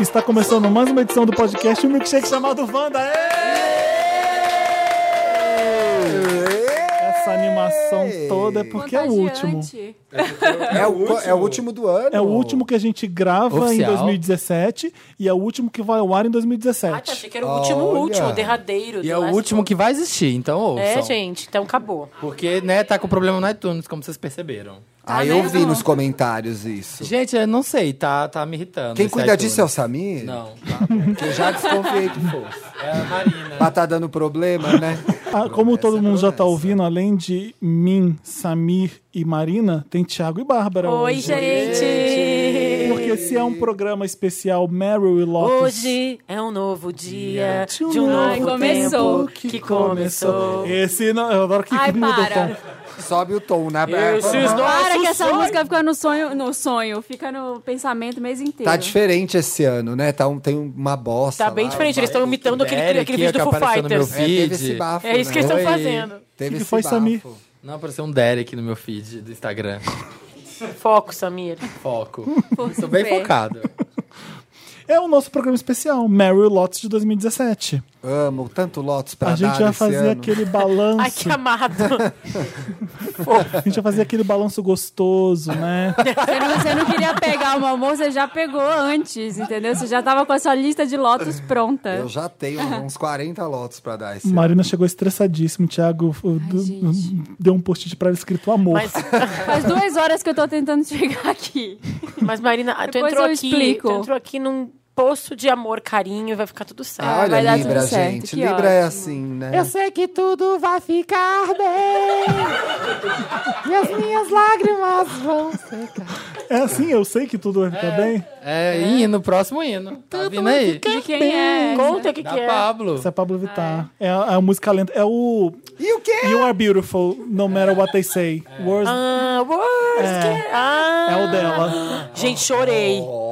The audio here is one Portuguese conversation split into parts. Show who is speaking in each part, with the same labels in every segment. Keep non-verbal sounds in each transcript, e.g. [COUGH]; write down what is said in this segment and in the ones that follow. Speaker 1: Está começando mais uma edição do podcast Um Milkshake chamado Wanda. Essa animação toda é porque é o último.
Speaker 2: É o, co- é o último do ano.
Speaker 1: É o último que a gente grava em
Speaker 3: Oficial.
Speaker 1: 2017 e é o último que vai ao ar em
Speaker 4: Ah, tá, achei
Speaker 1: 2017.
Speaker 4: que era o último, o último,
Speaker 2: Olha.
Speaker 4: o derradeiro.
Speaker 3: E é o último que vai existir, então ouçam.
Speaker 4: É, gente, então acabou.
Speaker 3: Porque, né, tá com problema no iTunes, como vocês perceberam.
Speaker 2: Ah, eu vi nos comentários isso.
Speaker 3: Gente, eu não sei, tá, tá me irritando.
Speaker 2: Quem
Speaker 3: esse
Speaker 2: cuida
Speaker 3: iTunes.
Speaker 2: disso é o Samir?
Speaker 3: Não,
Speaker 2: Que eu já desconfiei que fosse.
Speaker 3: é a Marina.
Speaker 2: Mas tá dando problema, né?
Speaker 1: Ah, como
Speaker 2: Promessa
Speaker 1: todo
Speaker 2: é
Speaker 1: mundo já tá
Speaker 2: promessa.
Speaker 1: ouvindo, além de mim, Samir e Marina, tem Thiago e Bárbara.
Speaker 4: Oi,
Speaker 1: hoje.
Speaker 4: gente!
Speaker 1: Porque se é um programa especial Meryl e Lotus.
Speaker 4: Hoje é um novo dia de um novo
Speaker 1: novo
Speaker 5: Ai, começou.
Speaker 1: tempo
Speaker 4: tempo que começou.
Speaker 1: Esse não, eu adoro que
Speaker 5: Ai,
Speaker 1: muda
Speaker 5: para.
Speaker 1: o tom.
Speaker 2: Sobe o tom, né?
Speaker 4: Esses
Speaker 5: Para que
Speaker 4: nossos
Speaker 5: essa
Speaker 4: sonhos-
Speaker 5: música fica no sonho, no sonho, fica no pensamento o mês inteiro.
Speaker 2: Tá diferente esse ano, né? Tá um, tem uma bosta.
Speaker 4: Tá bem
Speaker 2: lá,
Speaker 4: diferente, eles estão imitando aquele,
Speaker 3: Derek,
Speaker 4: aquele vídeo do
Speaker 3: que
Speaker 4: Foo
Speaker 3: apareceu no meu
Speaker 4: Fighters.
Speaker 2: É, teve esse
Speaker 3: Feed.
Speaker 2: bafo,
Speaker 4: É isso que eles estão
Speaker 2: né?
Speaker 3: Oi.
Speaker 4: fazendo.
Speaker 2: Teve
Speaker 1: Que
Speaker 2: esse
Speaker 1: foi,
Speaker 2: bafo.
Speaker 1: Samir?
Speaker 3: Não, apareceu um Derek no meu feed do
Speaker 2: [LAUGHS]
Speaker 3: Instagram.
Speaker 4: Foco, Samir.
Speaker 3: Foco.
Speaker 5: Força
Speaker 3: Tô bem
Speaker 5: do pé.
Speaker 3: focado.
Speaker 1: É o nosso programa especial, Meryl e Lotus de 2017.
Speaker 2: Amo, tanto Lotus pra
Speaker 1: a
Speaker 2: dar
Speaker 1: gente vai
Speaker 2: esse
Speaker 1: fazer
Speaker 2: ano.
Speaker 1: aquele
Speaker 4: Ai,
Speaker 1: balanço.
Speaker 4: que amado.
Speaker 1: a gente vai fazer aquele balanço gostoso, né?
Speaker 5: Você não, você não queria pegar uma amor, você já pegou antes, entendeu? Você já tava com a sua lista de lotos pronta.
Speaker 2: Eu já tenho uns 40 Lotus pra dar esse ano.
Speaker 1: Marina chegou estressadíssimo, Thiago uh, do- deu um post-it pra ela escrito amor.
Speaker 4: Mas,
Speaker 5: Faz duas horas que eu tô tentando chegar aqui.
Speaker 4: mas Marina, tu
Speaker 5: Depois
Speaker 4: entrou,
Speaker 5: eu
Speaker 4: aqui,
Speaker 5: explico.
Speaker 4: tu entrou aqui num poço de amor, carinho, e vai ficar tudo certo.
Speaker 2: Ah, Olha,
Speaker 5: vai dar tudo
Speaker 2: Libra,
Speaker 5: certo,
Speaker 2: gente.
Speaker 5: que
Speaker 2: Libra é assim, né?
Speaker 3: sei que tudo vai ficar bem. e as minhas lágrimas vão secar.
Speaker 1: É assim, eu sei que tudo vai ficar bem.
Speaker 3: É, hino, próximo hino. Tá vindo aí.
Speaker 5: De quem é?
Speaker 4: Conta o que,
Speaker 3: Da
Speaker 4: que é.
Speaker 3: Pablo.
Speaker 1: Essa é Pablo Vittar. É, a, a música lenta. É o
Speaker 2: E o quê?
Speaker 1: You Are Beautiful, No Matter What They Say. Words
Speaker 4: Ah, words
Speaker 1: É.
Speaker 4: can- ah.
Speaker 1: é o dela.
Speaker 4: Gente, chorei.
Speaker 2: Oh.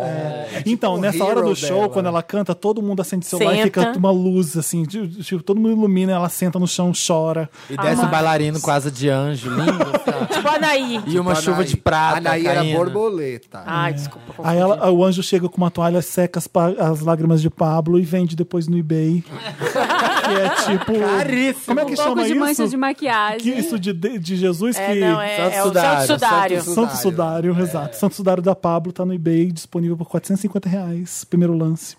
Speaker 1: Então,
Speaker 2: o
Speaker 1: nessa hora
Speaker 2: hero
Speaker 1: do show,
Speaker 2: dela.
Speaker 1: quando ela canta, todo mundo acende celular e
Speaker 4: Senta.
Speaker 1: fica uma luz, assim. de- Tipo, todo mundo ilumina, ela senta no chão, chora.
Speaker 3: E desce um bailarino com asa de anjo,
Speaker 2: [LAUGHS]
Speaker 3: lindo. sabe?
Speaker 4: Tipo Anaí.
Speaker 3: E uma
Speaker 2: Anaí.
Speaker 3: chuva de prata.
Speaker 2: Anaí era
Speaker 3: caindo.
Speaker 2: borboleta.
Speaker 4: Ai, desculpa. confundi.
Speaker 1: Aí ela- o anjo chega com uma toalha, seca as, pa- as lágrimas de Pablo e vende depois no eBay. que é tipo.
Speaker 3: Caríssimo.
Speaker 1: Como é que
Speaker 5: Um pouco
Speaker 1: chama
Speaker 5: de mancha
Speaker 1: isso?
Speaker 5: de
Speaker 1: Que
Speaker 5: maquiagem.
Speaker 1: isso de, de de Jesus
Speaker 4: É,
Speaker 1: que.
Speaker 4: não, é,
Speaker 3: Santo
Speaker 4: é o
Speaker 3: Sudário,
Speaker 4: Santo Sudário.
Speaker 2: Santo
Speaker 1: Santo Sudário, exato. Santo Sudário da Pablo tá no eBay, disponível por 450 reais. Primeiro lance.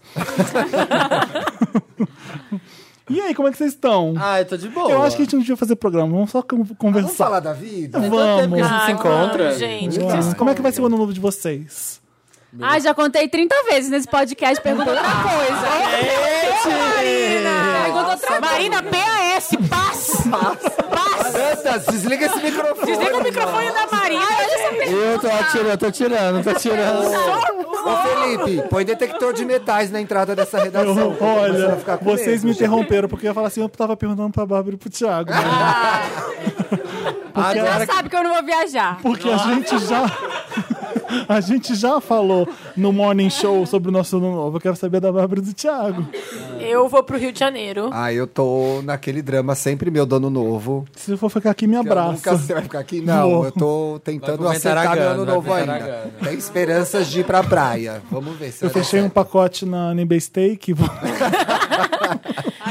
Speaker 1: e aí, como é que vocês estão?
Speaker 3: Ah, eu tô de boa.
Speaker 1: eu acho que a gente não devia fazer programa, vamos só con-
Speaker 2: Vamos falar
Speaker 1: conversar.
Speaker 2: da vida?
Speaker 1: Vamos.
Speaker 3: Tanto tempo Então, que a gente
Speaker 4: Ah,
Speaker 3: se encontra.
Speaker 4: vamos, gente.
Speaker 1: Vamos lá. Como é que vai ser o ano novo de vocês?
Speaker 5: Ah, já contei 30 vezes nesse podcast, pergunta outra coisa.
Speaker 1: É.
Speaker 5: Pergunta outra coisa.
Speaker 4: Marina PAS, paz. Paz.
Speaker 2: Dantas, desliga esse microfone.
Speaker 4: Desliga o microfone da Marina.
Speaker 3: Eu tô atirando, tô tirando, tô tirando.
Speaker 2: Ô, Felipe, põe detector de metais na entrada dessa redação.
Speaker 1: Eu-
Speaker 2: Tô começando
Speaker 1: olha,
Speaker 2: a ficar com
Speaker 1: vocês
Speaker 2: medo,
Speaker 1: me
Speaker 2: gente.
Speaker 1: interromperam, porque eu ia falar assim, eu tava perguntando pra Bárbara e pro Thiago. né?
Speaker 3: Agora
Speaker 5: Já sabe que eu não vou viajar.
Speaker 1: Porque a gente já. [LAUGHS] A gente já falou no Morning Show sobre o nosso ano novo. Eu quero saber da Bárbara e do Thiago.
Speaker 4: Eu vou pro Rio de Janeiro.
Speaker 2: Ah, eu tô naquele drama sempre meu, dono novo.
Speaker 1: Se eu for ficar aqui, me
Speaker 2: Que eu
Speaker 1: abraço.
Speaker 2: Nunca, você vai ficar aqui? Não,
Speaker 1: Vou.
Speaker 2: eu tô
Speaker 3: Vai
Speaker 2: tentando
Speaker 3: pro
Speaker 2: aceitar meu
Speaker 3: Ventaragana,
Speaker 2: ano
Speaker 3: vai
Speaker 2: novo
Speaker 3: pro
Speaker 2: ainda.
Speaker 3: Ventaragana.
Speaker 2: Tem esperanças de ir pra praia. Vamos ver se
Speaker 1: Eu
Speaker 2: vai dar
Speaker 1: fechei um
Speaker 2: certo.
Speaker 1: pacote na Nimbay Steak.
Speaker 4: [LAUGHS]
Speaker 1: vou-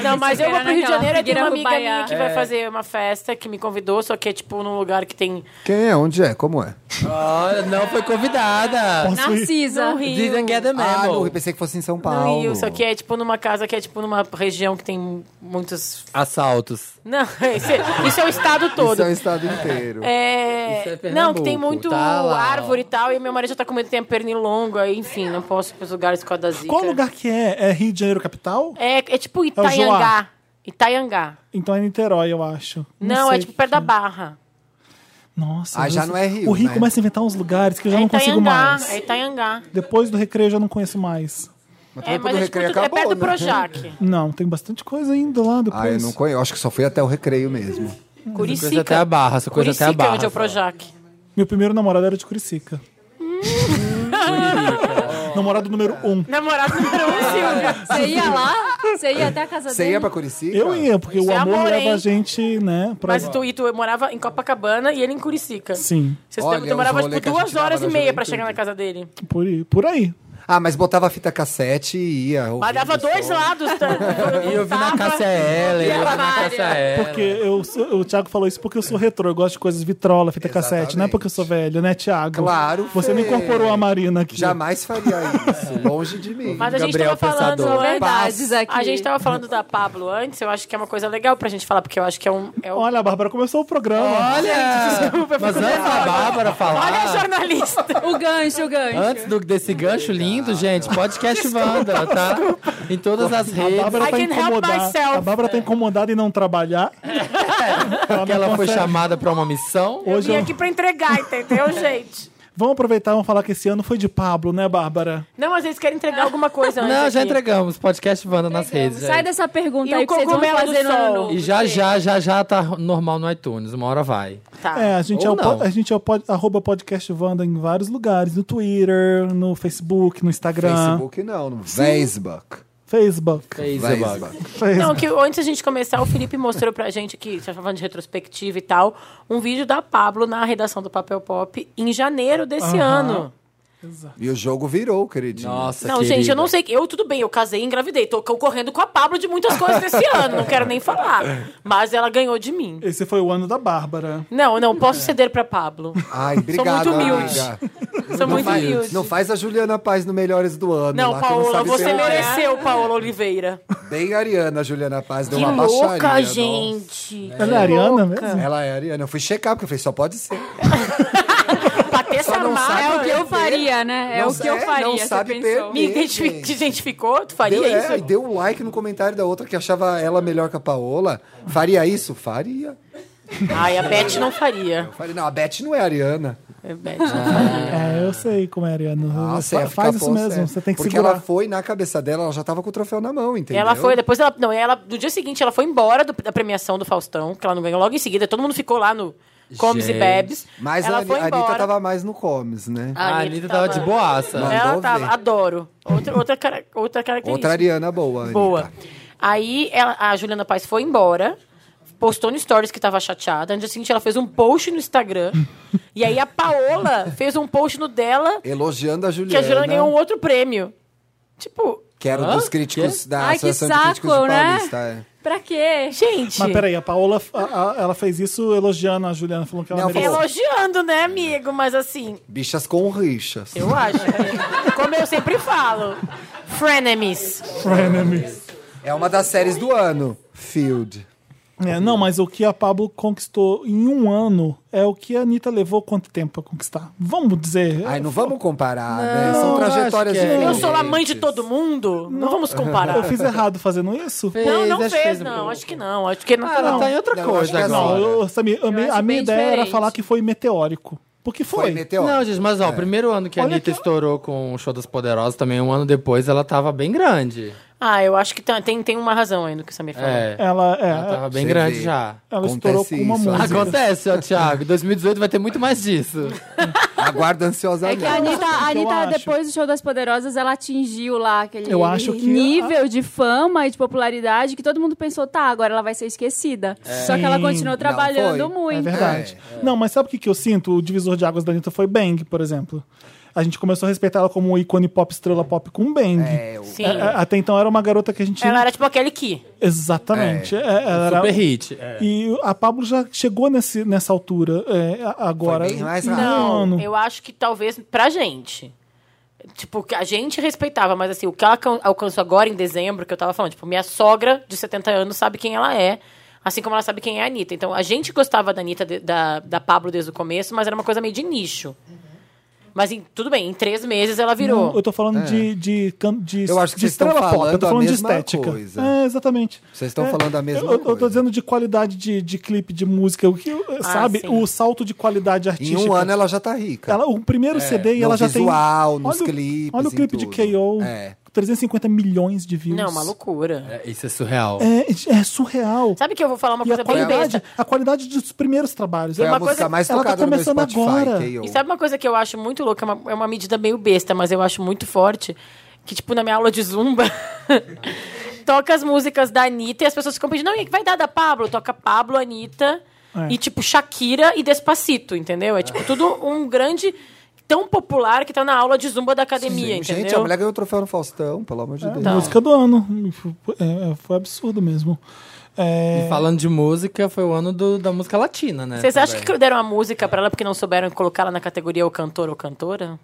Speaker 4: Não, mas eu vou pro Rio de
Speaker 5: naquela
Speaker 4: Janeiro. e Tem uma
Speaker 5: figueira
Speaker 4: amiga
Speaker 5: Rubaiá.
Speaker 4: minha que vai fazer uma festa, que me convidou, só que é tipo num lugar que tem...
Speaker 2: Quem é? Onde é? Como é?
Speaker 3: Olha, não foi convidada.
Speaker 1: Posso ir?
Speaker 5: Narcisa.
Speaker 4: No Rio.
Speaker 3: Didn't
Speaker 6: é
Speaker 3: get the
Speaker 2: Ah,
Speaker 3: memo.
Speaker 2: não, eu pensei que fosse em São
Speaker 4: No
Speaker 2: Paulo.
Speaker 4: Rio, só que é tipo numa casa que é tipo numa região que tem muitos...
Speaker 3: Assaltos.
Speaker 4: Não, [LAUGHS] esse- isso é o estado todo.
Speaker 2: Isso é o estado inteiro.
Speaker 4: É...
Speaker 3: Isso é Pernambuco,
Speaker 4: não, que tem muito
Speaker 3: tá lá, ó.
Speaker 4: árvore e tal, e meu marido já tá com medo que tenha pernilongo, aí, enfim, não posso ir pros lugares com a da Zika.
Speaker 1: Qual lugar que é? É Rio de Janeiro capital?
Speaker 4: É, é tipo Itaiangá. Itaiangá.
Speaker 1: Então é Niterói, eu acho.
Speaker 4: Não, é
Speaker 1: sei.
Speaker 4: tipo perto da Barra.
Speaker 1: Nossa.
Speaker 2: Ah, já
Speaker 1: eu-
Speaker 2: não é Rio,
Speaker 1: O Rio
Speaker 2: né?
Speaker 1: começa a inventar uns lugares que eu já
Speaker 4: é
Speaker 1: não
Speaker 4: Itaiangá.
Speaker 1: consigo mais.
Speaker 4: É Itaiangá.
Speaker 1: Depois do recreio eu já não conheço mais.
Speaker 2: também
Speaker 4: É,
Speaker 2: quando
Speaker 4: mas
Speaker 2: o
Speaker 4: é, tipo,
Speaker 2: recreio
Speaker 4: tudo- é perto do
Speaker 2: acabou, né?
Speaker 4: Projac.
Speaker 1: Não, tem bastante coisa ainda lá depois.
Speaker 2: Ah, eu não conheço. Acho que só fui até o recreio mesmo.
Speaker 3: Essa coisa até
Speaker 4: Curicica.
Speaker 3: a barra, essa coisa até a
Speaker 4: Curicica é
Speaker 3: barra.
Speaker 4: onde é o Projac.
Speaker 1: Meu primeiro namorado era de Curicica.
Speaker 2: Hum.
Speaker 1: [LAUGHS] namorado número um.
Speaker 4: Namorado número um, Silvia.
Speaker 5: Você ia lá? Você ia até a casa
Speaker 2: Você
Speaker 5: dele?
Speaker 4: um-
Speaker 2: ia pra Curicica?
Speaker 1: Eu ia, porque
Speaker 4: Isso
Speaker 1: o
Speaker 4: é
Speaker 1: amor,
Speaker 4: amor,
Speaker 1: leva
Speaker 4: hein?
Speaker 1: a gente, né, pra...
Speaker 4: Mas tu, e tu morava em Copacabana e ele em Curicica.
Speaker 1: Sim,
Speaker 4: Vocês
Speaker 2: Olha,
Speaker 4: tu morava
Speaker 2: os rolê
Speaker 4: tipo
Speaker 2: que a
Speaker 4: duas
Speaker 2: gente dava
Speaker 4: horas e
Speaker 2: na
Speaker 4: meia pra
Speaker 2: juventude.
Speaker 4: chegar na casa dele.
Speaker 1: por, por aí.
Speaker 2: Ah, mas botava fita cassete e ia.
Speaker 4: Mas dava
Speaker 2: ouvindo o
Speaker 4: dois
Speaker 2: som.
Speaker 4: lados. tá?
Speaker 6: E eu vi na
Speaker 4: Tava-
Speaker 6: Cássia Eller, eu vi na
Speaker 4: Maria.
Speaker 6: Cássia Eller.
Speaker 1: Porque
Speaker 4: É, né?
Speaker 1: eu, sou- o Thiago falou isso porque eu sou retrô, eu gosto de coisas vitrola, fita cassete. Não é porque eu sou velho, né, Thiago?
Speaker 2: Claro,
Speaker 1: Você me
Speaker 2: Fê.
Speaker 1: incorporou a Marina aqui.
Speaker 2: Jamais faria isso. longe de mim.
Speaker 4: Mas a gente
Speaker 6: Gabriel
Speaker 4: tava falando
Speaker 6: Pensador.
Speaker 4: antes-
Speaker 5: Verdades aqui.
Speaker 4: A gente tava falando da Pablo antes, eu acho que é uma coisa legal pra gente falar, porque eu acho que é um. É um...
Speaker 1: Olha, a Bárbara começou o programa.
Speaker 6: Olha! Mas antes da Bárbara falar.
Speaker 4: Olha a jornalista!
Speaker 5: O gancho, o gancho.
Speaker 6: Antes do- desse gancho lindo, gente, podcast Wanda, tá? Em todas as
Speaker 1: A
Speaker 6: redes.
Speaker 1: Bárbara
Speaker 4: I
Speaker 1: tá
Speaker 4: can help
Speaker 1: incomodada.
Speaker 4: myself.
Speaker 1: A Bárbara tá incomodada em não trabalhar.
Speaker 6: Porque ela foi
Speaker 1: consegue.
Speaker 6: chamada pra uma missão.
Speaker 4: Eu
Speaker 1: Hoje
Speaker 4: vim
Speaker 1: eu...
Speaker 4: aqui pra entregar, [LAUGHS] entendeu, gente?
Speaker 1: Vamos aproveitar e vamos falar que esse ano foi de Pablo, né, Bárbara?
Speaker 4: Não, mas eles querem entregar alguma coisa antes.
Speaker 6: Não, já
Speaker 4: aqui.
Speaker 6: entregamos. Podcast Wanda nas redes.
Speaker 7: é.
Speaker 5: Sai
Speaker 6: gente.
Speaker 5: dessa pergunta
Speaker 4: E
Speaker 5: aí
Speaker 4: o
Speaker 5: que vocês vão
Speaker 4: cogumelo do
Speaker 5: fazer no ano
Speaker 4: sol?
Speaker 5: novo.
Speaker 6: E já, já, já, já tá normal no iTunes. Uma hora vai.
Speaker 2: Ah,
Speaker 4: Tá.
Speaker 1: É, a gente é,
Speaker 6: Ou
Speaker 1: o po-
Speaker 6: não.
Speaker 1: a gente é o pod- arroba podcast Wanda em vários lugares. No Twitter, no Facebook, no Instagram.
Speaker 2: Facebook não, no Facebook.
Speaker 1: Facebook.
Speaker 6: Facebook.
Speaker 4: Não,
Speaker 1: Facebook.
Speaker 4: que antes a gente começar, o Felipe mostrou pra gente aqui, você tá falando de retrospectiva e tal, um vídeo da Pablo na redação do Papel Pop em janeiro desse ano.
Speaker 2: E o jogo virou, queridinho.
Speaker 6: Nossa,
Speaker 4: Não,
Speaker 6: querida.
Speaker 4: gente, eu não sei. Eu, tudo bem, eu casei e engravidei. Tô concorrendo com a Pablo de muitas coisas desse
Speaker 6: [LAUGHS]
Speaker 4: ano, não quero nem falar. Mas ela ganhou de mim.
Speaker 1: Esse foi o ano da Bárbara.
Speaker 2: [LAUGHS]
Speaker 4: Não, não,
Speaker 2: É.
Speaker 4: posso ceder pra Pablo.
Speaker 2: Ai, obrigado,
Speaker 4: muito humilde.
Speaker 2: amiga.
Speaker 4: Sou muito
Speaker 2: faz,
Speaker 4: humilde.
Speaker 2: não faz a Juliana Paz no Melhores do Ano.
Speaker 4: Não,
Speaker 2: lá, que
Speaker 4: Paola,
Speaker 2: sabe
Speaker 4: você
Speaker 2: perdoar.
Speaker 4: mereceu,
Speaker 2: [LAUGHS]
Speaker 4: Paola Oliveira.
Speaker 2: Bem Ariana, a Juliana Paz. Deu
Speaker 4: Que
Speaker 2: uma
Speaker 4: louca,
Speaker 2: baixaria.
Speaker 4: gente.
Speaker 1: Ela é a Ariana mesmo?
Speaker 2: nossa. Ela é Ariana. Eu fui checar, porque eu falei, só pode ser.
Speaker 4: Pra ter essa
Speaker 2: não sabe
Speaker 5: É
Speaker 4: marca,
Speaker 5: o que eu faria, né? É
Speaker 2: Não
Speaker 5: o que eu
Speaker 2: sabe-
Speaker 5: faria,
Speaker 2: não
Speaker 5: você
Speaker 2: sabe
Speaker 5: pensou.
Speaker 4: me
Speaker 2: perder.
Speaker 4: identifi-
Speaker 2: gente.
Speaker 4: te identificou? Tu faria
Speaker 2: Deu, é, aí
Speaker 4: isso?
Speaker 2: deu um like no comentário da outra que achava ela melhor que a Paola. Faria isso? Faria. então.
Speaker 4: Ai, a Beth não faria.
Speaker 2: Falei, não, a Beth não Ah, é a Ariana.
Speaker 4: A Beth não
Speaker 1: É, eu sei como é, Ariana.
Speaker 2: Nossa,
Speaker 1: Fa-
Speaker 2: ia ficar
Speaker 1: faz isso
Speaker 2: posta,
Speaker 1: mesmo,
Speaker 2: é.
Speaker 1: você tem que
Speaker 2: Porque
Speaker 1: segurar.
Speaker 2: ela foi na cabeça dela, ela já tava com o troféu na mão, entendeu?
Speaker 4: Ela foi, depois ela. Não, ela. No dia seguinte, ela foi embora do- da premiação do Faustão, que ela não ganhou logo em seguida. Todo mundo ficou lá no Comes e
Speaker 6: Gente.
Speaker 4: Bebes.
Speaker 2: Mas a,
Speaker 4: ela
Speaker 2: Ani-
Speaker 4: foi
Speaker 2: a Anitta
Speaker 4: embora. Ah,
Speaker 2: tava mais no Comes, né?
Speaker 6: A Anitta tava de boaça.
Speaker 2: Não.
Speaker 4: Ela
Speaker 2: Mandou
Speaker 4: tava,
Speaker 2: ver.
Speaker 4: adoro. Outra, outra, cara- outra característica.
Speaker 2: Outra Ariana boa, Anitta.
Speaker 4: Boa. Aí ela- a Juliana Paz foi embora, postou no Stories que tava chateada. No dia seguinte, ela fez um post no Instagram. e aí a Paola fez um post no dela
Speaker 2: Elogiando a
Speaker 4: que
Speaker 2: Juliana.
Speaker 4: a Juliana ganhou um outro prêmio. Tipo,
Speaker 2: Que era um dos críticos da
Speaker 5: Ai, que
Speaker 2: Associação de
Speaker 5: saco,
Speaker 2: Críticos de
Speaker 5: né?
Speaker 2: Paulista. é.
Speaker 5: Pra quê?
Speaker 4: gente.
Speaker 1: Mas peraí, a Paola a- a- ela fez isso elogiando a Juliana, falando que ela
Speaker 2: Não,
Speaker 1: merecia.
Speaker 2: falou-
Speaker 4: Elogiando, né, amigo? Mas assim,
Speaker 2: Bichas com rixas.
Speaker 4: eu acho. Como eu sempre falo. Frenemies.
Speaker 1: Frenemies.
Speaker 2: É uma das séries do ano. Field.
Speaker 1: É, não, mas o que a Pablo conquistou em um ano é o que a Anitta levou quanto tempo pra conquistar. Vamos dizer.
Speaker 2: Ai, não vamos comparar, né?
Speaker 6: eu
Speaker 2: São
Speaker 6: acho
Speaker 2: trajetórias
Speaker 6: que é.
Speaker 2: diferentes.
Speaker 4: Eu sou a mãe de todo mundo. Não vamos comparar.
Speaker 1: Eu fiz errado fazendo isso?
Speaker 4: Não, não
Speaker 6: acho que
Speaker 4: fez,
Speaker 6: um
Speaker 4: não.
Speaker 6: pouco.
Speaker 4: Acho que não. Acho que não.
Speaker 6: Ah, ela tá em outra
Speaker 2: Não, acho
Speaker 6: coisa
Speaker 2: que é
Speaker 6: agora.
Speaker 1: Não, eu, Samir, a, minha-
Speaker 5: acho
Speaker 1: a minha
Speaker 5: bem
Speaker 1: ideia era
Speaker 5: diferente.
Speaker 1: falar que foi meteórico. Porque foi.
Speaker 2: Foi meteoro.
Speaker 6: Não, gente, mas ó, o primeiro ano que a
Speaker 1: Olha
Speaker 6: Anitta estourou com o Show das Poderosas, também um ano depois ela tava bem grande.
Speaker 4: Ah, eu acho que tá- tem, tem uma razão aí no que o Samir falou.
Speaker 6: É.
Speaker 1: Ela, é,
Speaker 6: Ela tava bem
Speaker 2: Você
Speaker 6: grande
Speaker 2: vê.
Speaker 6: já.
Speaker 1: ela
Speaker 2: Acontece
Speaker 1: estourou com uma
Speaker 2: isso,
Speaker 1: música.
Speaker 6: Acontece, ó, Thiago. 2018 vai ter muito mais disso.
Speaker 2: Aguardo
Speaker 5: É
Speaker 2: ansiosamente.
Speaker 5: que a Anitta, a
Speaker 1: que eu
Speaker 5: Anitta,
Speaker 1: acho.
Speaker 5: depois do Show das Poderosas, ela atingiu lá aquele
Speaker 1: Eu acho que-
Speaker 5: nível de fama e de popularidade que todo mundo pensou, tá, agora ela vai ser esquecida. Só que ela
Speaker 1: Sim.
Speaker 5: continuou trabalhando
Speaker 2: foi.
Speaker 1: É
Speaker 5: muito.
Speaker 1: verdade. Não, mas sabe o que, que eu sinto? O divisor de águas da Anitta foi Bang, por exemplo. A gente começou a respeitar ela como um ícone pop, estrela pop com Bang.
Speaker 2: É, o-
Speaker 4: Sim.
Speaker 1: É, é, Até então era uma garota que a gente.
Speaker 4: Ela era tipo aquele que.
Speaker 1: Exatamente. É, ela era-
Speaker 6: Super hit. É.
Speaker 1: E a Pablo já chegou nesse, nessa altura é, a- agora.
Speaker 2: Foi bem mais
Speaker 1: em um
Speaker 2: rápido. Não,
Speaker 1: ano.
Speaker 4: Eu acho que talvez pra gente. Tipo, que a gente respeitava, mas assim, o que ela alcan- alcançou agora em dezembro, que eu tava falando, tipo, minha sogra de 70 anos sabe quem ela é, assim como ela sabe quem é a Anitta. Então, a gente gostava da Anitta, de- da, da Pablo desde o começo, mas era uma coisa meio de nicho. Mas em- tudo bem, em três meses ela virou.
Speaker 1: Não, eu tô falando de, de, can- de,
Speaker 2: É. Eu acho que
Speaker 1: de
Speaker 2: vocês estão
Speaker 1: estrela pop, eu
Speaker 2: falando
Speaker 1: tô
Speaker 2: a
Speaker 1: falando de
Speaker 2: mesma
Speaker 1: estética.
Speaker 2: coisa.
Speaker 1: É, exatamente.
Speaker 2: Vocês estão
Speaker 1: É,
Speaker 2: falando a mesma
Speaker 1: eu, eu tô
Speaker 2: coisa.
Speaker 1: dizendo de qualidade de, de clipe, de música, o que, sabe?
Speaker 4: Ah, sim.
Speaker 1: O salto de qualidade
Speaker 2: Em
Speaker 1: artística.
Speaker 2: um ano ela já tá rica.
Speaker 1: Ela- o primeiro CD e
Speaker 2: no
Speaker 1: ela já
Speaker 2: visual,
Speaker 1: tem.
Speaker 2: nos
Speaker 1: olha, o-
Speaker 2: clipes,
Speaker 1: Olha o
Speaker 2: em
Speaker 1: clipe de
Speaker 2: tudo.
Speaker 1: KO.
Speaker 2: É.
Speaker 1: 350 milhões de views.
Speaker 4: Não, uma loucura.
Speaker 6: É, Isso é surreal.
Speaker 1: É, é surreal.
Speaker 4: Sabe que eu vou falar uma
Speaker 1: E a
Speaker 4: coisa bem besta?
Speaker 1: qualidade, a qualidade dos primeiros trabalhos.
Speaker 2: Foi
Speaker 1: É
Speaker 2: a
Speaker 1: uma
Speaker 2: música
Speaker 1: coisa-
Speaker 2: mais
Speaker 1: ela tá
Speaker 2: tocada no meu
Speaker 1: começando
Speaker 2: Spotify,
Speaker 1: agora.
Speaker 2: K.O.
Speaker 4: E sabe uma coisa que eu acho muito louca? É uma, é uma medida meio besta, mas eu acho muito forte. Que, tipo, na minha aula de zumba, [LAUGHS] toca as músicas da Anitta e as pessoas ficam pedindo, não, e vai dar da Pablo? Toca Pablo, Anitta
Speaker 1: É.
Speaker 4: e, tipo, Shakira e Despacito, entendeu? É, tipo, tudo um grande tão popular que tá na aula de zumba da academia, entendeu?
Speaker 2: Gente, a mulher ganhou o troféu no Faustão, pelo amor
Speaker 1: É.
Speaker 2: de Deus.
Speaker 4: Então.
Speaker 1: Música do ano. É, foi absurdo mesmo. É,
Speaker 6: E falando de música, foi o ano do- da música latina, né?
Speaker 4: Vocês acham
Speaker 6: também.
Speaker 4: que deram a música pra ela porque não souberam colocá-la na categoria ou cantor ou cantora?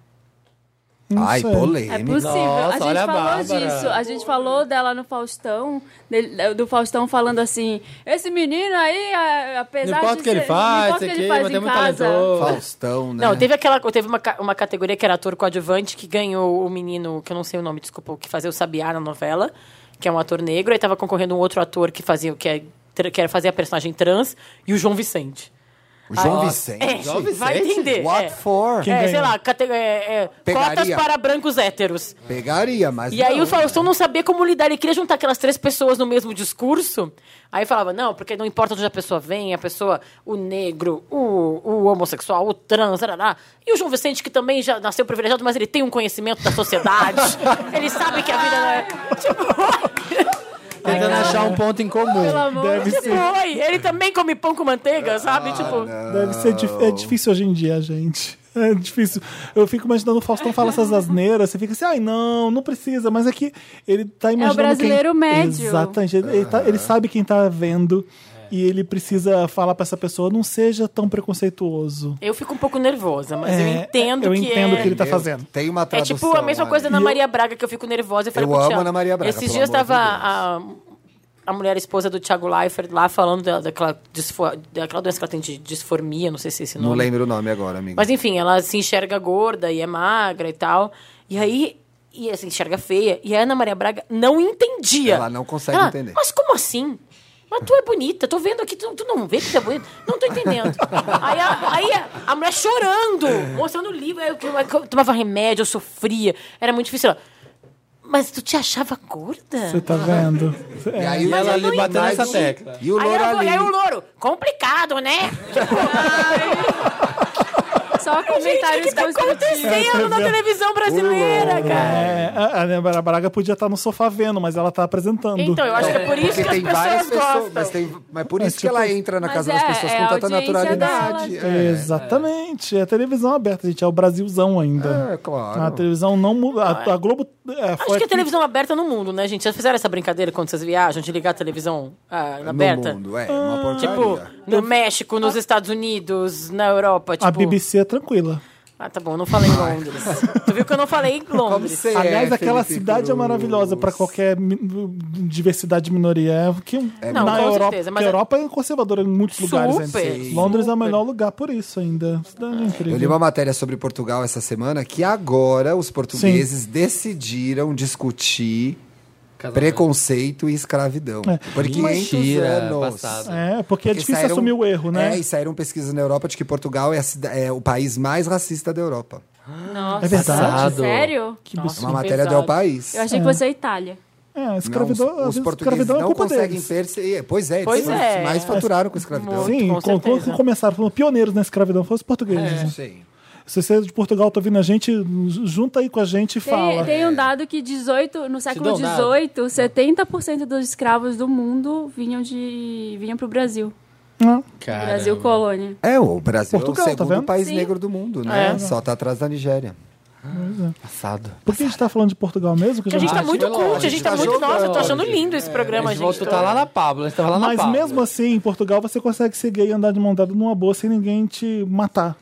Speaker 1: não
Speaker 2: Ai,
Speaker 1: sei.
Speaker 5: É
Speaker 2: polêmica.
Speaker 5: possível.
Speaker 6: Nossa,
Speaker 5: a gente
Speaker 6: olha a
Speaker 5: falou
Speaker 6: Bárbara.
Speaker 5: disso. A gente falou dela no Faustão, dele- do Faustão falando assim: esse menino aí, a- apesar
Speaker 6: Não importa
Speaker 5: de
Speaker 6: o que ele
Speaker 5: ser-
Speaker 6: faz,
Speaker 5: não importa o que ele faz
Speaker 6: mas
Speaker 5: em
Speaker 6: é muito
Speaker 5: casa.
Speaker 6: talentoso.
Speaker 2: Faustão, né?
Speaker 4: Não, teve aquela. Teve uma, ca- uma categoria que era ator coadjuvante que ganhou o menino, que eu não sei o nome, desculpa, o que fazia o Sabiá na novela, que é um ator negro, aí tava concorrendo um outro ator que fazia, que, é, tra- que era fazer a personagem trans, e o João Vicente.
Speaker 2: O João
Speaker 6: Nossa.
Speaker 2: Vicente.
Speaker 6: João Vicente?
Speaker 4: Vai entender.
Speaker 2: What
Speaker 4: é.
Speaker 2: for?
Speaker 1: Quem
Speaker 4: É, sei
Speaker 1: ganhou?
Speaker 4: lá, cate- é, é,
Speaker 2: Pegaria.
Speaker 4: cotas para brancos héteros.
Speaker 2: Pegaria, mas.
Speaker 4: E aí
Speaker 2: não.
Speaker 4: o Faustão não sabia como lidar, ele queria juntar aquelas três pessoas no mesmo discurso. Aí falava, não, porque não importa de onde a pessoa vem, a pessoa, o negro, o, o homossexual, o trans, tarará. e o João Vicente, que também já nasceu privilegiado, mas ele tem um conhecimento
Speaker 1: [LAUGHS]
Speaker 4: da sociedade, ele sabe que a vida não é...
Speaker 6: Tentando achar um ponto em comum.
Speaker 5: Pelo amor
Speaker 1: Deve
Speaker 5: de
Speaker 1: ser.
Speaker 5: Deus.
Speaker 4: Tipo, Oi, ele também come pão com manteiga, sabe?
Speaker 1: Ah,
Speaker 4: tipo,
Speaker 1: Deve ser dif- é difícil hoje em dia, gente. [LAUGHS] É difícil. Eu fico imaginando o Faustão fala essas asneiras, você fica assim, ai não, não precisa, mas é que ele tá imaginando.
Speaker 5: brasileiro
Speaker 1: quem...
Speaker 5: médio.
Speaker 1: Exatamente. Ele, ele
Speaker 2: É.
Speaker 1: tá- ele sabe quem tá vendo e ele precisa falar pra essa pessoa, não seja tão preconceituoso.
Speaker 4: eu fico um pouco nervosa, mas eu
Speaker 1: É,
Speaker 4: entendo
Speaker 1: eu
Speaker 4: que
Speaker 1: entendo
Speaker 4: é...
Speaker 1: que ele tá fazendo.
Speaker 2: Tem uma
Speaker 4: É
Speaker 2: tradução.
Speaker 4: tipo a mesma
Speaker 2: ali.
Speaker 4: coisa na
Speaker 1: E eu-
Speaker 4: Maria Braga, que eu fico nervosa. Eu, falei
Speaker 2: Eu
Speaker 4: pro
Speaker 2: amo
Speaker 4: Thiago.
Speaker 2: Ana Maria Braga,
Speaker 4: Esses
Speaker 2: pelo
Speaker 4: dias
Speaker 2: amor de
Speaker 4: tava a, a mulher esposa do Thiago Leifert lá falando da- daquela, disfo- daquela doença que ela tem de disformia, não sei se é esse nome.
Speaker 2: Não lembro o nome agora, amigo.
Speaker 4: Mas enfim, ela se enxerga gorda e é magra e tal. E aí. E se enxerga feia. E a Ana Maria Braga não entendia.
Speaker 2: Ela não consegue entender.
Speaker 4: Mas como assim? Mas tu é bonita, tô vendo aqui, tu, tu não vê que tu é bonita? Não tô entendendo. aí a, aí a, a mulher chorando, mostrando o livro, aí eu, eu tomava remédio, eu sofria, era muito difícil. Ela, Mas tu te achava gorda?
Speaker 1: Você tá
Speaker 2: [LAUGHS]
Speaker 1: vendo?
Speaker 2: E aí
Speaker 6: E ela
Speaker 4: eu
Speaker 6: ali
Speaker 4: não
Speaker 6: batendo
Speaker 4: entendi.
Speaker 6: essa tecla.
Speaker 2: E o
Speaker 4: aí,
Speaker 2: Loura
Speaker 4: ela,
Speaker 2: ali.
Speaker 4: aí o louro, complicado, né?
Speaker 5: Só
Speaker 4: Gente, o
Speaker 5: comentários
Speaker 4: que tá
Speaker 5: construtivos.
Speaker 4: acontecendo na televisão brasileira, cara?
Speaker 1: É, a a Ana Maria Braga podia estar no sofá vendo, mas ela tá apresentando.
Speaker 4: Então, eu acho que é por isso
Speaker 2: Porque
Speaker 4: que as
Speaker 2: tem várias
Speaker 4: pessoas
Speaker 2: pessoas.
Speaker 4: gostam.
Speaker 2: Mas, tem, mas por isso
Speaker 1: É,
Speaker 2: que ela
Speaker 1: tipo-
Speaker 2: entra na
Speaker 5: Mas
Speaker 2: casa
Speaker 5: é,
Speaker 2: das pessoas
Speaker 5: é
Speaker 2: com
Speaker 5: a
Speaker 2: tanta
Speaker 5: audiência
Speaker 2: naturalidade. É,
Speaker 1: Exatamente. É. a televisão aberta, gente. É o Brasilzão ainda.
Speaker 2: É, claro.
Speaker 1: A televisão não. mu- A, a Globo. É,
Speaker 4: Acho
Speaker 1: foi
Speaker 4: que é
Speaker 1: aqui-
Speaker 4: televisão aberta no mundo, né, gente? Vocês fizeram essa brincadeira quando vocês viajam de ligar a televisão ah,
Speaker 2: No
Speaker 4: aberta?
Speaker 2: mundo, é. Uma
Speaker 4: Tipo,
Speaker 2: porcaria.
Speaker 4: no México, nos Estados Unidos, na Europa, tipo...
Speaker 1: A BBC é tranquila.
Speaker 4: Ah, tá bom, eu não falei em Londres. tu viu que eu não falei em
Speaker 2: [LAUGHS] Como
Speaker 4: Londres.
Speaker 2: você é,
Speaker 1: Aliás, aquela
Speaker 2: Felipe
Speaker 1: cidade é
Speaker 2: Cruz?
Speaker 1: maravilhosa para qualquer mi- diversidade e minoria. É que
Speaker 4: Não,
Speaker 1: na
Speaker 4: com
Speaker 1: Europa,
Speaker 4: certeza, mas
Speaker 1: porque a
Speaker 4: é-
Speaker 1: Europa é conservadora em muitos lugares ainda.
Speaker 4: Super,
Speaker 1: Londres é o
Speaker 4: super.
Speaker 1: melhor lugar por isso ainda. Cidade é incrível.
Speaker 2: Eu li uma matéria sobre Portugal essa semana que agora os portugueses decidiram discutir preconceito e escravidão.
Speaker 1: É.
Speaker 2: Por 500
Speaker 6: Mentira,
Speaker 2: anos.
Speaker 6: passado.
Speaker 1: É, porque é
Speaker 2: Porque
Speaker 1: difícil
Speaker 2: saíram-
Speaker 1: assumir o erro, né?
Speaker 2: É, e saíram pesquisas na Europa de que Portugal é, a cida- é o país mais racista da Europa.
Speaker 5: Nossa,
Speaker 1: É verdade.
Speaker 5: sério?
Speaker 1: Que
Speaker 4: Nossa.
Speaker 1: absurdo.
Speaker 2: É uma matéria
Speaker 4: pesado.
Speaker 2: do El País.
Speaker 5: Eu achei que você é Itália.
Speaker 1: É, a escravidão,
Speaker 2: não, os,
Speaker 1: a
Speaker 2: os portugueses
Speaker 1: escravidão é
Speaker 2: não
Speaker 1: culpa
Speaker 2: conseguem
Speaker 1: deles.
Speaker 2: perceber. Pois é, eles
Speaker 4: Pois
Speaker 2: foram
Speaker 4: é.
Speaker 2: os que mais faturaram com É. escravidão.
Speaker 1: Sim,
Speaker 4: Com
Speaker 1: com
Speaker 4: certeza.
Speaker 1: quando começaram, foram pioneiros na escravidão, foram os portugueses. né?
Speaker 2: Sim.
Speaker 1: Se você é de Portugal, tá vindo a gente, junta aí com a gente e
Speaker 5: Tem,
Speaker 1: fala.
Speaker 5: tem um dado que 18, no século
Speaker 6: dou um dado.
Speaker 5: 18, 70% dos escravos do mundo vinham de vinham pro Brasil.
Speaker 1: Ah,
Speaker 6: Cara,
Speaker 5: Brasil colônia.
Speaker 2: É, o Brasil
Speaker 1: Portugal,
Speaker 2: é
Speaker 1: tá
Speaker 2: o segundo
Speaker 1: vendo?
Speaker 2: país
Speaker 5: Sim.
Speaker 2: negro do mundo,
Speaker 4: É.
Speaker 2: né? Só tá atrás da Nigéria.
Speaker 6: Passado.
Speaker 1: Por que a gente tá falando de Portugal mesmo? Que
Speaker 4: Porque a gente tá
Speaker 6: Ah,
Speaker 4: muito
Speaker 6: chega longe,
Speaker 4: cult, a gente tá
Speaker 2: tá É,
Speaker 4: muito...
Speaker 2: jogando.
Speaker 4: Nossa, eu tô achando lindo esse
Speaker 6: A
Speaker 4: programa,
Speaker 6: gente
Speaker 4: É, gente.
Speaker 6: voltou, tá lá na Pablo. A gente tava lá na
Speaker 1: Mas
Speaker 6: Pablo.
Speaker 1: mesmo assim, em Portugal você consegue ser gay e andar de mão dada numa boa sem ninguém te matar.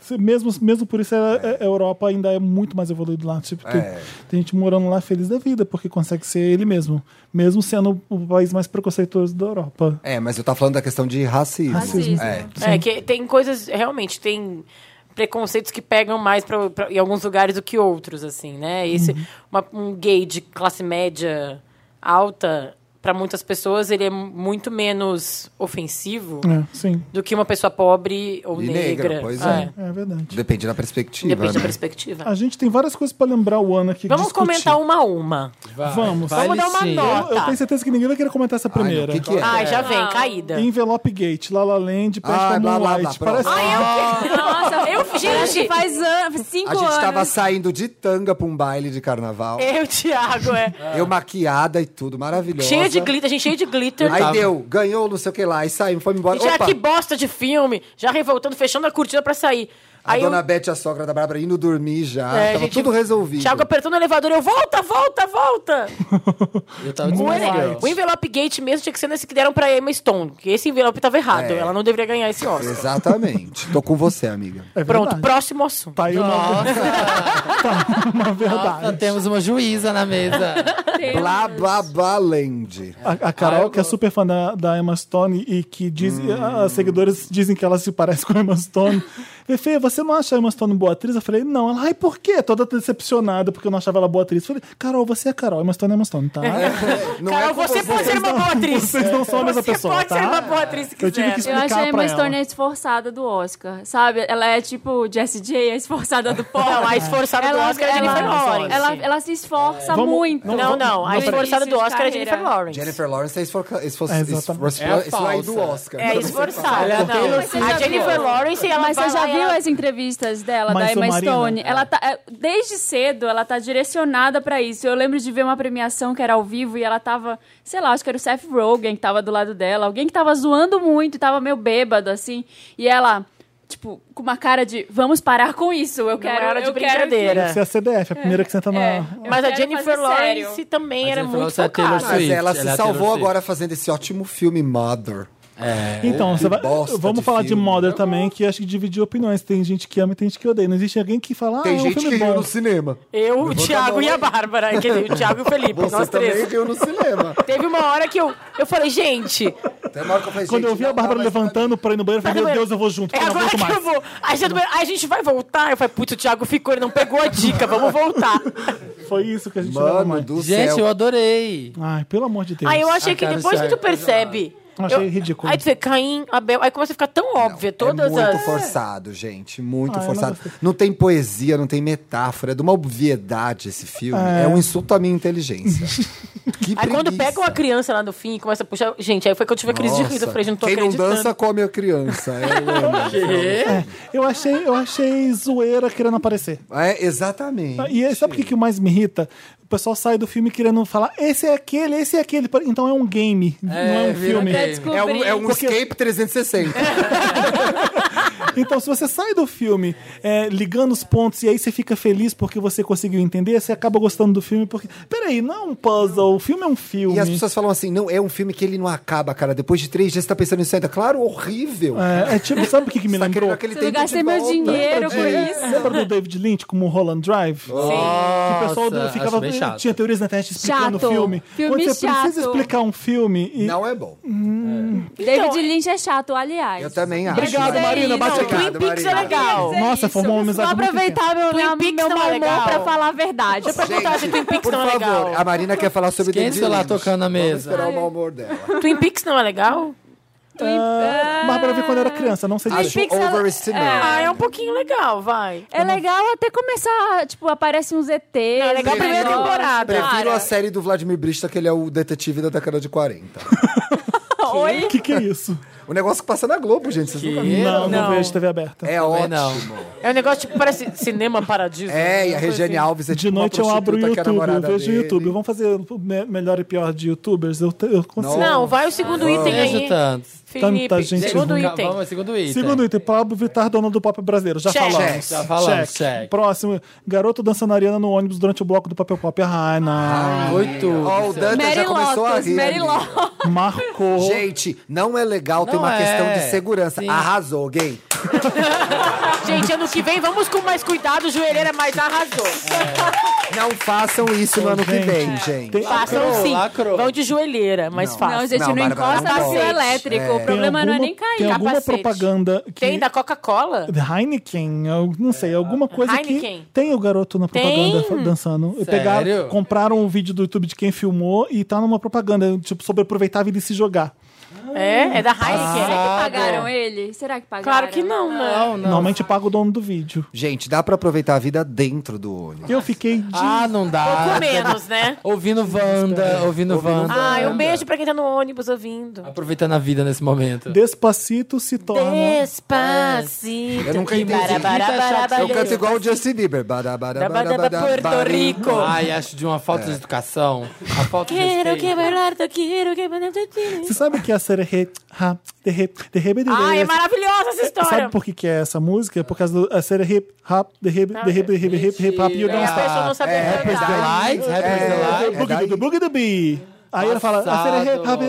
Speaker 1: Se- Mesmo, mesmo por isso, a, a Europa ainda é muito mais evoluída lá. Tipo, tem,
Speaker 2: É.
Speaker 1: tem gente morando lá feliz da vida, porque consegue ser ele mesmo. Mesmo sendo o país mais preconceituoso da Europa.
Speaker 2: É, mas eu tava falando da questão de racismo.
Speaker 5: Racismo.
Speaker 2: É.
Speaker 4: É, que tem coisas, realmente, tem preconceitos que pegam mais pra, pra- em alguns lugares do que outros, assim, né? Esse, uma- um gay de classe média alta, para muitas pessoas, ele é muito menos ofensivo
Speaker 1: É, sim.
Speaker 4: do que uma pessoa pobre ou
Speaker 2: E
Speaker 4: negra.
Speaker 2: negra, pois é.
Speaker 1: É verdade.
Speaker 2: Depende da perspectiva.
Speaker 4: Depende da
Speaker 2: né?
Speaker 4: perspectiva.
Speaker 1: A gente tem várias coisas pra lembrar o ano aqui.
Speaker 4: Vamos
Speaker 1: discutir.
Speaker 2: um-
Speaker 4: comentar uma a uma.
Speaker 6: Vai,
Speaker 1: assim, Vamos.
Speaker 6: vai,
Speaker 4: Vamos dar uma
Speaker 6: Licinha.
Speaker 4: nota.
Speaker 1: Eu, eu tenho certeza que ninguém vai querer comentar essa
Speaker 2: Ah, tá. Ai, não,
Speaker 1: primeira.
Speaker 2: o que, que é?
Speaker 4: Ai, já vem,
Speaker 5: Não.
Speaker 4: caída.
Speaker 1: Envelope Gate, La La Land, Peste
Speaker 2: Ah, é? blá,
Speaker 1: ao
Speaker 2: blá, blá,
Speaker 1: Moonlight.
Speaker 2: pronto.
Speaker 1: Parece é
Speaker 5: Nossa,
Speaker 4: Eu-
Speaker 5: parece
Speaker 4: gente,
Speaker 5: que faz an- cinco
Speaker 2: a gente
Speaker 5: anos.
Speaker 2: tava saindo de tanga pra um baile de carnaval.
Speaker 4: Eu, Thiago, é.
Speaker 2: Eu maquiada e tudo, maravilhosa.
Speaker 4: Cheia de glitter, gente, ah, cheia de glitter.
Speaker 2: Aí deu, ganhou, não sei o que lá, e saímos, fomos embora.
Speaker 4: E já
Speaker 2: Opa,
Speaker 4: que bosta de filme, já revoltando, fechando a cortina pra sair. Aí
Speaker 2: a dona
Speaker 4: eu-
Speaker 2: Beth e a sogra da Bárbara indo dormir já.
Speaker 4: É,
Speaker 2: tava
Speaker 4: gente,
Speaker 2: tudo resolvido.
Speaker 4: Thiago apertou no elevador e eu, volta, volta, volta!
Speaker 1: [LAUGHS]
Speaker 6: Eu tava
Speaker 4: O,
Speaker 1: Moonlight.
Speaker 4: ele- o envelope gate mesmo tinha que ser nesse que deram pra Emma Stone, que esse envelope tava errado,
Speaker 2: É.
Speaker 4: ela não deveria ganhar esse Oscar.
Speaker 2: Exatamente. Tô com você, amiga.
Speaker 1: É
Speaker 4: Pronto,
Speaker 1: verdade.
Speaker 4: próximo assunto.
Speaker 1: Tá aí
Speaker 2: Ah.
Speaker 1: [LAUGHS] uma, tá uma verdade.
Speaker 6: Nossa, [LAUGHS] temos uma juíza na mesa.
Speaker 2: Blá, blá, blá, land.
Speaker 1: A, a Carol,
Speaker 6: Ah, eu
Speaker 1: que é
Speaker 6: gosto.
Speaker 1: super fã da, da Emma Stone e que diz,
Speaker 2: Hum.
Speaker 1: a- as seguidoras dizem que ela se parece com a
Speaker 2: [LAUGHS]
Speaker 1: Emma Stone. Eu falei, você não acha a Emma Stone boa atriz? Eu falei, não. Ela, ai, por quê? Toda decepcionada porque eu não achava ela boa atriz. Eu falei, Carol, você é a Carol, Emma Stone é Emma Stone, tá? [LAUGHS]
Speaker 2: Não
Speaker 4: Carol,
Speaker 2: é com
Speaker 4: você, pode ser uma boa atriz.
Speaker 1: então. Vocês não são a mesma
Speaker 4: você
Speaker 1: pessoa,
Speaker 4: pode
Speaker 1: tá?
Speaker 4: ser uma boa atriz se quiser.
Speaker 1: Eu tive que
Speaker 5: Eu
Speaker 1: explicar
Speaker 5: acho a
Speaker 1: pra
Speaker 5: Emma
Speaker 1: ela.
Speaker 5: Stone a esforçada do Oscar, sabe? Ela é tipo Jessie J, a esforçada do pop.
Speaker 4: Não, a esforçada do Oscar é a Jennifer Lawrence.
Speaker 5: Ela, ela se esforça
Speaker 1: Vamos-
Speaker 5: muito.
Speaker 1: não,
Speaker 4: Não, não, a
Speaker 5: No
Speaker 4: esforçada do
Speaker 5: início de
Speaker 4: Oscar é a Jennifer
Speaker 5: carreira.
Speaker 4: Lawrence.
Speaker 2: Jennifer Lawrence é esforçada.
Speaker 1: É,
Speaker 2: É
Speaker 6: exatamente.
Speaker 2: isso aí do
Speaker 6: É falsa.
Speaker 2: Oscar.
Speaker 4: É
Speaker 6: Ela é
Speaker 4: esforçada.
Speaker 6: a
Speaker 4: não.
Speaker 6: Taylor
Speaker 5: Swift.
Speaker 4: A Jennifer Lawrence, ela
Speaker 5: Mas
Speaker 4: vai
Speaker 5: você já
Speaker 4: lá e
Speaker 5: viu
Speaker 4: ela-
Speaker 5: as entrevistas dela,
Speaker 1: Mas,
Speaker 5: da Emma
Speaker 1: ô, Marina,
Speaker 5: Stone?
Speaker 1: é.
Speaker 5: Ela tá, é, desde cedo, ela tá direcionada pra isso. Eu lembro de ver uma premiação que era ao vivo e ela tava, sei lá, acho que era o Seth Rogen que tava do lado dela, alguém que tava zoando muito e tava meio bêbado, assim. E ela, tipo, com uma cara de, vamos parar com isso, eu quero...
Speaker 4: era de
Speaker 5: eu quero que-"
Speaker 4: brincadeira.
Speaker 1: Você é a CDF, a primeira que senta na...
Speaker 5: É. Eu
Speaker 4: Mas a
Speaker 5: quero
Speaker 4: Jennifer
Speaker 5: fazer sério.
Speaker 4: Lawrence também
Speaker 6: A
Speaker 4: era
Speaker 6: Jennifer
Speaker 4: muito
Speaker 6: Lawrence é a Taylor
Speaker 4: focada.
Speaker 2: Mas
Speaker 6: Swift,
Speaker 2: ela se
Speaker 6: ela é a
Speaker 2: salvou
Speaker 6: Taylor Swift.
Speaker 2: agora fazendo esse ótimo filme Mother.
Speaker 1: Então, você vai-
Speaker 2: É, bosta
Speaker 1: vamos
Speaker 2: de
Speaker 1: falar de
Speaker 2: filme.
Speaker 1: Mother também, que acho que dividiu opiniões. Tem gente que ama e tem gente que odeia. Não existe alguém que fala, ah,
Speaker 2: Tem
Speaker 1: é um
Speaker 2: gente
Speaker 1: filme
Speaker 2: que
Speaker 1: bom.
Speaker 2: riu no cinema.
Speaker 4: Eu, o
Speaker 2: Levanta a
Speaker 4: Thiago
Speaker 2: mão
Speaker 4: e a
Speaker 2: aí.
Speaker 4: Bárbara. Quer dizer, o Thiago e o Felipe,
Speaker 2: Você
Speaker 4: nós
Speaker 2: também
Speaker 4: três.
Speaker 2: riu no cinema.
Speaker 4: Teve uma hora que eu, eu falei, gente,
Speaker 2: [LAUGHS] Tem uma hora que eu falei,
Speaker 1: Quando
Speaker 2: gente,
Speaker 1: eu vi a
Speaker 2: não dá
Speaker 1: Bárbara
Speaker 2: mais pra
Speaker 1: levantando pra ir no banheiro, eu falei, meu
Speaker 4: Vai no
Speaker 1: Deus, eu vou junto,
Speaker 4: é
Speaker 1: porque eu não
Speaker 4: agora
Speaker 1: aguento
Speaker 4: que eu
Speaker 1: mais.
Speaker 4: vou. Aí gente, a gente vai voltar. Eu falei, putz, o Thiago ficou, ele não pegou a dica, vamos voltar.
Speaker 1: Foi isso que a gente dava
Speaker 2: Mano
Speaker 1: mais.
Speaker 2: do
Speaker 6: Gente, eu
Speaker 2: céu.
Speaker 6: adorei.
Speaker 1: Ai, pelo amor de Deus.
Speaker 4: Aí eu achei
Speaker 6: A
Speaker 4: que
Speaker 6: cara
Speaker 4: depois
Speaker 6: sai.
Speaker 4: que tu percebe.
Speaker 1: Achei
Speaker 4: eu-
Speaker 1: ridículo.
Speaker 4: Aí tu vê, Caim, Abel. Aí começa a ficar tão óbvio todas
Speaker 2: é muito
Speaker 4: as.
Speaker 2: forçado, gente. Muito
Speaker 1: Ah, eu não
Speaker 2: forçado.
Speaker 1: gostei.
Speaker 2: Não tem poesia, não tem metáfora. É de uma obviedade esse filme. É, um insulto à minha
Speaker 1: [LAUGHS]
Speaker 2: inteligência. que
Speaker 4: Aí quando
Speaker 2: preguiça.
Speaker 4: pega uma criança lá no fim e começa a puxar. Gente, aí foi que eu tive a crise de riso. Eu falei, gente, não tô
Speaker 2: Quem não
Speaker 4: acreditando.
Speaker 2: dança, come a criança. Eu
Speaker 4: [LAUGHS]
Speaker 2: amo.
Speaker 1: É, eu achei, eu achei zoeira querendo aparecer.
Speaker 2: É, exatamente.
Speaker 1: E aí, sabe o que, que mais me irrita? O pessoal sai do filme querendo falar, esse é aquele, esse é aquele. Então é um game, não é um
Speaker 6: vira game.
Speaker 1: filme.
Speaker 5: Pra
Speaker 2: É um,
Speaker 5: descobrir.
Speaker 2: é um
Speaker 1: Porque-
Speaker 2: escape 360.
Speaker 1: Então, se você sai do filme é, ligando os pontos e aí você fica feliz porque você conseguiu entender, você acaba gostando do filme porque. Peraí, não é um puzzle, o filme é um filme.
Speaker 2: E as pessoas falam assim: não, é um filme que ele não acaba, cara. Depois de três dias você tá pensando nisso ainda. Claro, horrível.
Speaker 1: É, é tipo, sabe o que, que me
Speaker 2: Você tá querendo
Speaker 1: lembrou?
Speaker 2: aquele
Speaker 5: Eu
Speaker 2: tempo de
Speaker 5: gastei meu
Speaker 2: volta.
Speaker 5: dinheiro com isso.
Speaker 1: Lembra do David Lynch como o Holland Drive? Que o pessoal
Speaker 6: Nossa,
Speaker 1: ficava.
Speaker 6: acho bem chato.
Speaker 1: Tinha teorias na internet explicando o
Speaker 5: Chato.
Speaker 1: filme.
Speaker 5: Filme
Speaker 1: Quando você
Speaker 5: chato.
Speaker 1: precisa explicar um filme e.
Speaker 2: Não é bom.
Speaker 5: David Lynch é chato, aliás.
Speaker 2: Eu também acho.
Speaker 1: Obrigado,
Speaker 2: mas-
Speaker 1: Marina, bate
Speaker 4: Não,
Speaker 1: aqui.
Speaker 4: Twin
Speaker 2: Obrigado,
Speaker 4: Peaks é
Speaker 2: Marina.
Speaker 4: legal.
Speaker 5: Quer dizer
Speaker 1: Nossa,
Speaker 5: isso.
Speaker 1: formou uma amizade
Speaker 5: Vou
Speaker 1: muito
Speaker 5: aproveitar meu,
Speaker 4: Twin
Speaker 5: minha,
Speaker 4: Peaks
Speaker 5: meu
Speaker 4: não é
Speaker 5: mau humor
Speaker 4: legal.
Speaker 5: pra falar a verdade.
Speaker 4: Perguntar se Twin Peaks
Speaker 2: Por
Speaker 4: não é
Speaker 2: favor, a
Speaker 4: legal.
Speaker 2: Marina quer falar sobre
Speaker 6: Quem
Speaker 2: David
Speaker 6: está lá
Speaker 2: Lynch.
Speaker 6: tocando na
Speaker 2: Vamos
Speaker 6: mesa?
Speaker 2: esperar o mau humor dela.
Speaker 4: Twin Peaks não é legal?
Speaker 1: Ah, Bárbara viu quando era criança, não sei
Speaker 2: Acho
Speaker 1: disso.
Speaker 5: Peaks, ela-
Speaker 4: Ah,
Speaker 2: overestimated.
Speaker 4: é um pouquinho legal, vai.
Speaker 5: É legal até começar, tipo, aparece uns ETs.
Speaker 4: Não, é legal a primeira
Speaker 5: negócio,
Speaker 4: temporada.
Speaker 2: Prefiro
Speaker 5: cara.
Speaker 2: a série do Vladimir Brista, que ele é o detetive da década de 40.
Speaker 5: Oi?
Speaker 1: O que, que é isso?
Speaker 2: O negócio que passa na Globo, gente. Vocês nunca viram.
Speaker 1: Não, não,
Speaker 4: Não.
Speaker 1: vejo TV aberta.
Speaker 2: É
Speaker 6: Também
Speaker 2: ótimo.
Speaker 4: É um negócio tipo, parece cinema paradiso.
Speaker 2: É, e a
Speaker 4: Uma coisa
Speaker 2: Regiane
Speaker 4: assim.
Speaker 2: Alves é
Speaker 1: De
Speaker 2: tipo uma
Speaker 1: noite eu abro o
Speaker 2: prostituta que é
Speaker 1: YouTube, eu
Speaker 2: namorada
Speaker 1: vejo o
Speaker 2: dele.
Speaker 1: YouTube. Vamos fazer o me- melhor e pior de youtubers? Eu, te- eu
Speaker 2: é
Speaker 1: consigo.
Speaker 4: Não, vai o segundo item
Speaker 6: Beijo
Speaker 4: aí.
Speaker 6: tanto.
Speaker 4: Felipe,
Speaker 1: Tanta gente
Speaker 4: segundo
Speaker 1: ruim.
Speaker 4: item.
Speaker 6: Vamos, segundo item.
Speaker 1: Segundo item, Pablo Vittar, dono do pop brasileiro. Já
Speaker 4: Check.
Speaker 1: falamos.
Speaker 6: Já
Speaker 2: Tá
Speaker 6: falamos, check.
Speaker 1: Próximo, garoto dançando Ariana no ônibus durante o bloco do papel pop. Ah, Ai, não.
Speaker 6: Oito.
Speaker 2: Ó, o Danta já
Speaker 5: Mary
Speaker 2: começou a
Speaker 5: Lotus,
Speaker 2: rir.
Speaker 5: Mary
Speaker 2: amiga.
Speaker 5: Lotus.
Speaker 1: Marcou.
Speaker 2: Ah. Gente, não é legal, tem
Speaker 6: Não
Speaker 2: uma
Speaker 6: é.
Speaker 2: questão de segurança.
Speaker 6: Sim.
Speaker 2: Arrasou, gay.
Speaker 4: Gente, ano que vem vamos com mais cuidado, joelheira mais arrasou.
Speaker 2: É, Não façam isso no ano que vem, gente.
Speaker 1: Tem-
Speaker 4: Façam sim.
Speaker 6: lacrou.
Speaker 4: Vão de joelheira, mas
Speaker 5: Não,
Speaker 4: façam.
Speaker 5: gente, não,
Speaker 2: Não, Bárbara,
Speaker 5: encosta
Speaker 2: não é
Speaker 5: no fio
Speaker 2: pode.
Speaker 5: elétrico. O
Speaker 1: Tem
Speaker 5: problema não é
Speaker 1: alguma-
Speaker 5: nem cair.
Speaker 1: Tem alguma
Speaker 4: capacete.
Speaker 1: propaganda que...
Speaker 4: Tem da Coca-Cola?
Speaker 1: Heineken, eu não sei, alguma coisa
Speaker 4: Heineken.
Speaker 1: que tem o garoto na propaganda
Speaker 4: Tem?
Speaker 1: dançando. E
Speaker 6: Sério?
Speaker 1: pegaram, compraram um vídeo do YouTube de quem filmou e tá numa propaganda, tipo, sobre aproveitar a vida e se jogar.
Speaker 4: É, é da Heineken.
Speaker 2: Ah.
Speaker 5: Será que pagaram ele? Será que pagaram?
Speaker 4: Claro que não, né?
Speaker 6: Não, não.
Speaker 1: Normalmente paga o dono do vídeo.
Speaker 2: Gente, dá pra aproveitar a vida dentro do ônibus.
Speaker 1: Eu fiquei de
Speaker 6: Ah, não dá.
Speaker 4: Pouco menos, né?
Speaker 6: Ouvindo Wanda, ouvindo Wanda.
Speaker 2: Ah,
Speaker 4: Ai, um beijo pra quem tá no ônibus ouvindo.
Speaker 6: Aproveitando a vida nesse momento.
Speaker 1: despacito se torna.
Speaker 4: Despacito.
Speaker 2: Ah, Eu nunca entendi. tá
Speaker 6: Eu
Speaker 2: Eu canto igual o Justin Bieber. Bada, bada,
Speaker 4: Da
Speaker 2: bada,
Speaker 4: Badaba
Speaker 2: bada,
Speaker 4: Porto
Speaker 2: bada.
Speaker 4: Rico.
Speaker 6: Ai,
Speaker 1: É.
Speaker 6: acho de uma falta de educação. A falta de
Speaker 4: Quero
Speaker 6: respeito.
Speaker 4: que bailar, quero que bailar.
Speaker 1: Você sabe que é a essa. Derre, ha, derre, derrebe, derre.
Speaker 4: Ai, é maravilhosa essa história.
Speaker 1: Sabe por que, que é essa música? Por causa do. A ser hip, hop, the hip, the hip, the hip, hip, hip, hop, you
Speaker 4: E as
Speaker 1: don't
Speaker 4: pessoas não sabem
Speaker 2: é,
Speaker 4: cantar.
Speaker 7: Delight, Happy's Delight.
Speaker 2: É daí?
Speaker 1: Boogie do Boogie do Bee. Aí ela fala. A ser hip, hop,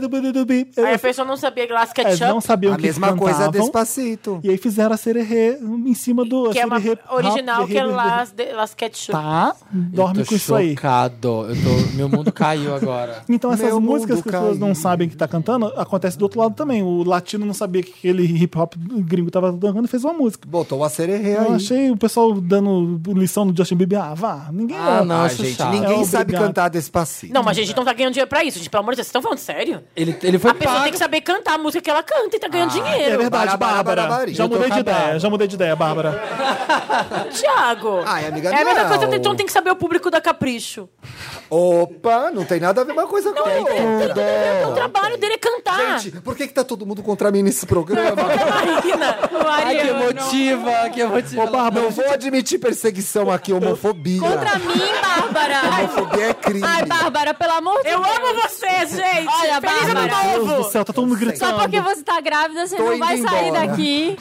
Speaker 1: the boogie do bee.
Speaker 4: Aí a pessoa não sabia que lasca
Speaker 1: Elas É, não
Speaker 4: chup,
Speaker 1: sabiam
Speaker 2: A
Speaker 1: o que
Speaker 2: mesma coisa
Speaker 1: cantavam.
Speaker 2: despacito.
Speaker 1: E aí fizeram a sererê em cima do.
Speaker 4: que é uma
Speaker 1: sererê, rap,
Speaker 4: original que é
Speaker 1: derrê,
Speaker 4: las, de, las ketchup.
Speaker 1: Tá, dorme
Speaker 7: Tô
Speaker 1: com isso aí.
Speaker 7: chocado. Eu tô, meu mundo caiu agora.
Speaker 1: Então essas
Speaker 2: Meu
Speaker 1: músicas
Speaker 2: mundo
Speaker 1: que as pessoas
Speaker 2: caiu.
Speaker 1: não sabem que tá cantando, acontece do outro lado também. O latino não sabia que aquele hip hop gringo tava tocando e fez uma música.
Speaker 2: Botou a sererê
Speaker 1: Eu
Speaker 2: aí.
Speaker 1: achei o pessoal dando lição no Justin Bieber. Ah, vá, ninguém
Speaker 7: Ah,
Speaker 1: é.
Speaker 7: não,
Speaker 2: Ah,
Speaker 7: acho
Speaker 2: gente,
Speaker 7: chato.
Speaker 2: ninguém
Speaker 1: É
Speaker 2: sabe
Speaker 1: obrigado.
Speaker 2: cantar despacito.
Speaker 4: Não, mas a gente não tá ganhando dinheiro pra isso, gente. Pelo amor de Deus, vocês estão falando sério?
Speaker 7: Ele, ele foi
Speaker 4: A pessoa tem
Speaker 7: pago.
Speaker 4: que saber cantar a música que ela canta e tá ganhando
Speaker 1: É
Speaker 4: dinheiro.
Speaker 1: verdade,
Speaker 2: Bárbara,
Speaker 1: Bárbara.
Speaker 2: Bárbara,
Speaker 1: Já
Speaker 7: eu tô
Speaker 1: mudei de
Speaker 7: acabado.
Speaker 1: ideia, já mudei de ideia, Bárbara.
Speaker 4: Tiago.
Speaker 2: Ai, amiga,
Speaker 4: É a mesma
Speaker 2: não.
Speaker 4: coisa, então tem que saber o público da Capricho.
Speaker 2: Opa, não tem nada a ver uma coisa com a outra.
Speaker 4: O trabalho dele é cantar.
Speaker 2: Gente, por que, que tá todo mundo contra mim nesse programa?
Speaker 4: É Marina.
Speaker 7: Ai, que
Speaker 5: Mariano.
Speaker 7: emotiva, que emotiva.
Speaker 1: Ô, Bárbara,
Speaker 2: Não vou admitir perseguição aqui, homofobia.
Speaker 5: Contra mim, Bárbara.
Speaker 2: Homofobia é crime.
Speaker 5: Ai, Bárbara, pelo amor de
Speaker 4: Eu
Speaker 5: Deus.
Speaker 4: amo vocês, gente. Feliz
Speaker 5: Olha,
Speaker 4: ano
Speaker 5: Bárbara.
Speaker 1: Meu Deus do
Speaker 4: novo.
Speaker 1: céu, tá todo mundo gritando.
Speaker 5: Só porque você tá grávida, você
Speaker 2: Tô
Speaker 5: não
Speaker 2: indo
Speaker 5: vai sair
Speaker 2: embora. Ah.
Speaker 5: daqui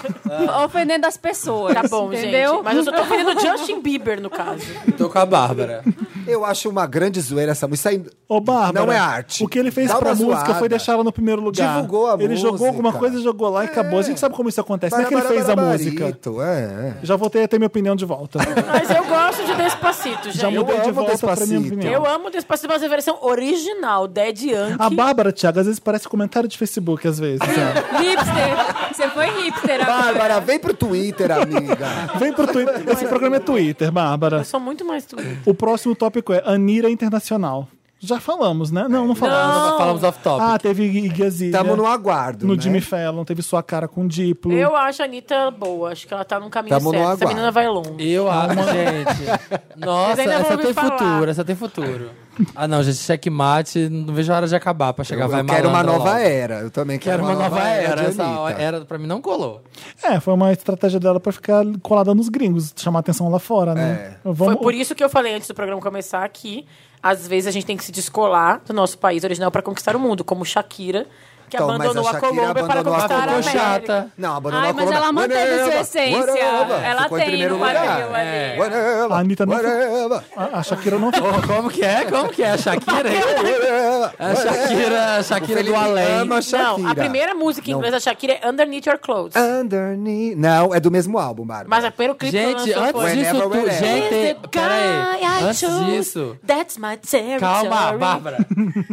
Speaker 5: ofendendo as pessoas.
Speaker 4: Tá bom,
Speaker 5: entendeu?
Speaker 4: gente. Mas eu só tô ofendendo Justin Bieber, no caso.
Speaker 7: Tô com a Bárbara.
Speaker 2: Eu acho uma grande zoeira essa música. Isso aí-
Speaker 1: Ô, Bárbara,
Speaker 2: Não é arte.
Speaker 1: O que ele fez
Speaker 2: Dá
Speaker 1: pra
Speaker 2: uma
Speaker 1: música
Speaker 2: zoada.
Speaker 1: foi deixar ela no primeiro lugar.
Speaker 2: Divulgou a
Speaker 1: ele jogou
Speaker 2: música.
Speaker 1: alguma coisa, jogou lá e acabou. A gente sabe como isso acontece. Não é que ele fez a música.
Speaker 2: Barabarito, É, é.
Speaker 1: Já voltei a ter minha opinião de
Speaker 4: [LAUGHS]
Speaker 1: volta.
Speaker 4: Mas eu gosto de Despacito,
Speaker 1: Já
Speaker 4: gente. Eu,
Speaker 1: mudei de
Speaker 2: amo
Speaker 1: volta pra minha
Speaker 2: Despacito.
Speaker 1: opinião.
Speaker 4: eu amo Despacito, mas a versão original, Dead
Speaker 2: Ah.
Speaker 4: Yankee.
Speaker 1: A Bárbara, Thiago, às vezes parece comentário de Facebook, às vezes. né? sabe?
Speaker 5: [LAUGHS] Hipster. Você foi hipster agora.
Speaker 2: Bárbara, vem pro
Speaker 5: [LAUGHS]
Speaker 2: Twitter, amiga.
Speaker 1: Vem pro Twitter. Esse programa é Twitter, Bárbara.
Speaker 4: Eu sou muito mais Twitter.
Speaker 1: O próximo tópico é Anira Internacional. Já falamos, né? Não, não falamos.
Speaker 7: Nós falamos off top.
Speaker 1: Ah, teve Igazilha.
Speaker 2: Tamo no aguardo.
Speaker 1: no
Speaker 2: né?
Speaker 1: Jimmy Fallon, teve sua cara com Diplo.
Speaker 4: Eu acho a Anitta boa. Acho que ela tá num caminho
Speaker 2: Tamo no
Speaker 4: certo. Essa
Speaker 2: aguardo.
Speaker 4: menina vai longe.
Speaker 7: Eu acho, gente. Nossa,
Speaker 4: ainda vão
Speaker 7: essa
Speaker 4: ouvir
Speaker 7: tem
Speaker 4: falar.
Speaker 7: futuro, essa tem futuro. Ah, não, gente, checkmate, não vejo a hora de acabar pra chegar.
Speaker 2: Eu,
Speaker 7: vai
Speaker 2: eu quero uma
Speaker 7: malandra
Speaker 2: nova
Speaker 7: logo.
Speaker 2: era. Eu também quero,
Speaker 7: Quero uma nova era.
Speaker 2: de
Speaker 7: Essa
Speaker 2: Anitta.
Speaker 7: era pra mim não colou.
Speaker 1: É, foi uma estratégia dela pra ficar colada nos gringos, chamar atenção lá fora, né?
Speaker 4: Foi
Speaker 1: Vamos-
Speaker 4: por isso que eu falei antes do programa começar que às vezes a gente tem que se descolar do nosso país original pra conquistar o mundo, como Shakira, que
Speaker 2: Então, mas a
Speaker 4: abandonou a,
Speaker 2: Shakira
Speaker 4: Colômbia para
Speaker 2: abandonou a
Speaker 4: conquistar a
Speaker 7: Ficou
Speaker 2: Colômbia.
Speaker 4: América.
Speaker 7: chata.
Speaker 2: Não, abandonou
Speaker 5: Ai,
Speaker 2: a
Speaker 5: mas
Speaker 2: coluna-
Speaker 5: ela manteve sua
Speaker 2: Whatever,
Speaker 5: essência.
Speaker 2: whatever.
Speaker 5: Ela
Speaker 2: Ficou em
Speaker 5: tem
Speaker 2: primeiro
Speaker 5: no quadril
Speaker 2: lugar. É.
Speaker 5: ali.
Speaker 2: Whatever,
Speaker 1: A Anitta nem-
Speaker 2: whatever,
Speaker 1: A, a Shakira não ficou. né?
Speaker 7: Ô, como que é? Como que é? A Shakira?
Speaker 2: [LAUGHS] whatever.
Speaker 7: A Shakira, a Shakira do
Speaker 2: Felipe
Speaker 7: além.
Speaker 2: ama Shakira. Ah.
Speaker 4: Não, a primeira música em inglês da Shakira é Underneath Your
Speaker 2: [LAUGHS]
Speaker 4: Clothes.
Speaker 2: Underneath. Não, é do mesmo álbum, Bárbara.
Speaker 4: Mas a primeiro clipe que ela
Speaker 7: Gente,
Speaker 4: lançou
Speaker 7: antes
Speaker 4: foi...
Speaker 2: Whenever,
Speaker 7: disso tudo.
Speaker 2: wherever.
Speaker 7: Gente, pera aí. Antes disso.
Speaker 4: That's my territory.
Speaker 7: Calma, Bárbara.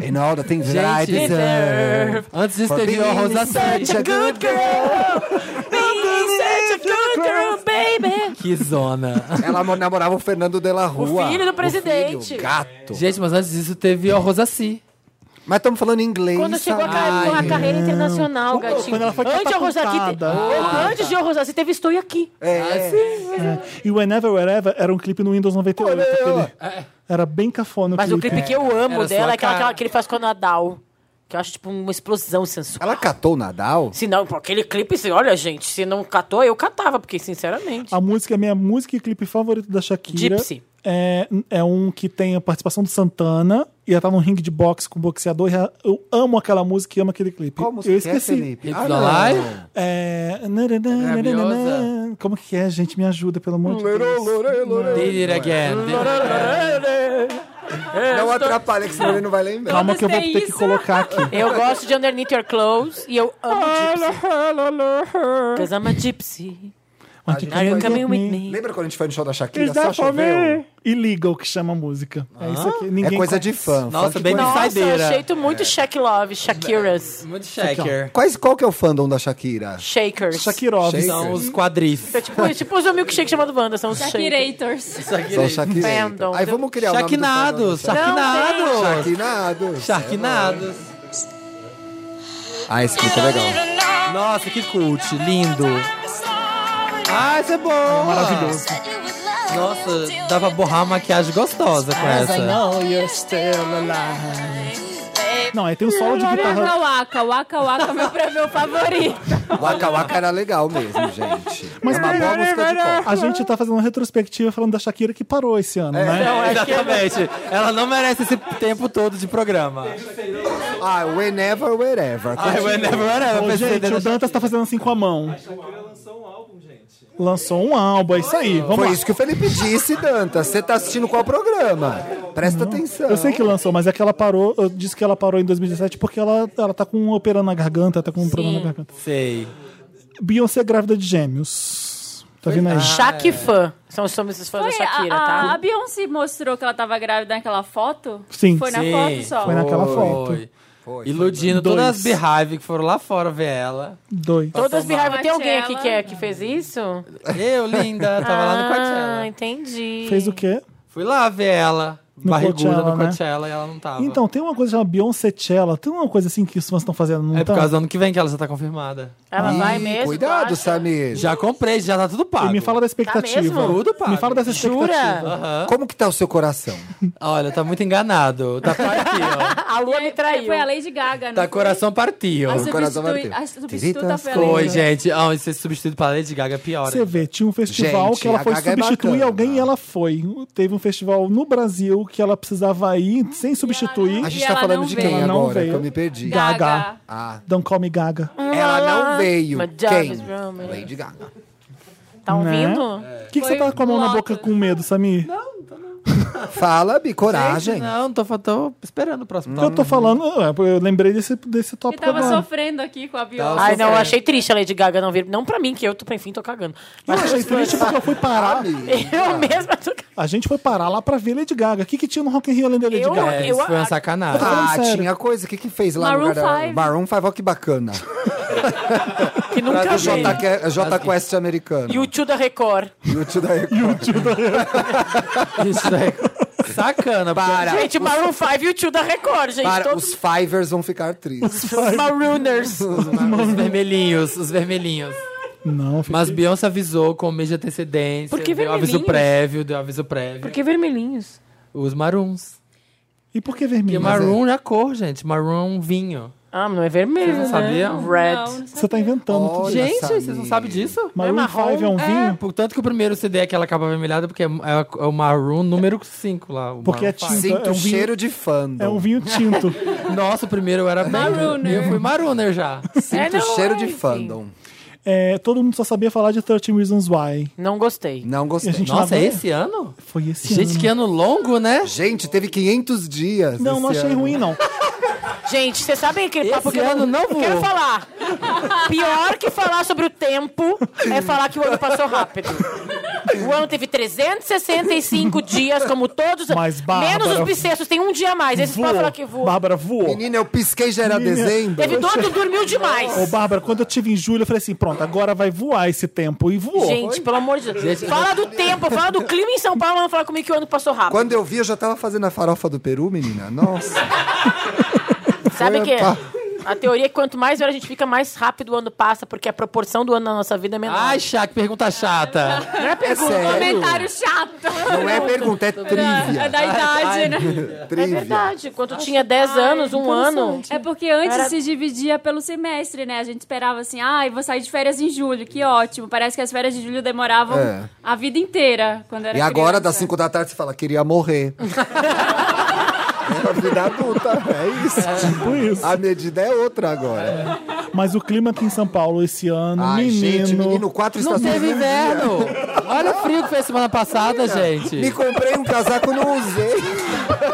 Speaker 2: In all the things that I
Speaker 7: Gente,
Speaker 2: deserve.
Speaker 7: Antes disso
Speaker 2: For
Speaker 7: teve
Speaker 2: being
Speaker 7: a Rosa
Speaker 2: such
Speaker 7: Santos.
Speaker 2: a good girl.
Speaker 4: Be such a good girl, baby.
Speaker 7: Que zona.
Speaker 2: Ela mo- namorava o Fernando de la Rua.
Speaker 4: filho do
Speaker 2: O
Speaker 4: presidente.
Speaker 2: filho, gato.
Speaker 7: Gente, mas antes disso teve a Rosa Si.
Speaker 2: Mas estamos falando em inglês.
Speaker 4: Quando chegou a,
Speaker 2: sabe?
Speaker 4: carreira- a carreira internacional, gatinho.
Speaker 1: Quando ela foi
Speaker 4: Antes de Rosaki,
Speaker 1: catapultada.
Speaker 4: antes de Rosaki teve Estou Aqui.
Speaker 2: É,
Speaker 1: E Whenever Wherever era um clipe no Windows 98. aquele- Era bem cafona o
Speaker 4: É. Mas o clipe que eu amo
Speaker 7: Era
Speaker 4: dela é
Speaker 7: sua
Speaker 4: aquela, aquela
Speaker 7: cara.
Speaker 4: que ele faz com o Nadal. Que eu acho, tipo, uma explosão sensual.
Speaker 2: ela catou o Nadal?
Speaker 4: Se não, pô, aquele clipe, se- olha, gente, se não catou, eu catava, porque, sinceramente.
Speaker 1: A música, a minha música e clipe favorito da Shakira.
Speaker 4: Gypsy.
Speaker 1: É, é um que tem a participação do Santana e ela tá num ringue de boxe com um boxeador. E ela- eu amo aquela música e amo aquele clipe.
Speaker 2: Como
Speaker 1: eu esqueci.
Speaker 2: Ah,
Speaker 7: Hips Alive?
Speaker 1: É, nananã,
Speaker 7: Maravilhosa.
Speaker 1: nananã. Como que é, gente? Me ajuda, pelo amor de Deus.
Speaker 7: Did it again. Did it again.
Speaker 2: Não atrapalha, que senão ele não vai lembrar.
Speaker 1: Calma que eu vou
Speaker 5: Todos
Speaker 1: ter
Speaker 5: têm
Speaker 1: que
Speaker 5: isso.
Speaker 1: colocar aqui.
Speaker 2: Ah,
Speaker 4: Eu gosto de Underneath Your Clothes e eu amo Gypsy. Because I'm a Gypsy.
Speaker 1: Mas
Speaker 2: gente
Speaker 1: tem que
Speaker 4: Are you
Speaker 1: entender.
Speaker 4: coming with me?
Speaker 2: Lembra quando a gente foi no show da Shakira?
Speaker 1: Eles
Speaker 2: Só
Speaker 1: dão pra
Speaker 2: choveu?
Speaker 1: ver. Illegal que chama a música. É isso aqui.
Speaker 2: É
Speaker 1: Ninguém
Speaker 2: coisa de
Speaker 1: conhece.
Speaker 2: fã.
Speaker 7: Nossa,
Speaker 2: funk
Speaker 7: bem
Speaker 2: conhece.
Speaker 7: mais-
Speaker 4: Nossa, eu
Speaker 7: Saideira.
Speaker 4: achei tu
Speaker 2: É.
Speaker 4: muito Shaq Love, Shakiras.
Speaker 7: Muito shaker.
Speaker 2: Quais, qual que é o fandom da Shakira?
Speaker 4: Shakers.
Speaker 1: Shakirov.
Speaker 2: Shakira.
Speaker 7: São os quadris.
Speaker 4: É tipo, é tipo os milkshake chamado banda, são os Shakers.
Speaker 5: Shakirators.
Speaker 2: São Shakira.
Speaker 4: Fandom.
Speaker 2: Aí vamos criar
Speaker 7: Shakinados,
Speaker 2: o nome do fandom da
Speaker 7: Shakinados,
Speaker 2: Shakinados.
Speaker 7: Shakinados.
Speaker 2: Ah, esse clipe é legal.
Speaker 7: Nossa, que cult, lindo. Ah, isso é bom. É maravilhoso. Nossa, dá pra borrar uma maquiagem gostosa com essa.
Speaker 1: you're still alive. Não, aí tem um solo de
Speaker 5: Waka
Speaker 1: guitarra.
Speaker 5: Waka, Waka Waka, meu prêmio favorito.
Speaker 2: Waka Waka era legal mesmo, gente.
Speaker 1: Mas
Speaker 2: é uma boa música de pop. É,
Speaker 1: A gente tá fazendo uma retrospectiva falando da Shakira que parou esse ano, né?
Speaker 7: Não, É, exatamente. Ela não merece esse tempo todo de programa.
Speaker 2: Ah, Whenever, Wherever.
Speaker 1: Ah,
Speaker 7: Ai, whenever, whenever.
Speaker 1: Ô,
Speaker 7: pensei
Speaker 1: gente,
Speaker 7: dentro
Speaker 1: o
Speaker 7: da-
Speaker 1: Dantas tá fazendo assim com a mão. A Shakira lançou um álbum, gente. Lançou um álbum, é isso aí. Vamos
Speaker 2: Foi
Speaker 1: lá.
Speaker 2: isso que o Felipe disse, Dantas. Você tá assistindo qual programa? Presta atenção.
Speaker 1: Uhum. Eu sei que lançou, mas é que ela parou. Eu disse que ela parou em 2017 porque ela, ela tá com um operando na garganta, tá com um problema na garganta.
Speaker 7: Sei.
Speaker 1: Beyoncé é grávida de gêmeos. Tá vendo aí?
Speaker 2: Ah.
Speaker 4: Shaq fã. São os nomes dos fãs da
Speaker 5: Foi,
Speaker 4: Shakira,
Speaker 5: a, a- a
Speaker 4: tá?
Speaker 5: Beyoncé mostrou que ela tava grávida naquela foto?
Speaker 1: Sim.
Speaker 5: Foi na
Speaker 7: Sim,
Speaker 5: foto só.
Speaker 1: Foi naquela foto.
Speaker 7: Foi.
Speaker 2: Foi,
Speaker 7: Iludindo
Speaker 1: foi.
Speaker 7: todas as
Speaker 1: Dois.
Speaker 7: Beehive que foram lá fora ver ela.
Speaker 1: Dois.
Speaker 4: Todas Beehive. Tem alguém
Speaker 5: Coachella.
Speaker 4: aqui que, é, que fez isso?
Speaker 7: Eu, linda, tava lá no
Speaker 4: Ah,
Speaker 7: Coachella.
Speaker 4: entendi.
Speaker 1: Fez o quê?
Speaker 7: Fui lá ver ela,
Speaker 1: No
Speaker 7: barriguda
Speaker 1: Coachella,
Speaker 7: no
Speaker 1: né?
Speaker 7: Coachella, e ela não tava.
Speaker 1: Então, tem uma coisa chamada Beyoncé Cella. Tem uma coisa assim que os fãs estão fazendo, não
Speaker 7: é por
Speaker 1: tá?
Speaker 7: causa do ano que vem que ela já tá confirmada.
Speaker 4: Ela vai
Speaker 2: Ih,
Speaker 4: mesmo? tu
Speaker 2: Cuidado,
Speaker 4: acha?
Speaker 2: Samir.
Speaker 7: Já comprei, já tá tudo pago.
Speaker 1: E me fala da expectativa.
Speaker 4: Tá mesmo?
Speaker 7: Tudo pago.
Speaker 1: Me fala dessa expectativa.
Speaker 4: Jura?
Speaker 7: Aham.
Speaker 2: Como que tá o seu coração?
Speaker 7: Olha, tá muito enganado. Tá partiu.
Speaker 4: [LAUGHS] A lua me traiu.
Speaker 5: Foi a Lady Gaga, não
Speaker 7: tá
Speaker 5: foi?
Speaker 7: coração partiu.
Speaker 5: A,
Speaker 2: O coração
Speaker 5: substitui...
Speaker 2: bateu.
Speaker 5: a tá substituta
Speaker 2: Tiritas
Speaker 5: foi a Lady
Speaker 7: Foi,
Speaker 5: Gaga.
Speaker 7: gente. Ah, esse substituto pra Lady Gaga é piora.
Speaker 1: Você vê, tinha um festival
Speaker 2: Gente,
Speaker 1: que ela
Speaker 2: a
Speaker 1: foi
Speaker 2: Gaga é
Speaker 1: substituir
Speaker 2: bacana.
Speaker 1: alguém e ela foi. Teve um festival no Brasil que ela precisava ir sem substituir.
Speaker 2: A
Speaker 5: E
Speaker 2: gente tá
Speaker 5: ela
Speaker 2: falando
Speaker 5: não
Speaker 2: de
Speaker 5: veio.
Speaker 2: quem
Speaker 1: Ela não
Speaker 2: agora?
Speaker 1: veio.
Speaker 2: Que eu me perdi.
Speaker 1: Gaga.
Speaker 2: Ah,
Speaker 1: Don't call me Gaga.
Speaker 2: ela
Speaker 5: Ah,
Speaker 2: não veio.
Speaker 4: My job
Speaker 2: Quem?
Speaker 4: is Roman.
Speaker 2: Lady Gaga.
Speaker 4: Tá
Speaker 1: Né?
Speaker 4: ouvindo?
Speaker 1: O que, que você
Speaker 5: Foi
Speaker 1: tá com a mão na
Speaker 5: Lotus.
Speaker 1: boca com medo, Samir?
Speaker 2: Fala, Bi,
Speaker 7: Ah,
Speaker 2: coragem. Ah,
Speaker 7: Não, tô, fa- tô esperando o próximo.
Speaker 1: Eu tô falando, eu eu lembrei desse, desse
Speaker 5: Que
Speaker 1: tópico
Speaker 5: tava
Speaker 1: agora.
Speaker 5: sofrendo aqui com a Beyoncé.
Speaker 4: Ai, não, eu achei triste a Lady Gaga não vir. Não pra mim, que eu, tô, enfim, tô cagando.
Speaker 1: Eu
Speaker 4: Mas
Speaker 1: achei triste porque eu fui parar.
Speaker 4: eu mesma tô cagando.
Speaker 1: A gente foi parar lá pra ver Lady Gaga. O que, que tinha no Rock in Rio além da Lady
Speaker 4: Eu-
Speaker 1: Gaga?
Speaker 7: É, isso foi uma
Speaker 2: [LAUGHS]
Speaker 4: a-
Speaker 7: sacanagem.
Speaker 2: Ah,
Speaker 1: falando sério.
Speaker 2: tinha coisa. O que que fez lá
Speaker 5: Maroon
Speaker 2: no lugar da...
Speaker 5: five.
Speaker 2: Maroon 5, ó que bacana.
Speaker 4: Que nunca
Speaker 2: Tá Do
Speaker 4: vi.
Speaker 2: J, Que- J Quest americano.
Speaker 4: E o tio da Record.
Speaker 2: E o tio da Record.
Speaker 7: Isso é sacana. porque-
Speaker 2: Para.
Speaker 4: Gente, Maroon 5 e o tio da Record, gente.
Speaker 2: Para,
Speaker 4: todos
Speaker 2: os Fivers vão ficar tristes.
Speaker 4: os Marooners.
Speaker 7: Os vermelhinhos, os vermelhinhos.
Speaker 1: Não, fiquei...
Speaker 7: Mas Beyoncé avisou com mês de antecedência.
Speaker 4: Por que
Speaker 7: deu aviso
Speaker 4: vermelhinhos?
Speaker 7: prévio, deu aviso prévio.
Speaker 4: Por que vermelhinhos?
Speaker 7: Os maroons.
Speaker 1: E por que
Speaker 7: Porque
Speaker 1: vermelho?
Speaker 7: maroon é a cor, gente. Maroon é um vinho.
Speaker 4: Ah, mas não é vermelho,
Speaker 7: Vocês não
Speaker 4: né?
Speaker 7: sabiam?
Speaker 4: Red.
Speaker 5: Não, não sei.
Speaker 1: Você tá inventando. tudo.
Speaker 2: Olha,
Speaker 7: gente,
Speaker 2: Samir.
Speaker 7: vocês não sabem disso?
Speaker 1: Maroon
Speaker 4: é marrom?
Speaker 1: 5 é um
Speaker 7: É,
Speaker 1: vinho?
Speaker 7: por tanto que o primeiro CD é aquela capa avermelhada, porque é, é o Maroon número 5 lá. o
Speaker 1: Porque é
Speaker 7: Maroon five.
Speaker 1: tinta.
Speaker 2: Sinto
Speaker 1: é um
Speaker 2: o
Speaker 1: vinho-
Speaker 2: cheiro de fandom.
Speaker 1: É um vinho tinto.
Speaker 7: Nossa, o primeiro eu era bem...
Speaker 5: Marooner.
Speaker 7: Eu fui Marooner já.
Speaker 4: É,
Speaker 2: Sinto o
Speaker 4: não,
Speaker 2: cheiro
Speaker 4: é,
Speaker 2: de
Speaker 4: enfim.
Speaker 2: fandom.
Speaker 1: É, todo mundo só sabia falar de 13 Reasons Why.
Speaker 4: Não gostei.
Speaker 2: Não gostei.
Speaker 1: E a gente-
Speaker 7: Nossa, é
Speaker 1: Lavoura?
Speaker 7: esse ano?
Speaker 1: Foi esse
Speaker 7: Gente,
Speaker 1: ano.
Speaker 7: que ano longo, né?
Speaker 2: Gente, teve 500 dias.
Speaker 1: Não, não
Speaker 2: esse
Speaker 1: achei
Speaker 2: ano.
Speaker 1: ruim,
Speaker 4: [LAUGHS]
Speaker 1: não.
Speaker 4: Gente, vocês sabem aquele papo
Speaker 7: Esse
Speaker 4: que eu
Speaker 7: ano não
Speaker 4: eu quero
Speaker 7: voou.
Speaker 4: falar. Pior que falar sobre o tempo é falar que o ano passou rápido. O ano teve 365 dias, como todos.
Speaker 1: Mas, Bárbara,
Speaker 4: menos os bissextos, tem um dia a mais. Esses podem falar que voou.
Speaker 1: Bárbara voou.
Speaker 2: Menina, eu pisquei já era
Speaker 1: Menina.
Speaker 2: dezembro.
Speaker 4: Teve dono que dormiu demais.
Speaker 1: Ô, Bárbara, quando eu tive em julho, eu falei assim: pronto, agora vai voar esse tempo. E voou.
Speaker 4: Gente, pelo amor de Deus. fala do tempo, fala do clima em São Paulo, mas não fala comigo que o ano passou rápido.
Speaker 2: Quando eu vi, eu já tava fazendo a farofa do Peru, menina. Nossa.
Speaker 4: Sabe o quê?
Speaker 2: Opa.
Speaker 4: A teoria é que quanto mais velho a gente fica, mais rápido o ano passa, porque a proporção do ano na nossa vida é menor.
Speaker 7: Ai, Chá, que pergunta chata.
Speaker 4: não é pergunta.
Speaker 2: sério?
Speaker 5: Comentário chato.
Speaker 2: Não é pergunta, é
Speaker 5: É
Speaker 2: trivia.
Speaker 5: da idade, né?
Speaker 4: É
Speaker 2: [LAUGHS] Trivia.
Speaker 4: verdade. Quando tinha 10 anos, um ano.
Speaker 5: É porque antes
Speaker 4: Era-
Speaker 5: se dividia pelo semestre, né? A gente esperava assim, ai, vou sair de férias em julho, que ótimo. Parece que as férias de julho demoravam
Speaker 2: É.
Speaker 5: a vida inteira quando era
Speaker 2: E agora,
Speaker 5: criança.
Speaker 2: das 5 da tarde, você fala, queria morrer. é a vida adulta, é isso.
Speaker 1: Tipo isso.
Speaker 2: A medida é outra agora.
Speaker 1: Mas o clima aqui em São Paulo esse ano,
Speaker 2: Ai,
Speaker 1: menino.
Speaker 2: gente, menino, quatro
Speaker 7: Não
Speaker 2: estações.
Speaker 7: teve
Speaker 2: no dia.
Speaker 7: inverno. Olha o frio que fez semana passada,
Speaker 2: Me
Speaker 7: gente.
Speaker 2: comprei um casaco, não usei.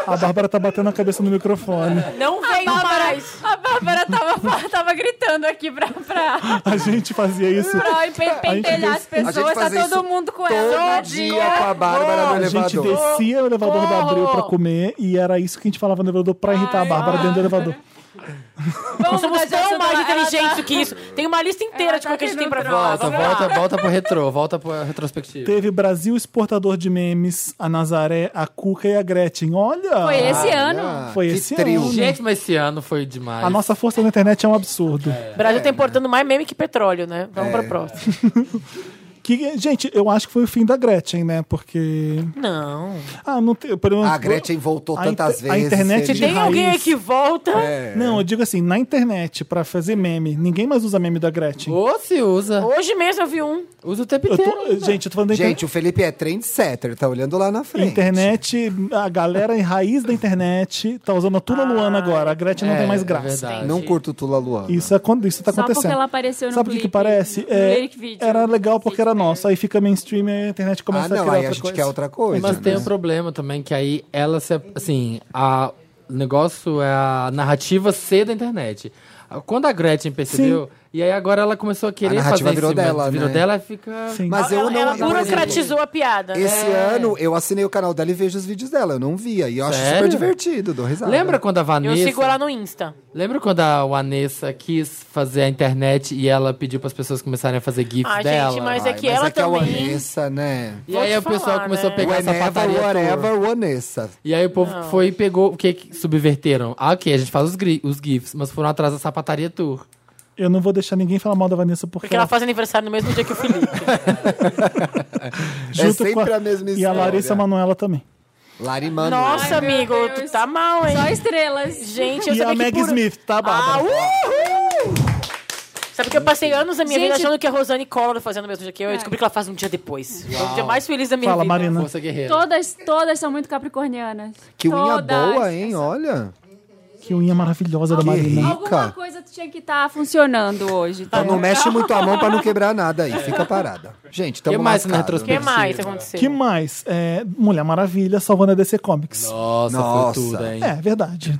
Speaker 1: A Bárbara tá batendo a cabeça no microfone.
Speaker 4: Não vem mais.
Speaker 5: A Bárbara tava, tava gritando aqui pra, pra,
Speaker 1: A gente fazia isso.
Speaker 5: pra pe- pentelhar as
Speaker 2: A gente
Speaker 5: pessoas, tá
Speaker 2: fazia
Speaker 5: todo
Speaker 2: isso
Speaker 5: mundo com ela.
Speaker 2: Todo dia com a Bárbara no
Speaker 1: A gente
Speaker 2: elevador.
Speaker 1: descia o elevador da Abril pra comer e era isso que a gente falava no elevador pra irritar a Bárbara dentro do elevador.
Speaker 5: Vamos
Speaker 4: Somos
Speaker 5: mudar de
Speaker 4: tão
Speaker 5: assunto,
Speaker 4: é mais
Speaker 5: ela- ela
Speaker 4: inteligentes
Speaker 5: tá-
Speaker 4: do que
Speaker 5: [LAUGHS]
Speaker 4: isso. Tem uma lista inteira
Speaker 5: Ela
Speaker 4: de
Speaker 5: tá
Speaker 4: coisa que a gente tem pra
Speaker 5: aqui no
Speaker 4: falar.
Speaker 7: Volta,
Speaker 4: Vamos lá.
Speaker 7: volta, volta pro retrô, volta pro retrospectivo.
Speaker 1: Teve Brasil exportador de memes, a Nazaré, a Cuca e a Gretchen. Olha!
Speaker 5: Foi esse ano.
Speaker 2: Ah,
Speaker 1: Foi
Speaker 2: que
Speaker 1: esse
Speaker 2: trio.
Speaker 1: ano.
Speaker 7: Gente, mas esse ano foi demais.
Speaker 1: A nossa força na internet é um absurdo.
Speaker 2: É.
Speaker 4: O Brasil tá importando mais meme que petróleo, né? Vamos pra próxima.
Speaker 1: Que, gente, eu acho que foi o fim da Gretchen, né? Porque.
Speaker 4: Não.
Speaker 1: Ah, não tem. por exemplo,
Speaker 2: A Gretchen voltou
Speaker 1: a
Speaker 2: tantas
Speaker 1: inter- a
Speaker 2: vezes.
Speaker 1: internet
Speaker 2: ele-
Speaker 1: de-
Speaker 4: Tem alguém
Speaker 1: raiz.
Speaker 4: aqui volta?
Speaker 2: É.
Speaker 1: Não, eu digo assim, na internet, pra fazer meme, ninguém mais usa meme da Gretchen.
Speaker 7: Ou se usa.
Speaker 4: Hoje mesmo eu vi um.
Speaker 7: Usa o tempo
Speaker 1: Eu
Speaker 7: inteiro.
Speaker 1: tô, gente, eu tô falando da internet.
Speaker 2: Gente, o Felipe é trendsetter, tá olhando lá na frente.
Speaker 1: Internet, a galera em raiz da internet tá usando a Tula
Speaker 5: Ah,
Speaker 1: Luana agora. A Gretchen não
Speaker 7: É,
Speaker 1: tem mais
Speaker 7: é
Speaker 1: graça.
Speaker 7: verdade.
Speaker 2: Não curto o Tula Luana.
Speaker 1: isso é quando isso tá
Speaker 5: Só
Speaker 1: acontecendo.
Speaker 5: porque ela apareceu no
Speaker 1: Sabe o que, que
Speaker 5: clipe,
Speaker 1: parece?
Speaker 5: no
Speaker 1: É,
Speaker 5: lyric video.
Speaker 1: era legal porque era nossa. Aí fica mainstream e a internet
Speaker 2: Ah,
Speaker 1: começa a
Speaker 2: não,
Speaker 1: criar
Speaker 2: aí
Speaker 1: outra
Speaker 2: a gente
Speaker 1: coisa.
Speaker 2: quer outra coisa.
Speaker 7: Mas tem
Speaker 2: né?
Speaker 7: um problema também, que aí ela se. Assim, a, o negócio é a narrativa C da internet. Quando a Gretchen percebeu, e aí agora ela começou a querer
Speaker 2: A narrativa
Speaker 7: fazer em
Speaker 2: virou
Speaker 7: cima,
Speaker 2: dela,
Speaker 7: virou
Speaker 2: né?
Speaker 7: dela e fica.
Speaker 1: Sim.
Speaker 2: Mas eu
Speaker 4: ela,
Speaker 2: não.
Speaker 4: ela
Speaker 2: eu-
Speaker 4: burocratizou a piada. né?
Speaker 2: Esse ano eu assinei o canal dela e vejo os vídeos dela. Eu não via. E eu acho
Speaker 7: Sério?
Speaker 2: super divertido, dou risada.
Speaker 7: Lembra quando a
Speaker 4: Eu
Speaker 7: Vanessa.
Speaker 4: sigo ela no Insta.
Speaker 7: Lembra quando a Vanessa quis fazer a internet e ela pediu para as pessoas começarem a fazer GIFs
Speaker 4: Ah, gente,
Speaker 7: dela?
Speaker 4: mas é que
Speaker 2: mas
Speaker 4: ela
Speaker 2: é que a
Speaker 4: também.
Speaker 2: Vanessa, né?
Speaker 7: E
Speaker 4: Vou
Speaker 7: aí
Speaker 4: te
Speaker 7: o pessoal
Speaker 4: falar,
Speaker 7: começou
Speaker 4: né?
Speaker 7: a pegar essa
Speaker 2: Whenever,
Speaker 7: sapataria toda.
Speaker 2: whatever, Vanessa.
Speaker 7: E aí o povo foi e pegou, o que que subverteram? Ah, ok, a gente faz os, gri- os GIFs, mas foram atrás da sapataria tour.
Speaker 1: Eu não vou deixar ninguém falar mal da Vanessa porque,
Speaker 4: Porque ela faz aniversário no mesmo dia que o Felipe.
Speaker 2: É sempre a mesma
Speaker 1: E a
Speaker 2: história.
Speaker 1: Larissa Manoela também.
Speaker 2: Lari Manoela.
Speaker 4: Nossa,
Speaker 2: é.
Speaker 4: amigo, tu
Speaker 5: Deus.
Speaker 4: tá mal, hein?
Speaker 5: Só estrelas.
Speaker 4: Gente, eu
Speaker 1: e a
Speaker 4: sabia que
Speaker 1: Meg
Speaker 4: por-
Speaker 1: Smith, tá,
Speaker 4: Ah,
Speaker 1: Bárbara?
Speaker 4: uhul! Sabe que eu passei anos da minha
Speaker 5: Gente- É.
Speaker 4: vida achando que a Rosane Collor fazendo o mesmo dia que eu. Eu descobri que ela faz um dia depois. Foi o dia mais feliz da minha
Speaker 1: Fala,
Speaker 4: vida.
Speaker 1: Marina.
Speaker 7: Força guerreira.
Speaker 5: Todas, todas são muito capricornianas.
Speaker 2: Que unha
Speaker 5: todas.
Speaker 2: boa, hein? Olha.
Speaker 1: Que unha maravilhosa da Marina.
Speaker 2: rico.
Speaker 5: Alguma
Speaker 2: Cara.
Speaker 5: coisa tinha que estar funcionando hoje. tá?
Speaker 2: Então não mexe muito a mão pra não quebrar nada aí. Fica parada. Gente, tamo
Speaker 7: Que mais na
Speaker 4: O
Speaker 2: lascado,
Speaker 4: que
Speaker 2: né?
Speaker 4: mais aconteceu?
Speaker 1: Que mais? É, Mulher Maravilha salvando a DC Comics.
Speaker 7: Nossa,
Speaker 2: Nossa.
Speaker 7: foi tudo, hein?
Speaker 1: É, verdade.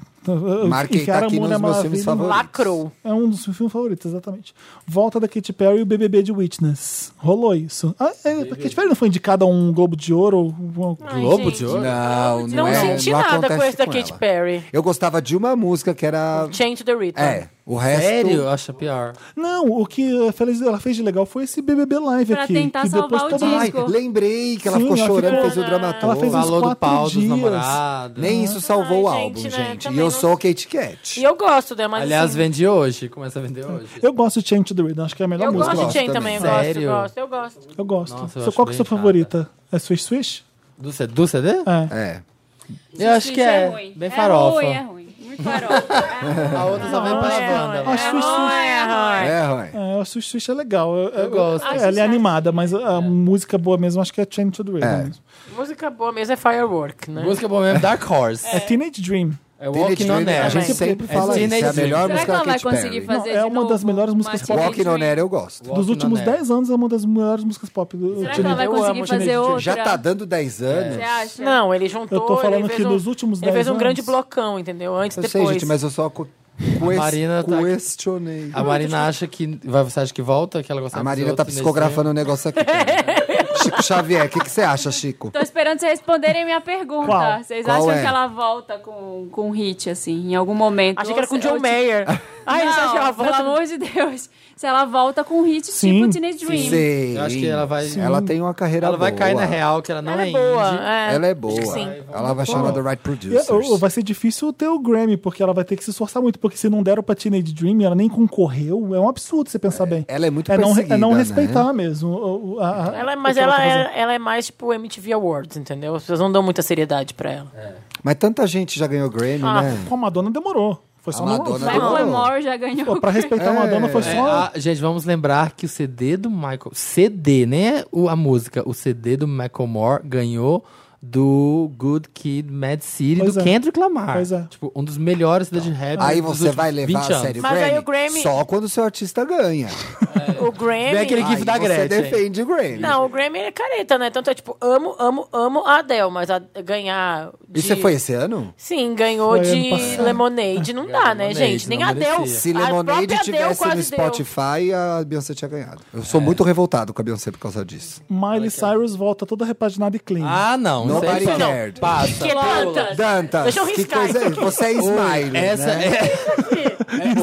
Speaker 2: Marquei, tá
Speaker 1: Enfiaram
Speaker 2: aqui
Speaker 1: Mulher
Speaker 2: nos meus filmes
Speaker 1: Maravilha.
Speaker 2: favoritos.
Speaker 4: Lacrou.
Speaker 1: É um dos meus filmes favoritos, exatamente. Volta da Katy Perry e o BBB de Witness. Rolou isso. Ah, é, a Katy Perry não foi indicada a um Globo de Ouro? ou uma-
Speaker 4: Ai,
Speaker 7: Globo
Speaker 4: gente,
Speaker 7: de Ouro?
Speaker 2: Não, não,
Speaker 4: Não
Speaker 2: é,
Speaker 4: senti
Speaker 2: não
Speaker 4: nada com
Speaker 2: acontece
Speaker 4: esse da Katy
Speaker 2: ela.
Speaker 4: Perry.
Speaker 2: Eu gostava de uma música que era.
Speaker 4: Change the Rhythm.
Speaker 2: É, o resto.
Speaker 7: Sério? Acha pior.
Speaker 1: Não, o que a Feliz- ela fez de legal foi esse BBB Live
Speaker 5: Pra
Speaker 1: aqui.
Speaker 5: tentar
Speaker 1: que depois
Speaker 5: salvar o
Speaker 1: todo-
Speaker 5: dia.
Speaker 2: Ai,
Speaker 5: Disco.
Speaker 2: lembrei que ela
Speaker 1: Sim,
Speaker 2: ficou
Speaker 1: ela
Speaker 2: chorando,
Speaker 1: ficou-
Speaker 2: fez o dramaturgo.
Speaker 1: Ela fez uns
Speaker 7: Falou do
Speaker 1: quatro
Speaker 7: pau dos
Speaker 1: dias.
Speaker 7: namorados.
Speaker 2: Nem isso salvou
Speaker 4: Ai,
Speaker 2: o álbum,
Speaker 4: gente,
Speaker 2: gente.
Speaker 4: né?
Speaker 2: E
Speaker 4: Também
Speaker 2: eu
Speaker 4: não-
Speaker 2: sou Kate Cat.
Speaker 4: E eu gosto, né? Mas,
Speaker 7: Aliás,
Speaker 4: assim,
Speaker 7: vende hoje. Começa a vender hoje.
Speaker 1: Eu gosto de Change the Rhythm, acho que é a melhor
Speaker 4: eu
Speaker 1: música.
Speaker 4: gosto de Change também.
Speaker 2: também.
Speaker 4: Eu gosto,
Speaker 7: Sério?
Speaker 4: eu gosto, eu gosto.
Speaker 1: Eu gosto.
Speaker 7: Nossa, eu
Speaker 1: Seu-
Speaker 7: acho
Speaker 1: qual que é a
Speaker 7: bem
Speaker 1: sua
Speaker 7: chata.
Speaker 1: favorita? É Swish Swish?
Speaker 7: Do, C- do CD?
Speaker 1: É.
Speaker 2: É.
Speaker 7: Eu acho que
Speaker 5: Isso
Speaker 7: é.
Speaker 5: ruim.
Speaker 7: Bem farofa.
Speaker 5: É ruim, é ruim. Muito farofa.
Speaker 7: A outra só vem
Speaker 4: é
Speaker 7: né? pela banda.
Speaker 1: A Swish Swish.
Speaker 2: É, Roy.
Speaker 1: É, o Swish Swish é legal. Eu, eu-
Speaker 7: gosto.
Speaker 1: Ela é animada, mas a música boa mesmo acho que é Change to the Rhythm.
Speaker 2: É.
Speaker 1: mesmo.
Speaker 4: Música boa mesmo é Firework, né?
Speaker 7: Música boa mesmo, Dark Horse.
Speaker 1: É Teenage Dream.
Speaker 7: É
Speaker 2: Teenage
Speaker 7: Walking on
Speaker 2: Dream, A
Speaker 7: Air.
Speaker 2: gente
Speaker 1: Também.
Speaker 2: sempre
Speaker 1: É
Speaker 2: fala isso.
Speaker 7: Teenage
Speaker 2: É a
Speaker 7: Dream.
Speaker 2: melhor
Speaker 5: Será que
Speaker 2: música
Speaker 5: ela
Speaker 2: da
Speaker 5: vai
Speaker 2: Katy
Speaker 5: conseguir
Speaker 2: Perry.
Speaker 5: fazer
Speaker 1: Não, é
Speaker 5: de
Speaker 1: uma
Speaker 5: novo
Speaker 1: das melhores
Speaker 5: uma
Speaker 1: músicas
Speaker 5: Teenage
Speaker 2: Walking on
Speaker 5: Dream?
Speaker 2: Air eu gosto.
Speaker 1: Dos
Speaker 7: Walking
Speaker 1: últimos
Speaker 7: on Air.
Speaker 1: 10 anos é uma das melhores músicas pop do
Speaker 5: Será que ela vai
Speaker 4: Eu
Speaker 5: conseguir
Speaker 4: amo
Speaker 5: fazer
Speaker 4: Teenage Dream.
Speaker 5: outra? É.
Speaker 2: Já tá dando 10 anos.
Speaker 5: Você acha?
Speaker 4: Não, ele juntou.
Speaker 1: Eu tô falando
Speaker 4: ele fez
Speaker 1: que
Speaker 4: um,
Speaker 1: nos últimos
Speaker 4: Ele
Speaker 1: 10
Speaker 4: fez um
Speaker 1: anos-
Speaker 4: grande blocão, entendeu? Antes e
Speaker 2: Eu
Speaker 4: depois.
Speaker 2: sei, gente, mas eu só co- ques-
Speaker 7: Marina tá-
Speaker 2: questionei.
Speaker 7: A Marina acha que. vai- Você acha que volta? Que ela gosta
Speaker 2: A Marina tá psicografando um negócio aqui. também.
Speaker 7: [LAUGHS]
Speaker 2: Chico Xavier, o que que você acha, Chico?
Speaker 4: Tá
Speaker 5: Tô esperando vocês responderem minha pergunta.
Speaker 1: Qual?
Speaker 5: Vocês
Speaker 2: Qual
Speaker 5: acham
Speaker 2: é?
Speaker 5: que ela volta com, com um hit, assim, em algum momento?
Speaker 4: Achei que era
Speaker 5: Ou
Speaker 4: com o
Speaker 5: se- ou
Speaker 4: John
Speaker 5: ti-
Speaker 4: Mayer. Ai, você acha
Speaker 5: Não,
Speaker 4: que ela volta?
Speaker 5: pelo amor de Deus. Se ela volta com um hit
Speaker 1: Sim.
Speaker 5: tipo Teenage Dream.
Speaker 2: Sei.
Speaker 7: Eu acho que ela vai-
Speaker 2: Ela tem uma carreira
Speaker 7: Ela vai
Speaker 2: boa.
Speaker 7: cair na real, que ela não
Speaker 4: Ela
Speaker 7: é,
Speaker 4: é boa.
Speaker 7: indie.
Speaker 4: é.
Speaker 2: Ela é boa.
Speaker 4: sim.
Speaker 2: Ela vai chamar The Right
Speaker 1: E,
Speaker 2: Producers.
Speaker 1: ou- ou vai ser difícil ter o Grammy, porque ela vai ter que se esforçar muito, porque se não deram pra Teenage Dream, ela nem concorreu, é um absurdo você pensar bem.
Speaker 2: Ela é muito
Speaker 1: É não, re-
Speaker 2: perseguida,
Speaker 1: é não
Speaker 2: né?
Speaker 1: respeitar mesmo. o- o- a- a-
Speaker 4: Ela é- mas
Speaker 1: o que
Speaker 4: ela,
Speaker 1: tá fazendo.
Speaker 4: é, ela é mais tipo MTV Awards, entendeu? As pessoas não dão muita seriedade pra ela.
Speaker 2: É. Mas tanta gente já ganhou Grammy,
Speaker 4: Ah,
Speaker 2: né?
Speaker 1: Com a um- Madonna demorou. Foi só
Speaker 2: A
Speaker 1: no-
Speaker 2: Madonna
Speaker 1: foi-
Speaker 5: Michael
Speaker 2: demorou.
Speaker 5: Moore já ganhou. [LAUGHS]
Speaker 1: Pô, Pra respeitar a Madonna foi só.
Speaker 7: É, ah, gente, vamos lembrar que o CD do Michael. CD, né? O, a música. O CD do Michael Moore ganhou do Good Kid Mad City
Speaker 1: Pois
Speaker 7: do
Speaker 1: é.
Speaker 7: Kendrick Lamar.
Speaker 1: Pois é.
Speaker 7: Tipo, um dos melhores CD de rap.
Speaker 2: Aí
Speaker 7: dos
Speaker 2: você
Speaker 7: últimos
Speaker 2: vai levar
Speaker 7: 20
Speaker 2: a
Speaker 7: anos.
Speaker 2: sério
Speaker 4: Mas aí o Grammy-
Speaker 2: Só quando o seu artista ganha.
Speaker 4: O Grammy.
Speaker 7: Vem aquele
Speaker 2: Aí
Speaker 7: gif da
Speaker 2: você
Speaker 7: Gretchen.
Speaker 2: defende o Grammy.
Speaker 4: Não, o Grammy é careta, né? Tanto é tipo, amo, amo, amo a Adele, mas a- ganhar. De...
Speaker 2: E você foi esse ano?
Speaker 4: Sim, ganhou
Speaker 1: Foi ano
Speaker 4: de
Speaker 1: passado.
Speaker 4: Lemonade. Não dá, né,
Speaker 7: Lemonade,
Speaker 4: gente? Nem
Speaker 7: não
Speaker 4: a Adele.
Speaker 7: merecia.
Speaker 2: Se
Speaker 4: a própria
Speaker 2: Lemonade
Speaker 4: Adele
Speaker 2: tivesse
Speaker 4: quase
Speaker 2: no
Speaker 4: deu.
Speaker 2: Spotify, a Beyoncé tinha ganhado. É. Eu sou muito revoltado com a Beyoncé por causa disso.
Speaker 1: Miley Cyrus volta toda repaginada e clean.
Speaker 7: Ah, não. isso aí
Speaker 2: Nobody
Speaker 7: passa.
Speaker 2: cared.
Speaker 7: Passa.
Speaker 4: Que
Speaker 7: pula.
Speaker 4: tantas.
Speaker 2: Dantas,
Speaker 4: Deixa eu
Speaker 2: que
Speaker 4: riscar
Speaker 2: coisa é?
Speaker 4: isso aqui.
Speaker 2: Você é Smiley,
Speaker 7: Essa
Speaker 2: né?
Speaker 7: é. [LAUGHS]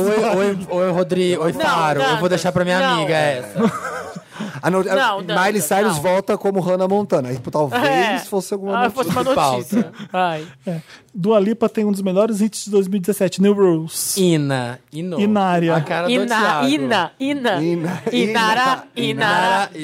Speaker 7: Oi, oi, oi, Rodrigo. Oi, Faro. Eu
Speaker 4: Dantas,
Speaker 7: vou deixar pra minha
Speaker 4: não.
Speaker 7: amiga essa.
Speaker 2: A no- a-
Speaker 4: Não, Dantas,
Speaker 2: Miley Cyrus
Speaker 4: não.
Speaker 2: volta como Hannah Montana. Aí, pô, talvez
Speaker 4: É.
Speaker 2: fosse alguma
Speaker 4: Ah,
Speaker 2: notícia.
Speaker 4: fosse uma notícia. Ai.
Speaker 1: Dua Lipa tem um dos melhores hits de 2017, New Rules.
Speaker 7: Ina. Ino.
Speaker 1: Inária.
Speaker 7: A cara do
Speaker 4: Ina,
Speaker 7: Thiago.
Speaker 4: Ina,
Speaker 2: Ina-
Speaker 4: Ina, Inara, Inara,
Speaker 7: Inara, Inara.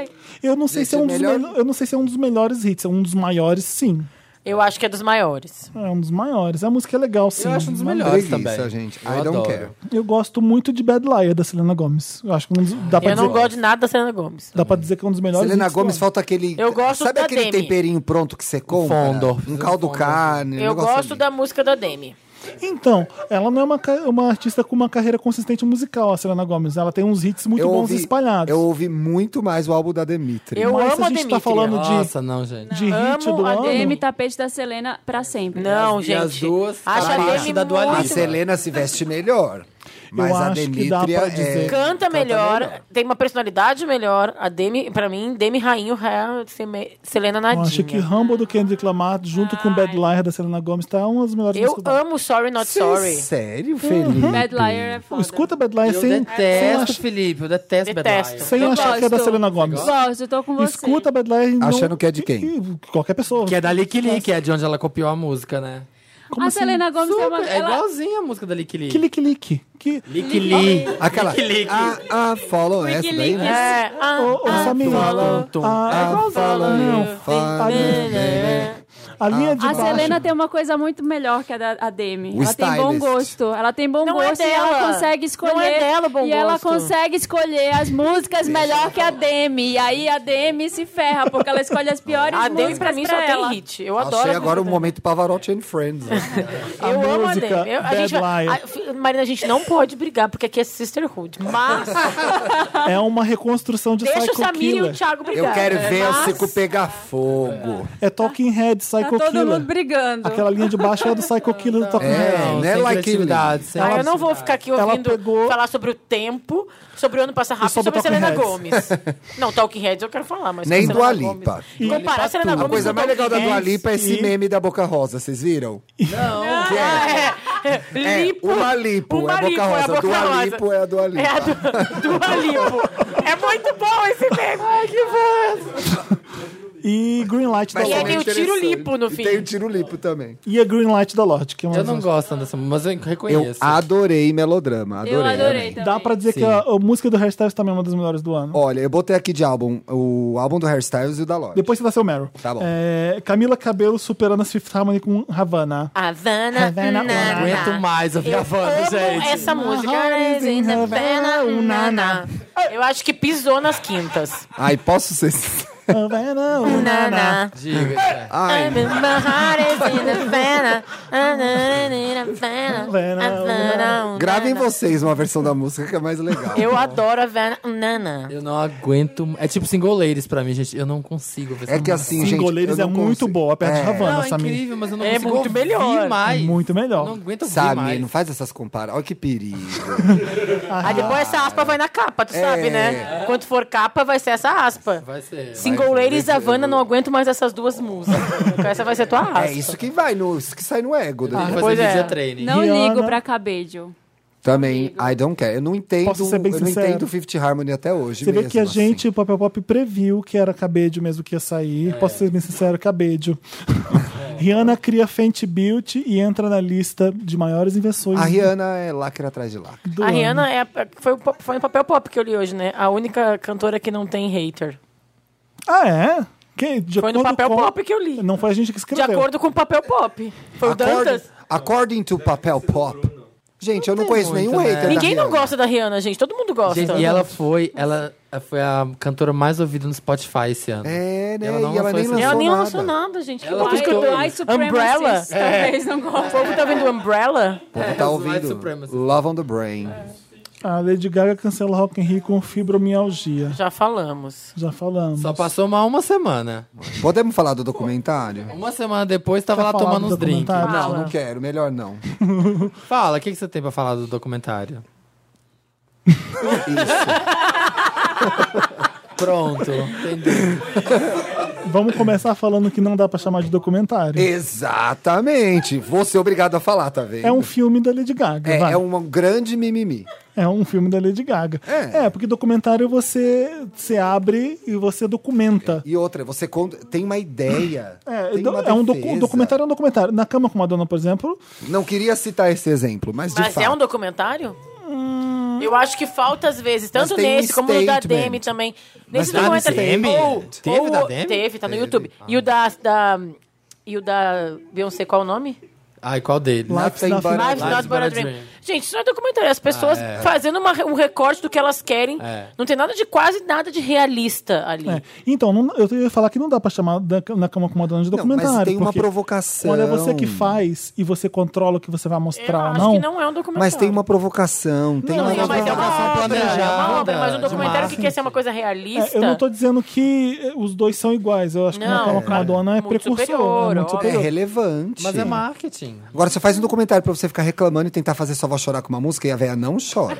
Speaker 4: Inara.
Speaker 1: Eu não sei
Speaker 2: Gente,
Speaker 1: se é um
Speaker 2: é
Speaker 1: dos
Speaker 2: melhor-
Speaker 1: melo- eu não sei se é um dos melhores hits, é um dos maiores, sim.
Speaker 4: Eu acho que é dos maiores.
Speaker 1: É um dos maiores. A música é legal, sim.
Speaker 7: Eu acho um dos
Speaker 1: Mas-
Speaker 7: melhores
Speaker 2: preguiça,
Speaker 7: também.
Speaker 2: gente.
Speaker 7: Eu
Speaker 2: I don't
Speaker 7: adoro.
Speaker 2: care.
Speaker 1: Eu gosto muito de Bad Liar da Selena Gomes. Eu acho que um dos- dá pra
Speaker 4: Eu
Speaker 1: dizer,
Speaker 4: não gosto de nada da Selena Gomes.
Speaker 1: dá pra dizer que é um dos melhores.
Speaker 2: Selena
Speaker 1: hits do
Speaker 2: Gomes
Speaker 1: ano.
Speaker 2: falta aquele.
Speaker 4: Eu gosto
Speaker 2: Sabe
Speaker 4: da
Speaker 2: aquele
Speaker 4: Demi.
Speaker 2: temperinho pronto que você compra?
Speaker 7: Fondor.
Speaker 2: Um caldo
Speaker 7: Fondor.
Speaker 2: carne. um
Speaker 4: Eu
Speaker 2: negócio
Speaker 4: gosto
Speaker 2: ali.
Speaker 4: da música da Demi.
Speaker 1: Então, ela não é uma, ca- uma artista com uma carreira consistente musical, a Selena Gomes. Ela tem uns hits muito
Speaker 2: eu
Speaker 1: bons
Speaker 2: ouvi,
Speaker 1: espalhados.
Speaker 2: Eu ouvi muito mais o álbum da Demitri.
Speaker 4: Eu
Speaker 1: Mas se
Speaker 4: amo
Speaker 1: a
Speaker 4: a
Speaker 1: gente tá
Speaker 4: Demitria.
Speaker 1: falando de,
Speaker 7: Nossa, não, gente.
Speaker 1: de hit
Speaker 4: Amo
Speaker 1: do
Speaker 4: a
Speaker 1: ano...
Speaker 5: Demi, tapete da Selena pra sempre.
Speaker 4: Não,
Speaker 7: e
Speaker 4: gente.
Speaker 7: as duas
Speaker 4: Acho a
Speaker 7: abaixo
Speaker 4: Demi
Speaker 7: da Dua
Speaker 4: muito-
Speaker 2: A
Speaker 7: Lipa.
Speaker 2: Selena se veste melhor. Mas a
Speaker 1: acho que dá
Speaker 2: Demitria
Speaker 1: pra
Speaker 2: é...
Speaker 1: dizer.
Speaker 4: Canta melhor,
Speaker 2: melhor.
Speaker 4: tem uma personalidade melhor. A Demi, pra mim, Demi Rainho é a Seme- Selena
Speaker 1: Eu acho que
Speaker 4: Nadinha.
Speaker 1: Rumble do Kendrick Lamar, junto com Bad Liar da Selena Gomes, tá uma das melhores
Speaker 4: Eu
Speaker 1: músicas do ano.
Speaker 4: amo Sorry Not
Speaker 2: Cê é
Speaker 4: Sorry. Uhum.
Speaker 2: Sério, Felipe?
Speaker 5: Bad Liar é foda.
Speaker 1: Escuta Bad Liar
Speaker 7: Eu
Speaker 1: sem, sem,
Speaker 7: detesto,
Speaker 1: ach-
Speaker 7: Felipe. Eu
Speaker 4: Detesto.
Speaker 7: detesto, Bad Liar.
Speaker 1: sem
Speaker 5: Eu
Speaker 1: achar que é da
Speaker 5: gosto.
Speaker 1: Selena Gomes.
Speaker 5: Gosto, eu assim. tô com você.
Speaker 1: Escuta Bad Liar e não-
Speaker 2: Achando que é de quem?
Speaker 1: e- Qualquer pessoa.
Speaker 7: Que é da Lick Lee, que é de onde ela copiou a música, né?
Speaker 5: a Selena Gomes é uma...
Speaker 7: É
Speaker 5: ela-
Speaker 7: igualzinha a música da Lick Lee.
Speaker 1: Que lick lick. Que...
Speaker 7: Lick Lee.
Speaker 2: Aquela.
Speaker 7: Lick.
Speaker 2: Ah, ah, follow essa daí, né?
Speaker 4: É, ah,
Speaker 1: Ô, ô, Samir.
Speaker 7: tum, tum.
Speaker 1: A,
Speaker 7: É igualzinho.
Speaker 1: não.
Speaker 2: Follow.
Speaker 1: a linha de
Speaker 5: A
Speaker 1: baixo...
Speaker 5: Selena tem uma coisa muito melhor que a da a Demi.
Speaker 2: O
Speaker 5: ela tem bom
Speaker 2: stylist.
Speaker 5: gosto. Ela tem bom
Speaker 4: Não é
Speaker 5: gosto e ela
Speaker 4: dela.
Speaker 5: consegue escolher.
Speaker 4: Não é dela o bom
Speaker 5: e ela
Speaker 4: gosto.
Speaker 5: consegue escolher as músicas melhor que a Demi. E aí a Demi se ferra, porque ela escolhe as piores
Speaker 4: A
Speaker 5: músicas
Speaker 4: Demi pra mim só
Speaker 5: ela.
Speaker 4: tem hit. Eu adoro.
Speaker 2: Achei
Speaker 4: as
Speaker 2: agora o
Speaker 4: músicas
Speaker 2: momento Pavarotti and
Speaker 4: [LAUGHS]
Speaker 2: Friends.
Speaker 4: dela. Eu
Speaker 1: A
Speaker 4: amo
Speaker 1: música,
Speaker 4: a Demi. Eu- a
Speaker 1: Bad
Speaker 4: gente vai-
Speaker 1: Liar.
Speaker 4: a- fi- Marina, a gente não pode brigar, porque aqui é sisterhood. Mas
Speaker 1: É uma reconstrução de
Speaker 4: deixa o
Speaker 1: Psycho
Speaker 4: Samir e o
Speaker 1: Killer.
Speaker 4: Thiago brigar.
Speaker 2: Eu quero ver o
Speaker 4: Mas-
Speaker 2: Cico pegar fogo.
Speaker 1: É Talking Head,
Speaker 5: Tá
Speaker 1: Psycho
Speaker 5: todo
Speaker 1: Killer.
Speaker 5: mundo brigando.
Speaker 1: Aquela linha de baixo é a do Psycho Killer do Talking Head.
Speaker 2: É,
Speaker 7: Não,
Speaker 2: né,
Speaker 7: sem
Speaker 2: Like
Speaker 7: criatividade, sem
Speaker 4: Ah, eu não vou ficar aqui
Speaker 1: Ela
Speaker 4: ouvindo
Speaker 1: pegou-
Speaker 4: falar sobre o tempo, sobre o ano passar rápido,
Speaker 1: sobre
Speaker 4: sobre a Selena
Speaker 1: Talking
Speaker 4: Gomes. não, Talking Heads eu quero falar, mas...
Speaker 2: Nem
Speaker 4: com Selena
Speaker 2: Dua Lipa.
Speaker 4: Gomes.
Speaker 1: E-
Speaker 4: Comparar a Selena
Speaker 1: A
Speaker 2: A
Speaker 4: Gomes
Speaker 2: coisa
Speaker 4: com
Speaker 2: mais legal da
Speaker 4: Talking
Speaker 2: Dua
Speaker 4: Heads-
Speaker 2: Lipa é esse
Speaker 1: E-
Speaker 2: meme da Boca Rosa, vocês viram?
Speaker 4: Ah, é, é.
Speaker 2: É,
Speaker 4: Lipo.
Speaker 2: uma lipo, é a Boca Rosa.
Speaker 4: a Boca
Speaker 2: Dua
Speaker 4: Rosa.
Speaker 2: Lipo é a Dua Lipa.
Speaker 4: É a du- Dua Lipo. É muito bom esse meme. Ai, que bom.
Speaker 1: E Green Light da
Speaker 2: É. Mas
Speaker 4: E aí
Speaker 2: também
Speaker 4: tem
Speaker 1: Lorde.
Speaker 4: o tiro
Speaker 2: interessante.
Speaker 4: lipo no
Speaker 2: E
Speaker 4: fim.
Speaker 2: tem o tiro lipo também.
Speaker 1: E a Green Light da Lorde, que é uma
Speaker 7: Eu não gosto tanto dessa música, mas eu
Speaker 2: Eu
Speaker 7: reconheço.
Speaker 2: adorei melodrama, adorei.
Speaker 5: Eu adorei
Speaker 2: amei.
Speaker 5: também.
Speaker 1: Dá pra dizer que a, a música do Hairstyles também é uma das melhores do ano.
Speaker 2: Olha, eu botei aqui de álbum, o álbum do Hairstyles e o da Lorde.
Speaker 1: Depois você dá seu Meryl.
Speaker 2: Tá bom.
Speaker 1: É, Camila Cabelo superando a Fifth Harmony com
Speaker 2: [LAUGHS]
Speaker 1: Havana.
Speaker 4: Havana,
Speaker 1: Havana, Havana.
Speaker 7: Não
Speaker 4: Havana,
Speaker 7: aguento mais ouvir a
Speaker 4: Amo
Speaker 7: Havana, gente.
Speaker 4: essa música.
Speaker 1: Harmonies in Havana, na, na.
Speaker 4: Eu acho que pisou nas quintas.
Speaker 2: Ai, posso ser...
Speaker 1: Havana, uh, na, na.
Speaker 7: Diga.
Speaker 2: Ai, gravem vocês uma versão da música que é mais legal.
Speaker 4: Eu adoro a Vana Nana.
Speaker 7: Eu não aguento. É tipo single ladies pra mim, gente. Eu não consigo ver
Speaker 2: É
Speaker 7: essa
Speaker 2: que
Speaker 7: música.
Speaker 2: assim, gente...
Speaker 1: Goleiros
Speaker 2: eu
Speaker 1: é
Speaker 2: não
Speaker 1: muito
Speaker 2: consigo-
Speaker 1: boa, perto de
Speaker 2: É.
Speaker 1: Havana,
Speaker 7: Não, é
Speaker 1: Samir.
Speaker 7: incrível, mas eu não
Speaker 4: É
Speaker 7: consigo
Speaker 4: muito
Speaker 7: ouvir
Speaker 4: melhor.
Speaker 7: mais.
Speaker 1: é Muito melhor.
Speaker 7: Não aguento ouvir
Speaker 2: Sabe,
Speaker 7: mais.
Speaker 2: não faz essas comparações. Olha que
Speaker 1: [LAUGHS]
Speaker 2: perigo.
Speaker 1: Ah.
Speaker 4: Aí depois essa aspa vai na capa,
Speaker 7: É.
Speaker 4: tu sabe, né? Quando for capa, vai ser essa aspa.
Speaker 7: Vai ser.
Speaker 4: Single Ladies, Havana, não aguento mais essas duas músicas. Então Essa vai ser tua aspa.
Speaker 2: é isso que vai, no, isso que sai no ego. né?
Speaker 7: Vai
Speaker 1: Ah.
Speaker 7: fazer
Speaker 4: pois é.
Speaker 7: media training.
Speaker 5: Não
Speaker 1: Rihanna.
Speaker 5: ligo pra cabelo.
Speaker 2: Também, I don't care. Eu não entendo,
Speaker 1: Posso ser bem
Speaker 2: eu não
Speaker 1: sincero?
Speaker 2: entendo Fifth Harmony até hoje
Speaker 1: Você vê
Speaker 2: mesmo,
Speaker 1: que a
Speaker 2: assim. É.
Speaker 1: gente, o Papel Pop, previu que era cabedio mesmo que ia sair. Posso ser bem
Speaker 2: [LAUGHS]
Speaker 1: sincero, cabedio. Rihanna cria Fenty Beauty e entra na lista de maiores invenções
Speaker 2: A Rihanna é lacre atrás de lacre.
Speaker 1: do
Speaker 4: A
Speaker 1: ano.
Speaker 4: Rihanna é, a- foi, o pop- foi no papel pop que eu li hoje, né? A única cantora que não tem hater.
Speaker 1: Ah, é? Quem? De
Speaker 4: Foi no
Speaker 1: acordo
Speaker 4: papel
Speaker 1: com-
Speaker 4: pop que eu li.
Speaker 1: Não foi a gente que
Speaker 4: De
Speaker 1: escreveu.
Speaker 4: acordo com o papel pop. Foi o
Speaker 2: According,
Speaker 4: Dantas.
Speaker 2: according to papel pop. Gente, eu não
Speaker 7: tem
Speaker 2: conheço
Speaker 7: muito,
Speaker 2: nenhum
Speaker 7: né?
Speaker 2: hater. da
Speaker 4: Ninguém não
Speaker 2: Rihanna.
Speaker 4: gosta da Rihanna, gente. Todo mundo gosta.
Speaker 7: Gente, e ela foi, ela foi a cantora mais ouvida no Spotify esse ano.
Speaker 2: É, né?
Speaker 7: Ela não
Speaker 2: e ela
Speaker 7: lançou
Speaker 2: nem
Speaker 7: esse-
Speaker 2: lançou
Speaker 4: Ela nem
Speaker 2: nada.
Speaker 4: lançou nada, gente. Que
Speaker 7: Ela
Speaker 4: louco.
Speaker 7: ficou-
Speaker 4: O
Speaker 5: White Supremacists, [LAUGHS] talvez não gosto.
Speaker 4: povo tá vendo Umbrella?
Speaker 2: O povo tá
Speaker 7: White
Speaker 2: ouvindo
Speaker 7: Supremacy.
Speaker 2: Love on the Brain.
Speaker 1: A Lady Gaga cancela Rock in Rio com fibromialgia.
Speaker 4: Já falamos.
Speaker 1: Já falamos.
Speaker 7: Só passou mal uma semana.
Speaker 2: Podemos falar do documentário?
Speaker 7: Uma semana depois tava
Speaker 1: Quer
Speaker 7: lá
Speaker 1: falar
Speaker 7: tomando
Speaker 1: do
Speaker 7: uns drinks.
Speaker 1: documentário?
Speaker 2: Não,
Speaker 4: Fala.
Speaker 2: não quero. Melhor não.
Speaker 7: Fala, o que, que você tem pra falar do documentário?
Speaker 2: [LAUGHS] Isso.
Speaker 7: Pronto, entendi.
Speaker 1: Vamos começar falando que não dá pra chamar de documentário.
Speaker 2: É. Exatamente. Vou ser obrigado a falar, tá vendo?
Speaker 1: É um filme da Lady Gaga.
Speaker 2: É,
Speaker 1: vai.
Speaker 2: é um grande mimimi.
Speaker 1: É um filme da Lady Gaga.
Speaker 2: É.
Speaker 1: É, porque documentário você se abre e você documenta.
Speaker 2: E outra, você conta- tem uma ideia.
Speaker 1: É,
Speaker 2: tem
Speaker 1: do-
Speaker 2: uma
Speaker 1: é um docu-
Speaker 2: defesa.
Speaker 1: documentário, é um documentário. Na cama com Madonna, por exemplo,
Speaker 2: Não queria citar esse exemplo, mas, de
Speaker 4: Mas
Speaker 2: fato.
Speaker 4: é um documentário? Eu acho que falta às vezes, tanto
Speaker 2: tem um
Speaker 4: nesse como no da
Speaker 2: statement.
Speaker 4: Demi também. Nesse
Speaker 7: tá no
Speaker 4: documentário.
Speaker 7: Demi?
Speaker 4: Ou-
Speaker 7: Teve
Speaker 4: ou-
Speaker 7: da Demi?
Speaker 4: Teve, tá no YouTube. E o da, da. E o da Beyoncé, qual o nome?
Speaker 7: Ai, qual dele?
Speaker 1: Life
Speaker 2: tem
Speaker 1: na
Speaker 2: bar-
Speaker 1: Fina-
Speaker 4: Live
Speaker 7: Lives
Speaker 4: Not
Speaker 7: But
Speaker 4: But
Speaker 7: a
Speaker 4: a Dream.
Speaker 7: Dream.
Speaker 4: Gente, isso não é documentário. é As pessoas fazendo uma- um recorte do que elas querem.
Speaker 7: É.
Speaker 4: Não tem nada de quase nada de realista ali.
Speaker 1: É. Então, não- eu ia falar que não dá pra chamar da- na cama com Madonna de
Speaker 2: Não, mas
Speaker 1: documentário.
Speaker 2: tem uma
Speaker 1: porque
Speaker 2: provocação.
Speaker 1: Quando é você que faz e você controla o que você vai
Speaker 4: Eu
Speaker 1: mostrar ou
Speaker 4: acho
Speaker 1: não.
Speaker 4: que não é um documentário.
Speaker 2: Mas tem uma provocação, tem
Speaker 4: Não,
Speaker 2: uma.
Speaker 4: mas é uma obra, é uma obra, mas um
Speaker 7: planejada,
Speaker 4: documentário que
Speaker 7: demais.
Speaker 4: quer ser uma coisa realista.
Speaker 1: É, eu não tô dizendo que eh, os dois são iguais. Eu acho que na
Speaker 4: Não,
Speaker 1: cama com
Speaker 4: claro.
Speaker 1: Madonna é
Speaker 4: Muito
Speaker 1: precursor.
Speaker 4: superior,
Speaker 1: é muito
Speaker 4: óbvio.
Speaker 2: É
Speaker 1: superior.
Speaker 2: relevante.
Speaker 7: Mas é marketing.
Speaker 2: Agora você faz um documentário pra você ficar reclamando e tentar fazer só vou chorar com uma música e a véia não chora.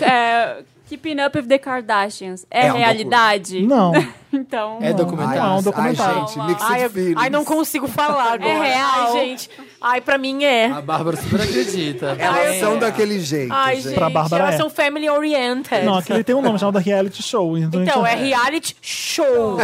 Speaker 5: É, Keeping Up with the Kardashians. É,
Speaker 2: É um docu-
Speaker 5: realidade?
Speaker 1: [LAUGHS] Não.
Speaker 5: então.
Speaker 7: É
Speaker 2: Ai,
Speaker 7: documentário.
Speaker 1: [LAUGHS] Não, é um
Speaker 2: ai,
Speaker 1: documentário.
Speaker 2: gente, mixed
Speaker 4: Ai, eu-
Speaker 2: feelings.
Speaker 4: ai, não consigo falar agora.
Speaker 5: É real.
Speaker 4: Ai, gente. Ai, pra mim é.
Speaker 7: A Bárbara super acredita.
Speaker 2: Elas
Speaker 4: Ai,
Speaker 2: são
Speaker 4: é.
Speaker 2: daquele jeito.
Speaker 4: Ai,
Speaker 2: gente.
Speaker 4: gente,
Speaker 1: Pra Bárbara
Speaker 4: elas
Speaker 1: é.
Speaker 4: são family oriented.
Speaker 1: Não, aquele tem um nome chamado reality show. Então,
Speaker 4: É. Então,
Speaker 1: a
Speaker 4: é
Speaker 1: gente-
Speaker 4: reality [LAUGHS] show.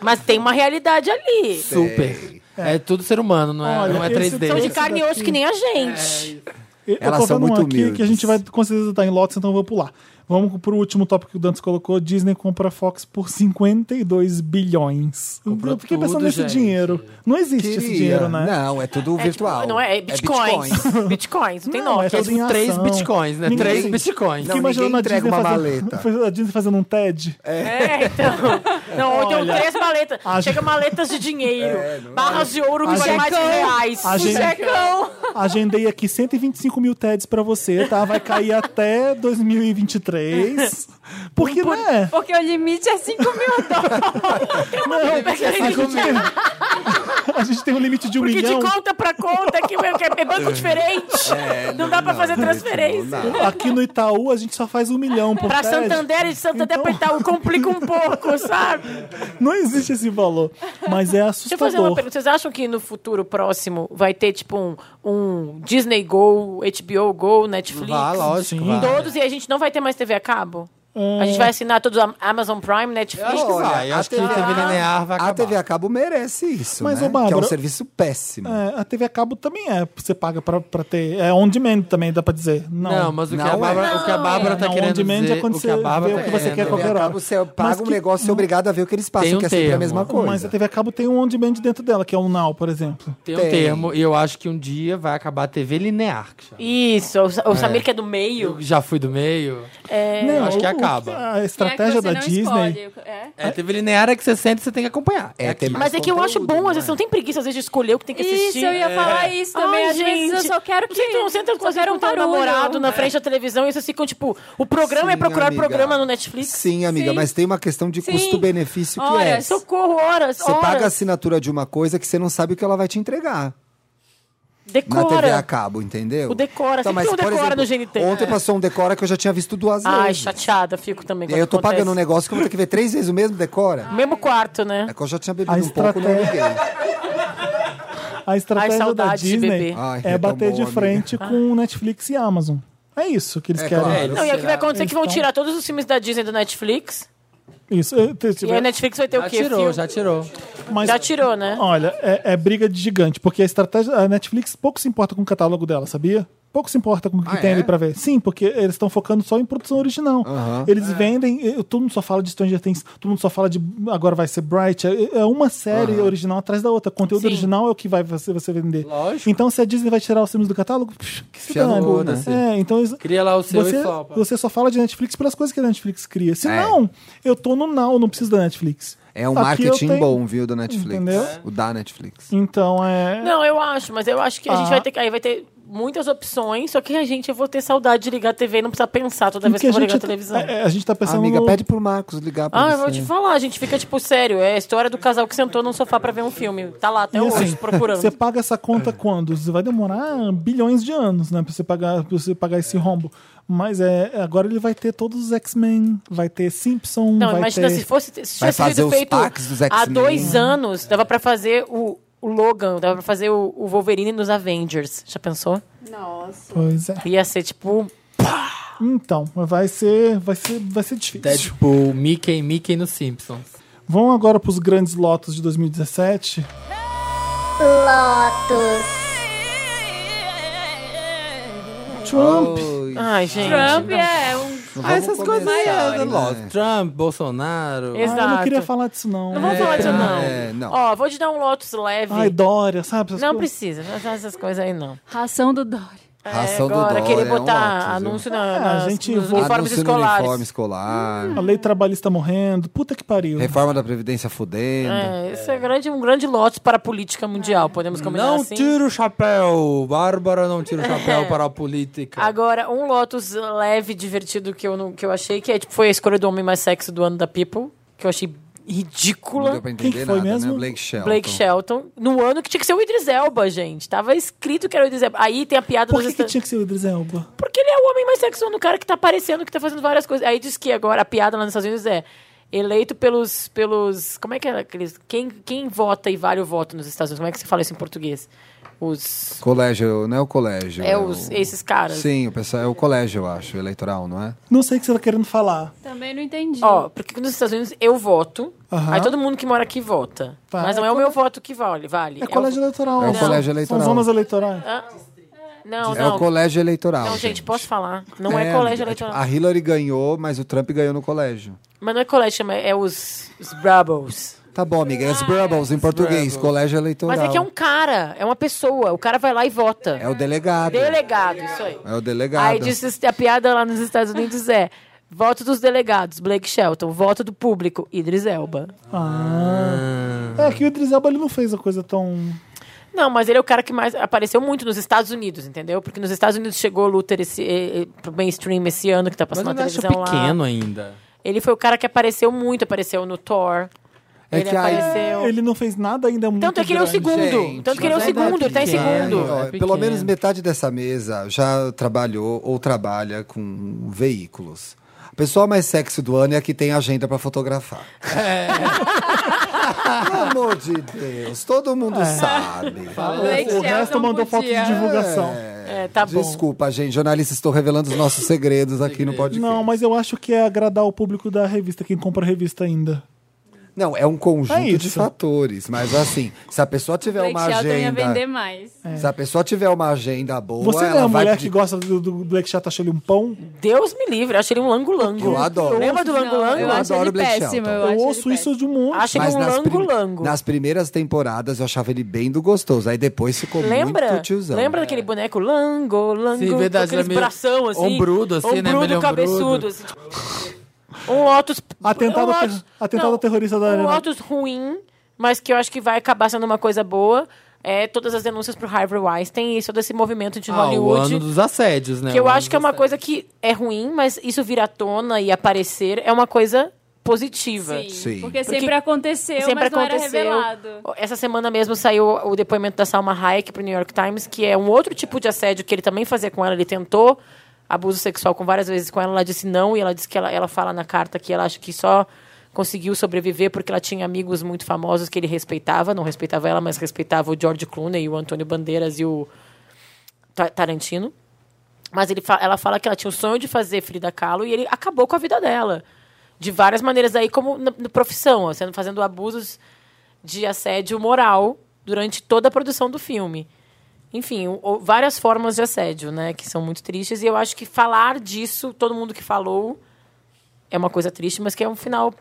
Speaker 4: Mas tem uma realidade ali.
Speaker 7: Super. É tudo ser humano, não é,
Speaker 1: Olha,
Speaker 7: não é
Speaker 1: esse-
Speaker 7: 3D.
Speaker 4: São de
Speaker 1: Esse
Speaker 4: carne e osso
Speaker 1: daqui-
Speaker 4: que nem a gente.
Speaker 1: Eu
Speaker 2: Elas
Speaker 1: tô
Speaker 2: são
Speaker 1: vendo um
Speaker 2: muito
Speaker 1: aqui que a
Speaker 2: humildes.
Speaker 1: gente vai com certeza estar em lotes, então eu vou pular. Vamos pro último tópico que o Dantes colocou. Disney compra a Fox por 52 bilhões.
Speaker 7: Comprou
Speaker 1: eu fiquei
Speaker 7: tudo,
Speaker 1: pensando nesse
Speaker 7: gente.
Speaker 1: dinheiro. Não existe esse
Speaker 2: Queria.
Speaker 1: dinheiro, né?
Speaker 2: Não, é tudo
Speaker 4: É, tipo,
Speaker 2: virtual.
Speaker 4: não é, é bitcoins. [LAUGHS] bitcoins. não tem
Speaker 1: Não,
Speaker 4: nome.
Speaker 1: é
Speaker 7: Que é
Speaker 1: tudo em
Speaker 7: tipo 3
Speaker 1: ação.
Speaker 7: bitcoins, né?
Speaker 1: Ninguém-
Speaker 7: 3 bitcoins.
Speaker 1: Fiquei
Speaker 2: Não,
Speaker 1: imaginando
Speaker 2: ninguém
Speaker 1: a
Speaker 2: entrega
Speaker 1: Disney,
Speaker 2: uma
Speaker 1: fazendo,
Speaker 2: maleta.
Speaker 1: [LAUGHS] a Disney fazendo um TED.
Speaker 4: É, então. Não, ou tem três maletas.
Speaker 1: a
Speaker 4: Chega
Speaker 1: gente-
Speaker 4: maletas de dinheiro. barras de ouro
Speaker 1: A
Speaker 4: que valem mais que
Speaker 1: gente- é
Speaker 4: reais. é
Speaker 1: a gente- Agendei
Speaker 2: [LAUGHS]
Speaker 1: aqui 125 mil TEDs pra você, tá? Vai cair até
Speaker 2: [LAUGHS]
Speaker 1: 2023. Porque, não né?
Speaker 5: Porque o limite é 5 mil dólares.
Speaker 1: A gente, tem, [LAUGHS] a gente tem um limite de um
Speaker 4: Porque de
Speaker 1: milhão.
Speaker 4: conta pra conta que meu, que é banco diferente.
Speaker 2: É,
Speaker 4: não, dá pra fazer transferência.
Speaker 1: Aqui no Itaú a gente só faz um milhão por
Speaker 4: Pra
Speaker 1: TED.
Speaker 4: Santander e de Santander
Speaker 1: Então-
Speaker 4: pra Itaú complica um [LAUGHS] pouco, sabe?
Speaker 1: Não existe esse valor. Mas é
Speaker 4: Deixa eu fazer uma
Speaker 1: assustador.
Speaker 4: pergunta. Vocês acham que no futuro próximo vai ter, tipo, um, um Disney Go, HBO Go, Netflix?
Speaker 7: Vá, lógico.
Speaker 1: Sim.
Speaker 7: vá.
Speaker 4: Todos e a gente não vai É. ter mais TV a cabo? A gente vai assinar todos a Amazon Prime, Netflix?
Speaker 7: Acho que
Speaker 2: Olha,
Speaker 7: vai. Eu
Speaker 2: a
Speaker 7: acho que
Speaker 2: TV
Speaker 7: a TV linear vai acabar.
Speaker 2: A TV a cabo merece isso,
Speaker 1: Mas,
Speaker 2: né?
Speaker 1: ô, Bárbara-
Speaker 2: que é um serviço péssimo.
Speaker 1: É, a TV a cabo também é. Você paga pra, pra ter. É on demand também, dá pra dizer. Não.
Speaker 7: Não, mas o que a
Speaker 2: Não é.
Speaker 7: Bárbara, o que a Bárbara tá
Speaker 1: Não, on
Speaker 7: querendo
Speaker 1: demand
Speaker 7: dizer...
Speaker 1: é quando
Speaker 7: o que a
Speaker 1: você
Speaker 7: Bárbara
Speaker 1: vê o que
Speaker 7: tá
Speaker 1: você quer
Speaker 7: querendo.
Speaker 1: qualquer
Speaker 2: TV a
Speaker 1: hora.
Speaker 2: cabo, você
Speaker 1: Mas
Speaker 2: paga um
Speaker 1: que-
Speaker 2: negócio e é obrigado a ver o que eles passam,
Speaker 7: Tem um
Speaker 2: que é sempre a
Speaker 7: termo.
Speaker 2: mesma coisa.
Speaker 1: Mas a TV a cabo tem um on demand dentro dela, que é um Now, por exemplo.
Speaker 7: Tem um
Speaker 2: Tem.
Speaker 7: termo, e eu acho que um dia vai acabar a TV linear. que chama.
Speaker 4: Isso, o Sa- o Samir que é do meio.
Speaker 7: Eu já fui do meio.
Speaker 1: Não,
Speaker 7: acho que
Speaker 1: o- o
Speaker 7: acaba.
Speaker 1: a estratégia da Disney.
Speaker 5: É.
Speaker 7: É, TV linear é que você sente e você tem que acompanhar.
Speaker 2: É, tem mais
Speaker 4: Mas é que eu acho
Speaker 2: conteúdo,
Speaker 4: bom, às
Speaker 2: não
Speaker 4: vezes
Speaker 2: é?
Speaker 4: você não tem preguiça, às vezes, de escolher o que tem que
Speaker 5: Isso,
Speaker 4: assistir.
Speaker 5: eu ia falar isso também.
Speaker 4: Ai,
Speaker 5: Às vezes eu só quero que.
Speaker 4: Gente, não senta com
Speaker 5: só quero um
Speaker 4: com teu
Speaker 5: barulho.
Speaker 4: namorado na frente da televisão e vocês ficam, tipo, o
Speaker 2: É.
Speaker 4: programa
Speaker 2: Sim,
Speaker 4: é procurar
Speaker 2: amiga.
Speaker 4: programa no Netflix.
Speaker 2: Sim, amiga,
Speaker 5: Sim.
Speaker 2: mas tem uma questão de
Speaker 5: Sim.
Speaker 2: custo-benefício que
Speaker 5: Olha,
Speaker 2: é.
Speaker 5: sou-
Speaker 4: Socorro, horas,
Speaker 2: Você
Speaker 4: horas.
Speaker 2: paga a assinatura de uma coisa que você não sabe o que ela vai te entregar. Na TV a
Speaker 4: Decora.
Speaker 2: cabo, entendeu? Então,
Speaker 4: O decora, sempre tem um
Speaker 2: por
Speaker 4: decora no GNT.
Speaker 2: Ontem
Speaker 4: É.
Speaker 2: passou um decora que eu já tinha visto duas
Speaker 4: Ai,
Speaker 2: vezes.
Speaker 4: chateada, fico também.
Speaker 2: E
Speaker 4: quando
Speaker 2: aí eu tô
Speaker 4: acontece.
Speaker 2: pagando um negócio que eu vou ter que ver três vezes o mesmo decora.
Speaker 4: Mesmo quarto, né?
Speaker 2: É que eu já tinha bebido
Speaker 1: A
Speaker 2: um pouco, não
Speaker 1: estratégia-
Speaker 2: liguei.
Speaker 1: A estratégia
Speaker 4: Ai,
Speaker 1: da
Speaker 4: saudade de Ah.
Speaker 1: Disney
Speaker 4: beber.
Speaker 2: Ai,
Speaker 1: é
Speaker 2: retomou,
Speaker 1: bater de
Speaker 2: amiga.
Speaker 1: frente com Netflix e Amazon. É isso que eles
Speaker 2: É
Speaker 1: querem.
Speaker 2: claro.
Speaker 4: Não, e aí o que vai
Speaker 7: Será?
Speaker 4: acontecer é que vão
Speaker 1: Então-
Speaker 4: tirar todos os filmes da Disney do Netflix.
Speaker 1: Isso. é, te-
Speaker 4: E
Speaker 1: tiver-
Speaker 4: aí a Netflix vai ter o
Speaker 7: Já
Speaker 4: quê?
Speaker 7: tirou,
Speaker 4: Fio?
Speaker 7: já tirou.
Speaker 1: mas-
Speaker 4: Já tirou, né?
Speaker 1: Olha, é, é briga de gigante, porque a estratégia. A Netflix pouco se importa com o catálogo dela, sabia? Pouco se importa com o que
Speaker 2: Ah,
Speaker 1: tem
Speaker 2: é?
Speaker 1: ali pra ver. Sim, porque eles estão focando só em produção original.
Speaker 2: Aham. É.
Speaker 1: Eles vendem, eh, todo mundo só fala de Stranger Things, todo mundo só fala de. Agora vai ser Bright. É é uma série original atrás da outra. Conteúdo
Speaker 4: Sim.
Speaker 1: original é o que vai você, você vender.
Speaker 7: Lógico.
Speaker 1: Então, se a Disney vai tirar os filmes do catálogo, psh, que se
Speaker 2: Fia no
Speaker 1: dane.
Speaker 7: cu, né?
Speaker 1: É, então eles-
Speaker 7: Cria lá o seu
Speaker 1: você,
Speaker 7: e sopa.
Speaker 1: você só fala de Netflix pelas coisas que a Netflix cria. Se
Speaker 2: É.
Speaker 1: não, eu tô no Now, não preciso da Netflix.
Speaker 2: É um
Speaker 1: Aqui eu
Speaker 2: marketing
Speaker 1: tenho-
Speaker 2: bom, viu, da Netflix.
Speaker 1: Entendeu?
Speaker 2: O da Netflix.
Speaker 1: Então é.
Speaker 4: Não, eu acho, mas eu acho que a gente
Speaker 1: Ah.
Speaker 4: vai ter que. Aí vai ter muitas opções, só que a gente, eu vou ter saudade de ligar a TV e não precisar pensar toda vez que eu vou ligar a televisão.
Speaker 1: é, é, a gente tá pensando.
Speaker 2: Amiga,
Speaker 1: no-
Speaker 2: pede pro Marcos ligar pra
Speaker 4: Ah,
Speaker 2: você.
Speaker 4: eu vou te falar, a gente fica tipo, sério, é a história do casal que sentou num sofá pra ver um filme. Tá lá até
Speaker 1: E
Speaker 4: hoje
Speaker 2: [LAUGHS]
Speaker 1: assim,
Speaker 4: procurando.
Speaker 1: Você paga essa conta quando? Você vai demorar bilhões de anos, né? Pra você pagar, pra você pagar esse rombo. Mas é, agora ele vai ter todos os X-Men, vai ter Simpson,
Speaker 4: Não,
Speaker 1: vai
Speaker 4: imagina
Speaker 1: ter...
Speaker 4: se fosse se
Speaker 2: Vai
Speaker 4: tivesse
Speaker 2: fazer
Speaker 4: sido
Speaker 2: os
Speaker 4: feito
Speaker 2: packs dos X-Men.
Speaker 4: há dois anos, dava pra fazer o, o Logan, dava pra fazer o, o Wolverine nos Avengers. Já pensou?
Speaker 5: Nossa.
Speaker 1: Pois é.
Speaker 4: Ia ser tipo.
Speaker 1: Então, vai ser, vai ser, vai ser difícil.
Speaker 7: Deadpool, Mickey, Mickey nos Simpsons.
Speaker 1: Vamos agora pros grandes lotos de 2017. Trump.
Speaker 2: Oi.
Speaker 4: Ai, gente.
Speaker 5: Trump é um.
Speaker 2: Ah, essas coisas né?
Speaker 7: É, lógico. Trump, Bolsonaro.
Speaker 1: Ah, eu não
Speaker 4: Exato.
Speaker 1: queria falar disso, não.
Speaker 4: Não vamos falar disso, não.
Speaker 2: É, não.
Speaker 4: Ó, vou te dar um Lotus leve.
Speaker 1: Ai, Dória, sabe? essas
Speaker 4: não
Speaker 1: coisas.
Speaker 4: precisa, não faz essas coisas aí, não.
Speaker 5: Ração do Dory.
Speaker 4: É,
Speaker 2: Ração do
Speaker 4: agora,
Speaker 2: Dória
Speaker 4: querer
Speaker 2: é um
Speaker 4: botar
Speaker 2: Lotus, viu?
Speaker 4: anúncio
Speaker 1: É,
Speaker 4: na,
Speaker 1: a
Speaker 4: nas,
Speaker 1: gente
Speaker 4: nos
Speaker 1: vou-
Speaker 4: uniformes
Speaker 2: Anúncio no
Speaker 4: escolares.
Speaker 2: uniforme escolar.
Speaker 1: A lei trabalhista morrendo. Puta que pariu.
Speaker 2: Reforma da Previdência fudendo.
Speaker 4: É, isso é grande, um grande Lotus para a política
Speaker 1: É.
Speaker 4: mundial, podemos combinar
Speaker 7: Ah, Não
Speaker 4: assim?
Speaker 7: tira o chapéu, Bárbara, não tira
Speaker 4: [LAUGHS]
Speaker 7: o chapéu para a política.
Speaker 4: Agora, um Lotus leve, divertido que eu, não, que eu achei, que é, tipo, foi a escolha do homem mais sexy do ano da People, que eu achei
Speaker 2: Não
Speaker 4: ridícula.
Speaker 2: deu pra
Speaker 1: Quem
Speaker 2: entender
Speaker 1: que foi
Speaker 2: nada,
Speaker 1: mesmo?
Speaker 2: né? Blake Shelton.
Speaker 4: Blake Shelton, no ano que tinha que ser o Idris Elba, gente. Tava escrito que era o Idris Elba. Aí tem a piada
Speaker 1: Por
Speaker 4: do
Speaker 1: que, que tinha que ser o Idris Elba?
Speaker 4: Porque ele é o homem mais sexual do cara que tá aparecendo, que tá fazendo várias coisas. Aí diz que agora a piada lá nos Estados Unidos é eleito pelos. pelos como é que é aqueles. Quem, quem vota e vale o voto nos Estados Unidos? Como é que se fala isso em português? Os.
Speaker 2: Colégio, não é o colégio.
Speaker 4: É os,
Speaker 2: o-
Speaker 4: esses caras.
Speaker 2: Sim, o pessoal é o colégio, eu acho, eleitoral, não é?
Speaker 1: Não sei o que você tá querendo falar.
Speaker 5: Também não entendi.
Speaker 4: Ó, porque nos Estados Unidos eu voto,
Speaker 1: Aham.
Speaker 4: aí todo mundo que mora aqui vota.
Speaker 1: Tá,
Speaker 4: Mas não
Speaker 1: é
Speaker 4: é, o
Speaker 1: cole-
Speaker 4: meu voto que vale. vale. Ah,
Speaker 1: É colégio eleitoral.
Speaker 2: É o
Speaker 1: São-
Speaker 2: colégio eleitoral.
Speaker 1: São zonas eleitorais.
Speaker 4: Não,
Speaker 2: É o
Speaker 4: não.
Speaker 2: colégio eleitoral.
Speaker 4: Não, gente, posso falar? Não é,
Speaker 2: amiga,
Speaker 4: colégio eleitoral.
Speaker 2: tipo, a Hillary ganhou, mas o Trump ganhou no colégio.
Speaker 4: Mas não é colégio, chama- é os, os Brabbles.
Speaker 2: Tá bom, amiga. É os Brubbles em português, colégio eleitoral.
Speaker 4: Mas é que é um cara, é uma pessoa. O cara vai lá e vota.
Speaker 2: É o delegado.
Speaker 4: Delegado, isso aí.
Speaker 2: É o delegado.
Speaker 4: Aí disse a piada lá nos Estados Unidos é voto dos delegados, Blake Shelton, voto do público, Idris Elba.
Speaker 1: É que o Idris Elba ele não fez a coisa tão.
Speaker 4: Não, mas ele é o cara que mais apareceu muito nos Estados Unidos, entendeu? Porque nos Estados Unidos chegou o Luther esse, eh, eh, pro mainstream esse ano que tá
Speaker 7: Mas
Speaker 4: passando
Speaker 7: eu
Speaker 4: na
Speaker 7: ainda acho
Speaker 4: televisão lá.
Speaker 7: pequeno ainda.
Speaker 4: Ele foi o cara que apareceu muito, apareceu no Thor.
Speaker 2: É
Speaker 4: ele
Speaker 2: que aí-
Speaker 4: apareceu.
Speaker 1: Ele não fez nada ainda muito.
Speaker 4: Tanto é que ele é o
Speaker 1: grande.
Speaker 4: segundo.
Speaker 2: Gente,
Speaker 4: Tanto que ele é o
Speaker 7: mas ainda é
Speaker 4: segundo, ele tá em
Speaker 7: pequeno.
Speaker 4: segundo.
Speaker 2: Ó,
Speaker 7: É
Speaker 2: pelo
Speaker 7: pequeno.
Speaker 2: menos metade dessa mesa já trabalhou ou trabalha com veículos. A pessoa mais sexy do ano é a que tem agenda pra fotografar. Pelo amor de Deus, todo mundo sabe.
Speaker 5: Blake
Speaker 1: O resto
Speaker 5: Shelton
Speaker 1: mandou foto de
Speaker 5: podia.
Speaker 1: divulgação.
Speaker 4: É, tá bom.
Speaker 2: Desculpa, gente, jornalista, estou revelando os nossos segredos aqui no podcast.
Speaker 1: Não, mas eu acho que é agradar o público da revista, quem compra a revista ainda.
Speaker 2: Não, é um conjunto
Speaker 1: É
Speaker 2: de
Speaker 1: isso.
Speaker 2: fatores. Mas assim, se a pessoa tiver
Speaker 5: Blake
Speaker 2: uma
Speaker 5: Shelton ia vender
Speaker 2: agenda.
Speaker 5: mais.
Speaker 2: Se a pessoa tiver uma agenda boa,
Speaker 1: É. Você
Speaker 2: ela
Speaker 1: não é uma
Speaker 2: vai
Speaker 1: mulher
Speaker 2: pedir-
Speaker 1: que gosta do, do Black Chat achou ele um pão?
Speaker 4: Deus me livre, eu achei ele um lango-lango.
Speaker 2: Eu adoro.
Speaker 4: Lembra do
Speaker 5: Não,
Speaker 4: lango-lango?
Speaker 5: eu acho
Speaker 2: adoro
Speaker 5: ele
Speaker 2: Blake
Speaker 5: péssimo.
Speaker 2: Shelton.
Speaker 5: Eu,
Speaker 1: Eu,
Speaker 5: acho
Speaker 1: ouço
Speaker 5: ele
Speaker 1: isso de um monte.
Speaker 4: Achei ele um
Speaker 2: nas prim-
Speaker 4: lango-lango.
Speaker 2: nas primeiras temporadas eu achava ele bem do gostoso. Aí depois ficou
Speaker 4: Lembra?
Speaker 2: muito tiozão. É.
Speaker 4: Lembra
Speaker 1: É.
Speaker 4: daquele boneco lango, lango,
Speaker 7: Sim,
Speaker 4: com
Speaker 7: verdade,
Speaker 4: aqueles
Speaker 7: era meio
Speaker 4: bração assim.
Speaker 7: ombrudo, assim, né?
Speaker 4: ombrudo,
Speaker 7: Meio
Speaker 4: cabeçudo,
Speaker 7: ombrudo.
Speaker 4: assim, tipo- Um Lotus...
Speaker 1: [LAUGHS] Atentado
Speaker 4: um
Speaker 1: ter-
Speaker 4: Lotus-
Speaker 1: atentado
Speaker 4: não,
Speaker 1: terrorista da
Speaker 4: Um
Speaker 1: Arena.
Speaker 4: Lotus ruim, mas que eu acho que vai acabar sendo uma coisa boa. É todas as denúncias pro Harvey Weinstein e todo esse movimento de
Speaker 7: Ah, o
Speaker 4: Hollywood.
Speaker 7: ano dos assédios, né?
Speaker 4: Que eu
Speaker 7: O ano
Speaker 4: acho que é
Speaker 7: dos
Speaker 4: uma
Speaker 7: assédios.
Speaker 4: coisa que é ruim, mas isso vir à tona e aparecer é uma coisa positiva.
Speaker 5: péssimo.
Speaker 2: Sim.
Speaker 5: Porque
Speaker 4: Porque
Speaker 5: sempre aconteceu,
Speaker 4: Sempre
Speaker 5: mas não
Speaker 4: aconteceu.
Speaker 5: era revelado.
Speaker 4: Essa semana mesmo saiu o depoimento da Salma Hayek pro New York Times, que é um outro tipo de assédio que ele também fazia com ela. Ele tentou abuso sexual com várias vezes com ela, ela disse não, e ela disse que ela, ela fala na carta que ela acha que só conseguiu sobreviver porque ela tinha amigos muito famosos que ele respeitava, não respeitava ela, mas respeitava o George Clooney, o Antônio Bandeiras e o Ta- Tarantino. Mas ele fa- ela fala que ela tinha o sonho de fazer Frida Kahlo e ele acabou com a vida dela. De várias maneiras aí, como na, na profissão, ó, sendo, fazendo abusos de assédio moral durante toda a produção do filme. Enfim, o- o- várias formas de assédio, né? Que são muito tristes. E eu acho que falar disso, todo mundo que falou, é uma coisa triste, mas que é um final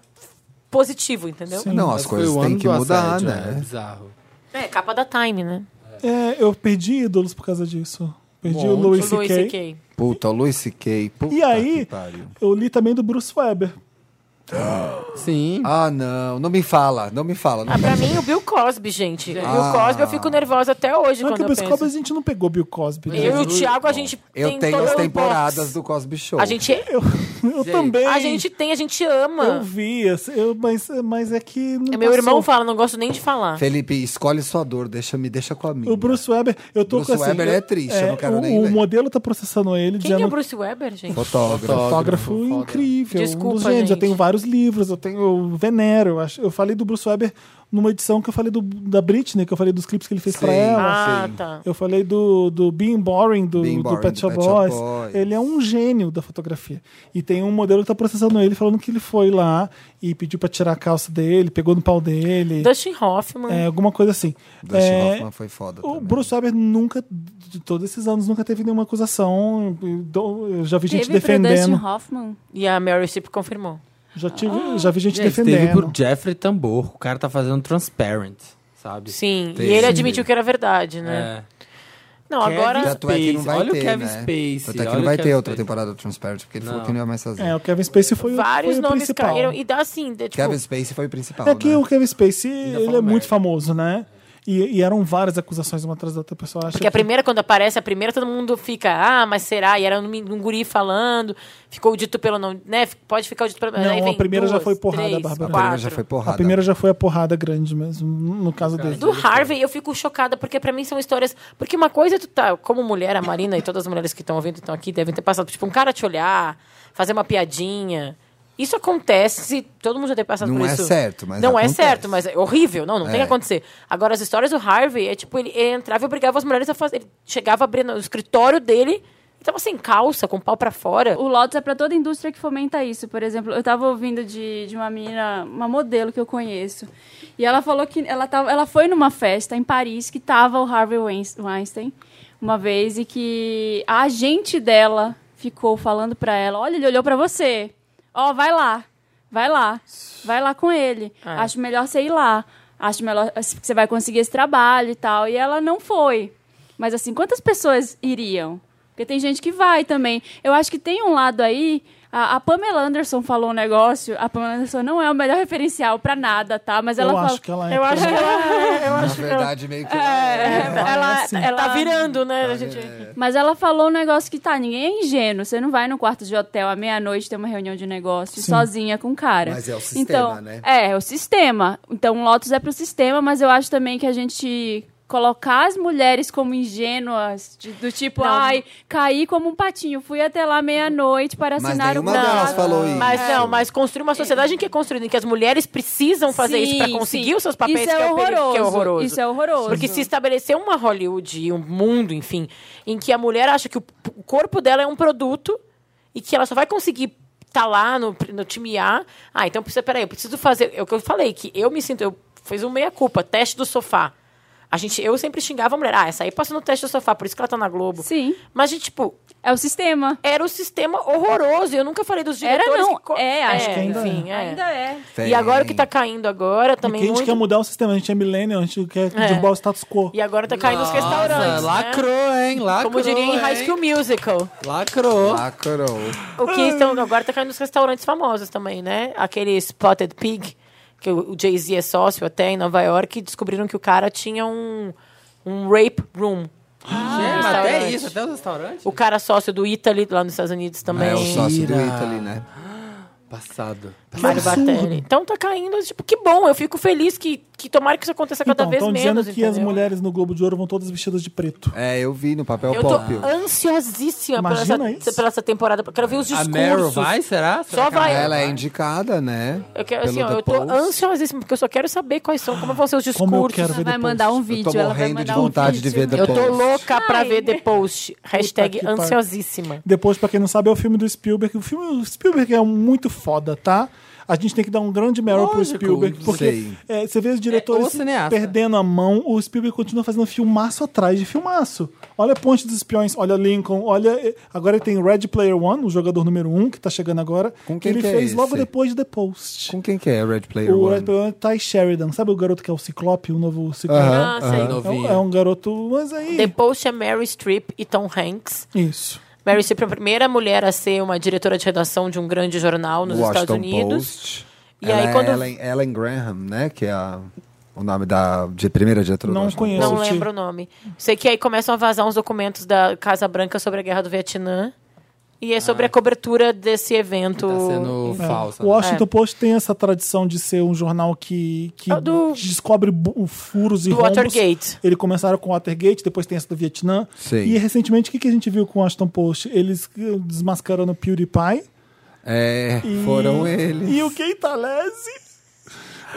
Speaker 4: positivo, entendeu?
Speaker 1: Sim.
Speaker 2: Não,
Speaker 7: Mas
Speaker 2: as
Speaker 7: foi
Speaker 2: coisas
Speaker 7: o
Speaker 2: têm
Speaker 7: ano
Speaker 2: que
Speaker 7: do
Speaker 2: mudar,
Speaker 7: assédio, É
Speaker 2: né?
Speaker 7: bizarro.
Speaker 4: É, capa da Time, né?
Speaker 1: É, eu perdi ídolos por causa disso. Perdi o
Speaker 7: Monte.
Speaker 1: Louis
Speaker 4: Do Louis
Speaker 1: C.K.
Speaker 4: C.K.
Speaker 2: Puta, Louis C.K. puta
Speaker 1: E aí,
Speaker 2: que pariu.
Speaker 1: eu li também do Bruce Weber.
Speaker 7: Sim.
Speaker 2: Ah, não. Não me fala, não me fala. Não
Speaker 4: Ah,
Speaker 2: me
Speaker 4: pra
Speaker 2: fala.
Speaker 4: mim, o Bill Cosby, gente. O Bill
Speaker 2: Ah.
Speaker 4: Cosby, eu fico nervosa até hoje
Speaker 1: Não, que
Speaker 4: quando
Speaker 1: o
Speaker 4: eu
Speaker 1: Bill Cosby, a
Speaker 4: penso.
Speaker 1: gente não pegou Bill Cosby. né?
Speaker 4: Eu e o Thiago, a gente
Speaker 2: Eu
Speaker 4: tem
Speaker 2: tenho
Speaker 4: todo
Speaker 2: as
Speaker 4: o
Speaker 2: temporadas
Speaker 4: box.
Speaker 2: do Cosby Show.
Speaker 4: A gente,
Speaker 1: Eu, [LAUGHS] eu também.
Speaker 4: a gente tem, a gente
Speaker 1: Eu
Speaker 4: ama.
Speaker 1: vi, assim, eu, mas, mas é que. não
Speaker 4: É, Meu
Speaker 1: passou.
Speaker 4: irmão fala, não gosto nem de falar.
Speaker 2: Felipe, escolhe sua dor, deixa, me deixa com a minha.
Speaker 1: O Bruce Weber, eu tô
Speaker 2: Bruce
Speaker 1: com assim,
Speaker 2: Weber é triste, eu não quero
Speaker 1: o,
Speaker 2: nem
Speaker 1: O
Speaker 2: ver.
Speaker 1: modelo tá processando ele,
Speaker 4: Quem que
Speaker 1: dizendo
Speaker 4: é o Bruce Weber, gente?
Speaker 2: Fotógrafo.
Speaker 1: fotógrafo incrível.
Speaker 4: Desculpa,
Speaker 1: um dos gênios. Eu
Speaker 4: gente.
Speaker 1: tenho vários livros, eu tenho eu Venero. Eu, acho- eu falei do Bruce Weber numa edição que eu falei do, da Britney, que eu falei dos clipes que ele fez
Speaker 2: Sim.
Speaker 1: pra ela.
Speaker 4: Ah,
Speaker 2: Sim.
Speaker 4: tá.
Speaker 1: Eu falei do, do Being Boring, do,
Speaker 2: Being
Speaker 1: do
Speaker 2: Boring,
Speaker 1: Pet
Speaker 2: do
Speaker 1: Shop
Speaker 2: Pet Shop
Speaker 1: Boys.
Speaker 2: Boys.
Speaker 1: Ele é um gênio da fotografia. E tem um modelo que tá processando ele, falando que ele foi lá e pediu pra tirar a calça dele, pegou no pau dele.
Speaker 4: Dustin Hoffman.
Speaker 1: É, alguma coisa assim.
Speaker 2: Dustin
Speaker 1: É,
Speaker 2: Hoffman foi foda
Speaker 1: O
Speaker 2: também.
Speaker 1: Bruce Weber nunca, de todos esses anos, nunca teve nenhuma acusação. Eu- eu já vi gente
Speaker 5: Teve pro Dustin
Speaker 1: defendendo.
Speaker 5: Hoffman.
Speaker 4: E a Meryl Streep confirmou.
Speaker 1: Já, tive,
Speaker 4: Ah,
Speaker 1: já vi gente,
Speaker 7: Gente, teve
Speaker 1: defendendo.
Speaker 7: por Jeffrey Tambor. O cara tá fazendo transparent, sabe?
Speaker 4: Sim.
Speaker 2: Teve.
Speaker 4: E ele admitiu que era verdade, né?
Speaker 7: É.
Speaker 4: Não, agora.
Speaker 2: Tanto é que não
Speaker 7: Space,
Speaker 2: vai
Speaker 7: olha o
Speaker 2: ter,
Speaker 7: Kevin
Speaker 2: né?
Speaker 7: Spacey,
Speaker 2: Tanto é que
Speaker 7: olha
Speaker 2: não
Speaker 7: o
Speaker 2: vai
Speaker 7: Kevin
Speaker 2: ter outra
Speaker 7: Spacey.
Speaker 2: temporada do Transparent, porque ele falou
Speaker 7: Não.
Speaker 2: que não ia mais fazer.
Speaker 1: É, o Kevin Spacey foi, o-
Speaker 4: Vários
Speaker 1: foi o
Speaker 4: nomes
Speaker 1: principal.
Speaker 4: caíram. E dá assim, de- tipo,
Speaker 2: Kevin Spacey foi o principal,
Speaker 1: É que
Speaker 2: né?
Speaker 1: o Kevin Spacey, ele é
Speaker 7: falou
Speaker 1: muito
Speaker 7: merda.
Speaker 1: famoso, né? E, e eram várias acusações uma atrás da outra pessoa. Acha
Speaker 4: Porque a
Speaker 1: que-
Speaker 4: primeira, quando aparece a primeira, todo mundo fica, ah, mas será? E era um, men- um guri falando, ficou dito pelo nome, né? F- Pode ficar o dito pelo
Speaker 1: Não,
Speaker 4: Aí
Speaker 1: a
Speaker 4: vem
Speaker 1: primeira já
Speaker 4: duas,
Speaker 1: foi porrada,
Speaker 4: três,
Speaker 1: Bárbara.
Speaker 2: A
Speaker 1: A
Speaker 2: primeira
Speaker 4: quatro.
Speaker 2: já foi
Speaker 1: A
Speaker 2: porrada.
Speaker 1: primeira já foi a porrada grande mesmo, no caso dele.
Speaker 4: Do Harvey, eu fico chocada, porque pra mim são histórias. Porque uma coisa, é tu tá, como mulher, a Marina e todas as mulheres que estão ouvindo estão aqui devem ter passado, tipo, um cara te olhar, fazer uma piadinha. Isso acontece, todo mundo já tem passado
Speaker 2: Não
Speaker 4: por
Speaker 2: é
Speaker 4: isso.
Speaker 2: certo, mas
Speaker 4: Não
Speaker 2: acontece.
Speaker 4: é certo, mas é horrível. Não, não tem
Speaker 2: É.
Speaker 4: que acontecer. Agora, as histórias do Harvey, é tipo, ele, ele entrava e obrigava as mulheres a fazer. Ele chegava abrindo o escritório dele e tava sem calça, com o pau pra fora.
Speaker 5: O Lotus é pra toda indústria que fomenta isso. Por exemplo, eu tava ouvindo de, de uma menina, uma modelo que eu conheço. E ela falou que ela, tava, ela foi numa festa em Paris que tava o Harvey Weins- Weinstein uma vez e que a agente dela ficou falando pra ela: Olha, ele olhou pra você. Ó, vai lá. Vai lá. Vai lá com ele.
Speaker 4: Ah.
Speaker 5: Acho melhor você ir lá. Acho melhor que você vai conseguir esse trabalho e tal. E ela não foi. Mas assim, quantas pessoas iriam? Porque tem gente que vai também. Eu acho que tem um lado aí. A, a Pamela Anderson falou um negócio. A Pamela Anderson não é o melhor [LAUGHS] referencial pra nada, tá? Mas ela
Speaker 1: eu
Speaker 5: fala.
Speaker 1: acho que ela é.
Speaker 4: Eu acho que ela, eu
Speaker 2: Na
Speaker 4: acho que ela,
Speaker 2: verdade, meio que... É,
Speaker 5: ela,
Speaker 1: assim,
Speaker 5: ela-
Speaker 4: [LAUGHS] tá virando, né? a gente...
Speaker 5: Mas ela falou um negócio que tá, ninguém é ingênuo. Você não vai no quarto de hotel à meia-noite ter uma reunião de negócio sozinha com o cara.
Speaker 2: Mas é o sistema,
Speaker 5: então,
Speaker 2: né?
Speaker 5: É, é o sistema. Então, o Lotus é pro sistema, mas eu acho também que a gente colocar as mulheres como ingênuas, de- do tipo,
Speaker 4: Não.
Speaker 5: ai, caí como um patinho, fui até lá meia-noite para
Speaker 2: Mas
Speaker 5: assinar
Speaker 2: nenhuma
Speaker 5: um
Speaker 2: delas
Speaker 5: contrato.
Speaker 2: falou isso.
Speaker 4: Mas não, mas construir uma sociedade em que é construída, em que as mulheres precisam fazer isso pra
Speaker 5: Sim,
Speaker 4: conseguir
Speaker 5: sim.
Speaker 4: os seus papéis,
Speaker 5: Isso é
Speaker 4: que, o período- que é horroroso.
Speaker 5: Isso é horroroso.
Speaker 4: Porque se estabeleceu uma Hollywood e um mundo, enfim, em que a mulher acha que o p- o corpo dela é um produto e que ela só vai conseguir estar lá no, pr- no time A. Ah, então precisa, peraí, eu preciso fazer. É o que eu falei, que eu me sinto. Eu fiz um meia-culpa, teste do sofá. A gente, eu sempre xingava a mulher. Ah, essa aí passou no teste do sofá, por isso que ela tá na Globo.
Speaker 5: Sim,
Speaker 4: Mas, gente, tipo,
Speaker 5: é o sistema.
Speaker 4: era o sistema horroroso. Eu nunca falei dos
Speaker 5: Era
Speaker 4: diretores.
Speaker 5: não.
Speaker 4: que co-
Speaker 5: É, acho que
Speaker 1: ainda
Speaker 4: enfim, é.
Speaker 5: Ainda é.
Speaker 4: E agora o que tá
Speaker 2: um
Speaker 4: caindo agora
Speaker 1: Porque
Speaker 4: também
Speaker 1: a gente
Speaker 4: muito.
Speaker 1: quer mudar o sistema, a gente é millennial, a gente quer
Speaker 4: É.
Speaker 1: derrubar o status quo.
Speaker 4: E agora tá caindo os
Speaker 7: Nossa,
Speaker 4: restaurantes. né?
Speaker 7: lacrou, hein? Lacrou,
Speaker 4: Como diria em
Speaker 7: hein?
Speaker 4: High School Musical.
Speaker 7: Lacrou.
Speaker 2: Lacrou.
Speaker 4: O que estão agora tá caindo nos restaurantes famosos também, né? Aquele Spotted Pig, que o o Jay-Z é sócio até em Nova York, e descobriram que o cara tinha um, um rape room.
Speaker 7: Gente, mas até
Speaker 4: restaurante.
Speaker 7: isso, até os restaurantes.
Speaker 4: O cara é sócio do Italy, lá nos Estados Unidos também.
Speaker 2: É o sócio do
Speaker 7: Mentira.
Speaker 2: Italy, né?
Speaker 7: Passado.
Speaker 4: Mário Batelli. Então tá caindo, tipo, que bom. Eu fico feliz que, que tomara que isso aconteça cada
Speaker 1: Então,
Speaker 4: vez
Speaker 1: estão dizendo
Speaker 4: menos.
Speaker 1: que as
Speaker 4: entendeu?
Speaker 1: mulheres no Globo de Ouro vão todas vestidas de preto.
Speaker 2: É, eu vi no papel
Speaker 4: Eu tô
Speaker 2: pop.
Speaker 4: ansiosíssima pela essa,
Speaker 1: Imagina isso.
Speaker 4: pela essa temporada. Eu quero ver os
Speaker 7: A Meryl
Speaker 4: discursos.
Speaker 7: vai, será? Será
Speaker 4: Só
Speaker 7: que a
Speaker 4: vai.
Speaker 2: Ela é indicada, né?
Speaker 4: Eu, quero,
Speaker 2: Pelo
Speaker 4: assim, ó,
Speaker 2: The
Speaker 4: eu tô
Speaker 2: Post.
Speaker 4: ansiosíssima, porque eu só quero saber quais são, como vão ser os
Speaker 1: Como eu
Speaker 4: discursos.
Speaker 1: quero
Speaker 5: Ela
Speaker 1: ver
Speaker 5: vai
Speaker 1: depois.
Speaker 5: mandar um
Speaker 2: Eu
Speaker 5: vídeo.
Speaker 2: tô
Speaker 5: ela vai
Speaker 2: morrendo de
Speaker 5: mandar um
Speaker 2: vontade de
Speaker 5: vídeo.
Speaker 2: ver The
Speaker 4: Eu tô
Speaker 2: Post.
Speaker 4: louca pra
Speaker 5: Ai.
Speaker 4: ver The Post. Hashtag
Speaker 1: que pariu.
Speaker 4: ansiosíssima.
Speaker 1: Depois, pra quem não sabe, é o filme do Spielberg. O filme o Spielberg é muito foda, tá? A gente tem que dar um grande Meryl pro
Speaker 7: Lógico,
Speaker 1: Spielberg, porque
Speaker 2: sei.
Speaker 1: é, você vê os
Speaker 7: o
Speaker 1: diretores
Speaker 7: cineasta.
Speaker 1: perdendo a mão, o Spielberg continua fazendo filmaço atrás de filmaço. Olha Ponte dos Espiões, olha Lincoln, olha. eh, Agora ele tem Red Player One, o jogador número um, que tá chegando agora,
Speaker 2: Com
Speaker 1: que
Speaker 2: quem
Speaker 1: ele
Speaker 2: que é
Speaker 1: fez logo
Speaker 2: esse?
Speaker 1: depois de The Post.
Speaker 2: Com quem que é Red Player
Speaker 1: O Red
Speaker 2: One?
Speaker 1: Player One é Ty Sheridan, sabe o garoto que é o Ciclope, o novo Ciclope?
Speaker 2: Aham,
Speaker 4: Ah,
Speaker 2: aham.
Speaker 4: sei.
Speaker 1: É um-
Speaker 7: Novinho.
Speaker 1: É um garoto, mas aí.
Speaker 4: The Post é Mary Streep e Tom Hanks.
Speaker 1: Isso.
Speaker 4: Mary Streep é a primeira mulher a ser uma diretora de redação de um grande jornal nos Estados
Speaker 2: Washington
Speaker 4: Unidos.
Speaker 2: Post.
Speaker 4: E
Speaker 2: Ela
Speaker 4: aí
Speaker 2: é
Speaker 4: quando-
Speaker 2: Ellen, Ellen Graham, né? Que é a- o nome da de primeira diretora
Speaker 1: Não
Speaker 2: do Washington
Speaker 1: conheço.
Speaker 4: Não
Speaker 1: Post.
Speaker 4: lembro o nome. Sei que aí começam a vazar uns documentos da Casa Branca sobre a Guerra do Vietnã. E é
Speaker 2: Ah.
Speaker 4: sobre a cobertura desse evento.
Speaker 7: Tá sendo falsa.
Speaker 1: O
Speaker 7: né?
Speaker 1: Washington Post tem essa tradição de ser um jornal que, que
Speaker 4: É o do-
Speaker 1: descobre bu- um, furos e
Speaker 4: Do
Speaker 1: rombos.
Speaker 4: Watergate.
Speaker 1: Eles começaram com o Watergate, depois tem essa do Vietnã.
Speaker 2: Sim.
Speaker 1: E recentemente, o que, que a gente viu com o Washington Post? Eles eh, desmascarando o PewDiePie.
Speaker 2: É,
Speaker 1: e-
Speaker 2: foram eles.
Speaker 1: E o Gaitalese.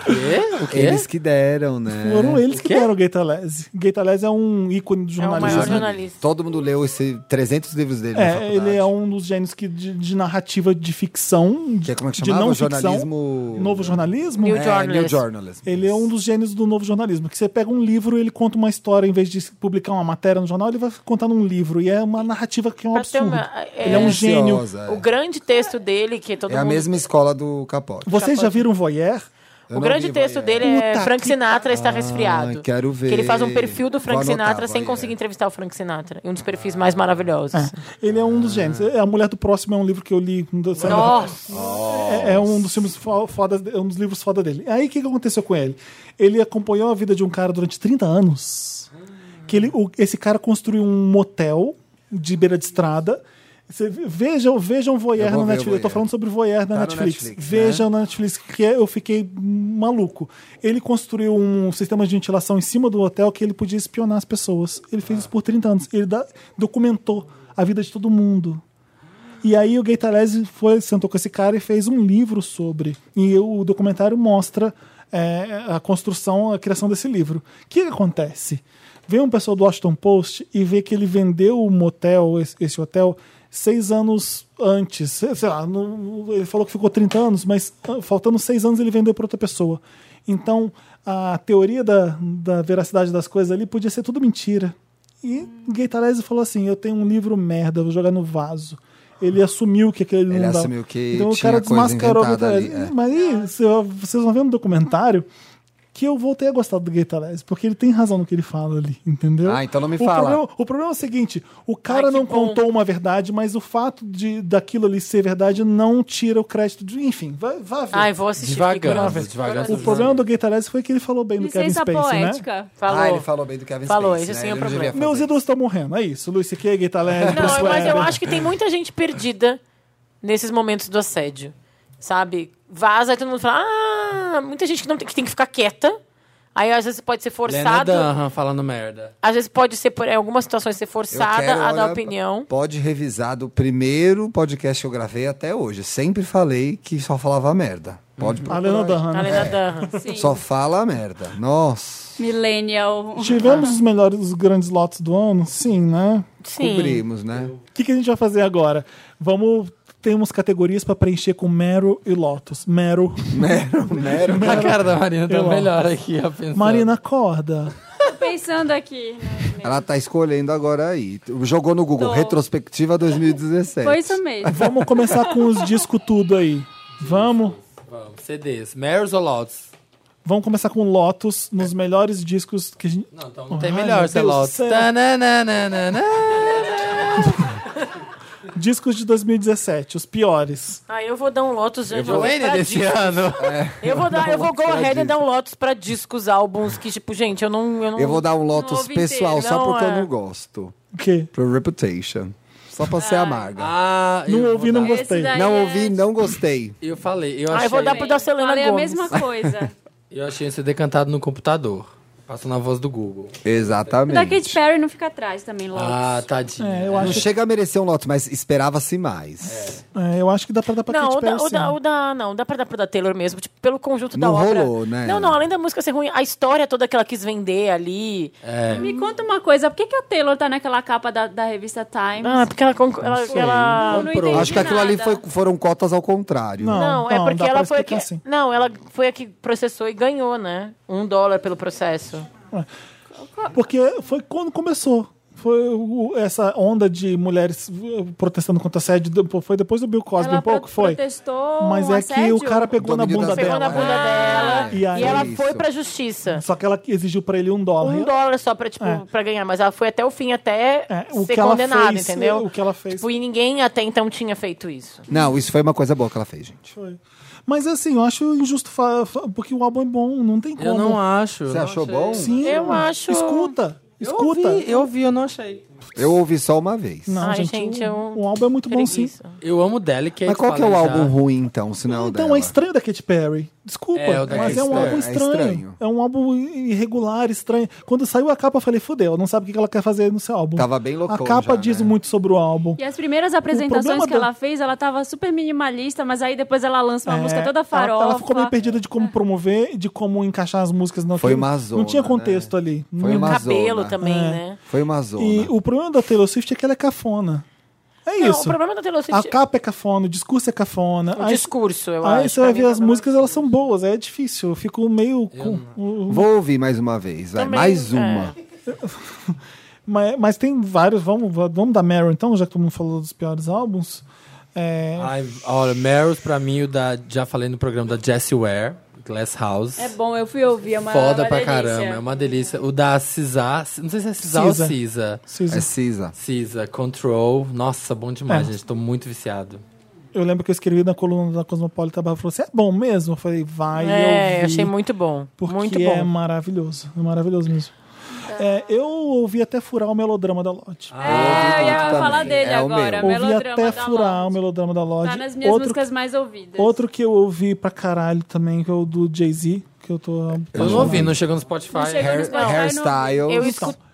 Speaker 7: Quê? O quê?
Speaker 2: Eles que deram, né?
Speaker 1: Foram eles que
Speaker 7: quê?
Speaker 1: deram o Gaitalese. Gaitalese é um ícone do
Speaker 4: É o
Speaker 1: jornalismo.
Speaker 4: maior jornalista.
Speaker 2: Todo mundo leu esse 300 livros dele na
Speaker 1: É,
Speaker 2: faculdade.
Speaker 1: ele é um dos gênios que, de, de narrativa de ficção,
Speaker 2: Que é como é que
Speaker 1: de
Speaker 2: chamava?
Speaker 1: não
Speaker 2: O
Speaker 1: ficção,
Speaker 2: jornalismo...
Speaker 1: novo jornalismo.
Speaker 4: New
Speaker 2: É,
Speaker 4: Journalist.
Speaker 2: New Journalist.
Speaker 1: Ele é um dos gênios do novo jornalismo, que você pega um livro, ele conta uma história, em vez de publicar uma matéria no jornal, ele vai contar num livro. E é uma narrativa que é um
Speaker 4: Pra ter
Speaker 1: absurdo.
Speaker 4: uma- é-
Speaker 1: Ele é um gênio.
Speaker 2: Ansiosa,
Speaker 4: O
Speaker 2: é.
Speaker 4: grande texto dele, que todo
Speaker 2: É a
Speaker 4: mundo.
Speaker 2: mesma escola do Capote.
Speaker 1: Vocês já viram Voyeur?
Speaker 2: Eu
Speaker 4: O
Speaker 2: não
Speaker 4: grande
Speaker 2: vi
Speaker 4: texto
Speaker 2: Voyeur.
Speaker 4: dele é
Speaker 1: Puta
Speaker 4: Frank
Speaker 1: que-
Speaker 4: Sinatra está resfriado.
Speaker 2: quero
Speaker 4: Que ele
Speaker 2: ver.
Speaker 4: faz um perfil do Frank
Speaker 2: Vou anotar,
Speaker 4: Sinatra sem
Speaker 2: Voyeur.
Speaker 4: conseguir entrevistar o Frank Sinatra. E um dos perfis mais maravilhosos.
Speaker 1: Ele é um dos gênios. É, A Mulher do Próximo é um livro que eu li. da- sabe?
Speaker 4: Nossa!
Speaker 1: É, é um dos filmes fo- foda, é um dos livros foda dele. Aí o que, que aconteceu com ele? Ele acompanhou a vida de um cara durante 30 anos. Que ele, o- esse cara construiu um motel de beira de estrada. Você ve- vejam, vejam Voyeur
Speaker 2: Eu vou
Speaker 1: na
Speaker 2: ver o
Speaker 1: Netflix. Eu tô
Speaker 2: Voyeur.
Speaker 1: falando sobre Voyeur na
Speaker 2: Tá no
Speaker 1: Netflix.
Speaker 2: Netflix, né?
Speaker 1: vejam na Netflix, que é, eu fiquei maluco. Ele construiu um sistema de ventilação em cima do hotel que ele podia espionar as pessoas. Ele fez isso por 30 anos. Ele da- documentou a vida de todo mundo. E aí o Gaitalese foi, sentou com esse cara e fez um livro sobre. E o documentário mostra é, a construção, a criação desse livro. O que, que acontece? Vem um pessoal do Washington Post e vê que ele vendeu o motel, esse- esse hotel, seis anos antes. Sei sei lá, no- ele falou que ficou 30 anos, mas ah, faltando seis anos ele vendeu para outra pessoa. Então, a teoria da, da veracidade das coisas ali podia ser tudo mentira. E Gaitalese falou assim: Eu tenho um livro merda, eu vou jogar no vaso. Ele assumiu que aquele não
Speaker 2: Ele
Speaker 1: dava.
Speaker 2: assumiu que
Speaker 1: Então
Speaker 2: tinha
Speaker 1: o cara
Speaker 2: coisa
Speaker 1: desmascarou
Speaker 2: inventada
Speaker 1: Gaitalese.
Speaker 2: ali, é.
Speaker 1: Mas aí, cê- vocês vão ver no documentário que eu voltei a gostar do Gaitalese, porque ele tem razão no que ele fala ali, entendeu?
Speaker 2: Ah, então não me
Speaker 1: o
Speaker 2: fala.
Speaker 1: Problema, o problema é o seguinte: o cara
Speaker 4: Ai, que
Speaker 1: não
Speaker 4: bom.
Speaker 1: contou uma verdade, mas o fato de daquilo ali ser verdade não tira o crédito de. Enfim, vá, vá ver.
Speaker 4: Ai, vou assistir. fiquei
Speaker 7: Devagar,
Speaker 4: curiosa.
Speaker 7: devagar.
Speaker 1: o problema é do Gaitalese foi que ele falou bem do Kevin
Speaker 5: Licença
Speaker 1: Spacey, né?
Speaker 5: poética.
Speaker 4: Falou.
Speaker 2: Ah, ele falou bem do Kevin
Speaker 4: Falou,
Speaker 2: Spacey,
Speaker 4: esse sim
Speaker 2: né?
Speaker 4: é o
Speaker 2: Ele não
Speaker 4: problema.
Speaker 2: devia fazer
Speaker 1: Meus
Speaker 2: isso.
Speaker 1: ídolos estão morrendo, é isso. Luiz C.K., Gaitalese, Bruce
Speaker 4: Não, mas eu
Speaker 1: Weber.
Speaker 4: acho que tem muita gente perdida nesses momentos do assédio. Sabe? Vaza e todo mundo fala. Ah, muita gente que, não tem, que tem que ficar quieta. Aí às vezes pode ser
Speaker 7: Lena
Speaker 4: forçado.
Speaker 7: Dunham falando merda.
Speaker 4: Às vezes pode ser, por- em algumas situações, ser
Speaker 2: Eu
Speaker 4: forçada
Speaker 2: quero,
Speaker 4: a dar
Speaker 2: olha,
Speaker 4: opinião.
Speaker 2: Pode revisar do primeiro podcast que eu gravei até hoje. Sempre falei que só falava merda. Pode
Speaker 1: A
Speaker 2: procurar.
Speaker 1: Lena Dunham, né?
Speaker 4: A Lena Dunham.
Speaker 5: Sim.
Speaker 2: Só fala merda. Nossa,
Speaker 5: Millennial.
Speaker 1: Tivemos os melhores, os grandes lotes do ano? Sim, né?
Speaker 4: Sim.
Speaker 2: cobrimos, né?
Speaker 1: O que, que a gente vai fazer agora? Vamos. Temos categorias para preencher com Meryl e Lotus. Meryl.
Speaker 2: Mero, mero.
Speaker 7: A cara da Marina tá
Speaker 1: Eu amo.
Speaker 7: melhor aqui, a pensar.
Speaker 1: Marina, acorda.
Speaker 5: Tô pensando aqui. né?
Speaker 2: Ela tá escolhendo agora aí. Jogou no Google,
Speaker 5: Tô.
Speaker 2: retrospectiva 2017.
Speaker 5: Foi isso mesmo.
Speaker 1: Vamos começar com os discos tudo aí. Vamos?
Speaker 7: Vamos, CDs. Mary's ou Lotus?
Speaker 1: Vamos começar com Lotus, nos melhores discos que a gente.
Speaker 7: Não, então não tem
Speaker 1: Ai,
Speaker 7: melhor,
Speaker 1: meu
Speaker 7: se é
Speaker 1: Deus do
Speaker 7: Lotus.
Speaker 1: céu.
Speaker 7: né, Tananana. né.
Speaker 1: Discos de 2017, os piores.
Speaker 4: Ah, eu vou dar um Lotus eu
Speaker 7: O N desse ano.
Speaker 4: Eu vou dar, eu vou go
Speaker 2: pra
Speaker 4: ahead e
Speaker 2: disco.
Speaker 4: dar um Lotus pra discos, álbuns que, tipo, gente, eu não. Eu não...
Speaker 2: Eu vou dar um Lotus
Speaker 5: ouve
Speaker 2: pessoal
Speaker 4: inteiro,
Speaker 2: só
Speaker 4: não
Speaker 2: porque
Speaker 4: é.
Speaker 2: eu não gosto.
Speaker 1: O quê?
Speaker 2: Pro Reputation. Só pra ser amarga.
Speaker 7: Ah, eu
Speaker 1: Não
Speaker 7: vou
Speaker 1: ouvi, não
Speaker 7: dar.
Speaker 5: Esse
Speaker 1: gostei.
Speaker 5: daí
Speaker 2: Não
Speaker 5: é-
Speaker 2: ouvi, não gostei.
Speaker 7: Eu falei, eu
Speaker 4: Ah,
Speaker 7: achei,
Speaker 4: eu vou dar pro da Selena
Speaker 5: Falei a
Speaker 4: Gomez.
Speaker 5: mesma coisa.
Speaker 7: eu achei esse decantado no computador. Passando a voz do Google.
Speaker 5: O da Katy
Speaker 2: Exatamente.
Speaker 5: Perry não fica atrás também, Lotus.
Speaker 7: Ah, tadinho.
Speaker 1: É, eu
Speaker 2: Não
Speaker 1: acho,
Speaker 2: chega a merecer um Lotus, mas esperava-se mais.
Speaker 1: é, eu acho que dá pra dar pra assim.
Speaker 4: Não,
Speaker 1: Katy
Speaker 4: o
Speaker 2: tipo,
Speaker 1: Perry,
Speaker 4: da, o, da,
Speaker 1: sim.
Speaker 4: o da- Não, dá pra dar pro da Taylor mesmo, tipo, pelo
Speaker 2: é
Speaker 4: conjunto
Speaker 2: assim? Não
Speaker 4: da obra.
Speaker 2: rolou, né?
Speaker 4: Não, não, além da música ser ruim, a história toda que ela quis vender ali.
Speaker 2: É.
Speaker 5: Me conta uma coisa, por que, que a Taylor tá naquela capa da, da revista Time?
Speaker 4: Ah, porque ela. concu- ela, ela-
Speaker 5: não entendi
Speaker 2: Acho que aquilo ali
Speaker 5: nada.
Speaker 2: foi- foram cotas ao contrário.
Speaker 1: Não,
Speaker 4: Não, é
Speaker 1: não,
Speaker 4: porque
Speaker 1: dá pra
Speaker 4: ela foi a que.
Speaker 1: explicar assim.
Speaker 4: Não, ela foi a que processou e ganhou, né? Um dólar pelo processo.
Speaker 1: Porque foi quando começou. foi o- essa onda de mulheres eh, protestando contra assédio do- foi depois do Bill Cosby
Speaker 5: Ela
Speaker 1: um pouco?
Speaker 5: pro-
Speaker 1: Foi.
Speaker 5: protestou
Speaker 1: Mas
Speaker 5: um
Speaker 1: é que o
Speaker 5: assédio?
Speaker 1: cara pegou na
Speaker 2: Domínio
Speaker 1: bunda
Speaker 2: das
Speaker 4: Pegou na
Speaker 1: dela.
Speaker 7: né?
Speaker 1: É,
Speaker 4: bunda dela. E,
Speaker 1: foi
Speaker 4: ela
Speaker 2: isso.
Speaker 4: foi pra justiça.
Speaker 1: Só que ela exigiu pra ele um dólar.
Speaker 4: Um dólar só pra, tipo,
Speaker 1: É.
Speaker 4: pra ganhar. Mas ela foi até o fim, até
Speaker 1: É, o
Speaker 4: ser
Speaker 1: que ela
Speaker 4: condenada,
Speaker 1: fez,
Speaker 4: entendeu?
Speaker 1: o que ela fez.
Speaker 4: Tipo, e ninguém até então tinha feito isso.
Speaker 2: Não, isso foi uma coisa boa que ela fez, gente.
Speaker 1: Foi. Mas assim, eu acho injusto fa- fa- porque o álbum é bom, não tem como.
Speaker 7: Eu não acho.
Speaker 2: Você
Speaker 7: não
Speaker 2: achou
Speaker 7: achei.
Speaker 2: bom?
Speaker 1: Sim,
Speaker 4: Eu
Speaker 1: mano.
Speaker 4: acho-
Speaker 1: Escuta,
Speaker 7: Eu
Speaker 1: escuta.
Speaker 7: ouvi, eu ouvi, eu não achei.
Speaker 2: Eu ouvi só uma vez.
Speaker 1: Não,
Speaker 4: Ai,
Speaker 1: gente,
Speaker 4: gente,
Speaker 1: o,
Speaker 4: eu-
Speaker 1: o álbum é muito bom, sim.
Speaker 4: Preguiça.
Speaker 7: Eu amo Delicate.
Speaker 2: Mas qual que é o
Speaker 7: falei já.
Speaker 2: álbum ruim, então, se não é o
Speaker 1: Então
Speaker 2: dela?
Speaker 1: é estranho da Katy Perry. Desculpa,
Speaker 7: É, o da
Speaker 1: mas
Speaker 7: Katy
Speaker 1: é um
Speaker 7: Perry.
Speaker 1: álbum
Speaker 2: É
Speaker 1: estranho. É,
Speaker 2: estranho.
Speaker 1: um álbum irregular, estranho. Quando saiu a capa, eu falei, fodeu, não sabe o que ela quer fazer no seu álbum.
Speaker 2: Tava bem loucão
Speaker 1: A capa
Speaker 2: já,
Speaker 1: diz
Speaker 2: né?
Speaker 1: muito sobre o álbum.
Speaker 5: E as primeiras apresentações
Speaker 1: problema
Speaker 5: que
Speaker 1: do-
Speaker 5: ela fez, ela tava super minimalista, mas aí depois ela lança uma
Speaker 1: É,
Speaker 5: música toda
Speaker 1: ela-
Speaker 5: farofa.
Speaker 1: Ela, ficou meio perdida de
Speaker 4: É.
Speaker 1: como promover e de como encaixar as músicas. Não,
Speaker 2: Foi uma zona,
Speaker 1: Não tinha contexto
Speaker 2: né?
Speaker 1: ali.
Speaker 2: Foi
Speaker 4: E o
Speaker 2: uma
Speaker 4: cabelo
Speaker 2: zona.
Speaker 4: também,
Speaker 1: É.
Speaker 4: né?
Speaker 2: Foi uma zona.
Speaker 1: E o problema da Taylor Swift é que ela é cafona. É
Speaker 4: Não, o
Speaker 1: isso.
Speaker 4: problema da Taylor
Speaker 1: A
Speaker 4: Swift...
Speaker 1: capa é cafona, o discurso é cafona.
Speaker 4: O
Speaker 1: aí-
Speaker 4: discurso, eu acho.
Speaker 1: Aí você
Speaker 4: pra
Speaker 1: vai
Speaker 4: mim, tá
Speaker 1: ver
Speaker 4: o
Speaker 1: as
Speaker 4: problema-
Speaker 1: músicas, elas são boas, é difícil. Eu fico meio com. o-
Speaker 2: Vou ouvir mais uma vez, vai.
Speaker 4: Também,
Speaker 2: mais
Speaker 4: é.
Speaker 2: uma.
Speaker 1: Mas, mas tem vários. Vamos, vamos dar Meryl então, já que todo mundo falou dos piores álbuns. É,
Speaker 2: Ah,
Speaker 7: Ai, olha, Meryl, pra mim, o da, já falei no programa da Jessie Ware, Glass House.
Speaker 5: É bom, eu fui ouvir, é uma
Speaker 7: Foda
Speaker 5: uma
Speaker 7: pra
Speaker 5: delícia.
Speaker 7: caramba, é uma delícia. O da Cisa, não sei se é Cisa ou
Speaker 1: Cisa.
Speaker 7: Cisa.
Speaker 1: Suzy,
Speaker 2: É Cisa.
Speaker 7: Cisa, Control. Nossa, bom demais,
Speaker 1: É.
Speaker 7: gente. Tô muito viciado.
Speaker 1: Eu lembro que eu escrevi na coluna da Cosmopolita Barra falou: Você é bom mesmo? Eu falei: Vai.
Speaker 4: É, eu
Speaker 1: eu
Speaker 4: achei muito bom.
Speaker 1: Porque
Speaker 4: muito bom.
Speaker 1: é maravilhoso. É maravilhoso mesmo. É, eu ouvi até furar o melodrama da Lorde.
Speaker 5: É, eu ia
Speaker 2: muito
Speaker 5: falar
Speaker 2: também.
Speaker 5: dele
Speaker 2: Ah. É o
Speaker 5: agora.
Speaker 2: meu.
Speaker 1: ouvi
Speaker 5: Melodrama
Speaker 1: até
Speaker 5: da
Speaker 1: furar o
Speaker 5: Lorde.
Speaker 1: melodrama da Lorde.
Speaker 5: Tá nas minhas
Speaker 1: outro,
Speaker 5: músicas mais ouvidas.
Speaker 1: outro que eu ouvi pra caralho também, que é o do Jay-Z, que eu tô.
Speaker 7: Eu não ouvi, não chegou no Spotify.
Speaker 5: Não chegou no
Speaker 7: Hair-
Speaker 5: Spotify. não.
Speaker 2: Hairstyle.
Speaker 4: Eu Então.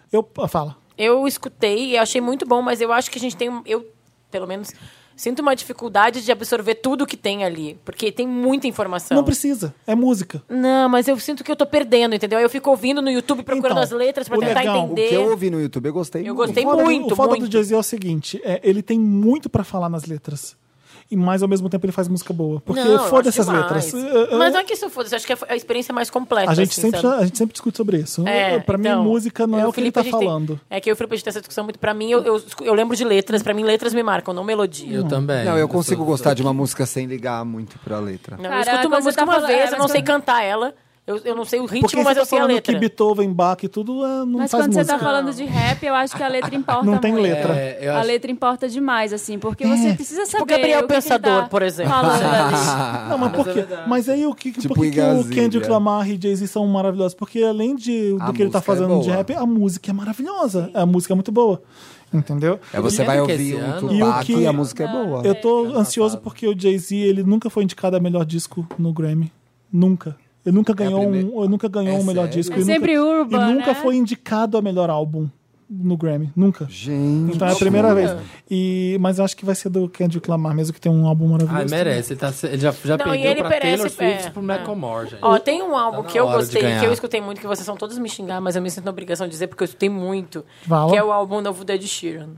Speaker 1: Então, eu. Fala.
Speaker 4: Eu escutei e achei muito bom, mas eu acho que a gente tem. um- Eu, pelo menos, sinto uma dificuldade de absorver tudo que tem ali. Porque tem muita informação.
Speaker 1: Não precisa, é música.
Speaker 4: Não, mas eu sinto que eu tô perdendo, entendeu? Eu fico ouvindo no YouTube procurando
Speaker 1: Então,
Speaker 4: as letras pra
Speaker 1: o
Speaker 4: tentar
Speaker 1: legal, o
Speaker 2: O que
Speaker 4: entender.
Speaker 2: eu ouvi no YouTube, eu gostei
Speaker 4: Eu
Speaker 2: muito.
Speaker 4: gostei
Speaker 1: foda
Speaker 4: muito,
Speaker 1: do, o foda
Speaker 4: muito.
Speaker 1: do Jay-Z é o seguinte: é, ele tem muito pra falar nas letras. E mais ao mesmo tempo ele faz música boa. Porque
Speaker 4: Não, eu
Speaker 1: foda
Speaker 4: acho
Speaker 1: essas
Speaker 4: demais.
Speaker 1: letras. É, é,
Speaker 4: Mas não é que isso foda-se, acho que é a experiência mais completa.
Speaker 1: a, gente
Speaker 4: assim,
Speaker 1: sempre,
Speaker 4: sabe?
Speaker 1: a gente sempre discute sobre isso.
Speaker 4: É,
Speaker 1: pra
Speaker 4: então,
Speaker 1: mim, música não é o que
Speaker 4: Felipe, a
Speaker 1: ele
Speaker 4: gente
Speaker 1: tá
Speaker 4: tem-
Speaker 1: falando.
Speaker 4: é que eu e o Felipe a gente tem essa discussão muito. Pra mim, eu, eu, eu lembro de letras. Pra mim, letras me marcam, não melodia.
Speaker 7: Eu também.
Speaker 2: Não, eu consigo
Speaker 7: sou-
Speaker 2: gostar de uma música sem ligar muito pra letra.
Speaker 4: Não, eu
Speaker 5: Caraca,
Speaker 4: escuto uma
Speaker 5: você
Speaker 4: música
Speaker 5: tá
Speaker 4: uma
Speaker 5: falando-
Speaker 4: vez,
Speaker 5: é,
Speaker 4: eu não
Speaker 5: mas
Speaker 4: sei
Speaker 5: quando-
Speaker 4: cantar ela. Eu, eu não sei o ritmo,
Speaker 1: Porque
Speaker 4: mas
Speaker 1: você
Speaker 4: eu
Speaker 1: tá
Speaker 4: sei um a
Speaker 1: falando
Speaker 4: letra.
Speaker 1: que Beethoven, Bach e tudo é, não
Speaker 5: Mas
Speaker 1: faz
Speaker 5: quando
Speaker 1: música.
Speaker 5: você tá falando de rap, eu acho que a letra importa
Speaker 1: [LAUGHS] Não tem
Speaker 5: muito.
Speaker 1: letra. É.
Speaker 7: É, eu
Speaker 5: a
Speaker 7: acho-
Speaker 5: letra importa demais, assim, porque você precisa saber.
Speaker 4: Tipo Gabriel
Speaker 5: o que que ele
Speaker 4: Pensador,
Speaker 5: tá
Speaker 4: por exemplo.
Speaker 5: falando
Speaker 7: [LAUGHS]
Speaker 5: ali.
Speaker 1: Ah, Não, mas por quê? Mas aí o que,
Speaker 2: é Tipo
Speaker 1: por que, que o
Speaker 2: Igazília.
Speaker 1: Kendrick Lamar e Jay-Z são maravilhosos? Porque além de,
Speaker 2: A
Speaker 1: do que ele
Speaker 2: música
Speaker 1: tá
Speaker 2: é
Speaker 1: fazendo de
Speaker 2: boa.
Speaker 1: rap, a música é maravilhosa. A música é muito boa. Entendeu?
Speaker 2: É, você
Speaker 7: Lembra
Speaker 2: vai
Speaker 7: que
Speaker 2: ouvir
Speaker 7: esse
Speaker 2: um
Speaker 7: ano-
Speaker 2: Tupac e,
Speaker 1: E o que-
Speaker 2: a música é boa.
Speaker 1: Eu
Speaker 4: Tá
Speaker 1: tô ansioso
Speaker 7: passado.
Speaker 1: porque o Jay-Z ele nunca foi indicado a melhor disco no Grammy. Nunca. Ele
Speaker 7: É
Speaker 1: nunca ganhou,
Speaker 2: primeira-
Speaker 1: um, ele nunca ganhou
Speaker 2: É
Speaker 1: um melhor
Speaker 2: sério?
Speaker 1: disco.
Speaker 5: É
Speaker 1: ele
Speaker 5: sempre
Speaker 1: nunca,
Speaker 5: urban,
Speaker 1: E nunca
Speaker 5: né?
Speaker 1: foi indicado a melhor álbum no Grammy. Nunca.
Speaker 2: Gente.
Speaker 1: Então é a primeira vez. E, mas eu acho que vai ser do Kendrick Lamar mesmo, que tem um álbum maravilhoso.
Speaker 7: Ai, merece. Ele, tá, se- ele já, já
Speaker 4: Não, e
Speaker 7: perdeu
Speaker 4: ele
Speaker 7: pra
Speaker 4: merece,
Speaker 7: Taylor Swift
Speaker 4: é.
Speaker 7: pro Macklemore, gente.
Speaker 4: Ó, tem um álbum
Speaker 7: Tá na
Speaker 4: que eu
Speaker 7: hora de
Speaker 4: gostei, que
Speaker 7: ganhar.
Speaker 4: eu escutei muito, que vocês são todos me xingar, mas eu me sinto na obrigação de dizer, porque eu escutei muito.
Speaker 1: Fala.
Speaker 4: Que é o álbum novo do Ed Sheeran,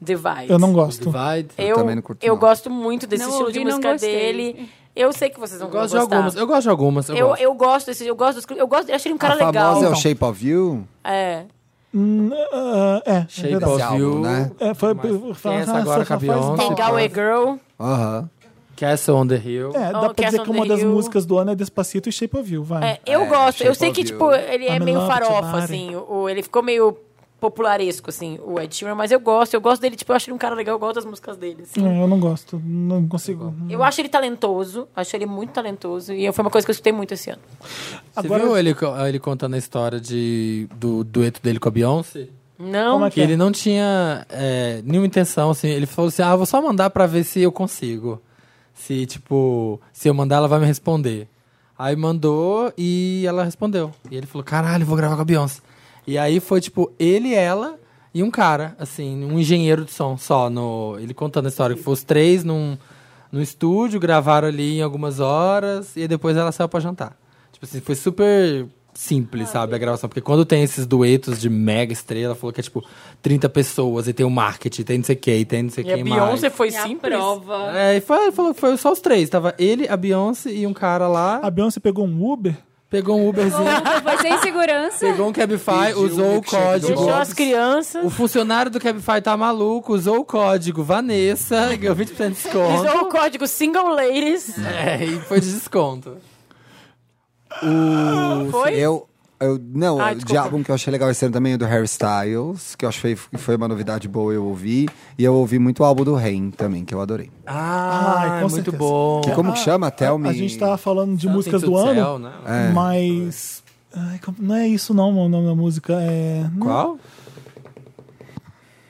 Speaker 4: Divide.
Speaker 1: Eu não
Speaker 7: O
Speaker 1: gosto.
Speaker 7: Divide.
Speaker 4: Eu,
Speaker 7: Eu,
Speaker 4: eu,
Speaker 2: também não curto, não.
Speaker 4: gosto muito desse
Speaker 5: Não
Speaker 4: estilo
Speaker 5: ouvi,
Speaker 4: de
Speaker 5: não
Speaker 4: música
Speaker 5: gostei.
Speaker 4: dele. Eu sei que vocês não
Speaker 7: gosto de
Speaker 4: vão gostar.
Speaker 7: algumas. Eu gosto de algumas. Eu,
Speaker 4: Eu,
Speaker 7: gosto.
Speaker 4: eu gosto desse, eu gosto dos clipes, eu gosto, eu achei ele um cara
Speaker 2: a famosa
Speaker 4: legal.
Speaker 2: é o Shape of You.
Speaker 4: É.
Speaker 1: Hum, ah, é, é
Speaker 7: Shape
Speaker 1: verdade.
Speaker 7: of
Speaker 2: álbum,
Speaker 7: You,
Speaker 2: né?
Speaker 1: É, foi,
Speaker 7: Tem essa agora com a Beyoncé.
Speaker 4: Tem Galway é Girl.
Speaker 2: Aham.
Speaker 7: Castle on the
Speaker 1: É,
Speaker 7: Hill.
Speaker 1: dá
Speaker 4: Oh,
Speaker 1: pra dizer
Speaker 4: Castle
Speaker 1: que
Speaker 4: on
Speaker 1: uma
Speaker 4: the
Speaker 1: das
Speaker 4: Hill.
Speaker 1: músicas do ano é Despacito e Shape of You, vai.
Speaker 4: É, eu
Speaker 2: É,
Speaker 4: gosto. Eu
Speaker 2: Shape
Speaker 4: sei
Speaker 2: of
Speaker 4: que,
Speaker 2: You.
Speaker 4: tipo, ele é
Speaker 1: I'm in
Speaker 4: meio
Speaker 1: love with your
Speaker 4: farofa,
Speaker 1: body.
Speaker 4: assim. O, ele ficou meio popularesco, assim, o Ed Sheeran. Mas eu gosto. Eu gosto dele, tipo, eu acho ele um cara legal. Eu gosto das músicas dele, assim.
Speaker 1: É, eu não gosto, não consigo.
Speaker 7: Uhum.
Speaker 4: Eu acho ele talentoso. Acho ele muito talentoso. E foi uma coisa que eu escutei muito esse ano.
Speaker 7: Você
Speaker 1: Agora-
Speaker 7: viu ele, co- ele contando a história de, do dueto dele com a Beyoncé?
Speaker 1: Como
Speaker 4: Não.
Speaker 1: é
Speaker 7: Que ele não tinha é, nenhuma intenção, assim. Ele falou assim: ah, vou só mandar pra ver se eu consigo. Se, tipo, se eu mandar, ela vai me responder. Aí mandou e ela respondeu. E ele falou: caralho, vou gravar com a Beyoncé. E aí foi, tipo, ele, ela e um cara, assim, um engenheiro de som só. No, ele contando a história que foi os três num, num estúdio, gravaram ali em algumas horas e depois ela saiu pra jantar. Tipo assim, foi super simples,
Speaker 4: Ah,
Speaker 7: sabe, a gravação. Porque quando tem esses duetos de mega estrela, falou que é tipo 30 pessoas e tem o marketing, tem não sei o que, tem não sei
Speaker 4: E a
Speaker 7: quem mais.
Speaker 4: Beyoncé foi
Speaker 5: E a
Speaker 4: simples.
Speaker 5: prova.
Speaker 7: É, e foi, ele falou que foi só os três. Tava ele, a Beyoncé e um cara lá.
Speaker 1: A Beyoncé pegou um Uber?
Speaker 7: Pegou um Uberzinho,
Speaker 4: [LAUGHS]
Speaker 5: Foi sem segurança.
Speaker 7: pegou um Cabify,
Speaker 2: Pediu um
Speaker 7: usou o
Speaker 2: milkshake do
Speaker 7: código.
Speaker 4: Deixou as
Speaker 7: O
Speaker 4: crianças.
Speaker 7: funcionário do Cabify tá maluco, usou o código Vanessa, ganhou 20% de desconto.
Speaker 4: Usou o código Single Ladies.
Speaker 7: É, e foi de desconto.
Speaker 4: Foi?
Speaker 2: Eu, eu não,
Speaker 4: Ah,
Speaker 2: o de
Speaker 4: desculpa.
Speaker 2: álbum que eu achei legal esse ano também é do Harry Styles, que eu achei que foi uma novidade boa eu ouvi. E eu ouvi muito o álbum do Rain também, que eu adorei.
Speaker 1: Ai,
Speaker 7: Ah,
Speaker 1: com
Speaker 7: é muito
Speaker 1: certeza.
Speaker 7: bom. Tá
Speaker 2: Que como que chama? Tell Me.
Speaker 1: Ah,
Speaker 2: É.
Speaker 1: A gente tá- tava falando de
Speaker 7: Something
Speaker 1: músicas
Speaker 7: to
Speaker 1: do ano, É.
Speaker 7: Tell, né?
Speaker 1: mas. Ai, como- não é isso não, o nome da música. É.
Speaker 7: Qual? O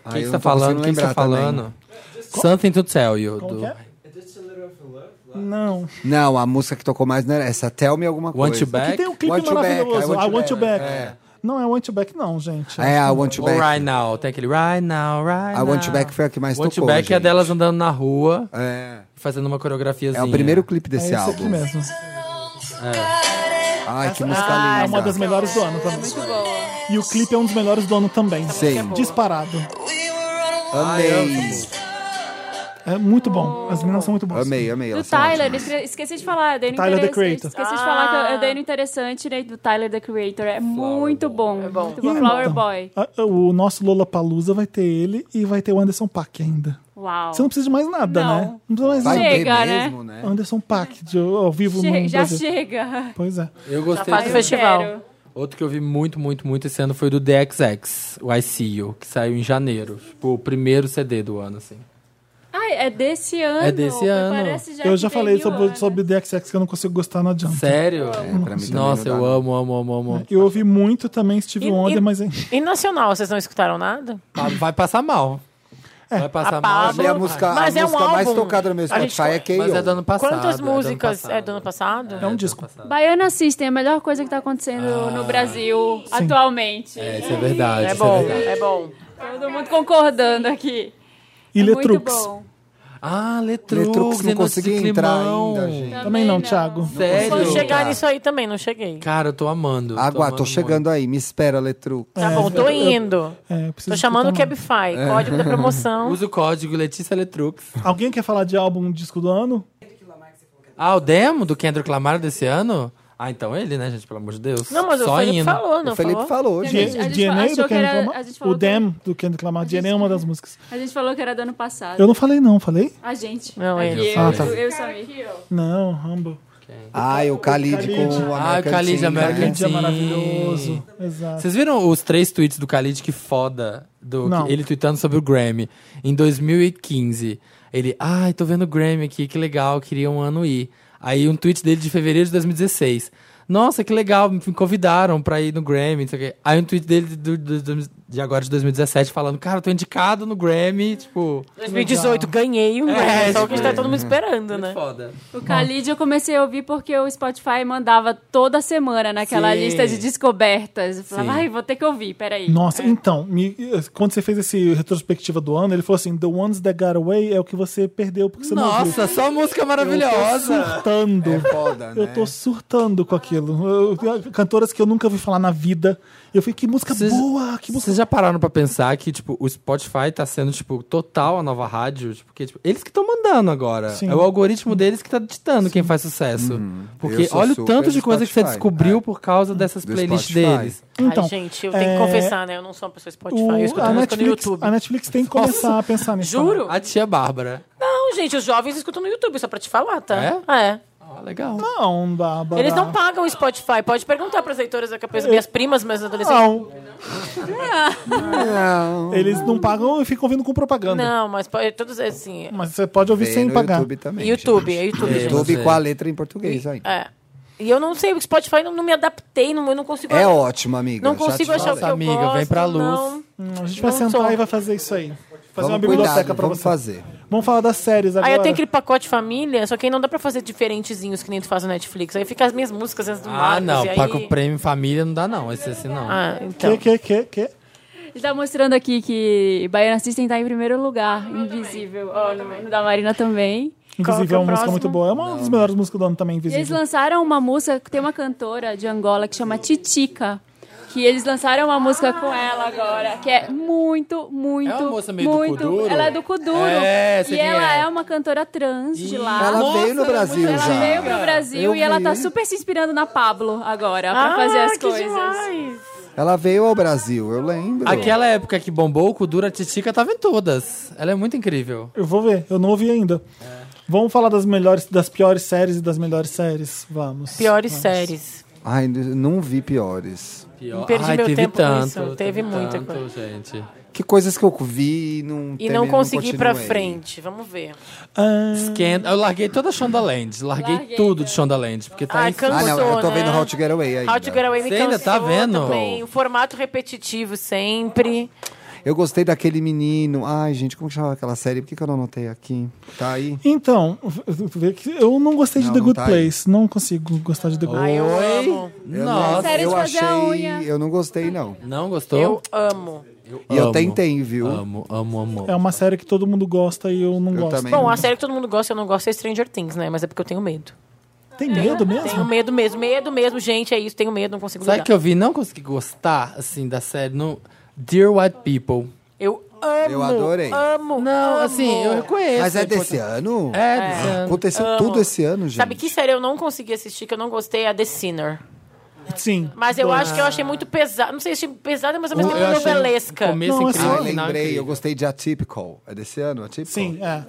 Speaker 2: Ai,
Speaker 7: que
Speaker 2: Ah, eu
Speaker 7: você
Speaker 2: não
Speaker 7: tá
Speaker 2: tô
Speaker 7: falando? O que
Speaker 2: conseguindo
Speaker 7: você tá
Speaker 2: lembrar também.
Speaker 7: falando? Something to tell you.
Speaker 1: Como
Speaker 7: do-
Speaker 1: que é? Não.
Speaker 2: Não, a música que tocou mais não era essa. Tell Me alguma
Speaker 7: Want
Speaker 2: coisa.
Speaker 7: you back?
Speaker 1: Que tem um clipe
Speaker 2: Want You Back,
Speaker 1: maravilhoso.
Speaker 2: I Want
Speaker 1: I
Speaker 2: You
Speaker 1: Want You
Speaker 2: Back.
Speaker 1: Back. Não é Want You Back, não, gente.
Speaker 2: É, I Want You
Speaker 7: Ou
Speaker 2: Back.
Speaker 7: right now. Tem aquele right now, right now.
Speaker 2: I Want You Back foi a que mais
Speaker 7: Want
Speaker 2: tocou,
Speaker 7: you back é
Speaker 2: gente.
Speaker 7: delas andando na rua,
Speaker 2: É.
Speaker 7: fazendo uma coreografiazinha.
Speaker 2: É o primeiro clipe
Speaker 1: É
Speaker 2: desse
Speaker 1: esse
Speaker 2: álbum. Ah,
Speaker 1: aqui mesmo.
Speaker 2: Ai, que música linda.
Speaker 1: É uma das melhores do ano também. E o clipe é um dos melhores do ano também.
Speaker 2: Sim.
Speaker 1: Disparado.
Speaker 2: Amei.
Speaker 1: É muito bom. As meninas são muito boas.
Speaker 2: Amei, amei. tá
Speaker 5: Do
Speaker 2: elas são
Speaker 5: Tyler,
Speaker 2: ótimas.
Speaker 5: esque- esqueci de falar, dei no
Speaker 1: Tyler, the
Speaker 5: interessante.
Speaker 1: Creator.
Speaker 5: Esqueci de falar
Speaker 4: Ah.
Speaker 5: que eu- eu dei no interessante né, do Tyler the Creator. É muito bom. É
Speaker 4: bom.
Speaker 5: Muito
Speaker 1: E
Speaker 5: bom.
Speaker 1: aí,
Speaker 5: Flower
Speaker 1: então,
Speaker 5: Boy.
Speaker 1: a- a- o nosso Lola Palusa vai ter ele e vai ter o Anderson Pack ainda.
Speaker 5: Uau.
Speaker 1: Você não precisa de mais nada,
Speaker 5: Não.
Speaker 1: né? Não precisa mais
Speaker 2: Vai
Speaker 1: nada.
Speaker 5: Chega,
Speaker 2: ter
Speaker 5: né?
Speaker 2: mesmo, né?
Speaker 1: Anderson Pack, de- ao vivo
Speaker 5: Che-
Speaker 1: no
Speaker 5: já
Speaker 1: Brasil.
Speaker 5: chega.
Speaker 1: Pois é.
Speaker 7: Eu gostei.
Speaker 4: faz o
Speaker 7: também.
Speaker 4: festival.
Speaker 5: Quero.
Speaker 7: Outro que eu vi muito, muito, muito esse ano foi do DXX, o I See You, que saiu em janeiro. Tipo, o primeiro CD do ano, assim.
Speaker 5: Ah, é desse ano.
Speaker 7: desse ano.
Speaker 5: Parece
Speaker 1: eu
Speaker 5: já que é.
Speaker 1: já
Speaker 5: tem um
Speaker 1: falei
Speaker 5: mil
Speaker 1: sobre,
Speaker 5: anos.
Speaker 1: sobre DXX que eu não consigo gostar, não adianta.
Speaker 7: Sério?
Speaker 2: É, pra mim
Speaker 7: Nossa,
Speaker 2: também não
Speaker 7: eu
Speaker 2: dá, não.
Speaker 7: amo, amo, amo, amo.
Speaker 1: Eu ouvi muito também Steve
Speaker 4: E-
Speaker 1: Wonder,
Speaker 4: e-
Speaker 1: mas é-
Speaker 4: E nacional, vocês não escutaram nada?
Speaker 7: Ah, Vai passar mal.
Speaker 1: É.
Speaker 7: Vai passar
Speaker 4: a
Speaker 7: mal.
Speaker 4: Pablo-
Speaker 2: Amei a música,
Speaker 4: Mas
Speaker 2: a
Speaker 4: é um
Speaker 2: música mais
Speaker 4: álbum.
Speaker 2: tocada no meu
Speaker 4: A gente
Speaker 2: Spotify é K.O.
Speaker 7: Mas é do ano passado.
Speaker 4: Quantas
Speaker 7: é do ano
Speaker 4: músicas é
Speaker 7: passado.
Speaker 4: do ano passado?
Speaker 1: é um disco.
Speaker 5: Baiana System, a melhor coisa que tá acontecendo
Speaker 1: Ah,
Speaker 5: no Brasil atualmente.
Speaker 7: É, isso é verdade.
Speaker 4: É
Speaker 7: isso
Speaker 4: bom,
Speaker 7: verdade.
Speaker 4: é bom.
Speaker 5: Todo mundo concordando aqui.
Speaker 1: E
Speaker 5: é muito
Speaker 1: Letrux.
Speaker 5: bom.
Speaker 7: Ah, Letrux.
Speaker 2: Letrux não
Speaker 7: Renan
Speaker 2: consegui entrar
Speaker 7: Ciclimão.
Speaker 2: ainda, gente.
Speaker 1: Também não, Thiago.
Speaker 4: Quando
Speaker 7: Sério?
Speaker 4: chegar
Speaker 2: Cara.
Speaker 4: nisso aí também, não cheguei.
Speaker 7: Cara, eu tô amando.
Speaker 2: Água, tô
Speaker 7: amando
Speaker 2: chegando aí. Me espera, Letrux.
Speaker 4: Tá bom, tô indo.
Speaker 1: É, eu preciso
Speaker 4: Tô chamando o
Speaker 1: escutar mais.
Speaker 4: Cabify, código da
Speaker 7: muito. [LAUGHS]
Speaker 4: promoção.
Speaker 7: Usa o código Letícia Letrux.
Speaker 1: Alguém quer falar de álbum disco do ano?
Speaker 7: Ah, o demo do Kendrick Lamar desse ano? Ah, então ele, né, gente? Pelo amor de Deus.
Speaker 4: Não, mas
Speaker 7: Só
Speaker 4: o Felipe
Speaker 7: indo.
Speaker 4: falou, não
Speaker 2: o Felipe
Speaker 4: falou?
Speaker 2: falou,
Speaker 5: Tem
Speaker 1: D-
Speaker 5: gente-
Speaker 2: gente.
Speaker 5: a gente
Speaker 1: DNA do
Speaker 5: achou que era-
Speaker 1: Kendrick
Speaker 5: a
Speaker 1: Lamar?
Speaker 5: gente falou
Speaker 1: O
Speaker 5: que-
Speaker 1: Dem do Kendrick Lamar. DNA é uma das músicas.
Speaker 5: A gente falou que era do ano passado.
Speaker 1: Eu não falei não, falei?
Speaker 5: A gente.
Speaker 4: Não,
Speaker 5: Aqui,
Speaker 4: ele.
Speaker 5: Eu,
Speaker 7: Ah, tá.
Speaker 5: eu, eu, Samir.
Speaker 1: Não, Humble.
Speaker 2: Ai, o Khalid
Speaker 1: Khalid.
Speaker 2: com o American
Speaker 7: Ah, o Khalid,
Speaker 2: Teen, né?
Speaker 7: American
Speaker 1: Khalid é
Speaker 7: Sim.
Speaker 1: maravilhoso. Exato.
Speaker 7: Vocês viram os três tweets do Khalid que foda? Do,
Speaker 1: Não.
Speaker 7: que- ele tweetando sobre o Grammy. Em 2015. Ele, ai, tô vendo o Grammy aqui, que legal, queria um ano ir. Aí um tweet dele de fevereiro de 2016. Nossa, que legal, me convidaram pra ir no Grammy, não sei o quê. Aí um tweet dele do- do- do- de agora de 2017 falando, cara, eu tô indicado no Grammy, tipo.
Speaker 4: 2018 ganhei um
Speaker 7: É,
Speaker 4: é, só
Speaker 7: tipo,
Speaker 4: que a gente tá todo mundo esperando, né?
Speaker 7: Foda.
Speaker 5: O Khalid eu comecei a ouvir porque o Spotify mandava toda semana naquela
Speaker 7: Sim.
Speaker 5: lista de descobertas. Eu falava,
Speaker 7: Sim.
Speaker 5: ai, vou ter que ouvir, peraí.
Speaker 4: É.
Speaker 1: Nossa, então, me- quando você fez esse retrospectiva do ano, ele falou assim: The Ones That Got Away é o que você perdeu porque você não viu.
Speaker 7: Nossa, só música maravilhosa.
Speaker 1: Surtando.
Speaker 2: É foda, né?
Speaker 1: Eu tô surtando com aquilo. Eu- cantoras que eu nunca ouvi falar na vida. Eu falei, que música
Speaker 7: Vocês-
Speaker 1: boa, que música.
Speaker 7: Vocês já pararam pra pensar que, tipo, o Spotify tá sendo, tipo, total a nova rádio? Tipo, porque, tipo, eles que estão mandando agora.
Speaker 1: Sim.
Speaker 7: É o algoritmo deles que tá ditando quem faz sucesso. Porque
Speaker 2: Uhum. Eu sou
Speaker 7: olha o
Speaker 2: super
Speaker 7: tanto de
Speaker 2: do
Speaker 7: coisa que você
Speaker 2: Spotify. é.
Speaker 7: descobriu por causa dessas
Speaker 2: Do
Speaker 7: playlists
Speaker 2: Spotify.
Speaker 7: deles.
Speaker 1: Então,
Speaker 4: Ai, gente, eu tenho
Speaker 1: é,
Speaker 4: que confessar, né? Eu não sou uma pessoa Spotify, eu
Speaker 1: o-
Speaker 4: escuto
Speaker 1: a,
Speaker 4: música no
Speaker 1: Netflix,
Speaker 4: YouTube.
Speaker 1: a Netflix tem que começar a pensar nisso.
Speaker 4: Juro?
Speaker 7: A tia Bárbara.
Speaker 4: Não, gente, os jovens escutam no YouTube, só pra te falar, tá?
Speaker 7: É?
Speaker 4: É.
Speaker 7: Ó, legal.
Speaker 1: Não, Bárbara.
Speaker 4: Eles não pagam o Spotify. Pode perguntar pras leitoras da cabeça, minhas primas, meus adolescentes.
Speaker 1: Não. Eles não pagam e ficam vindo com propaganda.
Speaker 4: Não, mas pode, todos assim.
Speaker 1: Mas você pode ouvir
Speaker 2: Tem
Speaker 1: sem
Speaker 2: no
Speaker 1: pagar.
Speaker 2: YouTube também.
Speaker 4: YouTube,
Speaker 2: gente.
Speaker 4: é YouTube, gente.
Speaker 2: YouTube com a letra em português ainda.
Speaker 4: É. E eu não sei, o Spotify não, não me adaptei, não, eu não consigo.
Speaker 2: É ótimo, amiga.
Speaker 4: Não
Speaker 2: já te
Speaker 4: consigo achar o que
Speaker 2: falei.
Speaker 4: eu
Speaker 7: amiga,
Speaker 4: gosto.
Speaker 7: vem pra luz.
Speaker 4: não.
Speaker 1: Hum, A gente vai
Speaker 4: Não
Speaker 1: sentar
Speaker 4: sou.
Speaker 1: e vai fazer isso aí. Fazer uma
Speaker 2: Vamos
Speaker 1: biblioteca
Speaker 2: cuidar,
Speaker 1: pra
Speaker 2: vamos
Speaker 1: você.
Speaker 2: fazer.
Speaker 1: Vamos falar das séries agora.
Speaker 4: Aí eu tenho aquele pacote família, só que aí não dá pra fazer diferentezinhos que nem tu faz no Netflix. Aí fica as minhas músicas, as do
Speaker 7: Ah,
Speaker 4: Marcos,
Speaker 7: não.
Speaker 4: e aí...
Speaker 7: Paco Prêmio Família não dá, não. Esse assim, não.
Speaker 4: Ah, então.
Speaker 1: Que, que, que, que?
Speaker 5: Ele tá mostrando aqui que Baiana System tá em primeiro lugar, invisível. Ó, no, no da Marina também.
Speaker 4: Qual que é
Speaker 1: Invisível é
Speaker 4: o
Speaker 1: uma música
Speaker 4: próximo?
Speaker 1: muito boa. É uma das melhores músicas do ano também,
Speaker 5: E eles
Speaker 1: Invisível.
Speaker 5: lançaram uma música, tem uma cantora de Angola que chama Titica. que eles lançaram uma música com ela agora, que é muito, muito,
Speaker 7: É uma moça meio do
Speaker 5: muito.
Speaker 7: Kuduro?
Speaker 5: Ela é do Kuduro.
Speaker 7: É, sei
Speaker 5: e
Speaker 7: quem
Speaker 5: ela
Speaker 7: é.
Speaker 5: é. uma cantora trans de lá.
Speaker 2: Ela veio no
Speaker 7: ela é
Speaker 2: Brasil
Speaker 5: Ela
Speaker 2: já.
Speaker 5: veio pro Brasil
Speaker 2: Eu
Speaker 5: e ela tá
Speaker 2: vi.
Speaker 5: super se inspirando na Pablo agora pra fazer as
Speaker 4: Ah, que
Speaker 5: coisas.
Speaker 4: demais.
Speaker 2: Ela veio ao Brasil, eu lembro.
Speaker 7: Aquela época que bombou, o Kudura Titica tava em todas. Ela é muito incrível.
Speaker 1: Eu vou ver, eu não ouvi ainda.
Speaker 2: É.
Speaker 1: Vamos falar das melhores, das piores séries e das melhores séries. Vamos.
Speaker 4: Piores
Speaker 1: Vamos.
Speaker 4: séries.
Speaker 2: Ai, n- não vi piores.
Speaker 7: Pior.
Speaker 4: Perdi meu
Speaker 7: teve
Speaker 4: tempo com
Speaker 7: tanto,
Speaker 4: isso, teve muita
Speaker 7: tanto,
Speaker 4: coisa.
Speaker 7: gente.
Speaker 2: Que coisas que eu vi e não
Speaker 4: E
Speaker 2: terminei,
Speaker 4: não consegui ir pra
Speaker 2: continuei.
Speaker 4: frente. Vamos ver.
Speaker 1: Ah,
Speaker 7: Scandal- Eu larguei toda a Shondaland. Larguei,
Speaker 5: Larguei
Speaker 7: tudo de Shondaland. Porque tá
Speaker 4: Ai,
Speaker 7: em
Speaker 4: cansa-
Speaker 2: Ah, não, eu tô
Speaker 4: Cansou,
Speaker 2: vendo
Speaker 4: né?
Speaker 2: How to Get Away ainda.
Speaker 4: How to Get Away me
Speaker 7: Você ainda tá
Speaker 4: cansou
Speaker 7: vendo?
Speaker 4: também. O formato repetitivo sempre.
Speaker 2: Eu gostei daquele menino. Ai, gente, como que chamava aquela série? Por que, que eu não anotei aqui? Tá aí.
Speaker 1: Então, vê que eu não gostei de
Speaker 2: Não,
Speaker 1: The
Speaker 2: não
Speaker 1: Good
Speaker 2: tá aí.
Speaker 1: Place. Não consigo gostar de The Good Place.
Speaker 4: Ai, eu
Speaker 7: Oi?
Speaker 4: amo.
Speaker 2: Eu
Speaker 7: Nossa.
Speaker 5: Série
Speaker 2: eu
Speaker 5: de fazer
Speaker 2: achei.
Speaker 5: a unha.
Speaker 2: Eu não gostei, não.
Speaker 7: Não gostou?
Speaker 4: Eu amo.
Speaker 2: E eu
Speaker 7: Amo.
Speaker 2: tentei, viu?
Speaker 7: Amo, amo, amo.
Speaker 1: É uma série que todo mundo gosta e eu não
Speaker 2: Eu
Speaker 1: gosto.
Speaker 2: também.
Speaker 4: Bom, a série que todo mundo gosta e eu não gosto é Stranger Things, né? Mas é porque eu tenho medo.
Speaker 1: Tem medo
Speaker 4: Tenho
Speaker 1: mesmo?
Speaker 4: medo mesmo. Medo mesmo, gente. É isso. Tenho medo, não consigo
Speaker 7: Sabe
Speaker 4: lidar.
Speaker 7: que eu vi não consegui gostar, assim, da série no Dear White People?
Speaker 4: Eu amo.
Speaker 2: Eu adorei.
Speaker 4: Amo.
Speaker 7: Não,
Speaker 4: amo.
Speaker 7: assim, eu reconheço.
Speaker 2: Mas é
Speaker 7: a
Speaker 2: desse ano?
Speaker 7: importância- É, desse ano.
Speaker 2: Aconteceu
Speaker 4: Amo.
Speaker 2: tudo esse ano, gente.
Speaker 4: Sabe que é série eu não consegui assistir, que eu não gostei? É a The Sinner.
Speaker 1: Sim.
Speaker 4: Mas eu acho que eu achei muito pesada. Não sei, achei pesada, mas ao mesmo
Speaker 7: Eu
Speaker 4: tempo
Speaker 7: achei
Speaker 4: novelesca.
Speaker 7: o Começo
Speaker 1: Não,
Speaker 7: incrível,
Speaker 2: Ah,
Speaker 1: assim,
Speaker 7: o final
Speaker 2: lembrei, eu
Speaker 7: incrível.
Speaker 2: gostei de Atypical. É desse ano, Atypical?
Speaker 1: Sim, é.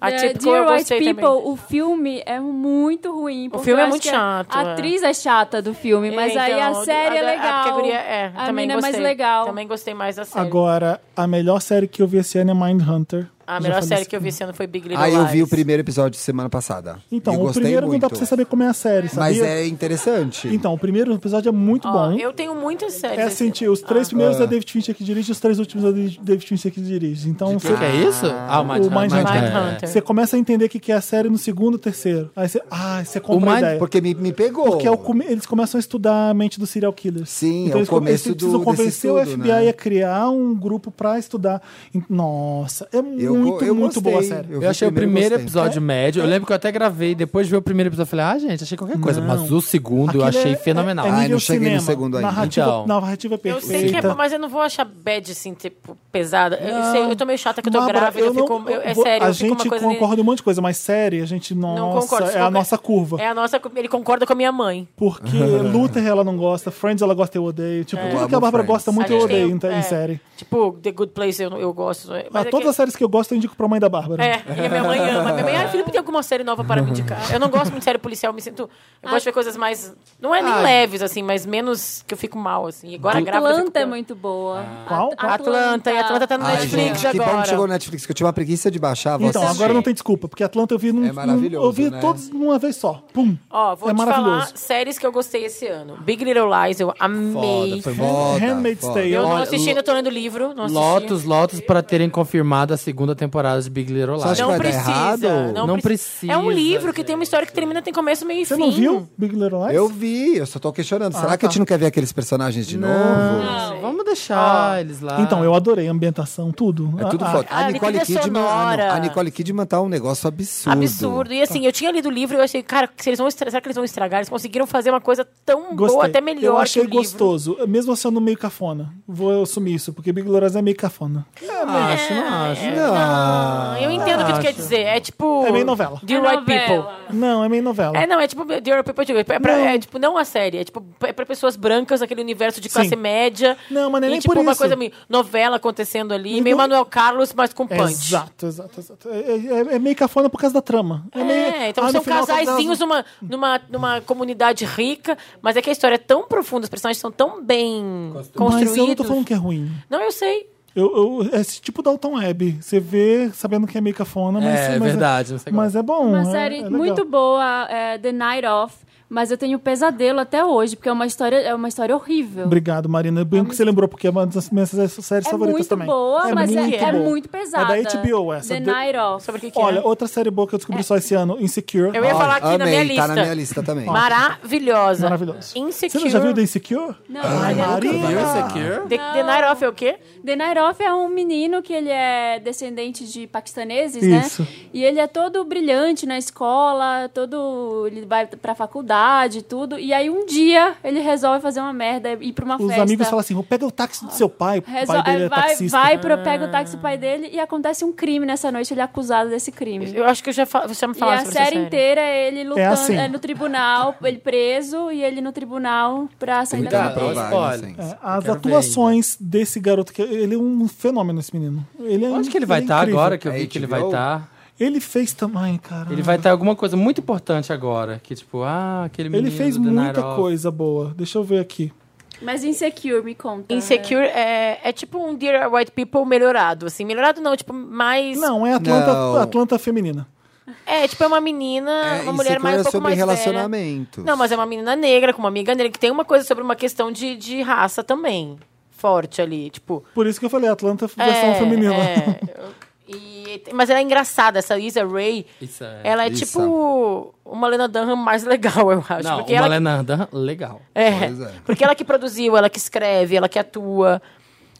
Speaker 4: A
Speaker 5: É,
Speaker 4: Typical eu
Speaker 5: Dear White
Speaker 4: gostei
Speaker 5: People,
Speaker 4: também.
Speaker 5: o filme é muito ruim. porque
Speaker 4: filme
Speaker 5: eu
Speaker 4: é
Speaker 5: acho
Speaker 4: muito
Speaker 5: que
Speaker 4: chato,
Speaker 5: A
Speaker 4: é.
Speaker 5: atriz é chata do filme, mas
Speaker 4: É,
Speaker 5: aí
Speaker 4: então,
Speaker 5: a série é
Speaker 4: da-
Speaker 5: legal.
Speaker 4: A categoria é.
Speaker 5: A
Speaker 4: também
Speaker 5: mina é
Speaker 4: gostei.
Speaker 5: mais legal.
Speaker 4: Também gostei mais da série.
Speaker 1: Agora, a melhor série que eu vi esse ano é Mindhunter.
Speaker 4: a
Speaker 1: Já
Speaker 4: melhor
Speaker 1: falei
Speaker 4: série
Speaker 1: isso.
Speaker 4: que eu vi esse ano foi Big Little
Speaker 2: Ah, eu vi o
Speaker 4: Lies.
Speaker 2: primeiro episódio semana passada. e
Speaker 1: é Então, o
Speaker 2: gostei
Speaker 1: primeiro
Speaker 2: muito.
Speaker 1: não dá pra você saber como é a série,
Speaker 2: Mas
Speaker 1: sabia?
Speaker 2: é interessante.
Speaker 1: Então, o primeiro episódio é muito
Speaker 4: Ó,
Speaker 1: bom.
Speaker 4: eu Ah. tenho muitas séries.
Speaker 1: É assim, tio, os três primeiros
Speaker 2: Ah.
Speaker 1: é David Fincher que dirige, os três últimos é David Fincher que dirige. Então,
Speaker 7: O que é isso? Ah, o Mind,
Speaker 1: o Mindhunter.
Speaker 4: Mindhunter.
Speaker 1: Você começa a entender o que que é a série no segundo, terceiro. Aí você, ah, você
Speaker 7: O
Speaker 1: compra a
Speaker 7: Mind-
Speaker 1: ideia.
Speaker 2: Porque me, me pegou.
Speaker 1: Porque é o come- eles começam a estudar a mente dos serial killers. Então,
Speaker 2: Sim, é o
Speaker 1: eles, come-
Speaker 2: começo
Speaker 1: eles precisam
Speaker 2: do- desse
Speaker 1: convencer o
Speaker 2: estudo,
Speaker 1: FBI
Speaker 2: né?
Speaker 1: a criar um grupo pra estudar. E- Nossa, é
Speaker 2: Eu,
Speaker 1: muito,
Speaker 2: eu
Speaker 1: muito
Speaker 2: gostei.
Speaker 1: boa a série.
Speaker 7: Eu,
Speaker 2: vi
Speaker 7: achei o primeiro
Speaker 2: gostei.
Speaker 7: episódio médio. Eu lembro que eu até gravei, depois de ver o primeiro episódio, eu falei, ah, gente, achei qualquer coisa. Mas
Speaker 1: Não.
Speaker 7: o segundo eu
Speaker 1: Aquilo
Speaker 7: achei
Speaker 1: é-
Speaker 7: fenomenal.
Speaker 1: É, é
Speaker 2: Ai,
Speaker 1: nível
Speaker 2: não cheguei no
Speaker 1: cinema.
Speaker 2: segundo ainda.
Speaker 1: Narrativa,
Speaker 7: Então.
Speaker 1: narrativa
Speaker 4: Eu
Speaker 1: perfeita.
Speaker 4: sei que é, bom, mas eu não vou achar bad, assim, tipo, pesada. Eu, sei, eu tô meio chata que eu tô
Speaker 1: Bárbara,
Speaker 4: grávida, eu,
Speaker 1: não-
Speaker 4: fico. eu- é
Speaker 1: vou-
Speaker 4: sério,
Speaker 1: a
Speaker 4: eu fico
Speaker 1: gente
Speaker 4: uma coisa.
Speaker 1: concorda em um monte de coisa, mas série, a gente, nossa,
Speaker 4: Não concordo.
Speaker 1: é a
Speaker 4: desculpa.
Speaker 1: nossa curva.
Speaker 4: É a nossa. cu- Ele concorda com a minha mãe.
Speaker 2: [LAUGHS]
Speaker 1: Porque Luther ela não gosta, Friends ela gosta, eu odeio. Tipo,
Speaker 2: Eu
Speaker 1: tudo que
Speaker 2: amo
Speaker 1: a Bárbara
Speaker 2: Friends.
Speaker 1: gosta muito,
Speaker 4: É. A
Speaker 1: eu
Speaker 4: gente tem
Speaker 1: odeio
Speaker 4: um-
Speaker 1: em, em
Speaker 4: é.
Speaker 1: série.
Speaker 4: Tipo, The Good Place eu, eu gosto. Mas
Speaker 1: Ah,
Speaker 4: é
Speaker 1: todas
Speaker 4: que-
Speaker 1: as séries que eu gosto, eu indico pra mãe da Bárbara.
Speaker 4: É, e a minha mãe ama. Minha mãe, ah, Felipe, tem alguma série nova para me indicar? Eu não gosto muito de série policial, eu me sinto. Eu gosto de ver coisas mais. Não é
Speaker 1: Ah.
Speaker 4: nem leves, assim, mas menos que eu fico mal, assim. E agora grávida. eu fico
Speaker 5: Atlanta é
Speaker 4: pior.
Speaker 5: muito boa.
Speaker 1: Qual? Ah,
Speaker 5: At-
Speaker 4: Ah. Atlanta, e Atlanta tá no
Speaker 2: Ai,
Speaker 4: Netflix
Speaker 2: gente, que bom
Speaker 4: agora.
Speaker 2: que chegou no Netflix, que eu tinha uma preguiça de baixar. vou
Speaker 1: Então,
Speaker 2: assistir.
Speaker 1: agora não tem desculpa, porque Atlanta eu vi num,
Speaker 2: É maravilhoso,
Speaker 1: num- eu vi
Speaker 2: né?
Speaker 1: todos numa vez só. Pum.
Speaker 4: Ó, vou
Speaker 1: é
Speaker 4: te falar
Speaker 1: maravilhoso.
Speaker 4: séries que eu gostei esse ano. Big Little Lies, eu amei.
Speaker 7: Foda, foi bom.
Speaker 2: Foda,
Speaker 1: Handmaid's
Speaker 2: foda.
Speaker 1: Tale.
Speaker 4: Eu não
Speaker 7: Olha,
Speaker 4: assisti, ainda tô lendo o livro. Não assisti.
Speaker 7: Lotus, Lotus pra terem confirmado a segunda temporada de Big Little
Speaker 2: Você
Speaker 7: Lies.
Speaker 2: acha
Speaker 4: Não
Speaker 2: que vai dar
Speaker 4: precisa.
Speaker 2: errado?
Speaker 7: Não
Speaker 4: preci- É um
Speaker 7: precisa,
Speaker 4: livro que tem uma história que termina, tem começo, meio e
Speaker 1: Você
Speaker 4: fim.
Speaker 1: não viu Big Little Lies?
Speaker 2: Eu vi, eu só tô
Speaker 1: Ah,
Speaker 2: questionando. Será
Speaker 1: tá.
Speaker 2: que a gente não quer ver aqueles personagens de novo?
Speaker 7: Não, Vamos deixar eles lá.
Speaker 1: Então, eu adorei a ambientação, tudo.
Speaker 2: É tudo
Speaker 1: Ah,
Speaker 2: foda.
Speaker 4: ah,
Speaker 2: A Nicole
Speaker 4: trilha
Speaker 2: Kidman, ah, não.
Speaker 4: sonora.
Speaker 2: a Nicole Kidman tá um negócio absurdo.
Speaker 4: Absurdo. E assim, eu tinha lido o livro e eu achei, cara, se eles vão estra- será que eles vão estragar? Eles conseguiram fazer uma coisa tão
Speaker 1: Gostei.
Speaker 4: boa, até melhor
Speaker 1: Eu achei
Speaker 4: que o livro.
Speaker 1: gostoso, mesmo sendo meio cafona. Vou assumir isso, porque Big Little Lies é meio cafona.
Speaker 7: Ah, acho, não
Speaker 4: É,
Speaker 7: acho.
Speaker 4: Ah, eu entendo o que tu quer dizer. É tipo.
Speaker 1: É meio novela.
Speaker 4: Dear
Speaker 5: É
Speaker 4: White
Speaker 5: novela.
Speaker 4: People.
Speaker 1: Não, é meio novela.
Speaker 4: É, não, é tipo Dear White People. tipo, É, pra, é tipo, não a série. É tipo, é pra pessoas brancas, aquele universo de classe
Speaker 1: Sim.
Speaker 4: média.
Speaker 1: Não, mas não é
Speaker 4: E,
Speaker 1: nem
Speaker 4: tipo,
Speaker 1: por
Speaker 4: uma
Speaker 1: isso.
Speaker 4: coisa meio novela acontecendo ali.
Speaker 1: Não-
Speaker 4: meio Manuel Carlos, mas com punch.
Speaker 1: Exato, exato, exato. É, é- é meio cafona por causa da trama. É, meio...
Speaker 4: É, então
Speaker 1: Ah, no
Speaker 4: são
Speaker 1: final,
Speaker 4: casaizinhos
Speaker 1: casal-
Speaker 4: numa, numa, numa comunidade rica, mas é que a história é tão profunda, os personagens são tão bem
Speaker 1: Mas eu não tô
Speaker 4: construídos.
Speaker 1: falando que é ruim.
Speaker 4: Não, eu sei.
Speaker 1: Eu, eu- é esse tipo Dalton Web. Você vê sabendo que é meio cafona, mas.
Speaker 7: É,
Speaker 1: mas
Speaker 7: verdade, não sei qual.
Speaker 1: Mas é bom.
Speaker 5: Uma
Speaker 1: é-
Speaker 5: série
Speaker 1: é legal.
Speaker 5: muito boa, é, The Night Off. Mas eu tenho pesadelo até hoje, porque é uma história, é uma história horrível.
Speaker 1: Obrigado, Marina. Bem que você lembrou, porque é uma das minhas séries
Speaker 5: é
Speaker 1: favoritas
Speaker 5: muito
Speaker 1: também.
Speaker 5: boa, mas é, é
Speaker 1: boa.
Speaker 5: muito pesada.
Speaker 1: É da HBO essa.
Speaker 5: The
Speaker 1: The-
Speaker 5: Night Off.
Speaker 4: Sobre o que, que
Speaker 1: Olha,
Speaker 4: é.
Speaker 1: outra série boa que eu descobri só esse ano, Insecure.
Speaker 4: Eu ia
Speaker 2: Olha,
Speaker 4: falar aqui na minha
Speaker 2: amei,
Speaker 4: lista.
Speaker 2: tá na minha lista também.
Speaker 4: Maravilhosa.
Speaker 1: Ah, Maravilhoso. Você
Speaker 4: Insecure.
Speaker 1: não já viu The Insecure?
Speaker 5: Não,
Speaker 4: tá
Speaker 1: Ai,
Speaker 5: olha,
Speaker 1: Marina.
Speaker 7: Viu isso aqui?
Speaker 4: The, The Night Off é o quê?
Speaker 5: The Night Off é um menino que ele é descendente de paquistaneses,
Speaker 1: Isso.
Speaker 5: né? E ele é todo brilhante na escola, todo ele vai pra faculdade, faculdade e tudo. E aí um dia ele resolve fazer uma merda e ir pra uma
Speaker 1: Os
Speaker 5: festa.
Speaker 1: amigos falam assim: "Ô, pega o táxi do seu pai, o
Speaker 5: Resol-
Speaker 1: pai dele
Speaker 5: é,
Speaker 1: é
Speaker 5: vai,
Speaker 1: taxista.
Speaker 5: vai pro, pega o táxi do pai dele e acontece um crime nessa noite, ele é acusado desse crime.
Speaker 4: Eu acho que eu já fa- você já me
Speaker 5: E
Speaker 4: falou
Speaker 5: a
Speaker 4: sobre essa
Speaker 5: série inteira é ele lutando, é,
Speaker 1: assim.
Speaker 5: no tribunal, ele preso e ele no tribunal pra sair da
Speaker 2: Tentando
Speaker 7: Cuidado,
Speaker 5: cadeia.
Speaker 2: provar né,
Speaker 7: olha,
Speaker 2: a
Speaker 7: olha.
Speaker 2: inocência.
Speaker 1: É, as
Speaker 7: quero ver
Speaker 1: atuações desse garoto, que ele é um fenômeno, esse menino. Ele é
Speaker 7: Onde que ele vai
Speaker 1: é
Speaker 7: estar
Speaker 1: incrível.
Speaker 7: agora? Que eu
Speaker 2: É
Speaker 7: vi que ele vai
Speaker 2: HBO?
Speaker 7: estar.
Speaker 1: Ele fez também, cara.
Speaker 7: Ele vai estar em alguma coisa muito importante agora. Que tipo, ah, aquele menino
Speaker 1: Ele fez
Speaker 7: do The Night
Speaker 1: muita
Speaker 7: Of.
Speaker 1: coisa boa. Deixa eu ver aqui.
Speaker 5: Mas Insecure, me conta.
Speaker 4: Insecure é, é tipo um Dear White People melhorado, assim. Melhorado não, tipo, mais...
Speaker 1: Não, é Atlanta,
Speaker 2: Não.
Speaker 1: Atlanta feminina.
Speaker 4: É, tipo, é uma menina,
Speaker 2: É,
Speaker 4: uma mulher
Speaker 2: insecure
Speaker 4: mais, um
Speaker 2: é
Speaker 4: pouco
Speaker 2: sobre
Speaker 4: mais velha.
Speaker 2: relacionamento.
Speaker 4: Não, mas é uma menina negra, com uma amiga negra, que tem uma coisa sobre uma questão de, de raça também. Forte ali, tipo...
Speaker 1: Por isso que eu falei Atlanta versão feminina. [LAUGHS]
Speaker 4: é. E- mas ela é engraçada, essa Isa Ray.
Speaker 7: Isso é.
Speaker 4: Ela é
Speaker 2: Isa.
Speaker 4: tipo uma Lena Dunham mais legal, eu acho.
Speaker 7: Não,
Speaker 4: porque
Speaker 7: uma
Speaker 4: ela,
Speaker 7: Lena Dunham, legal.
Speaker 4: É,
Speaker 2: Pois é.
Speaker 4: Porque ela que produziu, ela que escreve, ela que atua.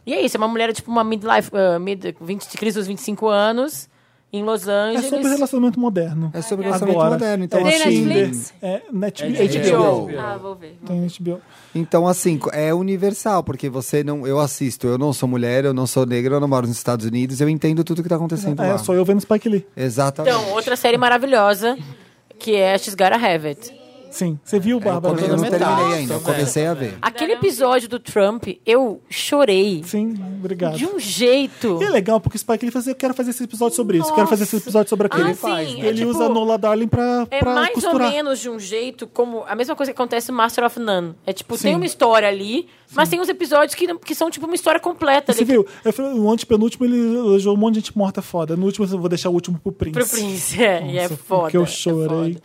Speaker 4: E é isso, é uma mulher, tipo, uma midlife, ah, mid, 20, de crise dos 25 anos, em Los
Speaker 1: É
Speaker 4: Angeles.
Speaker 1: sobre relacionamento moderno.
Speaker 2: É sobre relacionamento
Speaker 1: Agora.
Speaker 2: moderno. Então,
Speaker 1: é
Speaker 5: Tem
Speaker 1: Tinder,
Speaker 5: Netflix?
Speaker 1: É
Speaker 7: É
Speaker 1: Netflix.
Speaker 2: HBO.
Speaker 5: Ah, vou ver.
Speaker 1: Tem HBO.
Speaker 2: Então, assim, é universal, porque você não. Eu assisto, eu não sou mulher, eu não sou negra, eu não moro nos Estados Unidos, eu entendo tudo que tá acontecendo
Speaker 1: É,
Speaker 2: lá.
Speaker 1: sou eu vendo Spike Lee.
Speaker 2: Exatamente.
Speaker 4: Então, outra série maravilhosa, que é She's Gotta Have It.
Speaker 1: Sim. Você viu,
Speaker 2: eu,
Speaker 1: Bárbara?
Speaker 2: come- eu não
Speaker 7: Metade,
Speaker 2: terminei ainda, eu
Speaker 7: tô vendo,
Speaker 2: comecei a
Speaker 7: tô
Speaker 2: ver.
Speaker 4: Aquele episódio do Trump, eu chorei
Speaker 1: Sim, obrigado.
Speaker 4: de um jeito.
Speaker 1: E é legal, porque o Spike Lee faz assim, eu quero fazer esse episódio sobre isso, eu quero fazer esse episódio sobre aquele.
Speaker 4: Ah, sim, é
Speaker 1: Ele
Speaker 4: tipo-
Speaker 1: usa Nola Darling pra,
Speaker 4: É
Speaker 1: pra
Speaker 4: mais
Speaker 1: costurar.
Speaker 4: ou menos de um jeito como a mesma coisa que acontece no Master of None. É tipo,
Speaker 1: Sim.
Speaker 4: tem uma história ali, mas tem uns episódios que, não- que são tipo uma história completa.
Speaker 1: Você
Speaker 4: ali,
Speaker 1: viu? Eu falei, o antepenúltimo ele elogiou um monte de gente morta foda. No último eu vou deixar o último pro Prince.
Speaker 4: Pro Prince, [LAUGHS] é. e é
Speaker 1: Nossa,
Speaker 4: foda.
Speaker 1: que eu
Speaker 4: é
Speaker 1: chorei.
Speaker 4: foda.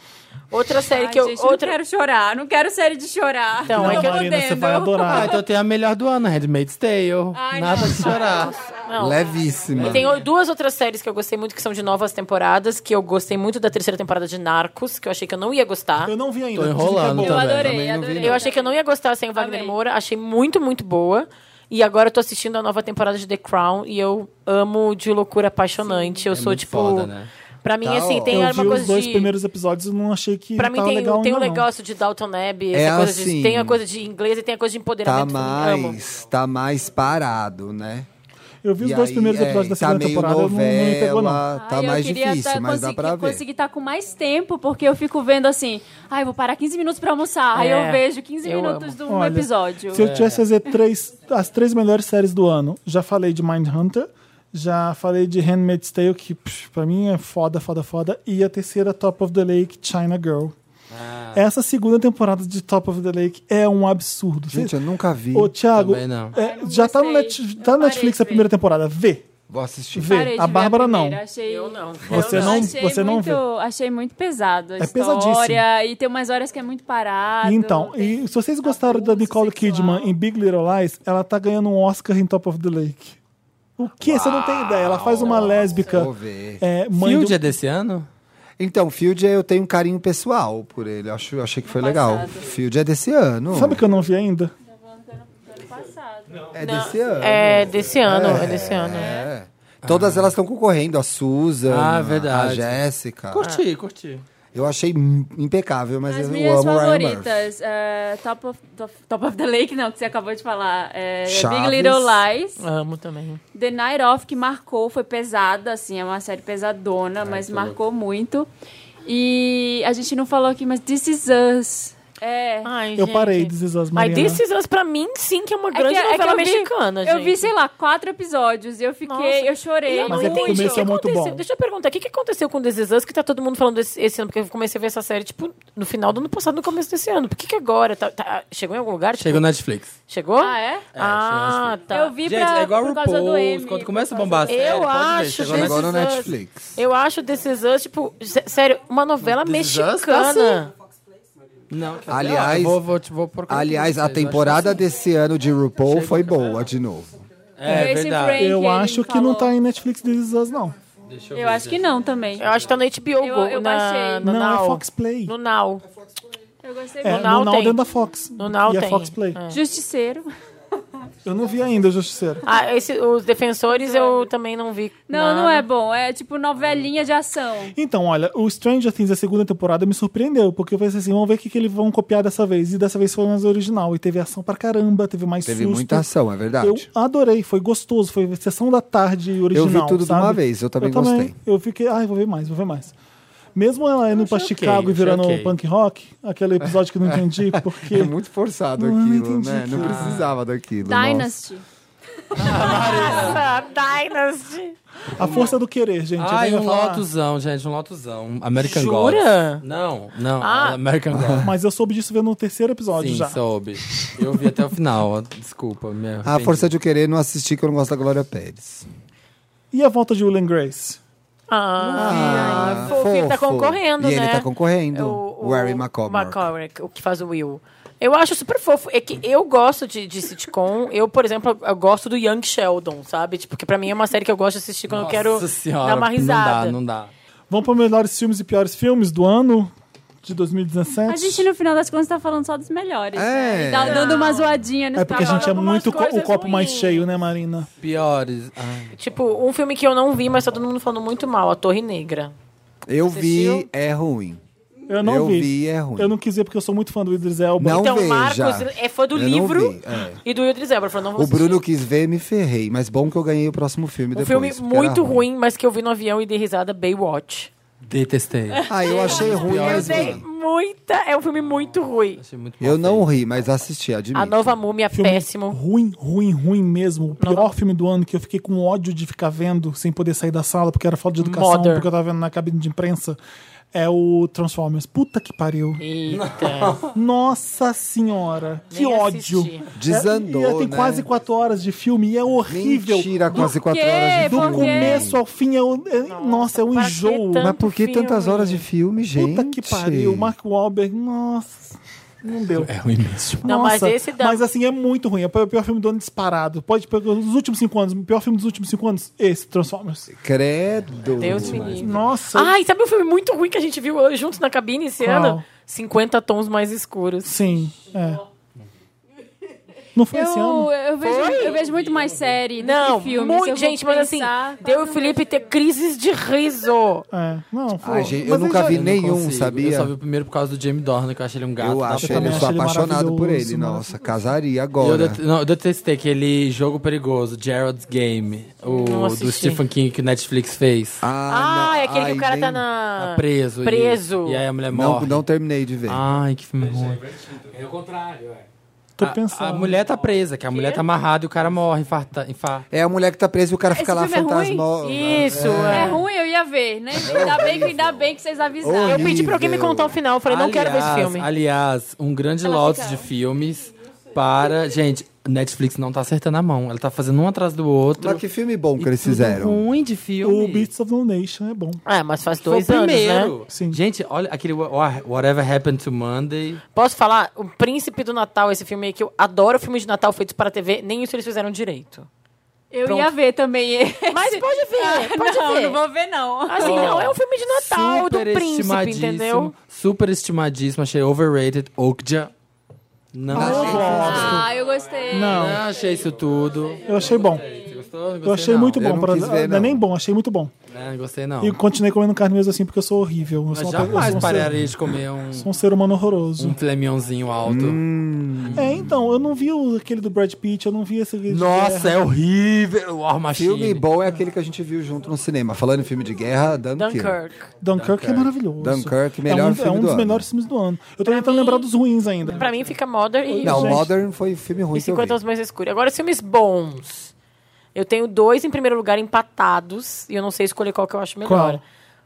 Speaker 4: Outra série
Speaker 5: Ai,
Speaker 4: É que eu.
Speaker 5: gente,
Speaker 4: outra...
Speaker 5: não quero chorar, não quero série de chorar.
Speaker 4: Então,
Speaker 5: Não,
Speaker 4: é que eu-
Speaker 1: Marina, você
Speaker 5: podendo.
Speaker 1: vai adorar.
Speaker 7: Ah, então tem a melhor do ano, Handmaid's Tale.
Speaker 5: Ai,
Speaker 7: Nada
Speaker 5: não.
Speaker 7: de chorar.
Speaker 5: Ah,
Speaker 4: Não.
Speaker 2: Levíssima.
Speaker 4: Tem o- duas outras séries que eu gostei muito, que são de novas temporadas, que eu gostei muito da terceira temporada de Narcos, que eu achei que eu não ia gostar.
Speaker 1: Eu não vi ainda.
Speaker 7: Tô
Speaker 1: dizem que é
Speaker 7: enrolando
Speaker 1: boa.
Speaker 5: Eu
Speaker 7: também.
Speaker 5: adorei,
Speaker 2: Também não vi,
Speaker 5: adorei.
Speaker 4: Eu achei que eu não ia gostar sem o Wagner
Speaker 5: Amei.
Speaker 4: Moura, achei muito, muito boa. E agora eu tô assistindo a nova temporada de The Crown e eu amo de loucura apaixonante. Eu
Speaker 7: É
Speaker 4: sou
Speaker 7: muito
Speaker 4: tipo.
Speaker 7: foda, né?
Speaker 4: Pra mim,
Speaker 2: Tá,
Speaker 4: assim,
Speaker 2: ó.
Speaker 4: tem
Speaker 1: eu
Speaker 4: uma
Speaker 1: vi os
Speaker 4: coisa
Speaker 1: dois
Speaker 4: de.
Speaker 1: primeiros episódios e não achei que
Speaker 4: Pra mim
Speaker 1: tava
Speaker 4: tem,
Speaker 1: legal
Speaker 4: tem um
Speaker 1: ainda, não.
Speaker 4: negócio de Dalton Abbey, essa
Speaker 2: É
Speaker 4: coisa de,
Speaker 2: assim.
Speaker 4: tem a coisa de inglês e tem a coisa de
Speaker 5: né?
Speaker 2: Tá
Speaker 5: Tipo,
Speaker 4: empoderamento feminino. Amo.
Speaker 2: mais, tá mais parado, né?
Speaker 1: Eu vi os
Speaker 2: E
Speaker 1: dois
Speaker 2: aí,
Speaker 1: primeiros
Speaker 2: é,
Speaker 1: episódios da
Speaker 2: tá
Speaker 1: segunda
Speaker 2: meio
Speaker 1: temporada, não- não me pegou não.
Speaker 2: novela, Tá
Speaker 5: Ai,
Speaker 2: mais
Speaker 5: eu queria
Speaker 2: difícil,
Speaker 5: tá-
Speaker 2: mas dá
Speaker 5: consegui-
Speaker 2: pra ver.
Speaker 5: conseguir estar com mais tempo, porque eu fico vendo assim, ai, vou parar 15 minutos pra almoçar. Aí
Speaker 4: É,
Speaker 5: eu vejo 15
Speaker 4: eu
Speaker 5: minutos
Speaker 4: amo.
Speaker 5: de um
Speaker 1: Olha,
Speaker 5: episódio.
Speaker 1: Se eu tivesse que fazer três, as três melhores séries do ano, já falei de Mindhunter, já falei de Handmaid's Tale, que pff, pra mim é foda, foda, foda, e a terceira, Top of the Lake, China Girl. Essa segunda temporada de Top of the Lake é um absurdo.
Speaker 2: Gente, eu nunca vi.
Speaker 1: Ô, Thiago,
Speaker 7: Também não.
Speaker 1: é, já tá no,
Speaker 5: gostei.
Speaker 1: Net-
Speaker 5: Eu
Speaker 1: tá no
Speaker 5: parei
Speaker 1: Netflix
Speaker 5: de
Speaker 1: a primeira temporada. Vê,
Speaker 2: Vou assistir.
Speaker 1: vê.
Speaker 5: Parei de
Speaker 1: a
Speaker 5: ver
Speaker 1: Bárbara não.
Speaker 5: primeira, Achei...
Speaker 4: Eu não.
Speaker 1: Você
Speaker 4: eu
Speaker 1: não,
Speaker 5: achei
Speaker 1: você não
Speaker 5: muito,
Speaker 1: vê.
Speaker 5: Achei muito pesado a
Speaker 1: É
Speaker 5: história. E tem umas horas que é muito parado.
Speaker 1: Então,
Speaker 5: tem-
Speaker 1: e se vocês gostaram da
Speaker 5: abuso
Speaker 1: Nicole
Speaker 5: sexual.
Speaker 1: Kidman em Big Little Lies, ela tá ganhando um Oscar em Top of the Lake. O que? Você não tem ideia. Ela faz uma lésbica.
Speaker 2: Vou ver.
Speaker 1: É, mãe
Speaker 7: Field
Speaker 1: do...
Speaker 7: é desse ano?
Speaker 2: Então, Field eu tenho um carinho pessoal por ele. Eu acho, eu achei que foi legal. Field é desse ano.
Speaker 1: Sabe que eu não vi ainda?
Speaker 2: É desse ano.
Speaker 4: É desse ano, é, desse ano.
Speaker 2: É. Todas elas estão concorrendo, a Susan,
Speaker 7: Ah,
Speaker 2: a
Speaker 7: verdade.
Speaker 4: Ah.
Speaker 2: Jéssica.
Speaker 7: Curti, curti.
Speaker 2: Eu achei im- impecável, mas
Speaker 5: As
Speaker 4: é
Speaker 2: eu
Speaker 5: minhas
Speaker 2: amo o Ryan Murphy.
Speaker 5: favoritas, é, top, of, Top- Top of the Lake, não, que você acabou de falar. é, Big
Speaker 2: Chaves.
Speaker 5: Little Lies.
Speaker 4: Amo também.
Speaker 5: The Night Of, que marcou, foi pesada, assim, é uma série
Speaker 4: Ah,
Speaker 5: pesadona, mas
Speaker 4: então.
Speaker 5: marcou muito. E a gente não falou aqui, mas This Is Us. É.
Speaker 4: Ai,
Speaker 1: Eu
Speaker 4: gente.
Speaker 1: parei de Zizas
Speaker 4: Mas
Speaker 1: Mariana.
Speaker 4: This Is Us, pra mim, sim, que é uma
Speaker 5: É que-
Speaker 4: grande
Speaker 5: é que
Speaker 4: novela
Speaker 5: eu vi-
Speaker 4: mexicana, gente.
Speaker 5: Eu vi, sei lá, quatro episódios e eu fiquei,
Speaker 4: Nossa.
Speaker 5: eu chorei.
Speaker 4: Eu não
Speaker 1: Mas é que o
Speaker 4: entendi.
Speaker 1: começo
Speaker 4: O que
Speaker 1: é muito
Speaker 4: aconteceu?
Speaker 1: bom.
Speaker 4: Deixa eu perguntar, o que, que aconteceu com This Is Us que tá todo mundo falando esse, esse ano? Porque eu comecei a ver essa série, tipo, no final do ano passado, no começo desse ano. Por que que agora? Tá- tá- chegou em algum lugar? Tipo,
Speaker 7: Chegou no Netflix.
Speaker 4: Chegou?
Speaker 5: Ah, é?
Speaker 4: Ah, tá.
Speaker 5: Eu vi
Speaker 7: Gente,
Speaker 5: pra,
Speaker 7: é igual
Speaker 5: por
Speaker 7: o
Speaker 5: causa do Emmy.
Speaker 7: RuPaul's. Quando começa a bombar a série,
Speaker 4: Eu
Speaker 7: pode
Speaker 4: acho,
Speaker 7: ver. Chegou
Speaker 4: gente.
Speaker 7: no
Speaker 2: Agora no
Speaker 4: This is us.
Speaker 2: Netflix.
Speaker 4: Eu acho This Is Us, tipo, sé- sério, uma novela
Speaker 7: This Is Us tá
Speaker 4: mexicana.
Speaker 7: Não, quer
Speaker 2: Aliás-
Speaker 7: dizer, ah, eu vou, vou, te- vou procurar.
Speaker 2: Aliás, a
Speaker 7: Eu acho que
Speaker 2: temporada desse ano de RuPaul foi boa de novo.
Speaker 7: É, é
Speaker 5: Grace
Speaker 7: verdade.
Speaker 5: Frank,
Speaker 1: Eu
Speaker 5: ele
Speaker 1: acho que
Speaker 5: falou.
Speaker 1: não tá em Netflix This Is Us, não.
Speaker 7: Deixa
Speaker 5: Eu acho que não também.
Speaker 4: Eu acho que tá no HBO
Speaker 5: Eu-
Speaker 4: Go.
Speaker 5: eu
Speaker 4: na-
Speaker 5: baixei.
Speaker 4: No
Speaker 1: não,
Speaker 4: Now.
Speaker 1: é Fox Play.
Speaker 4: No Now.
Speaker 5: Eu gostei
Speaker 1: é,
Speaker 5: muito.
Speaker 4: Now
Speaker 1: no Now
Speaker 4: tem.
Speaker 1: dentro da Fox.
Speaker 4: No Now
Speaker 1: e é
Speaker 4: tem.
Speaker 1: Fox Play.
Speaker 4: É.
Speaker 5: Justiceiro.
Speaker 1: Eu não vi ainda o Justiceiro.
Speaker 4: Ah, esse- os Defensores eu também não vi.
Speaker 5: Não, não
Speaker 4: nada.
Speaker 5: é bom. É tipo novelinha de ação.
Speaker 1: Então, olha, o Stranger Things, a segunda temporada, me surpreendeu, porque eu pensei assim, vamos ver o que, que eles vão copiar dessa vez. E dessa vez foi mais original. E teve ação pra caramba, teve mais
Speaker 2: Teve
Speaker 1: susto.
Speaker 2: muita ação, é
Speaker 1: Eu
Speaker 2: verdade.
Speaker 1: adorei, foi gostoso, foi sessão da tarde original.
Speaker 2: Eu vi tudo de
Speaker 1: sabe?
Speaker 2: uma vez, eu também gostei.
Speaker 1: Eu fiquei, ai, vou ver mais, vou ver mais. Mesmo ela indo
Speaker 7: achei
Speaker 1: pra
Speaker 7: ok,
Speaker 1: Chicago e
Speaker 7: achei
Speaker 1: virando
Speaker 7: ok.
Speaker 1: punk rock, aquele episódio que eu não
Speaker 2: [LAUGHS]
Speaker 1: entendi, porque.
Speaker 2: É muito forçado
Speaker 1: Não, não
Speaker 2: aquilo,
Speaker 1: entendi
Speaker 2: né? Não
Speaker 1: aquilo.
Speaker 2: precisava daquilo. nossa.
Speaker 5: Dynasty.
Speaker 4: Ah, [LAUGHS] Dynasty.
Speaker 1: A força é do querer, gente.
Speaker 7: Ai,
Speaker 1: eu ia
Speaker 7: um
Speaker 1: falar,
Speaker 7: lotuzão, gente, um lotuzão. American
Speaker 4: Jura?
Speaker 7: Gods. Não, não, é
Speaker 4: Ah.
Speaker 7: American [LAUGHS] Gods.
Speaker 1: Mas eu soube disso vendo o terceiro episódio
Speaker 7: Sim,
Speaker 1: já.
Speaker 7: soube. Eu vi até o final, ó, desculpa. Me
Speaker 2: A
Speaker 7: arrependi.
Speaker 2: Ah, força de querer não assistir, que eu não gosto da Glória Pérez.
Speaker 1: E a volta de Will and Grace?
Speaker 4: Ah,
Speaker 2: Ah,
Speaker 4: fofo. ele tá
Speaker 2: fofo.
Speaker 4: concorrendo,
Speaker 2: E
Speaker 4: né?
Speaker 2: ele tá concorrendo.
Speaker 4: O,
Speaker 2: O Harry McCormack.
Speaker 4: McCormack, o que faz o Will. Eu acho super fofo. É que eu gosto de, de sitcom. Eu, por exemplo, eu gosto do Young Sheldon, sabe? Tipo, que pra mim é uma série que eu gosto de assistir quando
Speaker 7: Nossa
Speaker 4: eu quero
Speaker 7: senhora,
Speaker 4: dar uma risada.
Speaker 7: Não dá, não dá.
Speaker 1: Vamos para melhores filmes e piores filmes do ano de 2017?
Speaker 5: A gente, no final das contas, tá falando só dos melhores.
Speaker 2: É.
Speaker 5: né? E tá dando uma zoadinha nesse
Speaker 1: É porque a gente é
Speaker 4: falando
Speaker 1: muito
Speaker 4: umas
Speaker 1: co- o
Speaker 4: coisas
Speaker 1: copo mais
Speaker 4: ruins.
Speaker 1: cheio, né, Marina?
Speaker 7: Piores. ai.
Speaker 4: Tipo, um filme que eu não vi, mas tá todo mundo falando muito mal, A Torre Negra.
Speaker 2: Eu vi,
Speaker 4: Assistiu?
Speaker 2: é ruim.
Speaker 1: Eu não
Speaker 2: Eu
Speaker 1: vi.
Speaker 2: vi, é ruim.
Speaker 1: Eu não quis ver porque eu sou muito fã do Idris Elba.
Speaker 2: Não
Speaker 4: então,
Speaker 2: veja.
Speaker 4: Marcos é fã do
Speaker 2: Eu não
Speaker 4: livro
Speaker 2: vi, é.
Speaker 4: e do Idris Elba. Falou, não vou
Speaker 2: O Bruno
Speaker 4: assistir.
Speaker 2: quis ver, me ferrei. Mas bom que eu ganhei o próximo filme
Speaker 4: Um
Speaker 2: depois.
Speaker 4: filme
Speaker 2: porque era
Speaker 4: muito ruim, mas que eu vi no avião e dei risada, Baywatch.
Speaker 7: Detestei.
Speaker 2: Ah,
Speaker 4: É.
Speaker 2: eu achei ruim,
Speaker 4: Eu
Speaker 2: mas
Speaker 4: dei
Speaker 2: vi.
Speaker 4: muita... É um filme muito ruim.
Speaker 7: Achei muito
Speaker 2: Eu
Speaker 7: mal
Speaker 2: não
Speaker 7: feito.
Speaker 2: ri, mas assisti, admito.
Speaker 4: A Nova Múmia,
Speaker 1: Filme
Speaker 4: péssimo.
Speaker 1: Ruim, ruim, ruim mesmo. O pior filme do ano que eu fiquei com ódio de ficar vendo sem poder sair da sala porque era falta de educação,
Speaker 4: Mother.
Speaker 1: porque eu tava vendo na cabine de imprensa. É o Transformers. Puta que pariu.
Speaker 4: Eita.
Speaker 1: Nossa senhora. Que
Speaker 4: Nem
Speaker 1: ódio.
Speaker 4: assisti.
Speaker 2: Desandou,
Speaker 1: É, e ela tem
Speaker 2: né?
Speaker 1: quase quatro horas de filme e é horrível.
Speaker 2: Mentira, quase quatro
Speaker 5: quê?
Speaker 2: horas
Speaker 4: É
Speaker 2: de
Speaker 1: Do
Speaker 5: Por quê?
Speaker 2: filme.
Speaker 1: começo ao fim é, um- é- nossa, é um
Speaker 4: para que
Speaker 1: enjoo.
Speaker 4: tanto
Speaker 2: Mas por que tantas
Speaker 4: filme?
Speaker 2: horas de filme, gente?
Speaker 1: Puta que pariu. Mark Wahlberg, nossa. Não deu.
Speaker 7: É ruim mesmo.
Speaker 4: Não, mas esse dá.
Speaker 1: Mas assim, é muito ruim. É o pior filme do ano disparado. Pode pegar os últimos cinco anos. O pior filme dos últimos cinco anos? Esse, Transformers.
Speaker 2: Credo.
Speaker 4: Deus me livre.
Speaker 1: Nossa.
Speaker 4: Ai, sabe um filme muito ruim que a gente viu juntos na cabine esse
Speaker 1: Qual?
Speaker 4: ano? 50 Tons Mais Escuros.
Speaker 1: Sim, é. Não foi esse ano?
Speaker 5: Eu, eu, vejo, eu vejo muito mais série
Speaker 4: Não,
Speaker 5: do que filme. se eu
Speaker 4: muito,
Speaker 5: vou
Speaker 4: gente, mas assim,
Speaker 5: pensar- um
Speaker 4: deu o Felipe ter crises de riso.
Speaker 1: É. Não, foi.
Speaker 2: Ai, gente, eu
Speaker 1: Mas ele
Speaker 2: nunca
Speaker 1: já-
Speaker 2: vi
Speaker 7: Eu não
Speaker 2: nenhum,
Speaker 7: consigo.
Speaker 2: sabia?
Speaker 7: Eu só vi o primeiro por causa do Jamie Dornan, que eu achei ele um gato.
Speaker 2: Eu
Speaker 7: da
Speaker 2: acho
Speaker 7: porra.
Speaker 2: ele, eu sou
Speaker 1: acho ele
Speaker 2: apaixonado por ele.
Speaker 1: maravilhoso,
Speaker 2: Nossa, casaria
Speaker 7: Eu,
Speaker 2: agora.
Speaker 7: det- não, eu detestei aquele jogo perigoso, Gerald's Game, o,
Speaker 4: Não
Speaker 7: do
Speaker 4: assisti.
Speaker 7: Stephen King que o Netflix fez.
Speaker 4: Ah,
Speaker 2: não.
Speaker 4: é aquele
Speaker 2: Ai,
Speaker 4: que o cara
Speaker 2: nem-
Speaker 4: tá na...
Speaker 7: preso. e-
Speaker 4: Preso.
Speaker 7: E, aí a mulher
Speaker 2: Não,
Speaker 7: morre. Ah.
Speaker 2: não terminei de ver.
Speaker 7: Ai, que filme ruim. É o contrário, é.
Speaker 1: Tô
Speaker 7: a,
Speaker 1: pensando.
Speaker 7: a mulher tá presa, que a mulher tá amarrada e o cara morre, infarta, infarta.
Speaker 2: É a mulher que tá presa e o cara fica lá
Speaker 5: filme é ruim?
Speaker 2: fantasma.
Speaker 4: Isso,
Speaker 5: É
Speaker 4: é.
Speaker 5: ruim, eu ia ver, né? Ainda bem, que- ainda bem que vocês avisaram.
Speaker 4: Eu pedi pra alguém me
Speaker 2: horrível.
Speaker 4: contar o final. Eu falei, não quero ver esse filme.
Speaker 7: Aliás, um grande
Speaker 5: Ela
Speaker 7: lote
Speaker 5: fica-
Speaker 7: de filmes para... Gente, Netflix não tá acertando a mão. Ela tá fazendo um atrás do outro.
Speaker 2: Mas que filme bom
Speaker 7: E
Speaker 2: que eles
Speaker 7: tudo
Speaker 2: fizeram.
Speaker 7: ruim de filme.
Speaker 1: O Beats of No Nation é bom.
Speaker 4: É, mas faz
Speaker 7: Foi o
Speaker 4: dois anos, né?
Speaker 7: primeiro.
Speaker 1: Sim.
Speaker 7: Gente, olha aquele wha- wha- Whatever Happened to Monday.
Speaker 4: Posso falar? O Príncipe do Natal, esse filme aí que eu adoro filme de Natal feitos para TV, nem isso eles fizeram direito.
Speaker 5: Eu
Speaker 4: Pronto.
Speaker 5: ia ver também. [LAUGHS] esse.
Speaker 4: Mas pode ver,
Speaker 5: É, Ah,
Speaker 4: pode
Speaker 5: não,
Speaker 4: ver.
Speaker 5: não vou ver, não.
Speaker 4: Assim, não, é um filme de Natal do príncipe,
Speaker 7: Superestimadíssimo,
Speaker 4: entendeu?
Speaker 7: Superestimadíssimo, achei overrated. Okja. Não,
Speaker 1: Eu
Speaker 7: achei-
Speaker 1: gosto.
Speaker 5: Ah, eu gostei.
Speaker 1: Não,
Speaker 7: não achei isso tudo.
Speaker 1: eu achei bom.
Speaker 7: Você gostou? Não
Speaker 1: Eu achei
Speaker 7: não.
Speaker 1: muito
Speaker 2: Eu
Speaker 1: bom.
Speaker 2: não
Speaker 1: pra-
Speaker 2: quis ver,
Speaker 1: não é
Speaker 2: não.
Speaker 1: nem bom, achei muito bom.
Speaker 7: É, não gostei, não.
Speaker 1: E continuei comendo carne mesmo assim porque eu sou horrível. Eu sou,
Speaker 7: Mas
Speaker 1: uma pe- eu sou
Speaker 7: jamais
Speaker 1: um ser,
Speaker 7: pararei de comer um,
Speaker 1: sou um ser humano horroroso.
Speaker 7: um flemionzinho alto.
Speaker 1: É, então, eu não vi o- aquele do Brad Pitt, eu não vi esse. de
Speaker 7: Nossa,
Speaker 1: guerra.
Speaker 7: é horrível. War Machine.
Speaker 2: Filme bom é aquele que a gente viu junto no cinema. Falando em filme de guerra, Dunkirk.
Speaker 4: Dunkirk.
Speaker 1: Dunkirk é maravilhoso.
Speaker 2: Dunkirk, melhor
Speaker 1: é um, é
Speaker 2: filme
Speaker 1: um
Speaker 2: do
Speaker 1: dos
Speaker 2: ano.
Speaker 1: melhores filmes do ano. Eu tô tentando lembrar dos ruins ainda.
Speaker 4: Pra mim fica Mother e,
Speaker 2: Não,
Speaker 1: Gente.
Speaker 2: Modern foi filme ruim
Speaker 4: e
Speaker 2: que eu
Speaker 4: 50 anos
Speaker 2: vi.
Speaker 4: mais escuro. Agora, os filmes bons. Eu tenho dois em primeiro lugar empatados e eu não sei escolher qual que eu acho melhor.
Speaker 1: Qual?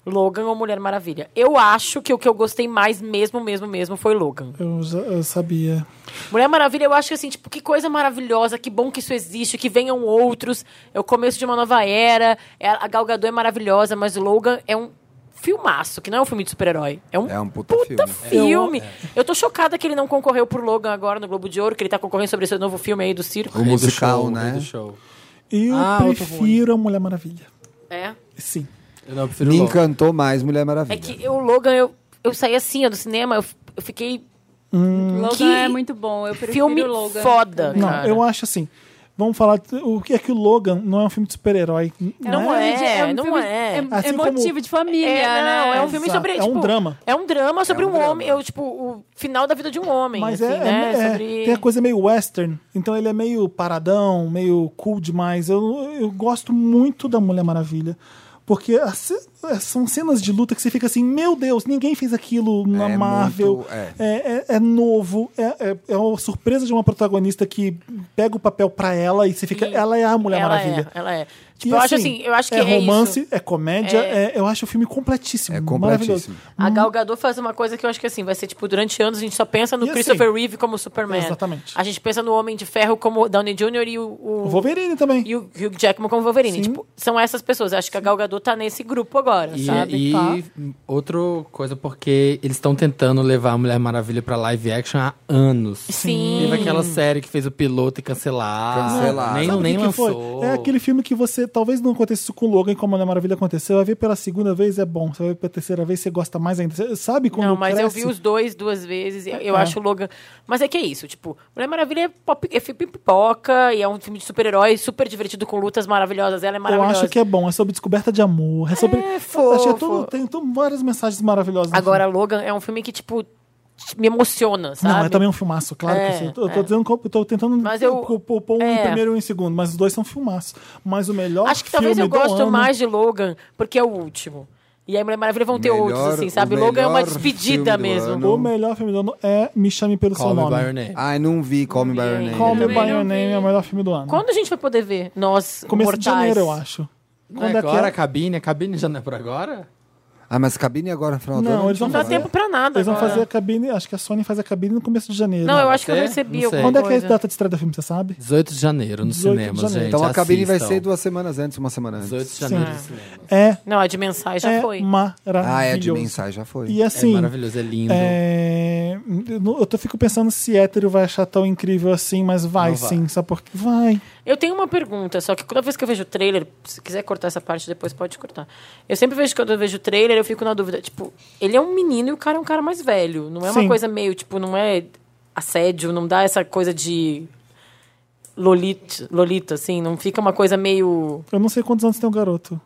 Speaker 4: Logan ou Mulher Maravilha. Eu acho que o que eu gostei mais mesmo, mesmo, mesmo foi Logan.
Speaker 1: Eu, já, eu sabia.
Speaker 4: Mulher Maravilha, eu acho que assim, tipo, que coisa maravilhosa, que bom que isso existe, que venham outros, é o começo de uma nova era, é- a Gal Gadot é maravilhosa, mas Logan é um filmaço, que não é um filme de super-herói, é um
Speaker 2: É um puta,
Speaker 4: puta
Speaker 2: filme.
Speaker 4: filme. Eu tô chocada que ele não concorreu por Logan agora no Globo de Ouro, que ele tá concorrendo sobre esse novo filme aí do circo.
Speaker 2: O
Speaker 7: Rei do
Speaker 2: musical,
Speaker 7: show,
Speaker 2: né?
Speaker 7: rei do show.
Speaker 1: Eu
Speaker 7: Ah, outro
Speaker 1: prefiro a Mulher Maravilha.
Speaker 4: É.
Speaker 1: Sim.
Speaker 7: Eu não, eu prefiro
Speaker 2: Me
Speaker 7: Logan.
Speaker 2: encantou mais Mulher
Speaker 4: É
Speaker 2: Maravilha.
Speaker 4: que o Logan, eu, eu saí assim, ó, do cinema, eu, f- eu fiquei
Speaker 5: Logan
Speaker 4: Que
Speaker 5: é muito bom. Eu prefiro
Speaker 4: filme
Speaker 5: Logan.
Speaker 4: foda,
Speaker 1: Não,
Speaker 4: cara.
Speaker 1: eu acho assim. Vamos falar o que é que o Logan não é um filme de super-herói.
Speaker 4: Não
Speaker 1: né?
Speaker 4: é,
Speaker 5: Gente,
Speaker 4: não
Speaker 5: um filme-
Speaker 4: é.
Speaker 1: Assim
Speaker 5: motivo
Speaker 1: como-
Speaker 5: de família,
Speaker 4: É,
Speaker 5: né?
Speaker 4: não, é um filme
Speaker 1: Exato.
Speaker 4: sobre.
Speaker 1: É um
Speaker 4: tipo,
Speaker 1: drama.
Speaker 4: É um drama sobre
Speaker 2: É um
Speaker 4: um,
Speaker 2: drama.
Speaker 4: homem, eu, tipo, o final da vida de um homem.
Speaker 1: Mas
Speaker 4: assim,
Speaker 1: é,
Speaker 4: né?
Speaker 1: é-
Speaker 4: sobre...
Speaker 1: tem a coisa meio western, então ele é meio paradão, meio cool demais. Eu, eu gosto muito da Mulher Maravilha. Porque as ce- é, são cenas de luta que você fica assim, meu Deus, ninguém fez aquilo na
Speaker 2: É
Speaker 1: Marvel.
Speaker 2: muito- é.
Speaker 1: É, é- é novo, é, é, é uma surpresa de uma protagonista que pega o papel pra ela e você fica.
Speaker 4: E
Speaker 1: ela é a Mulher
Speaker 4: ela
Speaker 1: Maravilha.
Speaker 4: É, ela é. Tipo,
Speaker 1: E,
Speaker 4: eu acho assim, eu acho que é,
Speaker 1: é romance,
Speaker 4: isso.
Speaker 1: é comédia, é- eu acho o filme completíssimo.
Speaker 2: É
Speaker 1: maravilhoso.
Speaker 2: completíssimo.
Speaker 4: A Gal Gadot faz uma coisa que eu acho que assim, vai ser tipo, durante anos a gente só pensa no
Speaker 1: E, assim,
Speaker 4: Christopher Reeve como Superman.
Speaker 1: exatamente.
Speaker 4: A gente pensa no Homem de Ferro como Downey Jr. e o, o-
Speaker 1: O Wolverine também.
Speaker 4: e o Hugh Jackman como Wolverine.
Speaker 1: Sim.
Speaker 4: Tipo, são essas pessoas. Acho que a Gal Gadot tá nesse grupo agora,
Speaker 7: E,
Speaker 4: sabe?
Speaker 7: e
Speaker 4: Tá.
Speaker 7: outra coisa, porque eles estão tentando levar a Mulher Maravilha pra live action há anos.
Speaker 4: Sim.
Speaker 7: Teve aquela série que fez o piloto e cancelaram.
Speaker 2: Cancelaram.
Speaker 7: Nem,
Speaker 2: Sabe
Speaker 7: nem
Speaker 1: o que que foi?
Speaker 7: lançou.
Speaker 1: É aquele filme que você talvez não aconteça isso com o Logan, como a Mulher Maravilha aconteceu. Vai ver pela segunda vez, é bom. Você vai ver pela terceira vez, você gosta mais ainda. Você sabe quando
Speaker 4: Não, mas eu
Speaker 1: cresce?
Speaker 4: vi os dois duas vezes. Eu, eu
Speaker 1: É.
Speaker 4: acho o Logan. Mas é que é isso, tipo, Mulher Maravilha é, pop, é filme pipoca e é um filme de super-herói super divertido com lutas maravilhosas. Ela é
Speaker 1: Eu
Speaker 4: maravilhosa.
Speaker 1: acho que é bom. É sobre descoberta de amor. É sobre.
Speaker 4: fofo.
Speaker 1: Achei tudo- tem tudo- várias mensagens maravilhosas. no
Speaker 4: Agora, Logan é um filme que, tipo, me
Speaker 1: filme.
Speaker 4: emociona, sabe?
Speaker 1: Não, é também um filmaço, claro
Speaker 4: É,
Speaker 1: que sim. Eu tô- Eu tô,
Speaker 4: é.
Speaker 1: dizendo, que eu tô tentando
Speaker 4: Mas eu-
Speaker 1: pô- pô- pôr um em
Speaker 4: é.
Speaker 1: primeiro e um em segundo, mas os dois são filmaços. Mas o melhor
Speaker 4: Acho que
Speaker 1: filme
Speaker 4: talvez eu
Speaker 1: do
Speaker 4: gosto
Speaker 1: ano-
Speaker 4: mais de Logan, porque é o último. E aí, Mulher Maravilha vão ter
Speaker 2: Melhor-
Speaker 4: outros, assim, sabe?
Speaker 2: o
Speaker 4: Logan é uma
Speaker 2: melhor filme
Speaker 4: despedida
Speaker 2: do
Speaker 4: mesmo.
Speaker 2: ano.
Speaker 1: O melhor filme do ano é Me Chame Pelo
Speaker 7: Call
Speaker 1: Seu
Speaker 7: Me
Speaker 1: Nome.
Speaker 7: By Your Name.
Speaker 2: Ai, não vi Call Me By Your Name.
Speaker 1: Call Me By
Speaker 5: Também
Speaker 1: Your
Speaker 5: não
Speaker 1: Name é o melhor filme do ano.
Speaker 4: Quando a gente vai poder ver? Nós,
Speaker 1: Começo
Speaker 4: mortais.
Speaker 1: de janeiro, eu acho.
Speaker 7: Não é
Speaker 1: Quando é que
Speaker 7: agora
Speaker 1: é?
Speaker 7: a cabine? A cabine já não é por agora?
Speaker 2: Ah, mas cabine agora, final do
Speaker 1: Não,
Speaker 2: ano,
Speaker 1: eles vão
Speaker 4: Não dá
Speaker 1: fazer.
Speaker 4: tempo pra nada.
Speaker 1: Eles vão
Speaker 4: agora.
Speaker 1: fazer a cabine, acho que a Sony faz a cabine no começo de janeiro.
Speaker 4: Não, eu acho que eu
Speaker 7: Até?
Speaker 4: recebi
Speaker 7: Não sei.
Speaker 4: alguma
Speaker 1: Quando é que é a
Speaker 4: coisa.
Speaker 1: data de estreia do filme, você sabe?
Speaker 7: 18 de janeiro, no
Speaker 1: 18 de
Speaker 7: cinema,
Speaker 1: janeiro.
Speaker 7: gente.
Speaker 2: Então a cabine vai
Speaker 7: assistam.
Speaker 2: ser duas semanas antes, uma semana antes.
Speaker 7: 18 de janeiro no
Speaker 4: Sim.
Speaker 7: cinema.
Speaker 1: É,
Speaker 4: Não, a de mensagem já
Speaker 1: é
Speaker 4: foi.
Speaker 1: maravilhoso.
Speaker 2: Ah, é de mensagem, já foi.
Speaker 1: E
Speaker 7: É
Speaker 1: assim,
Speaker 7: maravilhoso, é lindo.
Speaker 1: é, eu não- eu tô, fico pensando se hétero vai achar tão incrível assim, mas vai
Speaker 7: Não vai.
Speaker 1: sim, só porque vai.
Speaker 4: Eu tenho uma pergunta, só que toda vez que eu vejo o trailer, se quiser cortar essa parte depois, pode cortar. Eu sempre vejo quando eu vejo o trailer, eu fico na dúvida. Tipo, ele é um menino e o cara é um cara mais velho. Não é
Speaker 1: Sim.
Speaker 4: uma coisa meio, tipo, não é assédio, não dá essa coisa de. Lolita, lolita, assim, não fica uma coisa meio.
Speaker 1: Eu não sei quantos anos tem o garoto.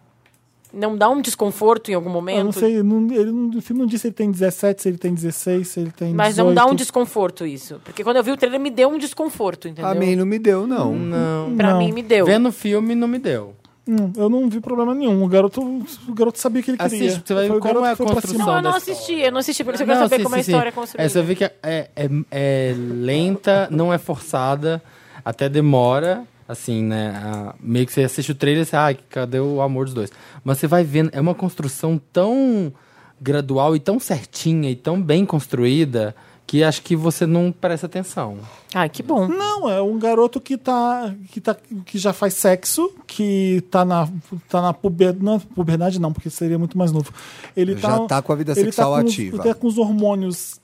Speaker 4: Não dá um desconforto em algum
Speaker 1: Eu
Speaker 4: momento.
Speaker 1: não sei, não- ele não- o filme não diz se ele tem 17, se ele tem 16, se ele tem
Speaker 4: Mas
Speaker 1: 18.
Speaker 4: não dá um desconforto isso. Porque quando eu vi o trailer, me deu um desconforto, entendeu?
Speaker 2: A mim não me deu, Ah, não.
Speaker 1: Hum,
Speaker 7: Não.
Speaker 4: pra
Speaker 1: não.
Speaker 4: mim, me deu.
Speaker 7: Vendo o filme não me deu.
Speaker 1: Hum, Eu não vi problema nenhum. O garoto, o garoto sabia que ele queria.
Speaker 7: Assiste, você vai ver
Speaker 1: Foi o
Speaker 7: como
Speaker 1: garoto
Speaker 7: é a
Speaker 1: que foi pra
Speaker 7: construção.
Speaker 1: cima.
Speaker 4: Não, eu não
Speaker 7: da
Speaker 4: assisti, eu não assisti, porque eu quero saber
Speaker 7: sim,
Speaker 4: como é a
Speaker 7: sim, sim.
Speaker 4: história é
Speaker 7: É, você
Speaker 4: construída.
Speaker 7: vê que é, é- é lenta, não é forçada, até demora, assim, né? a- meio que você assiste o trailer e você, ah, cadê o amor dos dois? Mas você vai vendo, é uma construção tão gradual e tão certinha e tão bem construída que acho que você não presta atenção.
Speaker 4: Ai, que bom.
Speaker 1: Não, é um garoto que tá que tá que já faz sexo, que tá na tá na puberdade, não, puberdade não, porque seria muito mais novo. Ele
Speaker 2: Já tá com a vida
Speaker 1: ele
Speaker 2: sexual
Speaker 1: tá com os-
Speaker 2: ativa.
Speaker 1: tá com os hormônios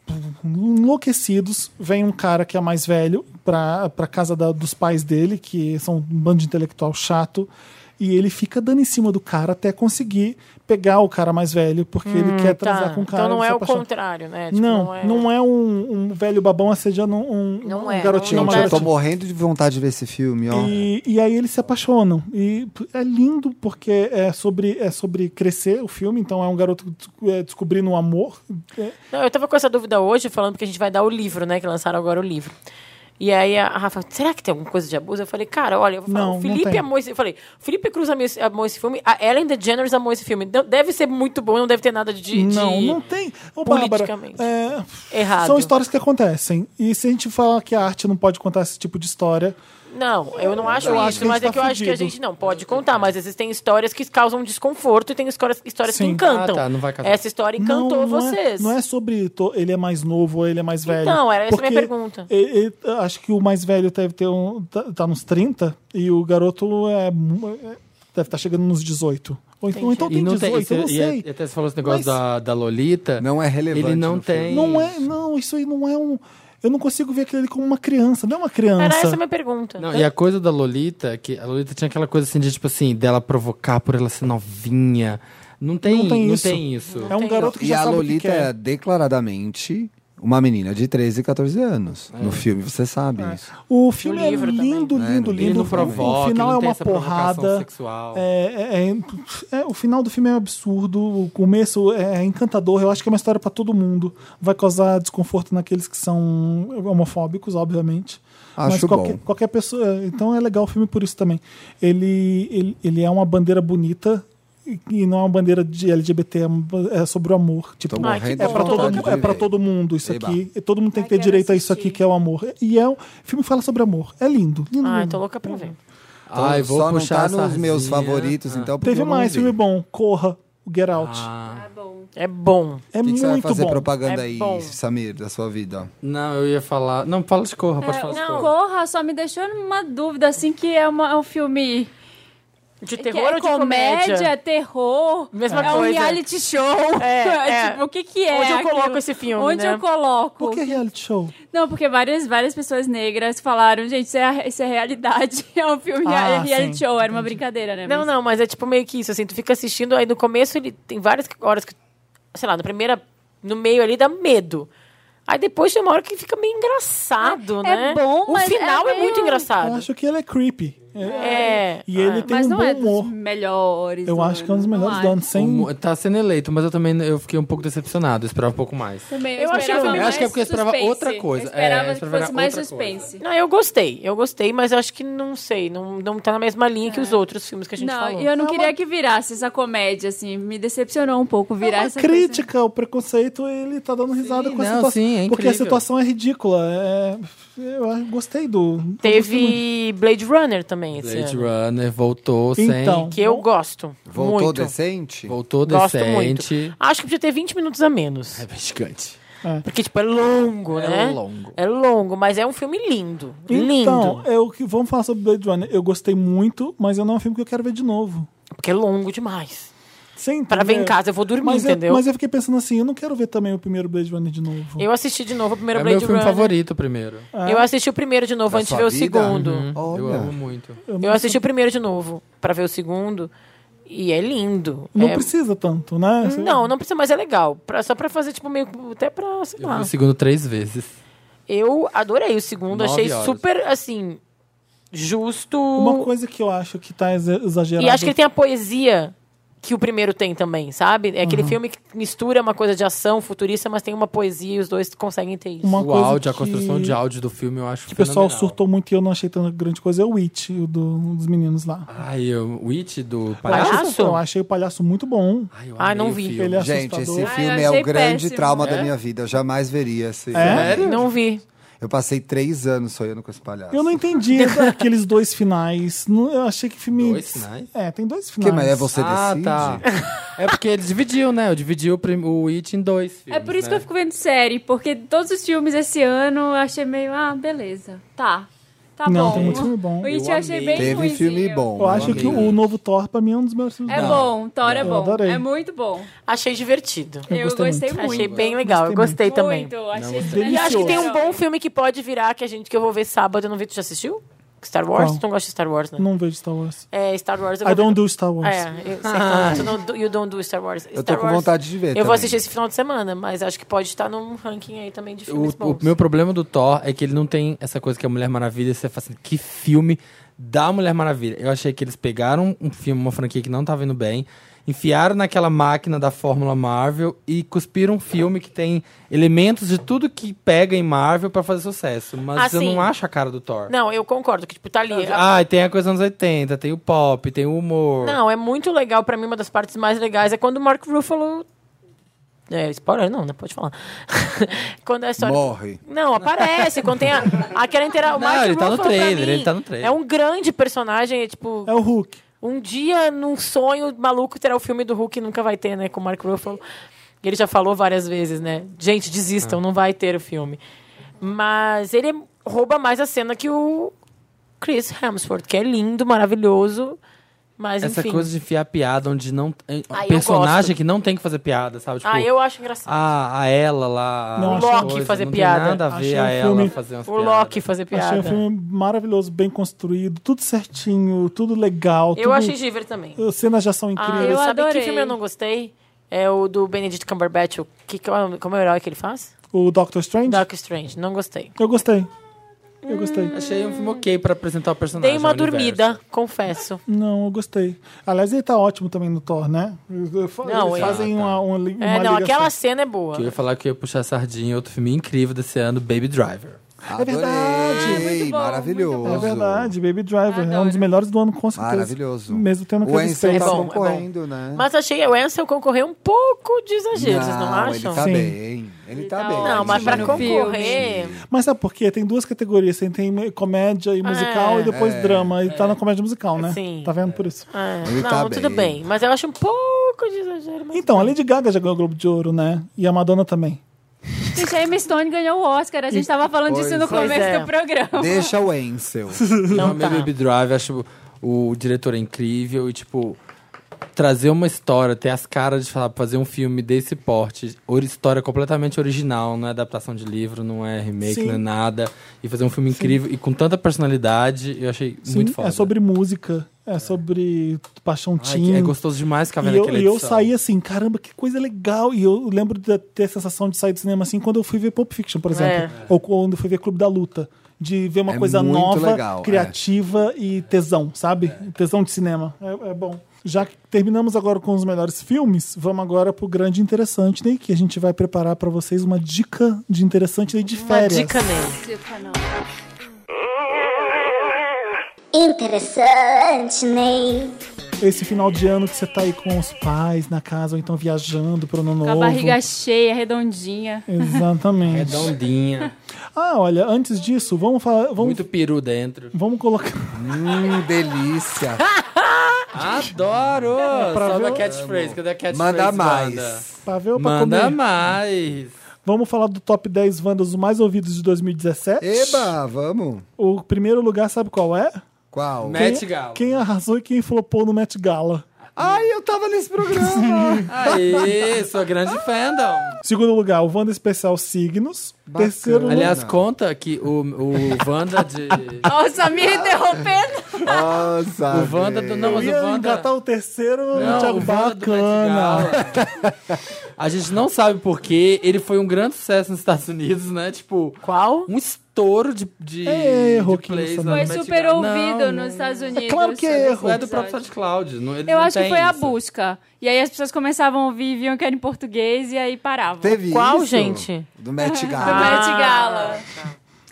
Speaker 1: enlouquecidos, vem um cara que é mais velho pra, pra casa da- dos pais dele, que são um bando de intelectual chato, e ele fica dando em cima do cara até conseguir pegar o cara mais velho, porque ele quer transar com o cara.
Speaker 4: Então não
Speaker 1: ele se
Speaker 4: é o
Speaker 1: apaixona.
Speaker 4: contrário, né? Tipo,
Speaker 1: Não, não é, um, um velho babão assediando um, um,
Speaker 4: Não
Speaker 1: um
Speaker 4: é,
Speaker 1: garotinho
Speaker 4: não- não
Speaker 1: uma
Speaker 4: dá-
Speaker 2: Gente, eu
Speaker 1: garotinha.
Speaker 2: tô morrendo de vontade de ver esse filme, ó.
Speaker 1: E, e aí eles se apaixonam. E p- é lindo porque é sobre, é sobre crescer o filme, então é um garoto des- é, descobrindo o amor. É,
Speaker 4: Não, eu tava com essa dúvida hoje, falando que a gente vai dar o livro, né? Que lançaram agora o livro. E aí a Rafa, será que tem alguma coisa de abuso? Eu falei, cara, olha, eu vou falar,
Speaker 1: Não, não
Speaker 4: o Felipe
Speaker 1: tem.
Speaker 4: amou esse. Eu falei, o Felipe Cruz amou esse, amou esse filme, a Ellen DeGeneres amou esse filme. Não- Deve ser muito bom, não deve ter nada de, de
Speaker 1: não, não tem. Ô, Bárbara,
Speaker 4: politicamente
Speaker 1: é,
Speaker 4: errado.
Speaker 1: são histórias que acontecem. E se a gente falar que a arte não pode contar esse tipo de história,
Speaker 4: Não, eu não
Speaker 1: acho
Speaker 4: acho
Speaker 1: que
Speaker 4: isso,
Speaker 1: a
Speaker 4: mas
Speaker 1: gente
Speaker 4: é que eu
Speaker 1: tá
Speaker 4: acho que a
Speaker 1: fudido.
Speaker 4: gente não pode contar, mas existem histórias que causam desconforto e tem histórias, histórias
Speaker 1: Sim.
Speaker 4: que encantam.
Speaker 7: Ah, tá, não vai casar.
Speaker 4: Essa história encantou
Speaker 1: não, não
Speaker 4: vocês.
Speaker 1: É, não é sobre to- ele é mais novo ou ele é mais velho.
Speaker 4: Então, era essa a minha
Speaker 1: Porque
Speaker 4: pergunta.
Speaker 1: e- e- acho que o mais velho deve ter um. Tá, tá nos 30 e o garoto é, mu- é- deve estar chegando nos 18. Ou então, ou então tem 18, eu não
Speaker 7: e, é,
Speaker 1: sei.
Speaker 7: e até você falou esse negócio
Speaker 1: Mas-
Speaker 7: da, da Lolita.
Speaker 2: Não é relevante
Speaker 7: Ele não
Speaker 2: no filme.
Speaker 7: tem.
Speaker 1: Não é, não, isso aí não é um. Eu não consigo ver aquele como uma criança, não é uma criança.
Speaker 4: Era essa a minha pergunta.
Speaker 7: Não, e a coisa da Lolita, é que a Lolita tinha aquela coisa assim de, tipo assim, dela provocar por ela ser novinha. Não tem,
Speaker 1: Não
Speaker 7: não
Speaker 1: tem
Speaker 7: tem
Speaker 1: isso.
Speaker 7: isso.
Speaker 1: É um garoto que
Speaker 2: E
Speaker 1: já
Speaker 2: a
Speaker 1: sabe o
Speaker 2: Lolita
Speaker 1: que quer.
Speaker 2: é declaradamente uma menina de 13 e 14 anos.
Speaker 1: É.
Speaker 2: No filme, você sabe isso.
Speaker 1: O filme
Speaker 4: No
Speaker 1: é
Speaker 4: livro também.
Speaker 1: lindo,
Speaker 2: É,
Speaker 1: lindo,
Speaker 2: no
Speaker 1: lindo.
Speaker 7: Ele não
Speaker 1: O-
Speaker 7: provoca,
Speaker 1: o final
Speaker 7: não
Speaker 1: é
Speaker 7: tem
Speaker 1: uma
Speaker 7: essa provocação
Speaker 1: porrada.
Speaker 7: sexual.
Speaker 1: É, é- é- é- o final do filme é absurdo, o começo é encantador. Eu acho que é uma história pra todo mundo. Vai causar desconforto naqueles que são homofóbicos, obviamente.
Speaker 2: Acho
Speaker 1: Mas qualquer,
Speaker 2: bom.
Speaker 1: qualquer pessoa. Então é legal o filme por isso também. Ele, ele, ele é uma bandeira bonita e- e não é uma bandeira de LGBT, é uma- é sobre o amor. Tipo,
Speaker 2: Tô
Speaker 4: Ai, que
Speaker 2: morrendo
Speaker 4: bom.
Speaker 1: é
Speaker 2: de
Speaker 1: pra todo,
Speaker 2: vontade de
Speaker 1: mu- é pra
Speaker 2: ver.
Speaker 1: todo mundo isso
Speaker 2: Eba.
Speaker 1: aqui. E todo mundo tem que
Speaker 5: Ai,
Speaker 1: ter
Speaker 5: quero
Speaker 1: direito a isso
Speaker 5: assistir.
Speaker 1: aqui, que é o amor. E é um o filme fala sobre amor. É lindo, lindo.
Speaker 4: Ai,
Speaker 1: lindo.
Speaker 4: Ah, tô louca pra ver.
Speaker 2: Então,
Speaker 7: Ai, vou
Speaker 2: só não
Speaker 7: puxar
Speaker 2: tá
Speaker 7: a
Speaker 2: nos meus
Speaker 7: sardinha.
Speaker 2: favoritos, então. porque
Speaker 1: Teve
Speaker 2: eu não
Speaker 1: mais
Speaker 2: vi.
Speaker 1: filme bom. Corra, o Get Out.
Speaker 2: então.
Speaker 7: Ah,
Speaker 4: É bom.
Speaker 1: é
Speaker 2: O que, que você vai
Speaker 1: muito
Speaker 2: fazer
Speaker 1: bom.
Speaker 2: propaganda
Speaker 4: É
Speaker 2: aí,
Speaker 4: bom.
Speaker 2: Samir, da sua vida?
Speaker 7: não, eu ia falar. Não, fala de corra, pode
Speaker 5: É,
Speaker 7: falar de
Speaker 5: o
Speaker 7: corra.
Speaker 5: Corra só me deixou numa dúvida, assim, que é, uma- é um filme...
Speaker 4: De
Speaker 5: que
Speaker 4: terror
Speaker 5: é
Speaker 4: ou de comédia?
Speaker 5: é terror.
Speaker 4: Mesma
Speaker 5: é um
Speaker 4: coisa.
Speaker 5: reality show.
Speaker 4: É, é.
Speaker 5: tipo, o que que [LAUGHS] é
Speaker 4: Onde eu
Speaker 5: aquilo?
Speaker 4: coloco esse filme,
Speaker 5: Onde
Speaker 4: né?
Speaker 5: eu coloco?
Speaker 1: Por que reality show?
Speaker 5: Não, porque várias, várias pessoas negras falaram, gente, isso é, a- isso é realidade. [LAUGHS] É um filme
Speaker 1: Ah,
Speaker 5: é reality
Speaker 1: sim.
Speaker 5: show, era uma brincadeira, né?
Speaker 4: Não,
Speaker 5: Mas-
Speaker 4: não, mas é tipo meio que isso, assim, tu fica assistindo, aí no começo ele tem várias horas que, sei lá, na primeira, no meio ali dá medo. Aí depois tem uma hora que fica meio engraçado,
Speaker 5: É- é
Speaker 4: né?
Speaker 5: bom,
Speaker 4: O
Speaker 5: mas é
Speaker 4: final é,
Speaker 5: meio-
Speaker 4: muito
Speaker 1: Eu
Speaker 4: engraçado.
Speaker 1: acho que ele é creepy. É.
Speaker 4: É.
Speaker 1: E ele tem
Speaker 5: Mas
Speaker 1: um
Speaker 5: não
Speaker 1: bom
Speaker 5: é
Speaker 1: humor.
Speaker 5: dos melhores.
Speaker 1: Eu
Speaker 5: do
Speaker 1: acho que é um dos
Speaker 5: ano, não
Speaker 1: melhores
Speaker 5: acho.
Speaker 1: do ano. Sem...
Speaker 2: é?
Speaker 7: O- Tá sendo eleito, mas eu também eu fiquei um pouco decepcionado, eu esperava um pouco mais.
Speaker 5: Também,
Speaker 4: Eu achei
Speaker 5: esperava
Speaker 4: que eu- eu
Speaker 5: mais
Speaker 7: acho que é porque eu esperava
Speaker 5: suspense.
Speaker 7: outra coisa.
Speaker 5: Eu esperava
Speaker 7: É, eu
Speaker 5: que
Speaker 7: esperava
Speaker 5: fosse mais
Speaker 7: outra coisa.
Speaker 5: suspense.
Speaker 4: Não, eu gostei, eu gostei, mas eu acho que não sei, não, não tá na mesma linha que os outros filmes que a gente
Speaker 5: É. Não,
Speaker 4: falou.
Speaker 5: e eu não queria que virasse essa comédia, assim. Me decepcionou um pouco virar
Speaker 1: A
Speaker 5: essa
Speaker 1: crítica, o preconceito, ele tá dando risada com a
Speaker 7: não,
Speaker 1: situação.
Speaker 7: sim, é
Speaker 1: porque a
Speaker 7: incrível.
Speaker 1: situação é ridícula. É... Eu gostei do. eu gostei muito.
Speaker 4: Teve Blade Runner também esse
Speaker 7: Blade
Speaker 4: ano,
Speaker 7: Runner voltou sem.
Speaker 1: Então.
Speaker 2: é
Speaker 4: que eu gosto
Speaker 2: Voltou
Speaker 4: muito.
Speaker 2: decente?
Speaker 7: Voltou
Speaker 4: Gosto
Speaker 7: decente.
Speaker 4: muito. Acho que podia ter 20 minutos a menos.
Speaker 7: É bem gigante.
Speaker 4: Porque, tipo, é longo,
Speaker 7: É
Speaker 4: né?
Speaker 7: longo.
Speaker 4: É longo, mas é um filme lindo.
Speaker 1: Então,
Speaker 4: lindo.
Speaker 1: eu, que- vamos falar sobre Blade Runner. Eu gostei muito, mas eu não é um filme que eu quero ver de novo.
Speaker 4: Porque é longo demais.
Speaker 1: Sem
Speaker 4: Pra ver em casa, eu vou dormir,
Speaker 1: É. mas
Speaker 4: entendeu?
Speaker 1: Eu, mas eu fiquei pensando assim, eu não quero ver também o primeiro Blade Runner de novo.
Speaker 4: Eu assisti de novo o primeiro
Speaker 7: é
Speaker 4: Blade
Speaker 7: meu filme
Speaker 4: Runner.
Speaker 7: favorito primeiro.
Speaker 1: É.
Speaker 4: Eu assisti o primeiro de novo
Speaker 2: Da
Speaker 4: antes de
Speaker 2: sua
Speaker 4: ver o
Speaker 2: vida? Uhum.
Speaker 4: segundo.
Speaker 7: Eu
Speaker 2: Olha.
Speaker 7: amo muito.
Speaker 1: Uhum. não
Speaker 4: Eu assisti o primeiro de novo pra ver o segundo. E é lindo.
Speaker 1: Não
Speaker 4: É-
Speaker 1: precisa tanto, né? Você-
Speaker 4: Não, não precisa, mas é legal. Pra- só pra fazer, tipo, meio. que- Até pra, sei
Speaker 7: Eu vi
Speaker 4: lá.
Speaker 7: o segundo três vezes.
Speaker 4: Eu adorei o segundo,
Speaker 7: Nove
Speaker 4: achei
Speaker 7: horas.
Speaker 4: super, assim. Justo.
Speaker 1: Uma coisa que eu acho que tá exa- exagerado.
Speaker 4: E acho que ele tem a poesia que o primeiro tem também, sabe? É aquele filme que mistura uma coisa de ação futurista, mas tem uma poesia e os dois conseguem ter isso.
Speaker 1: Uma
Speaker 7: o
Speaker 1: coisa
Speaker 7: áudio, a
Speaker 1: que-
Speaker 7: construção de áudio do filme eu acho
Speaker 1: que o pessoal
Speaker 7: fenomenal.
Speaker 1: surtou muito e eu não achei tanta grande coisa é o It, o do- dos meninos lá.
Speaker 7: Ai, eu- o It do
Speaker 4: Ah, Palhaço?
Speaker 7: palhaço.
Speaker 1: Eu achei o palhaço muito bom.
Speaker 7: Ai, eu
Speaker 4: Ah, não
Speaker 7: amei o
Speaker 4: vi.
Speaker 7: filme.
Speaker 1: Ele é
Speaker 2: Gente,
Speaker 1: assustador.
Speaker 2: esse
Speaker 5: Ah, eu
Speaker 2: filme é
Speaker 5: achei
Speaker 2: o grande
Speaker 5: péssimo.
Speaker 2: trauma
Speaker 7: É?
Speaker 2: da minha vida. Eu jamais veria esse.
Speaker 1: É?
Speaker 4: Não vi.
Speaker 2: Eu passei três anos sonhando com esse palhaço.
Speaker 7: é
Speaker 1: Eu não entendi aqueles dois finais. Não- Eu achei que filme.
Speaker 7: Dois finais?
Speaker 1: É, tem dois
Speaker 2: Que,
Speaker 1: finais.
Speaker 2: mas é você
Speaker 7: ah,
Speaker 2: decide?
Speaker 7: tá. É porque ele dividiu, né? Eu dividi o, prim- o It em dois
Speaker 5: É
Speaker 7: filmes,
Speaker 5: por isso
Speaker 7: né?
Speaker 5: que eu fico vendo série, porque todos os filmes esse ano eu achei meio, ah, beleza, tá. Tá
Speaker 1: Não,
Speaker 5: bom.
Speaker 1: tem muito filme bom.
Speaker 5: O It
Speaker 7: Eu
Speaker 5: eu achei
Speaker 7: amei.
Speaker 5: bem
Speaker 2: Teve
Speaker 5: ruimzinho.
Speaker 2: filme bom.
Speaker 1: Eu acho
Speaker 2: amei.
Speaker 1: que o novo Thor, pra mim, é um dos melhores filmes
Speaker 5: É
Speaker 1: da-
Speaker 5: bom, Thor é
Speaker 1: Eu
Speaker 5: bom.
Speaker 1: adorei.
Speaker 5: É muito bom.
Speaker 4: Achei divertido.
Speaker 1: Eu
Speaker 5: Eu,
Speaker 1: gostei
Speaker 5: gostei,
Speaker 1: muito.
Speaker 5: muito.
Speaker 4: Achei bem legal, eu gostei
Speaker 5: muito,
Speaker 4: também.
Speaker 5: Achei
Speaker 4: E acho que tem um
Speaker 5: Delicioso.
Speaker 4: bom filme que pode virar que a gente que eu vou ver sábado, eu não vi, tu já assistiu? Star Wars?
Speaker 1: Qual?
Speaker 4: Tu não gosta de Star Wars, né?
Speaker 1: Não vejo Star Wars.
Speaker 4: É, Star Wars eu
Speaker 1: I
Speaker 4: vou
Speaker 1: don't
Speaker 4: ver-
Speaker 1: do Star Wars.
Speaker 4: É, eu sei que tu não do, you don't do Star Wars.
Speaker 2: Eu tô
Speaker 4: Star
Speaker 2: com
Speaker 4: Wars,
Speaker 2: vontade de ver
Speaker 4: Eu vou
Speaker 2: também.
Speaker 4: assistir esse final de semana, mas acho que pode estar num ranking aí também de filmes
Speaker 7: O, o
Speaker 4: bons.
Speaker 7: meu problema do Thor é que ele não tem essa coisa que é a Mulher Maravilha. Você fala assim, que filme da Mulher Maravilha. Eu achei que eles pegaram um filme, uma franquia que não tava indo bem, enfiaram naquela máquina da Fórmula Marvel e cuspiram um filme que tem elementos de tudo que pega em Marvel pra fazer sucesso. Mas eu
Speaker 4: Assim,
Speaker 7: não acho a cara do Thor.
Speaker 4: Não, eu concordo que tipo tá ali. a-
Speaker 7: Ah, e tem a coisa dos anos 80, tem o pop, tem o humor.
Speaker 4: Não, é muito legal. Pra mim, uma das partes mais legais é quando o Mark Ruffalo. É, spoiler não, né? Pode falar. [LAUGHS] quando é só.
Speaker 2: Morre.
Speaker 4: Não, aparece. quando tem a- aquela interação.
Speaker 7: Não, ele tá no trailer, ele tá no trailer.
Speaker 4: É um grande personagem. É tipo.
Speaker 1: É o Hulk.
Speaker 4: Um dia, num sonho maluco, terá o filme do Hulk e nunca vai ter, né? Com o Mark Ruffalo. E Ele já falou várias vezes, né? Gente, desistam,
Speaker 7: É.
Speaker 4: não vai ter o filme. Mas ele rouba mais a cena que o Chris Hemsworth, que é lindo, maravilhoso. Mas,
Speaker 7: Essa
Speaker 4: enfim.
Speaker 7: coisa de enfiar piada onde não. eh,
Speaker 4: Ah, eu
Speaker 7: personagem
Speaker 4: gosto.
Speaker 7: que não tem que fazer piada, sabe? Tipo,
Speaker 4: Ah, eu acho engraçado.
Speaker 7: Ah, a, a ela lá.
Speaker 1: Não,
Speaker 7: a
Speaker 1: o
Speaker 4: Loki
Speaker 7: coisa,
Speaker 4: fazer
Speaker 7: não
Speaker 4: piada.
Speaker 7: Tem nada a
Speaker 1: Achei
Speaker 7: ver a
Speaker 1: um
Speaker 7: ela
Speaker 1: filme-
Speaker 7: fazer umas
Speaker 4: o
Speaker 7: piadas.
Speaker 4: Loki fazer
Speaker 1: Achei
Speaker 4: piada.
Speaker 1: um filme maravilhoso, bem construído, tudo certinho, tudo legal.
Speaker 4: Eu
Speaker 1: tudo...
Speaker 4: achei Giver também.
Speaker 1: Cenas já são
Speaker 4: Ah,
Speaker 1: incríveis.
Speaker 5: eu
Speaker 4: sabe que
Speaker 5: adorei.
Speaker 4: filme eu não gostei? É o do Benedict Cumberbatch. O que, que é o- como é o herói que ele faz?
Speaker 1: o Doctor Strange.
Speaker 4: Doctor Strange, não gostei.
Speaker 1: Eu gostei. Eu gostei.
Speaker 4: Hum.
Speaker 7: Achei um filme ok pra apresentar o personagem.
Speaker 4: Dei uma
Speaker 7: o universo.
Speaker 4: dormida, confesso.
Speaker 1: Não, eu gostei. Aliás, ele tá ótimo também no Thor, né?
Speaker 4: Não,
Speaker 1: Eles
Speaker 4: ele-
Speaker 1: fazem uma, uma, li- uma
Speaker 4: É, não,
Speaker 1: ligação.
Speaker 4: aquela cena é boa.
Speaker 7: Que eu ia falar que eu ia puxar sardinha, outro filme incrível desse ano, Baby Driver.
Speaker 1: É verdade.
Speaker 2: Adorei,
Speaker 5: Muito bom,
Speaker 2: maravilhoso.
Speaker 1: É verdade, Baby Driver.
Speaker 4: Ah,
Speaker 1: É um dos
Speaker 5: Adoro.
Speaker 1: melhores do ano, com certeza.
Speaker 2: Maravilhoso.
Speaker 1: Mesmo tendo
Speaker 2: o
Speaker 1: aquele
Speaker 2: Ansel tá
Speaker 4: É bom, é bom.
Speaker 2: concorrendo, né?
Speaker 4: Mas achei o Ansel concorrer um pouco de exagero, vocês não acham?
Speaker 2: Ele tá
Speaker 1: Sim.
Speaker 2: bem. Ele tá,
Speaker 5: tá
Speaker 2: bem.
Speaker 5: ótimo.
Speaker 4: Não, mas pra
Speaker 5: No
Speaker 4: concorrer.
Speaker 1: Mas sabe por quê? Tem duas categorias. Tem, tem comédia e musical
Speaker 4: É.
Speaker 1: e depois drama. E tá na comédia musical, né?
Speaker 4: Sim.
Speaker 1: Tá vendo por isso?
Speaker 4: É,
Speaker 2: Ele
Speaker 4: não,
Speaker 2: tá
Speaker 4: tudo
Speaker 2: bem.
Speaker 4: bem. Mas eu acho um pouco de exagero. Mas...
Speaker 1: Então, a Lady Gaga já ganhou o Globo de Ouro, né? E a Madonna também.
Speaker 5: Gente, a Emma Stone ganhou o Oscar. A gente tava falando disso no
Speaker 2: Pois
Speaker 5: começo
Speaker 4: é.
Speaker 5: do programa.
Speaker 2: [LAUGHS] Deixa o
Speaker 1: [LAUGHS]
Speaker 2: Ansel.
Speaker 7: Eu
Speaker 4: Então
Speaker 7: amei
Speaker 4: tá.
Speaker 7: Baby Driver, acho o diretor incrível e, tipo, trazer uma história, ter as caras de falar, fazer um filme desse porte, ori- história completamente original, não é adaptação de livro, não é remake,
Speaker 1: Sim.
Speaker 7: não é nada, e fazer um filme incrível e com tanta personalidade, eu achei muito foda.
Speaker 1: é sobre música. É sobre paixão
Speaker 7: Ai, que-
Speaker 1: teen.
Speaker 7: é gostoso demais ficar vendo
Speaker 1: E eu,
Speaker 7: aquela
Speaker 1: e eu
Speaker 7: edição.
Speaker 1: saí assim, caramba, que coisa legal. E eu lembro de ter a sensação de sair do cinema assim quando eu fui ver Pulp Fiction, por exemplo.
Speaker 4: É.
Speaker 1: Ou quando eu fui ver Clube da Luta. De ver uma
Speaker 2: É
Speaker 1: coisa
Speaker 2: muito
Speaker 1: nova,
Speaker 2: legal, é.
Speaker 1: criativa e tesão, sabe? Tesão de cinema. É, é bom. Já que terminamos agora com os melhores filmes, vamos agora pro grande interessante, né? Que a gente vai preparar pra vocês uma dica de interessante né, de
Speaker 4: Uma
Speaker 1: férias.
Speaker 4: dica nele.
Speaker 8: Interessante, Ney.
Speaker 1: Esse final de ano que você tá aí com os pais na casa ou então viajando pro ano
Speaker 5: Com a
Speaker 1: novo.
Speaker 5: barriga cheia, redondinha.
Speaker 1: Exatamente.
Speaker 7: É Redondinha,
Speaker 1: Ah, olha, antes disso, vamos falar. [LAUGHS] Vamos,
Speaker 7: muito
Speaker 1: [LAUGHS]
Speaker 7: peru dentro.
Speaker 1: vamos colocar.
Speaker 2: Hum,
Speaker 5: [LAUGHS]
Speaker 2: delícia.
Speaker 7: Adoro!
Speaker 1: É Pra
Speaker 7: Solta
Speaker 1: ver
Speaker 7: a
Speaker 1: o-
Speaker 7: catchphrase, cadê a catchphrase?
Speaker 2: Manda
Speaker 7: Wanda?
Speaker 2: mais.
Speaker 1: Pra ver ou pra
Speaker 7: Manda
Speaker 1: comer?
Speaker 7: mais!
Speaker 1: Vamos falar do top 10 Wandas mais ouvidos de 2017.
Speaker 2: Eba, vamos.
Speaker 1: O primeiro lugar, sabe qual é?
Speaker 2: Qual?
Speaker 7: Né? Met Gala.
Speaker 1: Quem arrasou e quem flopou no Met Gala.
Speaker 2: Ai, eu tava nesse
Speaker 5: [LAUGHS]
Speaker 2: programa.
Speaker 1: [LAUGHS]
Speaker 7: Aê, sua grande fandom!
Speaker 1: Segundo lugar, o Wanda Especial Signos.
Speaker 2: Bacana.
Speaker 1: Terceiro lugar.
Speaker 7: Aliás, conta que o, o
Speaker 1: [LAUGHS]
Speaker 7: Wanda de.
Speaker 5: Ó, o Samir interrompendo.
Speaker 2: Nossa.
Speaker 7: O Wanda do. Não,
Speaker 1: Eu
Speaker 7: mas o
Speaker 1: ia
Speaker 7: Wanda.
Speaker 1: engatar o terceiro,
Speaker 7: Não,
Speaker 1: Thiago,
Speaker 7: o Wanda do Met
Speaker 1: bacana.
Speaker 7: Gala. [LAUGHS] A gente não sabe porquê. Ele foi um grande sucesso nos Estados Unidos, né? Tipo,
Speaker 4: Qual?
Speaker 7: um estouro de, de,
Speaker 1: É,
Speaker 7: de
Speaker 1: Roquinho,
Speaker 7: plays
Speaker 1: isso
Speaker 7: lá no
Speaker 5: Foi
Speaker 7: Met
Speaker 5: super
Speaker 7: Gala.
Speaker 5: ouvido
Speaker 7: Não, não.
Speaker 5: nos Estados Unidos.
Speaker 1: claro que é erro.
Speaker 7: É do próprio SoundCloud. não- eles
Speaker 5: Eu
Speaker 7: não
Speaker 5: acho que
Speaker 7: têm
Speaker 5: foi a
Speaker 7: isso.
Speaker 5: busca. E aí as pessoas começavam a ouvir, viam que era em português e aí paravam.
Speaker 2: Teve
Speaker 4: Qual,
Speaker 2: isso?
Speaker 4: gente?
Speaker 2: Do Met
Speaker 5: Ah. Do
Speaker 2: Gala.
Speaker 5: Met Gala.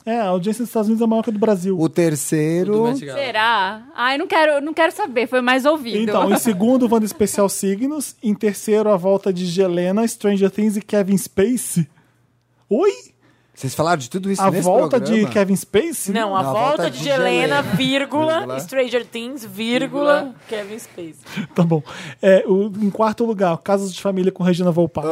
Speaker 1: É, a audiência dos Estados Unidos é maior que a do Brasil.
Speaker 2: O
Speaker 7: Do
Speaker 2: terceiro.
Speaker 7: Met Gala.
Speaker 5: Será? Ai, não quero, não quero saber. Foi mais ouvido.
Speaker 1: Então, em segundo, Wanda Especial Signos. Em terceiro, a volta de Gelena, Stranger Things e Kevin Spacey. Oi?
Speaker 2: Vocês falaram de tudo isso
Speaker 1: A
Speaker 2: nesse
Speaker 1: volta
Speaker 2: programa?
Speaker 1: de Kevin Spacey?
Speaker 4: Não, a
Speaker 2: Não, a
Speaker 4: volta,
Speaker 2: volta
Speaker 4: de,
Speaker 2: de
Speaker 4: Helena,
Speaker 2: Helena,
Speaker 4: vírgula,
Speaker 2: vírgula.
Speaker 4: Stranger Things, vírgula, Kevin Spacey.
Speaker 1: [LAUGHS] Tá bom. É, o- em quarto lugar, Casas de Família com Regina Volpato.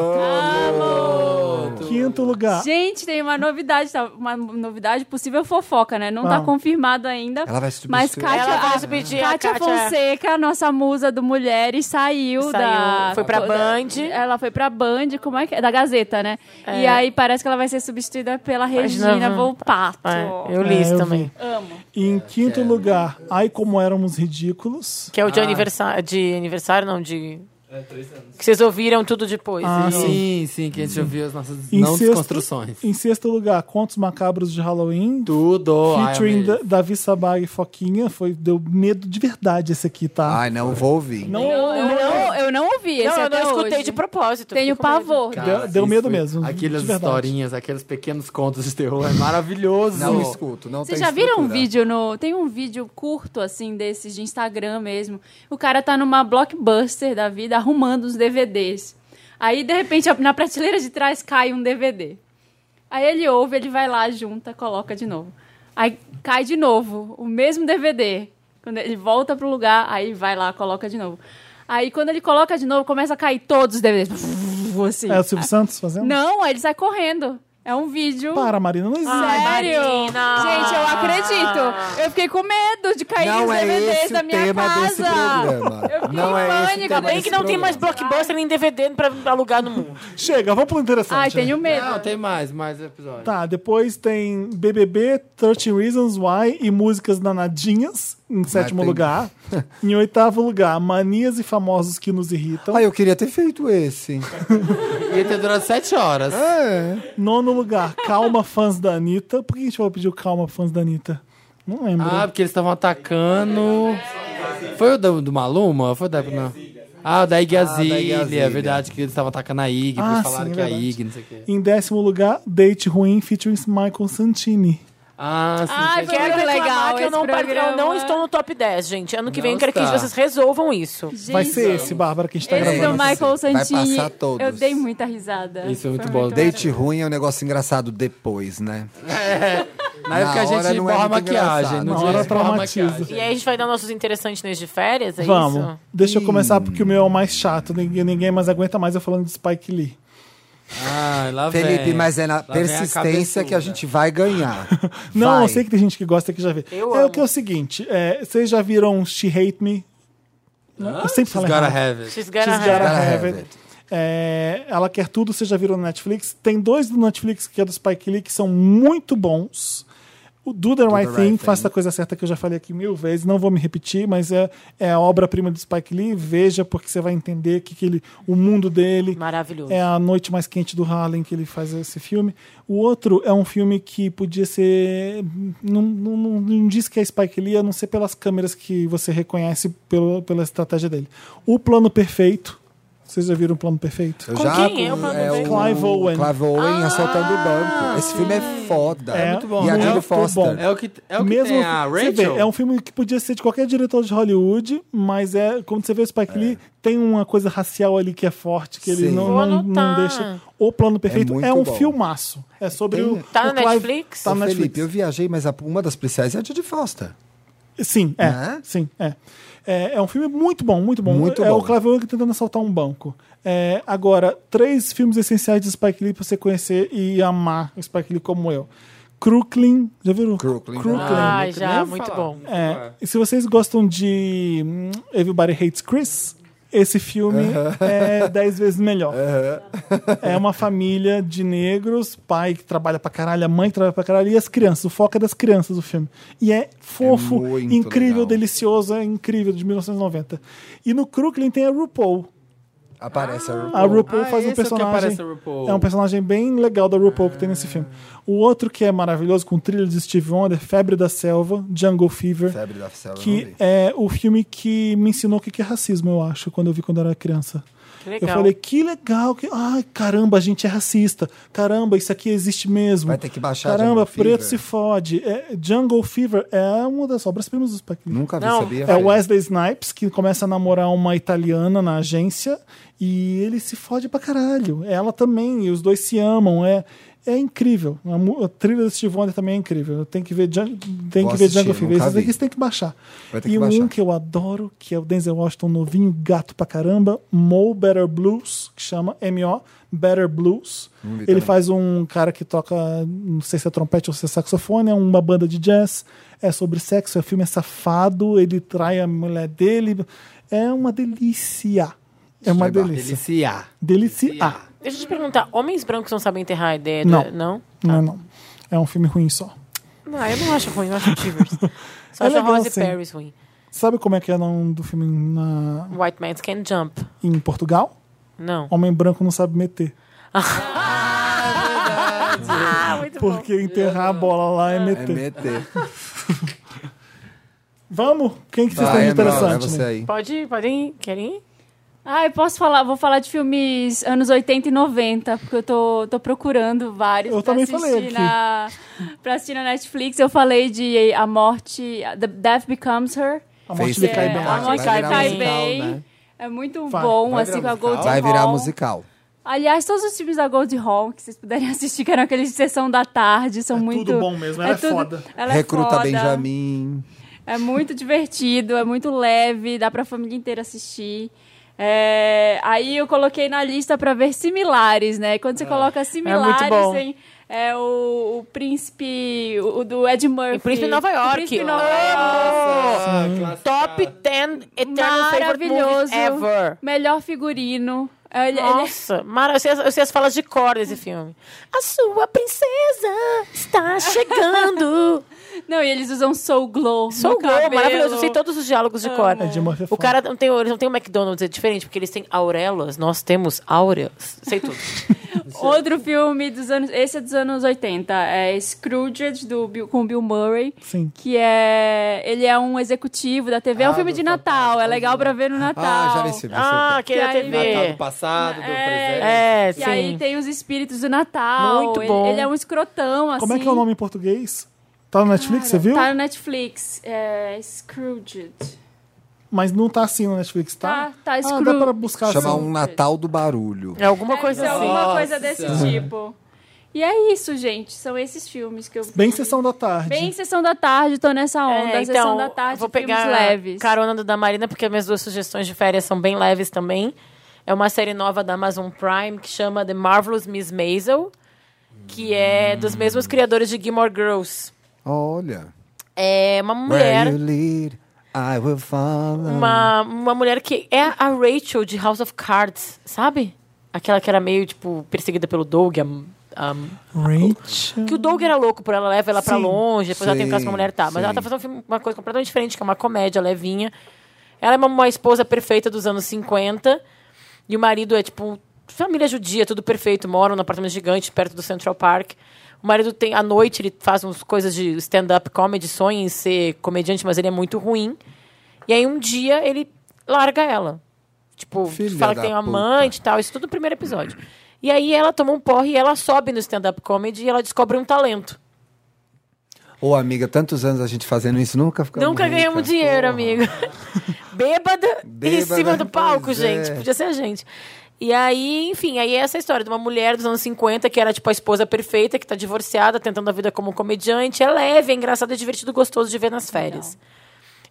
Speaker 1: Quinto lugar.
Speaker 5: Gente, tem uma novidade, tá? uma novidade possível fofoca, né? Não
Speaker 1: Ah.
Speaker 5: tá confirmado ainda.
Speaker 2: Ela vai substituir.
Speaker 5: mas Kátia,
Speaker 4: Ela vai
Speaker 5: a-
Speaker 4: substituir a
Speaker 5: Kátia,
Speaker 4: Kátia-
Speaker 5: Fonseca, a nossa musa do Mulheres, saiu,
Speaker 4: Saiu,
Speaker 5: da...
Speaker 4: foi pra Band. É.
Speaker 5: Ela foi pra Band, como é que é? Da Gazeta, né? E aí parece que ela vai ser substituída pela Regina
Speaker 4: Regina
Speaker 5: Volpato.
Speaker 4: É, eu li
Speaker 1: É,
Speaker 4: isso
Speaker 1: eu
Speaker 4: também.
Speaker 1: vi. E
Speaker 7: É,
Speaker 1: em quinto lugar, Ai Como Éramos Ridículos.
Speaker 4: Que é o de aniversário. De aniversário, não, de. Que vocês ouviram tudo depois.
Speaker 1: Ah,
Speaker 4: E-
Speaker 7: Sim, sim, que a gente ouviu as nossas
Speaker 1: Em
Speaker 7: não
Speaker 1: sexto-
Speaker 7: desconstruções.
Speaker 1: Em sexto lugar, Contos Macabros de Halloween.
Speaker 7: Tudo. Ai,
Speaker 1: Featuring
Speaker 7: amei.
Speaker 1: da, Davi Sabag e Foquinha. Foi, deu medo de verdade esse aqui, tá?
Speaker 2: Ai, não vou ouvir.
Speaker 1: não,
Speaker 5: Eu não, eu não ouvi esse
Speaker 4: Não, eu
Speaker 5: é até
Speaker 4: não escutei
Speaker 5: hoje.
Speaker 4: de propósito.
Speaker 5: Tenho
Speaker 4: Fico com medo.
Speaker 5: pavor.
Speaker 1: Deu- deu
Speaker 7: isso
Speaker 1: medo
Speaker 7: foi-
Speaker 1: mesmo,
Speaker 7: Aquelas
Speaker 1: de verdade.
Speaker 7: historinhas, aqueles pequenos contos de terror é maravilhoso.
Speaker 2: Não escuto, não
Speaker 5: Vocês
Speaker 2: tem
Speaker 5: já viram um
Speaker 2: estrutura.
Speaker 5: vídeo no. Tem um vídeo curto, assim, desses de Instagram mesmo. O cara tá numa blockbuster da vida arrumando os DVDs. Aí, de repente, na prateleira de trás cai um DVD. Aí ele ouve, ele vai lá, junta, coloca de novo. Aí cai de novo, o mesmo DVD. Quando ele volta pro lugar, aí vai lá, coloca de novo. Aí quando ele coloca de novo, começa a cair todos os DVDs. Assim.
Speaker 1: É o Silvio Santos fazendo?
Speaker 5: Não, aí ele sai correndo. É um vídeo.
Speaker 1: Para, Marina, não existe.
Speaker 5: Ah. Sério?
Speaker 4: Marina!
Speaker 5: Gente, eu acredito. Eu fiquei com medo de cair
Speaker 2: Não
Speaker 5: nos
Speaker 2: é
Speaker 5: DVDs
Speaker 2: esse
Speaker 5: da
Speaker 2: o
Speaker 5: minha
Speaker 2: tema
Speaker 5: casa.
Speaker 2: desse programa.
Speaker 5: Eu fiquei
Speaker 2: Não
Speaker 5: em
Speaker 2: é esse o
Speaker 5: pânico.
Speaker 2: tema
Speaker 5: eu
Speaker 4: Tá Bem
Speaker 5: pensei-
Speaker 4: que não
Speaker 2: programa.
Speaker 4: tem mais blockbuster nem DVD pra pra alugar no mundo.
Speaker 1: Chega, vamos pro interessante.
Speaker 5: Ai, um tenho medo.
Speaker 7: Não, tem mais, mais episódios.
Speaker 1: Tá, depois tem BBB, 13 Reasons Why e músicas danadinhas. em sétimo
Speaker 2: tem-
Speaker 1: lugar. em oitavo lugar, manias e famosos que nos irritam.
Speaker 2: Ah, eu queria ter feito esse.
Speaker 7: Ia ter durado sete horas.
Speaker 1: É. Nono lugar, calma fãs da Anitta. Por que a gente vai pedir o calma fãs da Anitta? Não lembro.
Speaker 7: Ah, porque eles estavam atacando. Foi o do, do Maluma? Foi da. Não. Ah, o da Ig Azalea,
Speaker 2: Iggy
Speaker 7: é verdade que eles estavam atacando a Ig,
Speaker 1: Ah,
Speaker 7: eles falaram
Speaker 1: sim,
Speaker 7: que é a
Speaker 1: verdade.
Speaker 7: Ig, não sei o quê.
Speaker 1: Em décimo lugar, Date Ruim featuring Michael Santini.
Speaker 7: Ah, sim.
Speaker 5: Ai,
Speaker 7: sim,
Speaker 5: foi
Speaker 4: Quero
Speaker 5: muito
Speaker 4: reclamar
Speaker 5: legal
Speaker 4: que eu não,
Speaker 5: esse
Speaker 4: par- eu não
Speaker 5: programa.
Speaker 4: estou no top 10, gente. Ano que vem
Speaker 7: Não
Speaker 4: eu quero que
Speaker 7: está.
Speaker 4: vocês resolvam isso.
Speaker 1: Vai ser esse, Bárbara, que a gente tá
Speaker 5: Esse do
Speaker 1: gravando.
Speaker 5: é Michael
Speaker 2: Vai
Speaker 5: Santini.
Speaker 2: passar todos.
Speaker 5: Eu dei muita risada.
Speaker 7: Isso foi muito bom.
Speaker 2: Date ruim é um negócio engraçado depois, né?
Speaker 7: Na época a
Speaker 2: Na hora
Speaker 7: gente
Speaker 2: não é
Speaker 7: borra a
Speaker 2: muito
Speaker 7: maquiagem.
Speaker 2: engraçado.
Speaker 7: No
Speaker 1: Na
Speaker 7: dia
Speaker 1: hora tá-
Speaker 7: a gente borra a
Speaker 1: traumatiza.
Speaker 5: É
Speaker 7: maquiagem.
Speaker 4: E aí a gente vai dar nossos interessantes nesse de férias, é
Speaker 1: Vamos.
Speaker 4: isso?
Speaker 1: Deixa eu começar porque o meu é o mais chato. Ninguém, ninguém mais aguenta mais eu falando de Spike Lee.
Speaker 7: Ai, lá vem.
Speaker 2: Felipe, mas é na
Speaker 7: Lá vem a
Speaker 2: persistência que a
Speaker 7: cabeçuda.
Speaker 2: gente vai ganhar.
Speaker 1: [LAUGHS] Não,
Speaker 2: Vai.
Speaker 1: eu sei que tem gente que gosta que já vê.
Speaker 4: Eu
Speaker 1: é
Speaker 4: amo.
Speaker 1: o que é o seguinte: é, vocês já viram She Hate Me? eu sempre
Speaker 7: She's
Speaker 1: falo
Speaker 7: gotta
Speaker 1: errado.
Speaker 7: have it.
Speaker 4: She's gonna
Speaker 1: She's
Speaker 4: have-
Speaker 1: Gotta
Speaker 2: Gotta Have
Speaker 1: Have It.
Speaker 2: It.
Speaker 1: É, ela quer tudo, você já virou no Netflix. Tem dois do Netflix que é do Spike Lee que são muito bons. O Do The Right
Speaker 2: the
Speaker 1: Thing,
Speaker 2: Right
Speaker 1: faça
Speaker 2: Thing.
Speaker 1: a coisa certa que eu já falei aqui mil vezes, não vou me repetir, mas é, é a obra-prima do Spike Lee. Veja, porque você vai entender que, que ele, o mundo dele.
Speaker 4: Maravilhoso.
Speaker 1: É a noite mais quente do Harlem que ele faz esse filme. O outro é um filme que podia ser. Não, não, não, não diz que é Spike Lee, a não ser pelas câmeras que você reconhece pelo, pela estratégia dele. O Plano Perfeito. Vocês já viram o Plano Perfeito?
Speaker 2: Eu
Speaker 4: Com quem é o Plano
Speaker 2: é o
Speaker 4: Perfeito?
Speaker 1: Clive Owen. Ah,
Speaker 2: Clive Owen assaltando o banco. Esse filme é foda.
Speaker 1: É muito bom,
Speaker 2: E a
Speaker 1: né?
Speaker 2: Jodie
Speaker 1: Muito bom.
Speaker 2: Foster.
Speaker 7: É o que, é o que tem a
Speaker 1: você
Speaker 7: Rachel.
Speaker 1: vê, é um filme que podia ser de qualquer diretor de Hollywood, mas é como você vê o Spike Lee tem uma coisa racial ali que é forte que ele
Speaker 2: Sim.
Speaker 1: não,
Speaker 4: Vou
Speaker 1: não, não
Speaker 4: anotar.
Speaker 1: deixa. O plano perfeito é,
Speaker 2: muito
Speaker 1: um
Speaker 2: bom.
Speaker 1: filmaço. É sobre o
Speaker 4: Tá
Speaker 1: o
Speaker 4: na
Speaker 1: Clive-
Speaker 4: Netflix?
Speaker 1: Tá
Speaker 2: Ô,
Speaker 1: na
Speaker 2: Felipe,
Speaker 1: Netflix.
Speaker 2: eu viajei, mas a- uma das policiais é a Jodie Foster.
Speaker 1: Sim, é.
Speaker 2: Né?
Speaker 1: Sim, é. é. é um filme muito bom, muito bom.
Speaker 2: Muito
Speaker 1: é
Speaker 2: bom.
Speaker 1: o Clive Owen tentando assaltar um banco. É, agora, três filmes essenciais de Spike Lee pra você conhecer e amar o Spike Lee como eu. Crooklyn, já viram?
Speaker 2: Crooklyn,
Speaker 4: Ah,
Speaker 7: Nunca
Speaker 4: já,
Speaker 7: nem
Speaker 4: muito
Speaker 7: falar.
Speaker 4: bom.
Speaker 1: É, e se vocês gostam de hum, Everybody Hates Chris, esse filme é dez vezes melhor. É uma família de negros, pai que trabalha pra caralho, a mãe que trabalha pra caralho, e as crianças. O foco é das crianças o filme. E é fofo,
Speaker 2: muito
Speaker 1: incrível,
Speaker 2: legal.
Speaker 1: delicioso, é incrível, de 1990. E no Crooklyn tem a RuPaul.
Speaker 2: Aparece a
Speaker 1: A RuPaul
Speaker 7: Ah,
Speaker 1: faz um
Speaker 7: esse é o que
Speaker 1: personagem.
Speaker 7: aparece a RuPaul. Ah.
Speaker 1: É um personagem bem legal da RuPaul que tem nesse filme. O outro que é maravilhoso, com trilha de Steve Wonder, Febre da Selva, Jungle Fever
Speaker 2: Febre da Selva, eu não
Speaker 1: que
Speaker 2: vi.
Speaker 1: é o filme que me ensinou o que que é racismo, eu acho, quando eu vi quando eu era criança.
Speaker 4: Que legal.
Speaker 1: Eu falei, que legal, que... ai, caramba, a gente é racista. Caramba, isso aqui existe mesmo.
Speaker 2: Vai ter que baixar
Speaker 1: Caramba,
Speaker 2: Jungle Fever.
Speaker 1: preto se fode. É, Jungle Fever é uma das obras-primas do Spike Lee.
Speaker 2: Nunca vi,
Speaker 4: Não,
Speaker 2: sabia?
Speaker 1: É o Wesley Snipes, que começa a namorar uma italiana na agência e ele se fode pra caralho. É Ela também, e os dois se amam. É, é incrível. A, mu- a trilha do Steve Wonder também é incrível. Tem que ver, Jun- tem
Speaker 2: Vou
Speaker 1: que ver
Speaker 2: assistir,
Speaker 1: Jungle Fever.
Speaker 2: nunca
Speaker 1: Esses aqui
Speaker 2: vi.
Speaker 1: você tem que baixar.
Speaker 2: Vai ter
Speaker 1: E
Speaker 2: que
Speaker 1: um
Speaker 2: baixar.
Speaker 1: que eu adoro, que é o Denzel Washington novinho, gato pra caramba, Mo Better Blues, que chama M.O. Better Blues. Ele
Speaker 2: também.
Speaker 1: faz um cara que toca, não sei se é trompete ou se é saxofone, é uma banda de jazz, é sobre sexo, o filme é safado, ele trai a mulher dele, é uma delícia. É uma
Speaker 2: Legal.
Speaker 1: delícia.
Speaker 7: Deliciar.
Speaker 1: Delícia. Ah,
Speaker 4: Deixa eu te perguntar, homens brancos não sabem enterrar a ideia?
Speaker 1: Não.
Speaker 4: da- Não?
Speaker 1: Não, não. É um filme ruim só.
Speaker 4: Não, eu não acho ruim, eu acho
Speaker 1: [LAUGHS]
Speaker 4: Chivers. Só
Speaker 1: É
Speaker 4: acho
Speaker 1: legal,
Speaker 4: Rose
Speaker 1: sim.
Speaker 4: Paris ruim.
Speaker 1: Sabe como é que é o nome do filme na-
Speaker 4: White Man's Can Jump.
Speaker 1: em Portugal?
Speaker 4: Não.
Speaker 1: Homem branco não sabe meter. Porque enterrar a bola lá é
Speaker 2: É
Speaker 1: meter.
Speaker 2: meter.
Speaker 1: Vamos? Quem que vocês têm
Speaker 2: Vai,
Speaker 1: de
Speaker 2: é
Speaker 1: interessante?
Speaker 2: é você
Speaker 1: né?
Speaker 2: aí.
Speaker 4: Pode, podem ir? Querem ir?
Speaker 5: Ai, posso falar? Vou falar de filmes anos 80 e 90, porque eu tô, tô procurando vários
Speaker 1: Eu
Speaker 5: pra,
Speaker 1: também
Speaker 5: assistir
Speaker 1: falei aqui.
Speaker 5: Na, pra assistir na Netflix. Eu falei de A Morte, The Death Becomes Her.
Speaker 1: A morte
Speaker 2: Fez
Speaker 1: de
Speaker 2: que
Speaker 5: É,
Speaker 1: Caibé.
Speaker 2: bem.
Speaker 5: a Morte
Speaker 4: Vai
Speaker 5: Cai,
Speaker 4: virar
Speaker 5: Cai
Speaker 4: musical,
Speaker 5: Bem.
Speaker 2: né?
Speaker 5: É muito
Speaker 1: Vai.
Speaker 5: bom,
Speaker 2: Vai
Speaker 5: assim, com
Speaker 2: virar
Speaker 5: a
Speaker 2: musical?
Speaker 1: Tá
Speaker 5: Gold
Speaker 2: Vai virar
Speaker 5: Hall.
Speaker 2: musical.
Speaker 5: Aliás, todos os filmes da Gold Hall que vocês puderem [LAUGHS] assistir, que eram aqueles de sessão da tarde, são muito...
Speaker 1: tudo bom mesmo, ela é foda.
Speaker 5: Ela é
Speaker 2: Recruta
Speaker 5: foda.
Speaker 2: Benjamin.
Speaker 5: É muito divertido, é muito leve, dá pra família inteira assistir. É, aí eu coloquei na lista pra ver similares, né? E
Speaker 1: Ah.
Speaker 5: Quando você
Speaker 1: É
Speaker 5: coloca similares,
Speaker 4: muito bom.
Speaker 5: tem é, o, o príncipe, o, o do Ed Murphy.
Speaker 4: O Príncipe de Nova York. Ah!
Speaker 5: O príncipe de Nova York.
Speaker 4: Amo! Top 10 Eternal Favorite Movies
Speaker 5: Maravilhoso.
Speaker 4: Ever.
Speaker 5: Melhor figurino. Ele, é- ele-
Speaker 4: Nossa, Mara, eu sei, as- eu sei as falas de cor desse filme. A sua princesa
Speaker 5: [LAUGHS]
Speaker 4: está chegando.
Speaker 5: Não, e eles usam Soul Glow.
Speaker 4: Sou
Speaker 5: no
Speaker 4: o Glow,
Speaker 5: cabelo. Ah.
Speaker 4: maravilhoso. Eu sei todos os diálogos de cor.
Speaker 1: É de uma
Speaker 4: O cara não tem, eles não tem o McDonald's, é diferente, porque eles têm aurelas, nós temos aureas. Sei
Speaker 1: [LAUGHS]
Speaker 4: tudo.
Speaker 5: Outro filme dos anos. Esse é dos anos 80. É Scrooge do Bill- com Bill Murray.
Speaker 1: Sim.
Speaker 5: Que é. Ele é um executivo da TV. é
Speaker 2: Ah,
Speaker 5: um filme
Speaker 2: do
Speaker 5: de Natal. É
Speaker 2: Fantástico.
Speaker 5: legal pra ver no Natal.
Speaker 2: Ah, já vi esse filme.
Speaker 4: ah, aquele da
Speaker 5: aí-
Speaker 7: Natal tá, do
Speaker 4: TV.
Speaker 7: passado, do presente.
Speaker 4: É,
Speaker 5: E aí
Speaker 4: sim.
Speaker 5: tem os espíritos do Natal.
Speaker 4: Muito
Speaker 5: ele,
Speaker 4: bom.
Speaker 5: ele é um escrotão, assim.
Speaker 1: Como é que é o nome em português? Tá no Netflix, você viu?
Speaker 5: Tá no Netflix. É. Scrooge.
Speaker 1: Mas não tá assim no Netflix, tá?
Speaker 5: Tá, tá
Speaker 1: Ah, dá pra
Speaker 5: Scrooge.
Speaker 1: buscar
Speaker 2: Chamar
Speaker 1: assim.
Speaker 2: um Natal do Barulho.
Speaker 4: É alguma coisa
Speaker 5: É
Speaker 4: assim.
Speaker 5: alguma
Speaker 7: Nossa.
Speaker 5: coisa desse tipo. E é isso, gente. São esses filmes que eu.
Speaker 1: Bem sessão da tarde.
Speaker 5: Bem sessão da tarde, tô nessa onda.
Speaker 4: É,
Speaker 5: sessão da tarde,
Speaker 4: vou pegar
Speaker 5: filmes leves.
Speaker 4: carona do da Marina, porque minhas duas sugestões de férias são bem leves também. É uma série nova da Amazon Prime que chama The Marvelous Miss Maisel, que é dos mesmos criadores de Gilmore Girls.
Speaker 2: Olha.
Speaker 4: É uma
Speaker 2: Where
Speaker 4: mulher,
Speaker 2: you lead, I will follow.
Speaker 4: uma, uma mulher que é a Rachel de House of Cards, sabe? Aquela que era meio, tipo, perseguida pelo Doug, a- a
Speaker 1: Rachel.
Speaker 4: Que o Doug era louco por ela, leva ela pra
Speaker 1: Sim.
Speaker 4: longe, depois ela tem um caso com
Speaker 2: Sim,
Speaker 4: uma mulher, tá. Mas
Speaker 2: sim.
Speaker 4: ela tá fazendo um filme- uma coisa completamente diferente, que é uma comédia levinha. Ela é uma, uma esposa perfeita dos anos 50. E o marido é, tipo, família judia, tudo perfeito. Moram num apartamento gigante, perto do Central Park. O marido tem, à noite, ele faz umas coisas de stand-up comedy, sonha em ser comediante, mas ele é muito ruim. E aí, um dia, ele larga ela. Tipo,
Speaker 2: Filha
Speaker 4: fala que
Speaker 2: da
Speaker 4: tem um
Speaker 2: puta.
Speaker 4: amante e tal. Isso tudo no primeiro episódio. E aí ela toma um porre e ela sobe no stand-up comedy e ela descobre um talento.
Speaker 2: Ô, amiga, tantos anos a gente fazendo isso, nunca ficamos.
Speaker 4: Nunca
Speaker 2: rica.
Speaker 4: ganhamos dinheiro,
Speaker 2: Porra. [LAUGHS]
Speaker 4: amigo. Bêbada, em
Speaker 2: Bêbada,
Speaker 4: cima do palco,
Speaker 2: pois
Speaker 4: gente.
Speaker 2: é.
Speaker 4: Podia ser a gente. E aí, enfim, aí é essa história de uma mulher dos anos 50 que era tipo a esposa perfeita, que tá divorciada, tentando a vida como comediante. É leve, é engraçado, é divertido, gostoso de ver nas férias.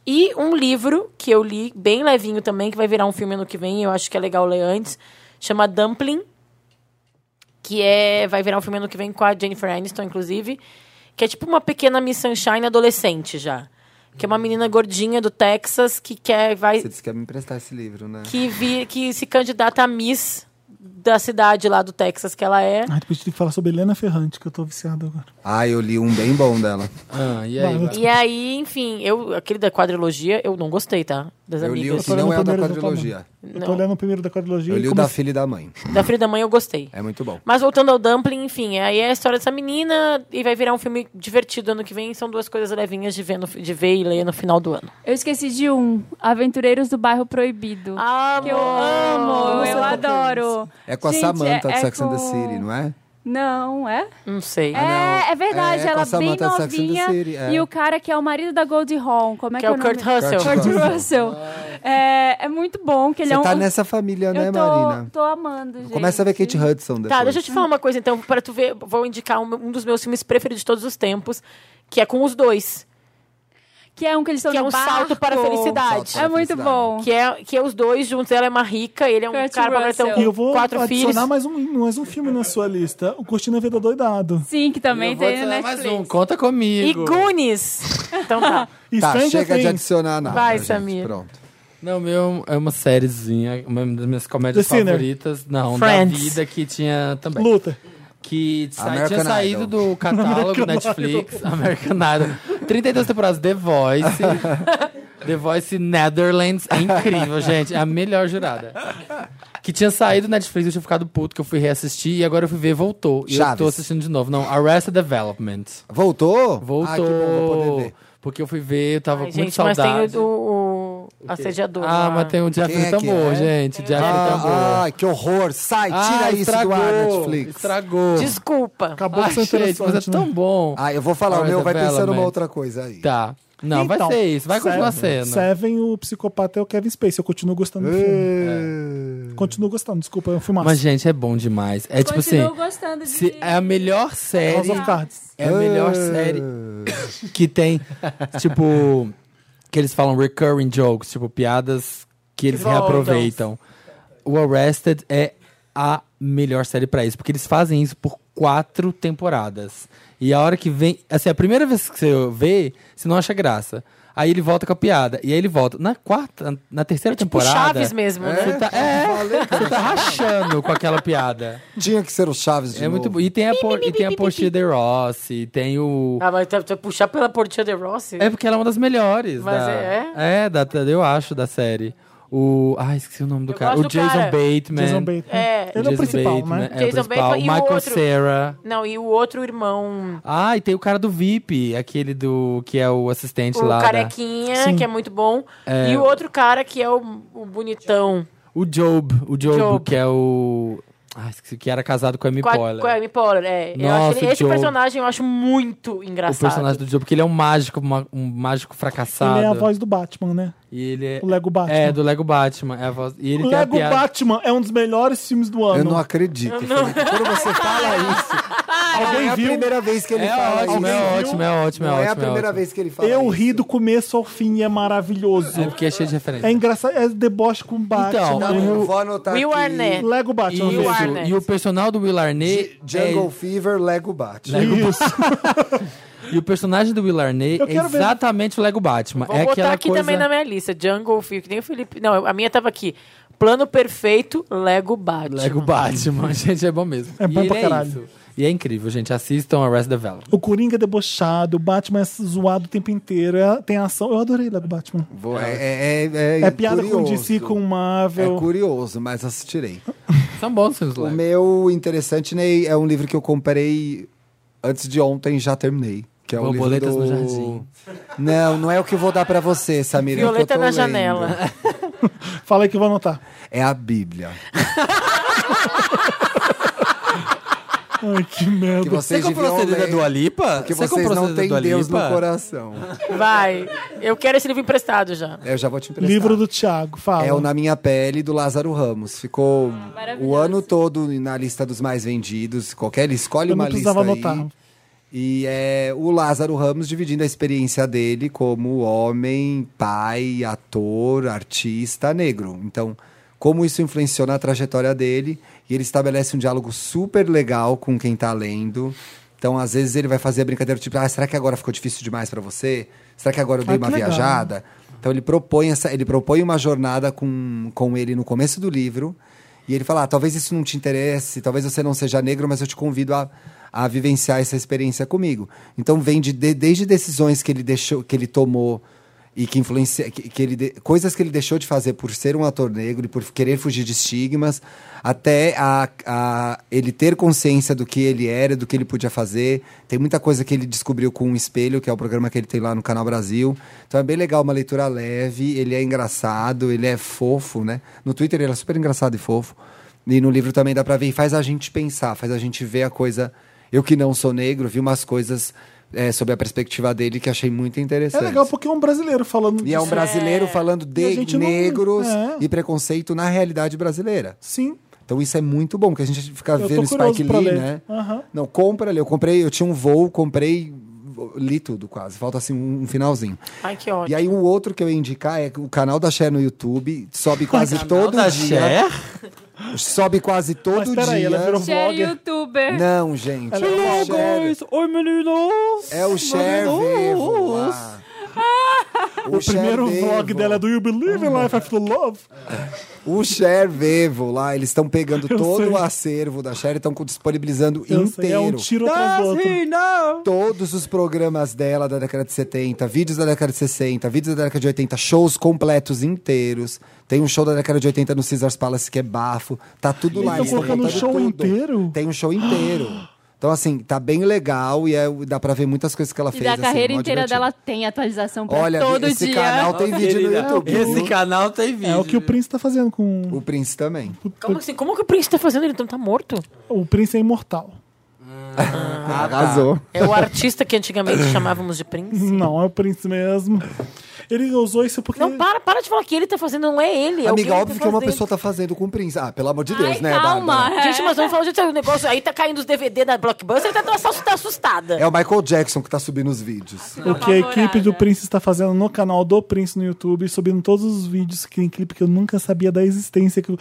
Speaker 4: E um livro que eu li, bem levinho também, que vai virar um filme ano que vem, eu acho que é legal ler antes, chama Dumpling, que é vai virar um filme ano que vem com a Jennifer Aniston, inclusive, que é tipo uma pequena Miss Sunshine adolescente já. Que é uma menina gordinha do Texas que quer vai
Speaker 2: Você disse que ia me emprestar esse livro, né?
Speaker 4: que vi, que se candidata a Miss da cidade lá do Texas que ela é.
Speaker 1: Ah, depois a gente tem que falar sobre Helena Ferrante, que eu tô viciado agora.
Speaker 2: Ah, eu li um bem bom dela.
Speaker 7: Ah, e aí?
Speaker 1: Vai.
Speaker 7: vai?
Speaker 4: E aí, enfim, eu aquele da quadrilogia, eu não gostei, tá? Das
Speaker 2: Eu li o
Speaker 4: amigas.
Speaker 2: que não é da
Speaker 1: primeiro do
Speaker 2: quadrilogia.
Speaker 1: Eu tô
Speaker 4: Não.
Speaker 1: olhando o primeiro da quadrilogia.
Speaker 2: Eu
Speaker 1: e
Speaker 2: li o
Speaker 1: como-
Speaker 2: da filha e da mãe.
Speaker 4: Da Frida Mãe eu gostei.
Speaker 2: É muito bom.
Speaker 4: Mas voltando ao Dumpling, enfim, aí é a história dessa menina e vai virar um filme divertido ano que vem. São duas coisas levinhas de ver, no- de ver e ler no final do ano.
Speaker 5: Eu esqueci de um. Aventureiros do Bairro Proibido.
Speaker 4: Ah,
Speaker 5: que eu amo,
Speaker 1: sei
Speaker 5: eu
Speaker 1: qual que é
Speaker 5: adoro.
Speaker 2: É com a
Speaker 5: Gente,
Speaker 2: Samantha
Speaker 5: é-
Speaker 2: de
Speaker 5: é
Speaker 2: Sex and the
Speaker 5: com-
Speaker 2: City, não é?
Speaker 5: Não, é?
Speaker 4: Ah, Não sei.
Speaker 5: É, é verdade,
Speaker 2: É, com
Speaker 5: ela
Speaker 2: a
Speaker 5: bem
Speaker 2: Samantha do Sex and the
Speaker 5: novinha.
Speaker 2: City, é.
Speaker 5: E o cara que é o marido da Goldie Hawn, como é
Speaker 4: que
Speaker 5: que,
Speaker 4: é
Speaker 5: é
Speaker 4: o
Speaker 5: nome?
Speaker 4: Kurt Russell.
Speaker 2: Kurt
Speaker 5: Kurt Russell. É, é muito bom que ele é
Speaker 2: Você
Speaker 5: um.
Speaker 2: tá nessa família,
Speaker 5: eu
Speaker 2: né,
Speaker 5: tô,
Speaker 2: Marina?
Speaker 5: tô amando, gente.
Speaker 2: Começa a ver Kate Hudson depois.
Speaker 4: Tá, deixa eu te falar uma coisa então, pra tu ver, vou indicar um, um dos meus filmes preferidos de todos os tempos, que é com os dois,
Speaker 5: Que é um que eles estão
Speaker 4: que é
Speaker 5: no
Speaker 4: um salto
Speaker 5: barco.
Speaker 4: para a felicidade.
Speaker 2: Salto.
Speaker 5: É muito
Speaker 2: Felicidade.
Speaker 5: bom.
Speaker 4: Que é, que é os dois juntos, ela é uma rica, ele é um
Speaker 5: Kurt
Speaker 4: cara pra
Speaker 5: Russell.
Speaker 1: E eu vou
Speaker 4: quatro filhos.
Speaker 1: adicionar mais um, mais um filme na sua lista. O Curtindo a Vida
Speaker 4: é
Speaker 1: Doidado.
Speaker 5: Sim, que também
Speaker 7: Eu vou
Speaker 5: tem no
Speaker 7: adicionar
Speaker 5: Netflix.
Speaker 7: mais um, conta
Speaker 4: E
Speaker 7: comigo.
Speaker 4: Goonies. Então tá.
Speaker 1: E
Speaker 2: Tá,
Speaker 1: Stranger
Speaker 2: chega de
Speaker 1: Things.
Speaker 2: adicionar nada.
Speaker 4: Vai,
Speaker 2: gente.
Speaker 4: Samir.
Speaker 2: Pronto.
Speaker 7: Não, meu é uma sériezinha, uma das minhas comédias
Speaker 1: The Sinner.
Speaker 7: favoritas. Não,
Speaker 4: Friends.
Speaker 7: da vida que tinha também.
Speaker 1: Luther.
Speaker 7: Que sa-
Speaker 2: American
Speaker 7: tinha
Speaker 1: [LAUGHS]
Speaker 7: saído do catálogo Netflix, American Idol. 32 temporadas
Speaker 1: [LAUGHS]
Speaker 7: The Voice. The Voice Netherlands. É incrível, gente. É a melhor jurada. Que tinha saído do Netflix, eu tinha ficado puto, que eu fui reassistir e agora eu fui ver, voltou. E eu
Speaker 2: Chaves.
Speaker 7: tô assistindo de novo. Não, Arrested Development.
Speaker 2: Voltou?
Speaker 7: Voltou.
Speaker 2: Ah, que bom, vou poder ver.
Speaker 7: Porque eu fui ver, eu tava
Speaker 4: Ai,
Speaker 7: com muito
Speaker 4: gente,
Speaker 7: saudade.
Speaker 4: mas tem o, o, o assediador.
Speaker 7: Ah,
Speaker 4: lá.
Speaker 7: mas tem o Jeff
Speaker 2: Quem é
Speaker 7: do Tambor,
Speaker 2: que é?
Speaker 7: gente. Jeff do Tambor.
Speaker 2: Ah, ah, que horror. Sai, tira
Speaker 7: Ah,
Speaker 2: isso do ar, Netflix.
Speaker 7: Estragou.
Speaker 4: Desculpa.
Speaker 1: Acabou
Speaker 7: Ai,
Speaker 1: de ser
Speaker 7: gente, mas é
Speaker 1: interessante. né?
Speaker 7: tão bom.
Speaker 2: Ah, eu vou falar, o meu vai pensando
Speaker 7: Development.
Speaker 2: uma outra coisa aí.
Speaker 7: Tá. Não,
Speaker 1: Então,
Speaker 7: vai ser isso. Vai continuar
Speaker 1: Seven-
Speaker 7: sendo.
Speaker 1: Seven, o psicopata é o Kevin Spacey. Eu continuo gostando do filme.
Speaker 2: É.
Speaker 1: Continuo gostando, desculpa, é um filmaço.
Speaker 7: Mas, gente, é bom demais. É tipo assim...
Speaker 5: Continuo gostando de...
Speaker 7: se- é a melhor série...
Speaker 1: House of Cards.
Speaker 7: É a melhor série que tem, tipo... Que eles falam recurring jokes. Tipo, piadas que eles
Speaker 4: voltam.
Speaker 7: reaproveitam. O Arrested é a melhor série pra isso. Porque eles fazem isso por quatro temporadas. E a hora que vem... Assim, a primeira vez que você vê, você não acha graça. Aí ele volta com a piada. E aí ele volta. Na quarta, na terceira
Speaker 4: Tipo
Speaker 7: temporada.
Speaker 4: Chaves mesmo, né?
Speaker 7: Você tá, é, você tá rachando com aquela piada.
Speaker 2: Tinha que ser o Chaves de
Speaker 7: é muito bom. E tem a, por, e tem a Portia de Rossi, tem o.
Speaker 4: Ah, mas tu tu puxar pela Portia de Rossi?
Speaker 7: É porque ela é uma das melhores.
Speaker 4: Mas
Speaker 7: da-
Speaker 4: é?
Speaker 7: É, da, da- eu acho, da série. O. Ai, esqueci o nome do
Speaker 4: Eu
Speaker 7: cara.
Speaker 4: gosto
Speaker 7: O
Speaker 4: do
Speaker 7: Jason
Speaker 4: cara.
Speaker 7: Bateman.
Speaker 1: Jason Bateman.
Speaker 4: É.
Speaker 1: Ele é o
Speaker 7: Jason
Speaker 1: principal,
Speaker 7: Bateman,
Speaker 1: né?
Speaker 7: É o
Speaker 4: Jason
Speaker 7: principal.
Speaker 4: Bateman e o
Speaker 7: Michael
Speaker 4: outro.
Speaker 7: Cera.
Speaker 4: Não, e o outro irmão,
Speaker 7: Ah, e tem o cara do VIP, aquele do. que é o assistente
Speaker 4: o
Speaker 7: lá. da-
Speaker 4: carequinha,
Speaker 1: Sim.
Speaker 4: que é muito bom. E o outro cara que é o, o bonitão.
Speaker 7: O Job. O Job,
Speaker 4: Job.
Speaker 7: que é o. Ai, esqueci, que era casado com a Amy
Speaker 4: Com a-
Speaker 7: Poehler.
Speaker 4: com a Amy Poehler, é. Eu
Speaker 7: Nossa,
Speaker 4: acho ele- esse
Speaker 7: Joe.
Speaker 4: personagem eu acho muito engraçado.
Speaker 7: O personagem do Job, porque ele é um mágico, uma- um mágico fracassado.
Speaker 1: Ele é a voz do Batman, né?
Speaker 7: E ele é.
Speaker 1: O Lego Batman.
Speaker 7: É, do Lego Batman. É a voz. E ele tem a
Speaker 1: Lego
Speaker 7: piada-
Speaker 1: Batman é um dos melhores filmes do
Speaker 2: Eu
Speaker 1: ano.
Speaker 2: não acredito. Felipe. Quando você fala
Speaker 7: [LAUGHS]
Speaker 2: isso, é
Speaker 1: Alguém
Speaker 2: a
Speaker 1: viu?
Speaker 2: primeira vez que ele
Speaker 7: É
Speaker 2: fala
Speaker 7: ótimo,
Speaker 2: isso.
Speaker 7: é ótimo, é ótimo, é
Speaker 2: Não é
Speaker 7: ótimo.
Speaker 2: a primeira
Speaker 7: ótimo.
Speaker 2: vez que ele fala
Speaker 1: Eu
Speaker 2: isso.
Speaker 1: ri do começo ao fim, é maravilhoso.
Speaker 7: É porque é cheio de referência.
Speaker 1: É engraçado, é deboche com Batman.
Speaker 7: Então,
Speaker 2: Não, eu Tá vou anotar
Speaker 4: Will
Speaker 2: aqui.
Speaker 4: Arnett.
Speaker 1: Lego Batman.
Speaker 4: E o
Speaker 1: mesmo.
Speaker 4: Ar-
Speaker 7: Isso.
Speaker 4: Arnett.
Speaker 7: E o personal do Will Arnett.
Speaker 2: J- Jungle
Speaker 7: é-
Speaker 2: Fever, Lego Batman.
Speaker 7: Lego
Speaker 1: Isso.
Speaker 7: [LAUGHS] E o personagem do Will Arnett
Speaker 1: Eu
Speaker 7: é
Speaker 1: quero ver-
Speaker 7: exatamente o Lego Batman.
Speaker 4: Vou
Speaker 7: é
Speaker 4: botar
Speaker 7: aquela
Speaker 4: aqui
Speaker 7: coisa...
Speaker 4: também na minha lista. Jungle Fever, que nem o Felipe. Não, a minha tava aqui. Plano perfeito, Lego Batman.
Speaker 7: Lego Batman, [LAUGHS] gente, é bom mesmo.
Speaker 1: É
Speaker 7: E
Speaker 1: bom
Speaker 7: ele
Speaker 1: pra caralho.
Speaker 7: isso. E é incrível, gente. Assistam Arrest Development.
Speaker 1: O Coringa é debochado, o Batman é zoado o tempo inteiro. é- tem ação. Eu adorei Lego Batman.
Speaker 2: Vou- É, é, é,
Speaker 1: É piada com
Speaker 2: curioso.
Speaker 1: DC, com
Speaker 2: É
Speaker 1: Marvel.
Speaker 2: curioso, mas assistirei.
Speaker 7: São bons os filmes
Speaker 2: O
Speaker 7: Lego.
Speaker 2: meu interessante, Ney, é um livro que eu comprei antes de ontem já terminei. Que é um livro
Speaker 7: Borboletas
Speaker 2: do...
Speaker 7: no Jardim.
Speaker 2: Não, não é o que eu vou dar pra
Speaker 7: [LAUGHS]
Speaker 2: você, Samira. é o que eu
Speaker 4: Violeta
Speaker 2: tô
Speaker 4: na
Speaker 2: lendo.
Speaker 4: janela.
Speaker 1: Fala aí que eu vou anotar.
Speaker 2: É a Bíblia.
Speaker 1: Ai, que
Speaker 2: [LAUGHS] Que
Speaker 1: merda.
Speaker 7: Você
Speaker 2: vocês
Speaker 7: comprou o
Speaker 2: deviam
Speaker 7: CD da
Speaker 2: ler,
Speaker 7: Dua Lipa?
Speaker 2: Porque
Speaker 7: Você
Speaker 2: vocês
Speaker 7: comprou o
Speaker 2: não
Speaker 7: CD da
Speaker 2: têm
Speaker 7: Dua
Speaker 2: Deus
Speaker 7: Lipa?
Speaker 2: no coração.
Speaker 4: Vai. Eu quero esse livro emprestado já.
Speaker 2: Eu já vou te emprestar.
Speaker 1: Livro do Thiago, fala.
Speaker 2: É o Na Minha Pele do Lázaro Ramos. Ficou o ano todo na lista dos mais vendidos. Qualquer, ele escolhe
Speaker 1: Eu não
Speaker 2: uma lista
Speaker 1: precisava
Speaker 2: aí.
Speaker 1: anotar.
Speaker 2: E é o Lázaro Ramos dividindo a experiência dele como homem, pai, ator, artista negro. Então, como isso influenciou na trajetória dele. E ele estabelece um diálogo super legal com quem tá lendo. Então, às vezes, ele vai fazer a brincadeira tipo: ah, será que agora ficou difícil demais para você? Será que agora eu dei
Speaker 1: Ah, que
Speaker 2: uma
Speaker 1: legal.
Speaker 2: viajada? Então, ele propõe, essa, ele propõe uma jornada com, com ele no começo do livro. E ele fala: ah, talvez isso não te interesse, talvez você não seja negro, mas eu te convido a, a vivenciar essa experiência comigo. Então, vem de, de- desde decisões que ele, deixou, que ele tomou e que influencia que, que ele de- coisas que ele deixou de fazer por ser um ator negro e por querer fugir de estigmas até a, a- ele ter consciência do que ele era do que ele podia fazer tem muita coisa que ele descobriu com o espelho que é o programa que ele tem lá no canal Brasil então é bem legal uma leitura leve ele é engraçado ele é fofo né no Twitter ele é super engraçado e fofo e no livro também dá pra ver e faz a gente pensar faz a gente ver a coisa eu que não sou negro vi umas coisas é, sobre a perspectiva dele que achei muito
Speaker 1: É
Speaker 2: interessante
Speaker 1: legal porque é um brasileiro falando
Speaker 2: e é um
Speaker 1: disso.
Speaker 2: brasileiro falando
Speaker 1: E a
Speaker 2: de
Speaker 1: gente não-
Speaker 2: negros
Speaker 1: é.
Speaker 2: e preconceito na realidade brasileira.
Speaker 1: Sim.
Speaker 2: Então isso é muito bom, que a gente fica
Speaker 1: Eu tô
Speaker 2: vendo
Speaker 1: curioso
Speaker 2: Spike
Speaker 1: pra
Speaker 2: Lee,
Speaker 1: ler.
Speaker 2: né?
Speaker 1: Aham.
Speaker 2: Não, compra ali. Eu comprei, eu tinha um voo, comprei, li tudo quase. Falta assim um, um finalzinho.
Speaker 4: Ai, que
Speaker 2: E
Speaker 4: ótimo.
Speaker 2: aí o outro que eu ia indicar é o canal da Cher no YouTube, sobe quase todo
Speaker 7: é da
Speaker 2: dia.
Speaker 7: Cher?
Speaker 2: Sobe quase
Speaker 1: Mas
Speaker 2: todo
Speaker 1: peraí,
Speaker 2: dia.
Speaker 1: ela virou
Speaker 5: Cher
Speaker 1: vlogger.
Speaker 5: youtuber.
Speaker 2: Não, gente. é o Cher.
Speaker 7: Oi, meninos!
Speaker 2: É o Cher vivo. lá.
Speaker 1: O primeiro vlog
Speaker 2: vivo.
Speaker 1: dela é do You Believe in Life After Love.
Speaker 2: O Cher Vevo lá, eles estão pegando
Speaker 1: [LAUGHS] Eu
Speaker 2: todo
Speaker 1: sei.
Speaker 2: o acervo da Cher e estão disponibilizando
Speaker 1: Eu sei, é um
Speaker 2: inteiro.
Speaker 1: tiro atrás do outro.
Speaker 2: Todos os programas dela da década de 70, vídeos da década de 60, vídeos da década de 80, shows completos inteiros. Tem um show da década de 80 no Caesars Palace que é bafo. Tá tudo lá.
Speaker 1: Eles
Speaker 2: eles tão
Speaker 1: colocando
Speaker 2: botando
Speaker 1: o show
Speaker 2: tudo.
Speaker 1: inteiro?
Speaker 2: Tem um show inteiro. Então, assim, tá bem legal e é- dá pra ver muitas coisas que ela
Speaker 5: E
Speaker 2: fez.
Speaker 5: da
Speaker 2: assim,
Speaker 5: carreira
Speaker 2: mó
Speaker 5: inteira
Speaker 2: divertido.
Speaker 5: dela tem atualização pra
Speaker 2: Olha,
Speaker 5: todo
Speaker 2: esse
Speaker 5: dia.
Speaker 2: canal tem vídeo no
Speaker 7: é
Speaker 2: YouTube.
Speaker 7: Esse canal tem vídeo.
Speaker 1: É o que o Prince tá fazendo com.
Speaker 2: O Prince também.
Speaker 4: Como, assim, como que o Prince tá fazendo? Ele não tá morto?
Speaker 1: O Prince é imortal.
Speaker 2: Ah, tá. Arrasou.
Speaker 4: É o artista que antigamente chamávamos de Prince?
Speaker 1: Não, é o Prince mesmo. Ele usou isso porque.
Speaker 4: Não, para, para de falar que ele tá fazendo, não é ele. é alguém
Speaker 2: Amiga, óbvio
Speaker 4: tá
Speaker 2: que uma
Speaker 4: fazendo.
Speaker 2: pessoa tá fazendo com o Prince. Ah, pelo amor de Deus,
Speaker 5: Ai,
Speaker 2: né,
Speaker 5: calma.
Speaker 2: Bárbara?
Speaker 4: Gente, mas
Speaker 7: É.
Speaker 4: vamos falar de um negócio. Aí tá caindo os DVD da Blockbuster, tá, tá, tá assustada.
Speaker 2: É o Michael Jackson que tá subindo os vídeos.
Speaker 1: O que a equipe do Prince está fazendo no canal do Prince no YouTube, subindo todos os [GASPS] Ah, vídeos que tem clipe que eu nunca sabia da existência. Que eu-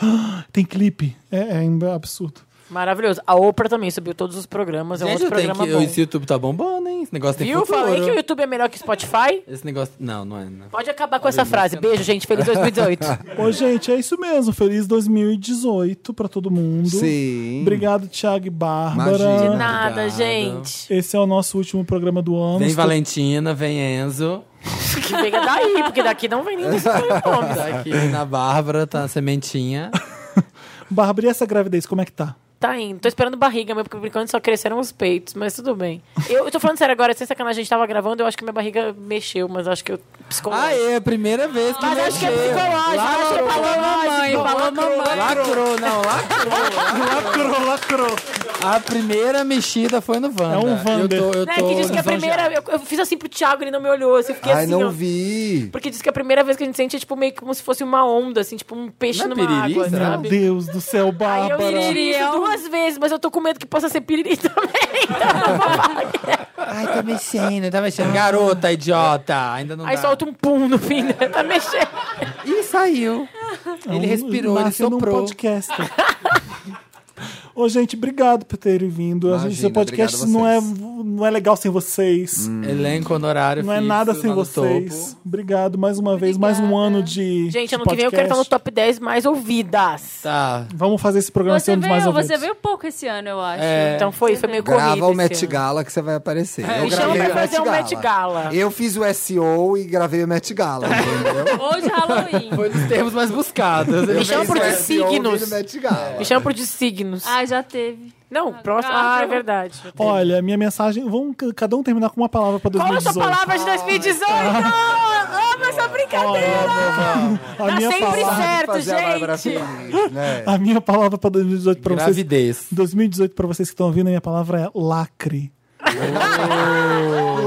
Speaker 1: Tem clipe? É, é absurdo.
Speaker 4: Maravilhoso. A Oprah também subiu todos os programas. é um
Speaker 7: Gente,
Speaker 4: outro
Speaker 7: eu tenho
Speaker 4: programa
Speaker 7: que.
Speaker 4: bom.
Speaker 7: Esse YouTube tá bombando, hein? Esse negócio tem
Speaker 4: Viu?
Speaker 7: futuro.
Speaker 4: Falei que o YouTube é melhor que o Spotify.
Speaker 7: Esse negócio. Não, não é. Não.
Speaker 4: Pode acabar com essa frase. Beijo, gente. Feliz 2018.
Speaker 7: [LAUGHS]
Speaker 1: Ô, gente, é isso mesmo. Feliz 2018 pra todo mundo.
Speaker 2: Sim.
Speaker 1: Obrigado, Thiago e
Speaker 2: Imagina.
Speaker 1: Bárbara.
Speaker 2: De
Speaker 4: Nada,
Speaker 7: Obrigado.
Speaker 4: gente.
Speaker 1: Esse é o nosso último programa do ano.
Speaker 7: Vem
Speaker 1: Estou-
Speaker 7: Valentina, vem Enzo.
Speaker 4: Que pega daí, porque daqui não vem ninguém escolher o nome.
Speaker 7: [LAUGHS] Tá aqui na Bárbara, tá a sementinha.
Speaker 1: Bárbara, e essa gravidez, como é que tá?
Speaker 4: Tá indo. Tô esperando barriga mesmo, porque por enquanto só cresceram os peitos, mas tudo bem. Eu, eu tô falando sério agora, sem sacanagem, a gente tava gravando, eu acho que minha barriga mexeu, mas acho que eu
Speaker 7: Ah,
Speaker 4: psicológico.
Speaker 7: é a primeira vez que
Speaker 4: Mas acho que é
Speaker 7: mexeu.
Speaker 4: psicológico, acho que é
Speaker 5: Falou mamãe, falou mamãe.
Speaker 7: Lacrou, não, lacrou.
Speaker 1: Lacrou, lacrou.
Speaker 7: A primeira mexida foi no Wanda.
Speaker 1: É um
Speaker 7: eu
Speaker 1: Wander.
Speaker 7: tô, eu
Speaker 4: Né,
Speaker 7: tô
Speaker 4: que diz que a primeira. Eu, eu fiz assim pro Thiago, ele não me olhou, assim, eu fiquei
Speaker 2: Ai,
Speaker 4: assim. ó.
Speaker 2: não vi.
Speaker 4: Porque diz que a primeira vez que a gente sente é tipo meio que como se fosse uma onda, assim, tipo um peixe
Speaker 7: Não é
Speaker 4: numa
Speaker 7: piriri,
Speaker 4: água,
Speaker 7: será?
Speaker 1: Meu
Speaker 4: sabe?
Speaker 1: Deus do céu,
Speaker 4: Aí
Speaker 1: Bárbara.
Speaker 4: eu piriri isso duas vezes, mas eu tô com medo que possa ser piriri [LAUGHS] também. então não vou falar.
Speaker 7: Ai, tá mexendo, tá mexendo. Garota, idiota. Ainda não
Speaker 4: Aí
Speaker 7: dá.
Speaker 4: solta um pum no fim, né? Tá mexendo.
Speaker 7: Ih, saiu.
Speaker 1: É um-
Speaker 7: Ele respirou, ele
Speaker 1: nasce num
Speaker 7: soprou.
Speaker 1: podcast. [LAUGHS] Ô, gente, obrigado por terem vindo. A gente-
Speaker 2: Imagina,
Speaker 1: Esse podcast
Speaker 2: obrigado a
Speaker 1: não é,
Speaker 2: vocês. Hum.
Speaker 1: não é legal sem vocês.
Speaker 7: Elenco honorário
Speaker 1: Não é
Speaker 7: fixo,
Speaker 1: nada sem
Speaker 7: lá no
Speaker 1: vocês.
Speaker 7: topo.
Speaker 1: Obrigado mais uma vez, mais um ano de.
Speaker 4: Gente,
Speaker 1: de
Speaker 4: ano que vem eu quero estar no
Speaker 1: podcast.
Speaker 4: top 10 mais ouvidas.
Speaker 7: Tá.
Speaker 1: Vamos fazer esse programa
Speaker 5: Você
Speaker 1: sendo mais
Speaker 5: veio,
Speaker 1: ouvidos.
Speaker 5: você veio pouco esse ano, eu acho.
Speaker 7: É.
Speaker 4: Então foi, foi meio corrido.
Speaker 2: Grava o
Speaker 4: esse
Speaker 2: Met
Speaker 4: ano.
Speaker 2: Gala que você vai aparecer. Eu
Speaker 4: Me chama
Speaker 2: gravei
Speaker 4: pra
Speaker 2: o
Speaker 4: fazer um Met Gala.
Speaker 2: Eu fiz o SEO e gravei o Met Gala,
Speaker 4: [LAUGHS]
Speaker 2: entendeu?
Speaker 5: Ou de Halloween.
Speaker 7: Foi um dos termos mais
Speaker 4: [LAUGHS]
Speaker 7: buscados.
Speaker 4: Me chama pro de
Speaker 2: Fiz o SEO e vi
Speaker 4: signos.
Speaker 2: no Met Gala.
Speaker 4: Me chama pro de signos.
Speaker 5: Ah, já teve.
Speaker 4: não, próximo. Ah, é verdade.
Speaker 1: Olha, minha mensagem. Vamos c- cada um terminar com uma palavra pra
Speaker 4: Qual é a
Speaker 1: 2018.
Speaker 4: sua palavra de 2018? Amo essa brincadeira!
Speaker 1: a,
Speaker 4: Tá
Speaker 1: minha
Speaker 4: sempre
Speaker 1: palavra,
Speaker 4: certo,
Speaker 2: Fazer a Bárbara
Speaker 4: gente.
Speaker 2: feliz, né?
Speaker 1: a minha palavra pra 2018 pra vocês.
Speaker 7: Gravidez.
Speaker 1: 2018 pra vocês que estão ouvindo, a minha palavra é lacre.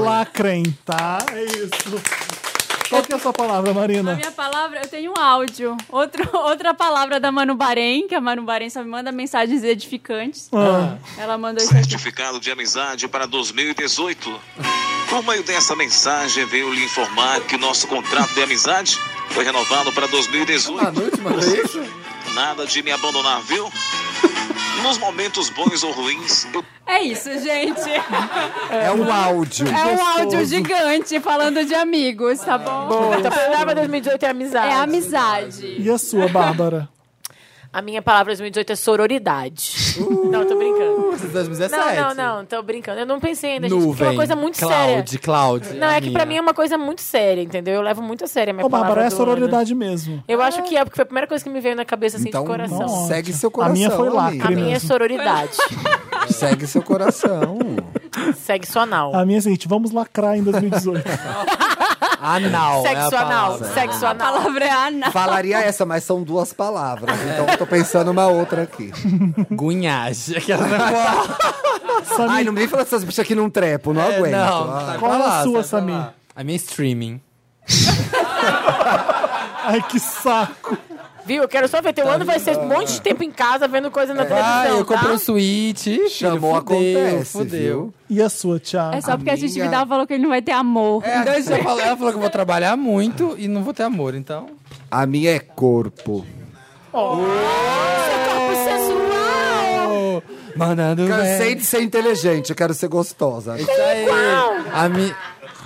Speaker 1: Lacrem, tá? É isso. Qual que é a sua palavra,
Speaker 5: A
Speaker 1: Marina?
Speaker 5: minha palavra, eu tenho um áudio. Outro, outra palavra da Manu Bahrein, que a Manu Bahrein só me manda mensagens edificantes.
Speaker 1: Ah.
Speaker 5: Ela mandou isso aqui.
Speaker 9: certificado de amizade para 2018. Por meio dessa mensagem, veio lhe informar que nosso contrato de amizade foi renovado para
Speaker 7: Ah,
Speaker 9: 2018. Nada de me abandonar, viu? Nos momentos bons ou ruins, eu
Speaker 5: É isso, gente.
Speaker 2: É um áudio.
Speaker 5: É um áudio gigante falando de amigos, tá bom?
Speaker 4: Então, a palavra 2018 é amizade.
Speaker 5: É amizade.
Speaker 1: E a sua, Bárbara?
Speaker 4: A minha palavra 2018 é sororidade. Não, tô brincando.
Speaker 7: Vocês 2017.
Speaker 4: [LAUGHS] Não, não, não, tô brincando. Eu não pensei ainda, gente, porque é
Speaker 7: Nuvem.
Speaker 4: uma coisa muito séria.
Speaker 7: Cloud, Cloud.
Speaker 4: Não,
Speaker 7: a
Speaker 4: é que pra mim
Speaker 7: minha.
Speaker 4: é uma coisa muito séria, entendeu? Eu levo muito a sério a minha
Speaker 1: Ô, Bárbara,
Speaker 4: palavra
Speaker 1: é
Speaker 4: do né?
Speaker 1: sororidade mesmo.
Speaker 4: ano. Eu acho que é, porque foi a primeira coisa que me veio na cabeça, assim,
Speaker 2: Então,
Speaker 4: de coração.
Speaker 1: não.
Speaker 2: segue seu
Speaker 1: A
Speaker 2: coração.
Speaker 1: minha foi
Speaker 2: amiga.
Speaker 4: A
Speaker 1: lacre
Speaker 4: minha é
Speaker 1: mesmo.
Speaker 4: sororidade.
Speaker 2: Segue seu coração.
Speaker 4: Segue sua anal.
Speaker 1: A minha é a seguinte, vamos lacrar em
Speaker 4: [LAUGHS]
Speaker 1: 2018.
Speaker 7: Anal. é a
Speaker 4: Sexo anal.
Speaker 7: palavra.
Speaker 4: Sexo
Speaker 5: A
Speaker 4: anal.
Speaker 5: palavra é Ana.
Speaker 2: Falaria essa, mas são duas palavras.
Speaker 4: É.
Speaker 2: Então eu tô pensando uma outra aqui.
Speaker 7: [LAUGHS] Gunhage. Aquela
Speaker 2: Ai, não me fala essas bichas aqui num trepo, não aguento.
Speaker 7: Tá
Speaker 2: Ah,
Speaker 1: Qual é a sua,
Speaker 7: Samir?
Speaker 1: Samir?
Speaker 7: A minha é streaming.
Speaker 1: Ai, que saco.
Speaker 4: Viu? Eu quero só ver. Teu ano vai ser um monte de tempo em casa vendo coisa na
Speaker 7: Ah,
Speaker 4: televisão,
Speaker 7: eu comprei
Speaker 4: tá?
Speaker 7: um suíte. filho,
Speaker 2: Chamou,
Speaker 7: fudeu,
Speaker 2: acontece,
Speaker 7: Fudeu.
Speaker 1: E a sua, Thiago?
Speaker 5: É só porque a gente
Speaker 2: Amiga.
Speaker 5: Vidal falou que ele não vai ter amor.
Speaker 7: É, daí já falou- ela falou que eu vou trabalhar muito e não vou ter amor, então.
Speaker 2: A minha é corpo.
Speaker 7: Mandando.
Speaker 2: Cansei de ser inteligente, eu quero ser gostosa.
Speaker 7: A mi...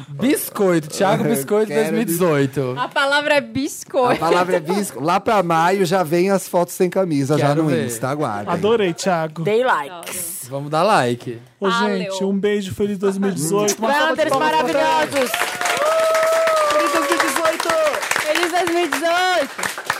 Speaker 7: Biscoito, Thiago Biscoito
Speaker 2: quero
Speaker 7: 2018.
Speaker 5: A palavra é
Speaker 2: A
Speaker 5: biscoito.
Speaker 2: palavra é bisco. Lá pra maio já vem as fotos sem camisa, já
Speaker 7: Quero
Speaker 2: no
Speaker 7: ver.
Speaker 2: Insta, aguardem.
Speaker 1: Adorei, Thiago.
Speaker 4: Dei likes.
Speaker 7: Vamos dar like.
Speaker 1: Ô,
Speaker 5: Valeu.
Speaker 1: gente, um beijo, feliz 2018. Uma salva de
Speaker 4: Wanders
Speaker 1: palmas pra
Speaker 4: maravilhosos.
Speaker 5: Feliz 2018!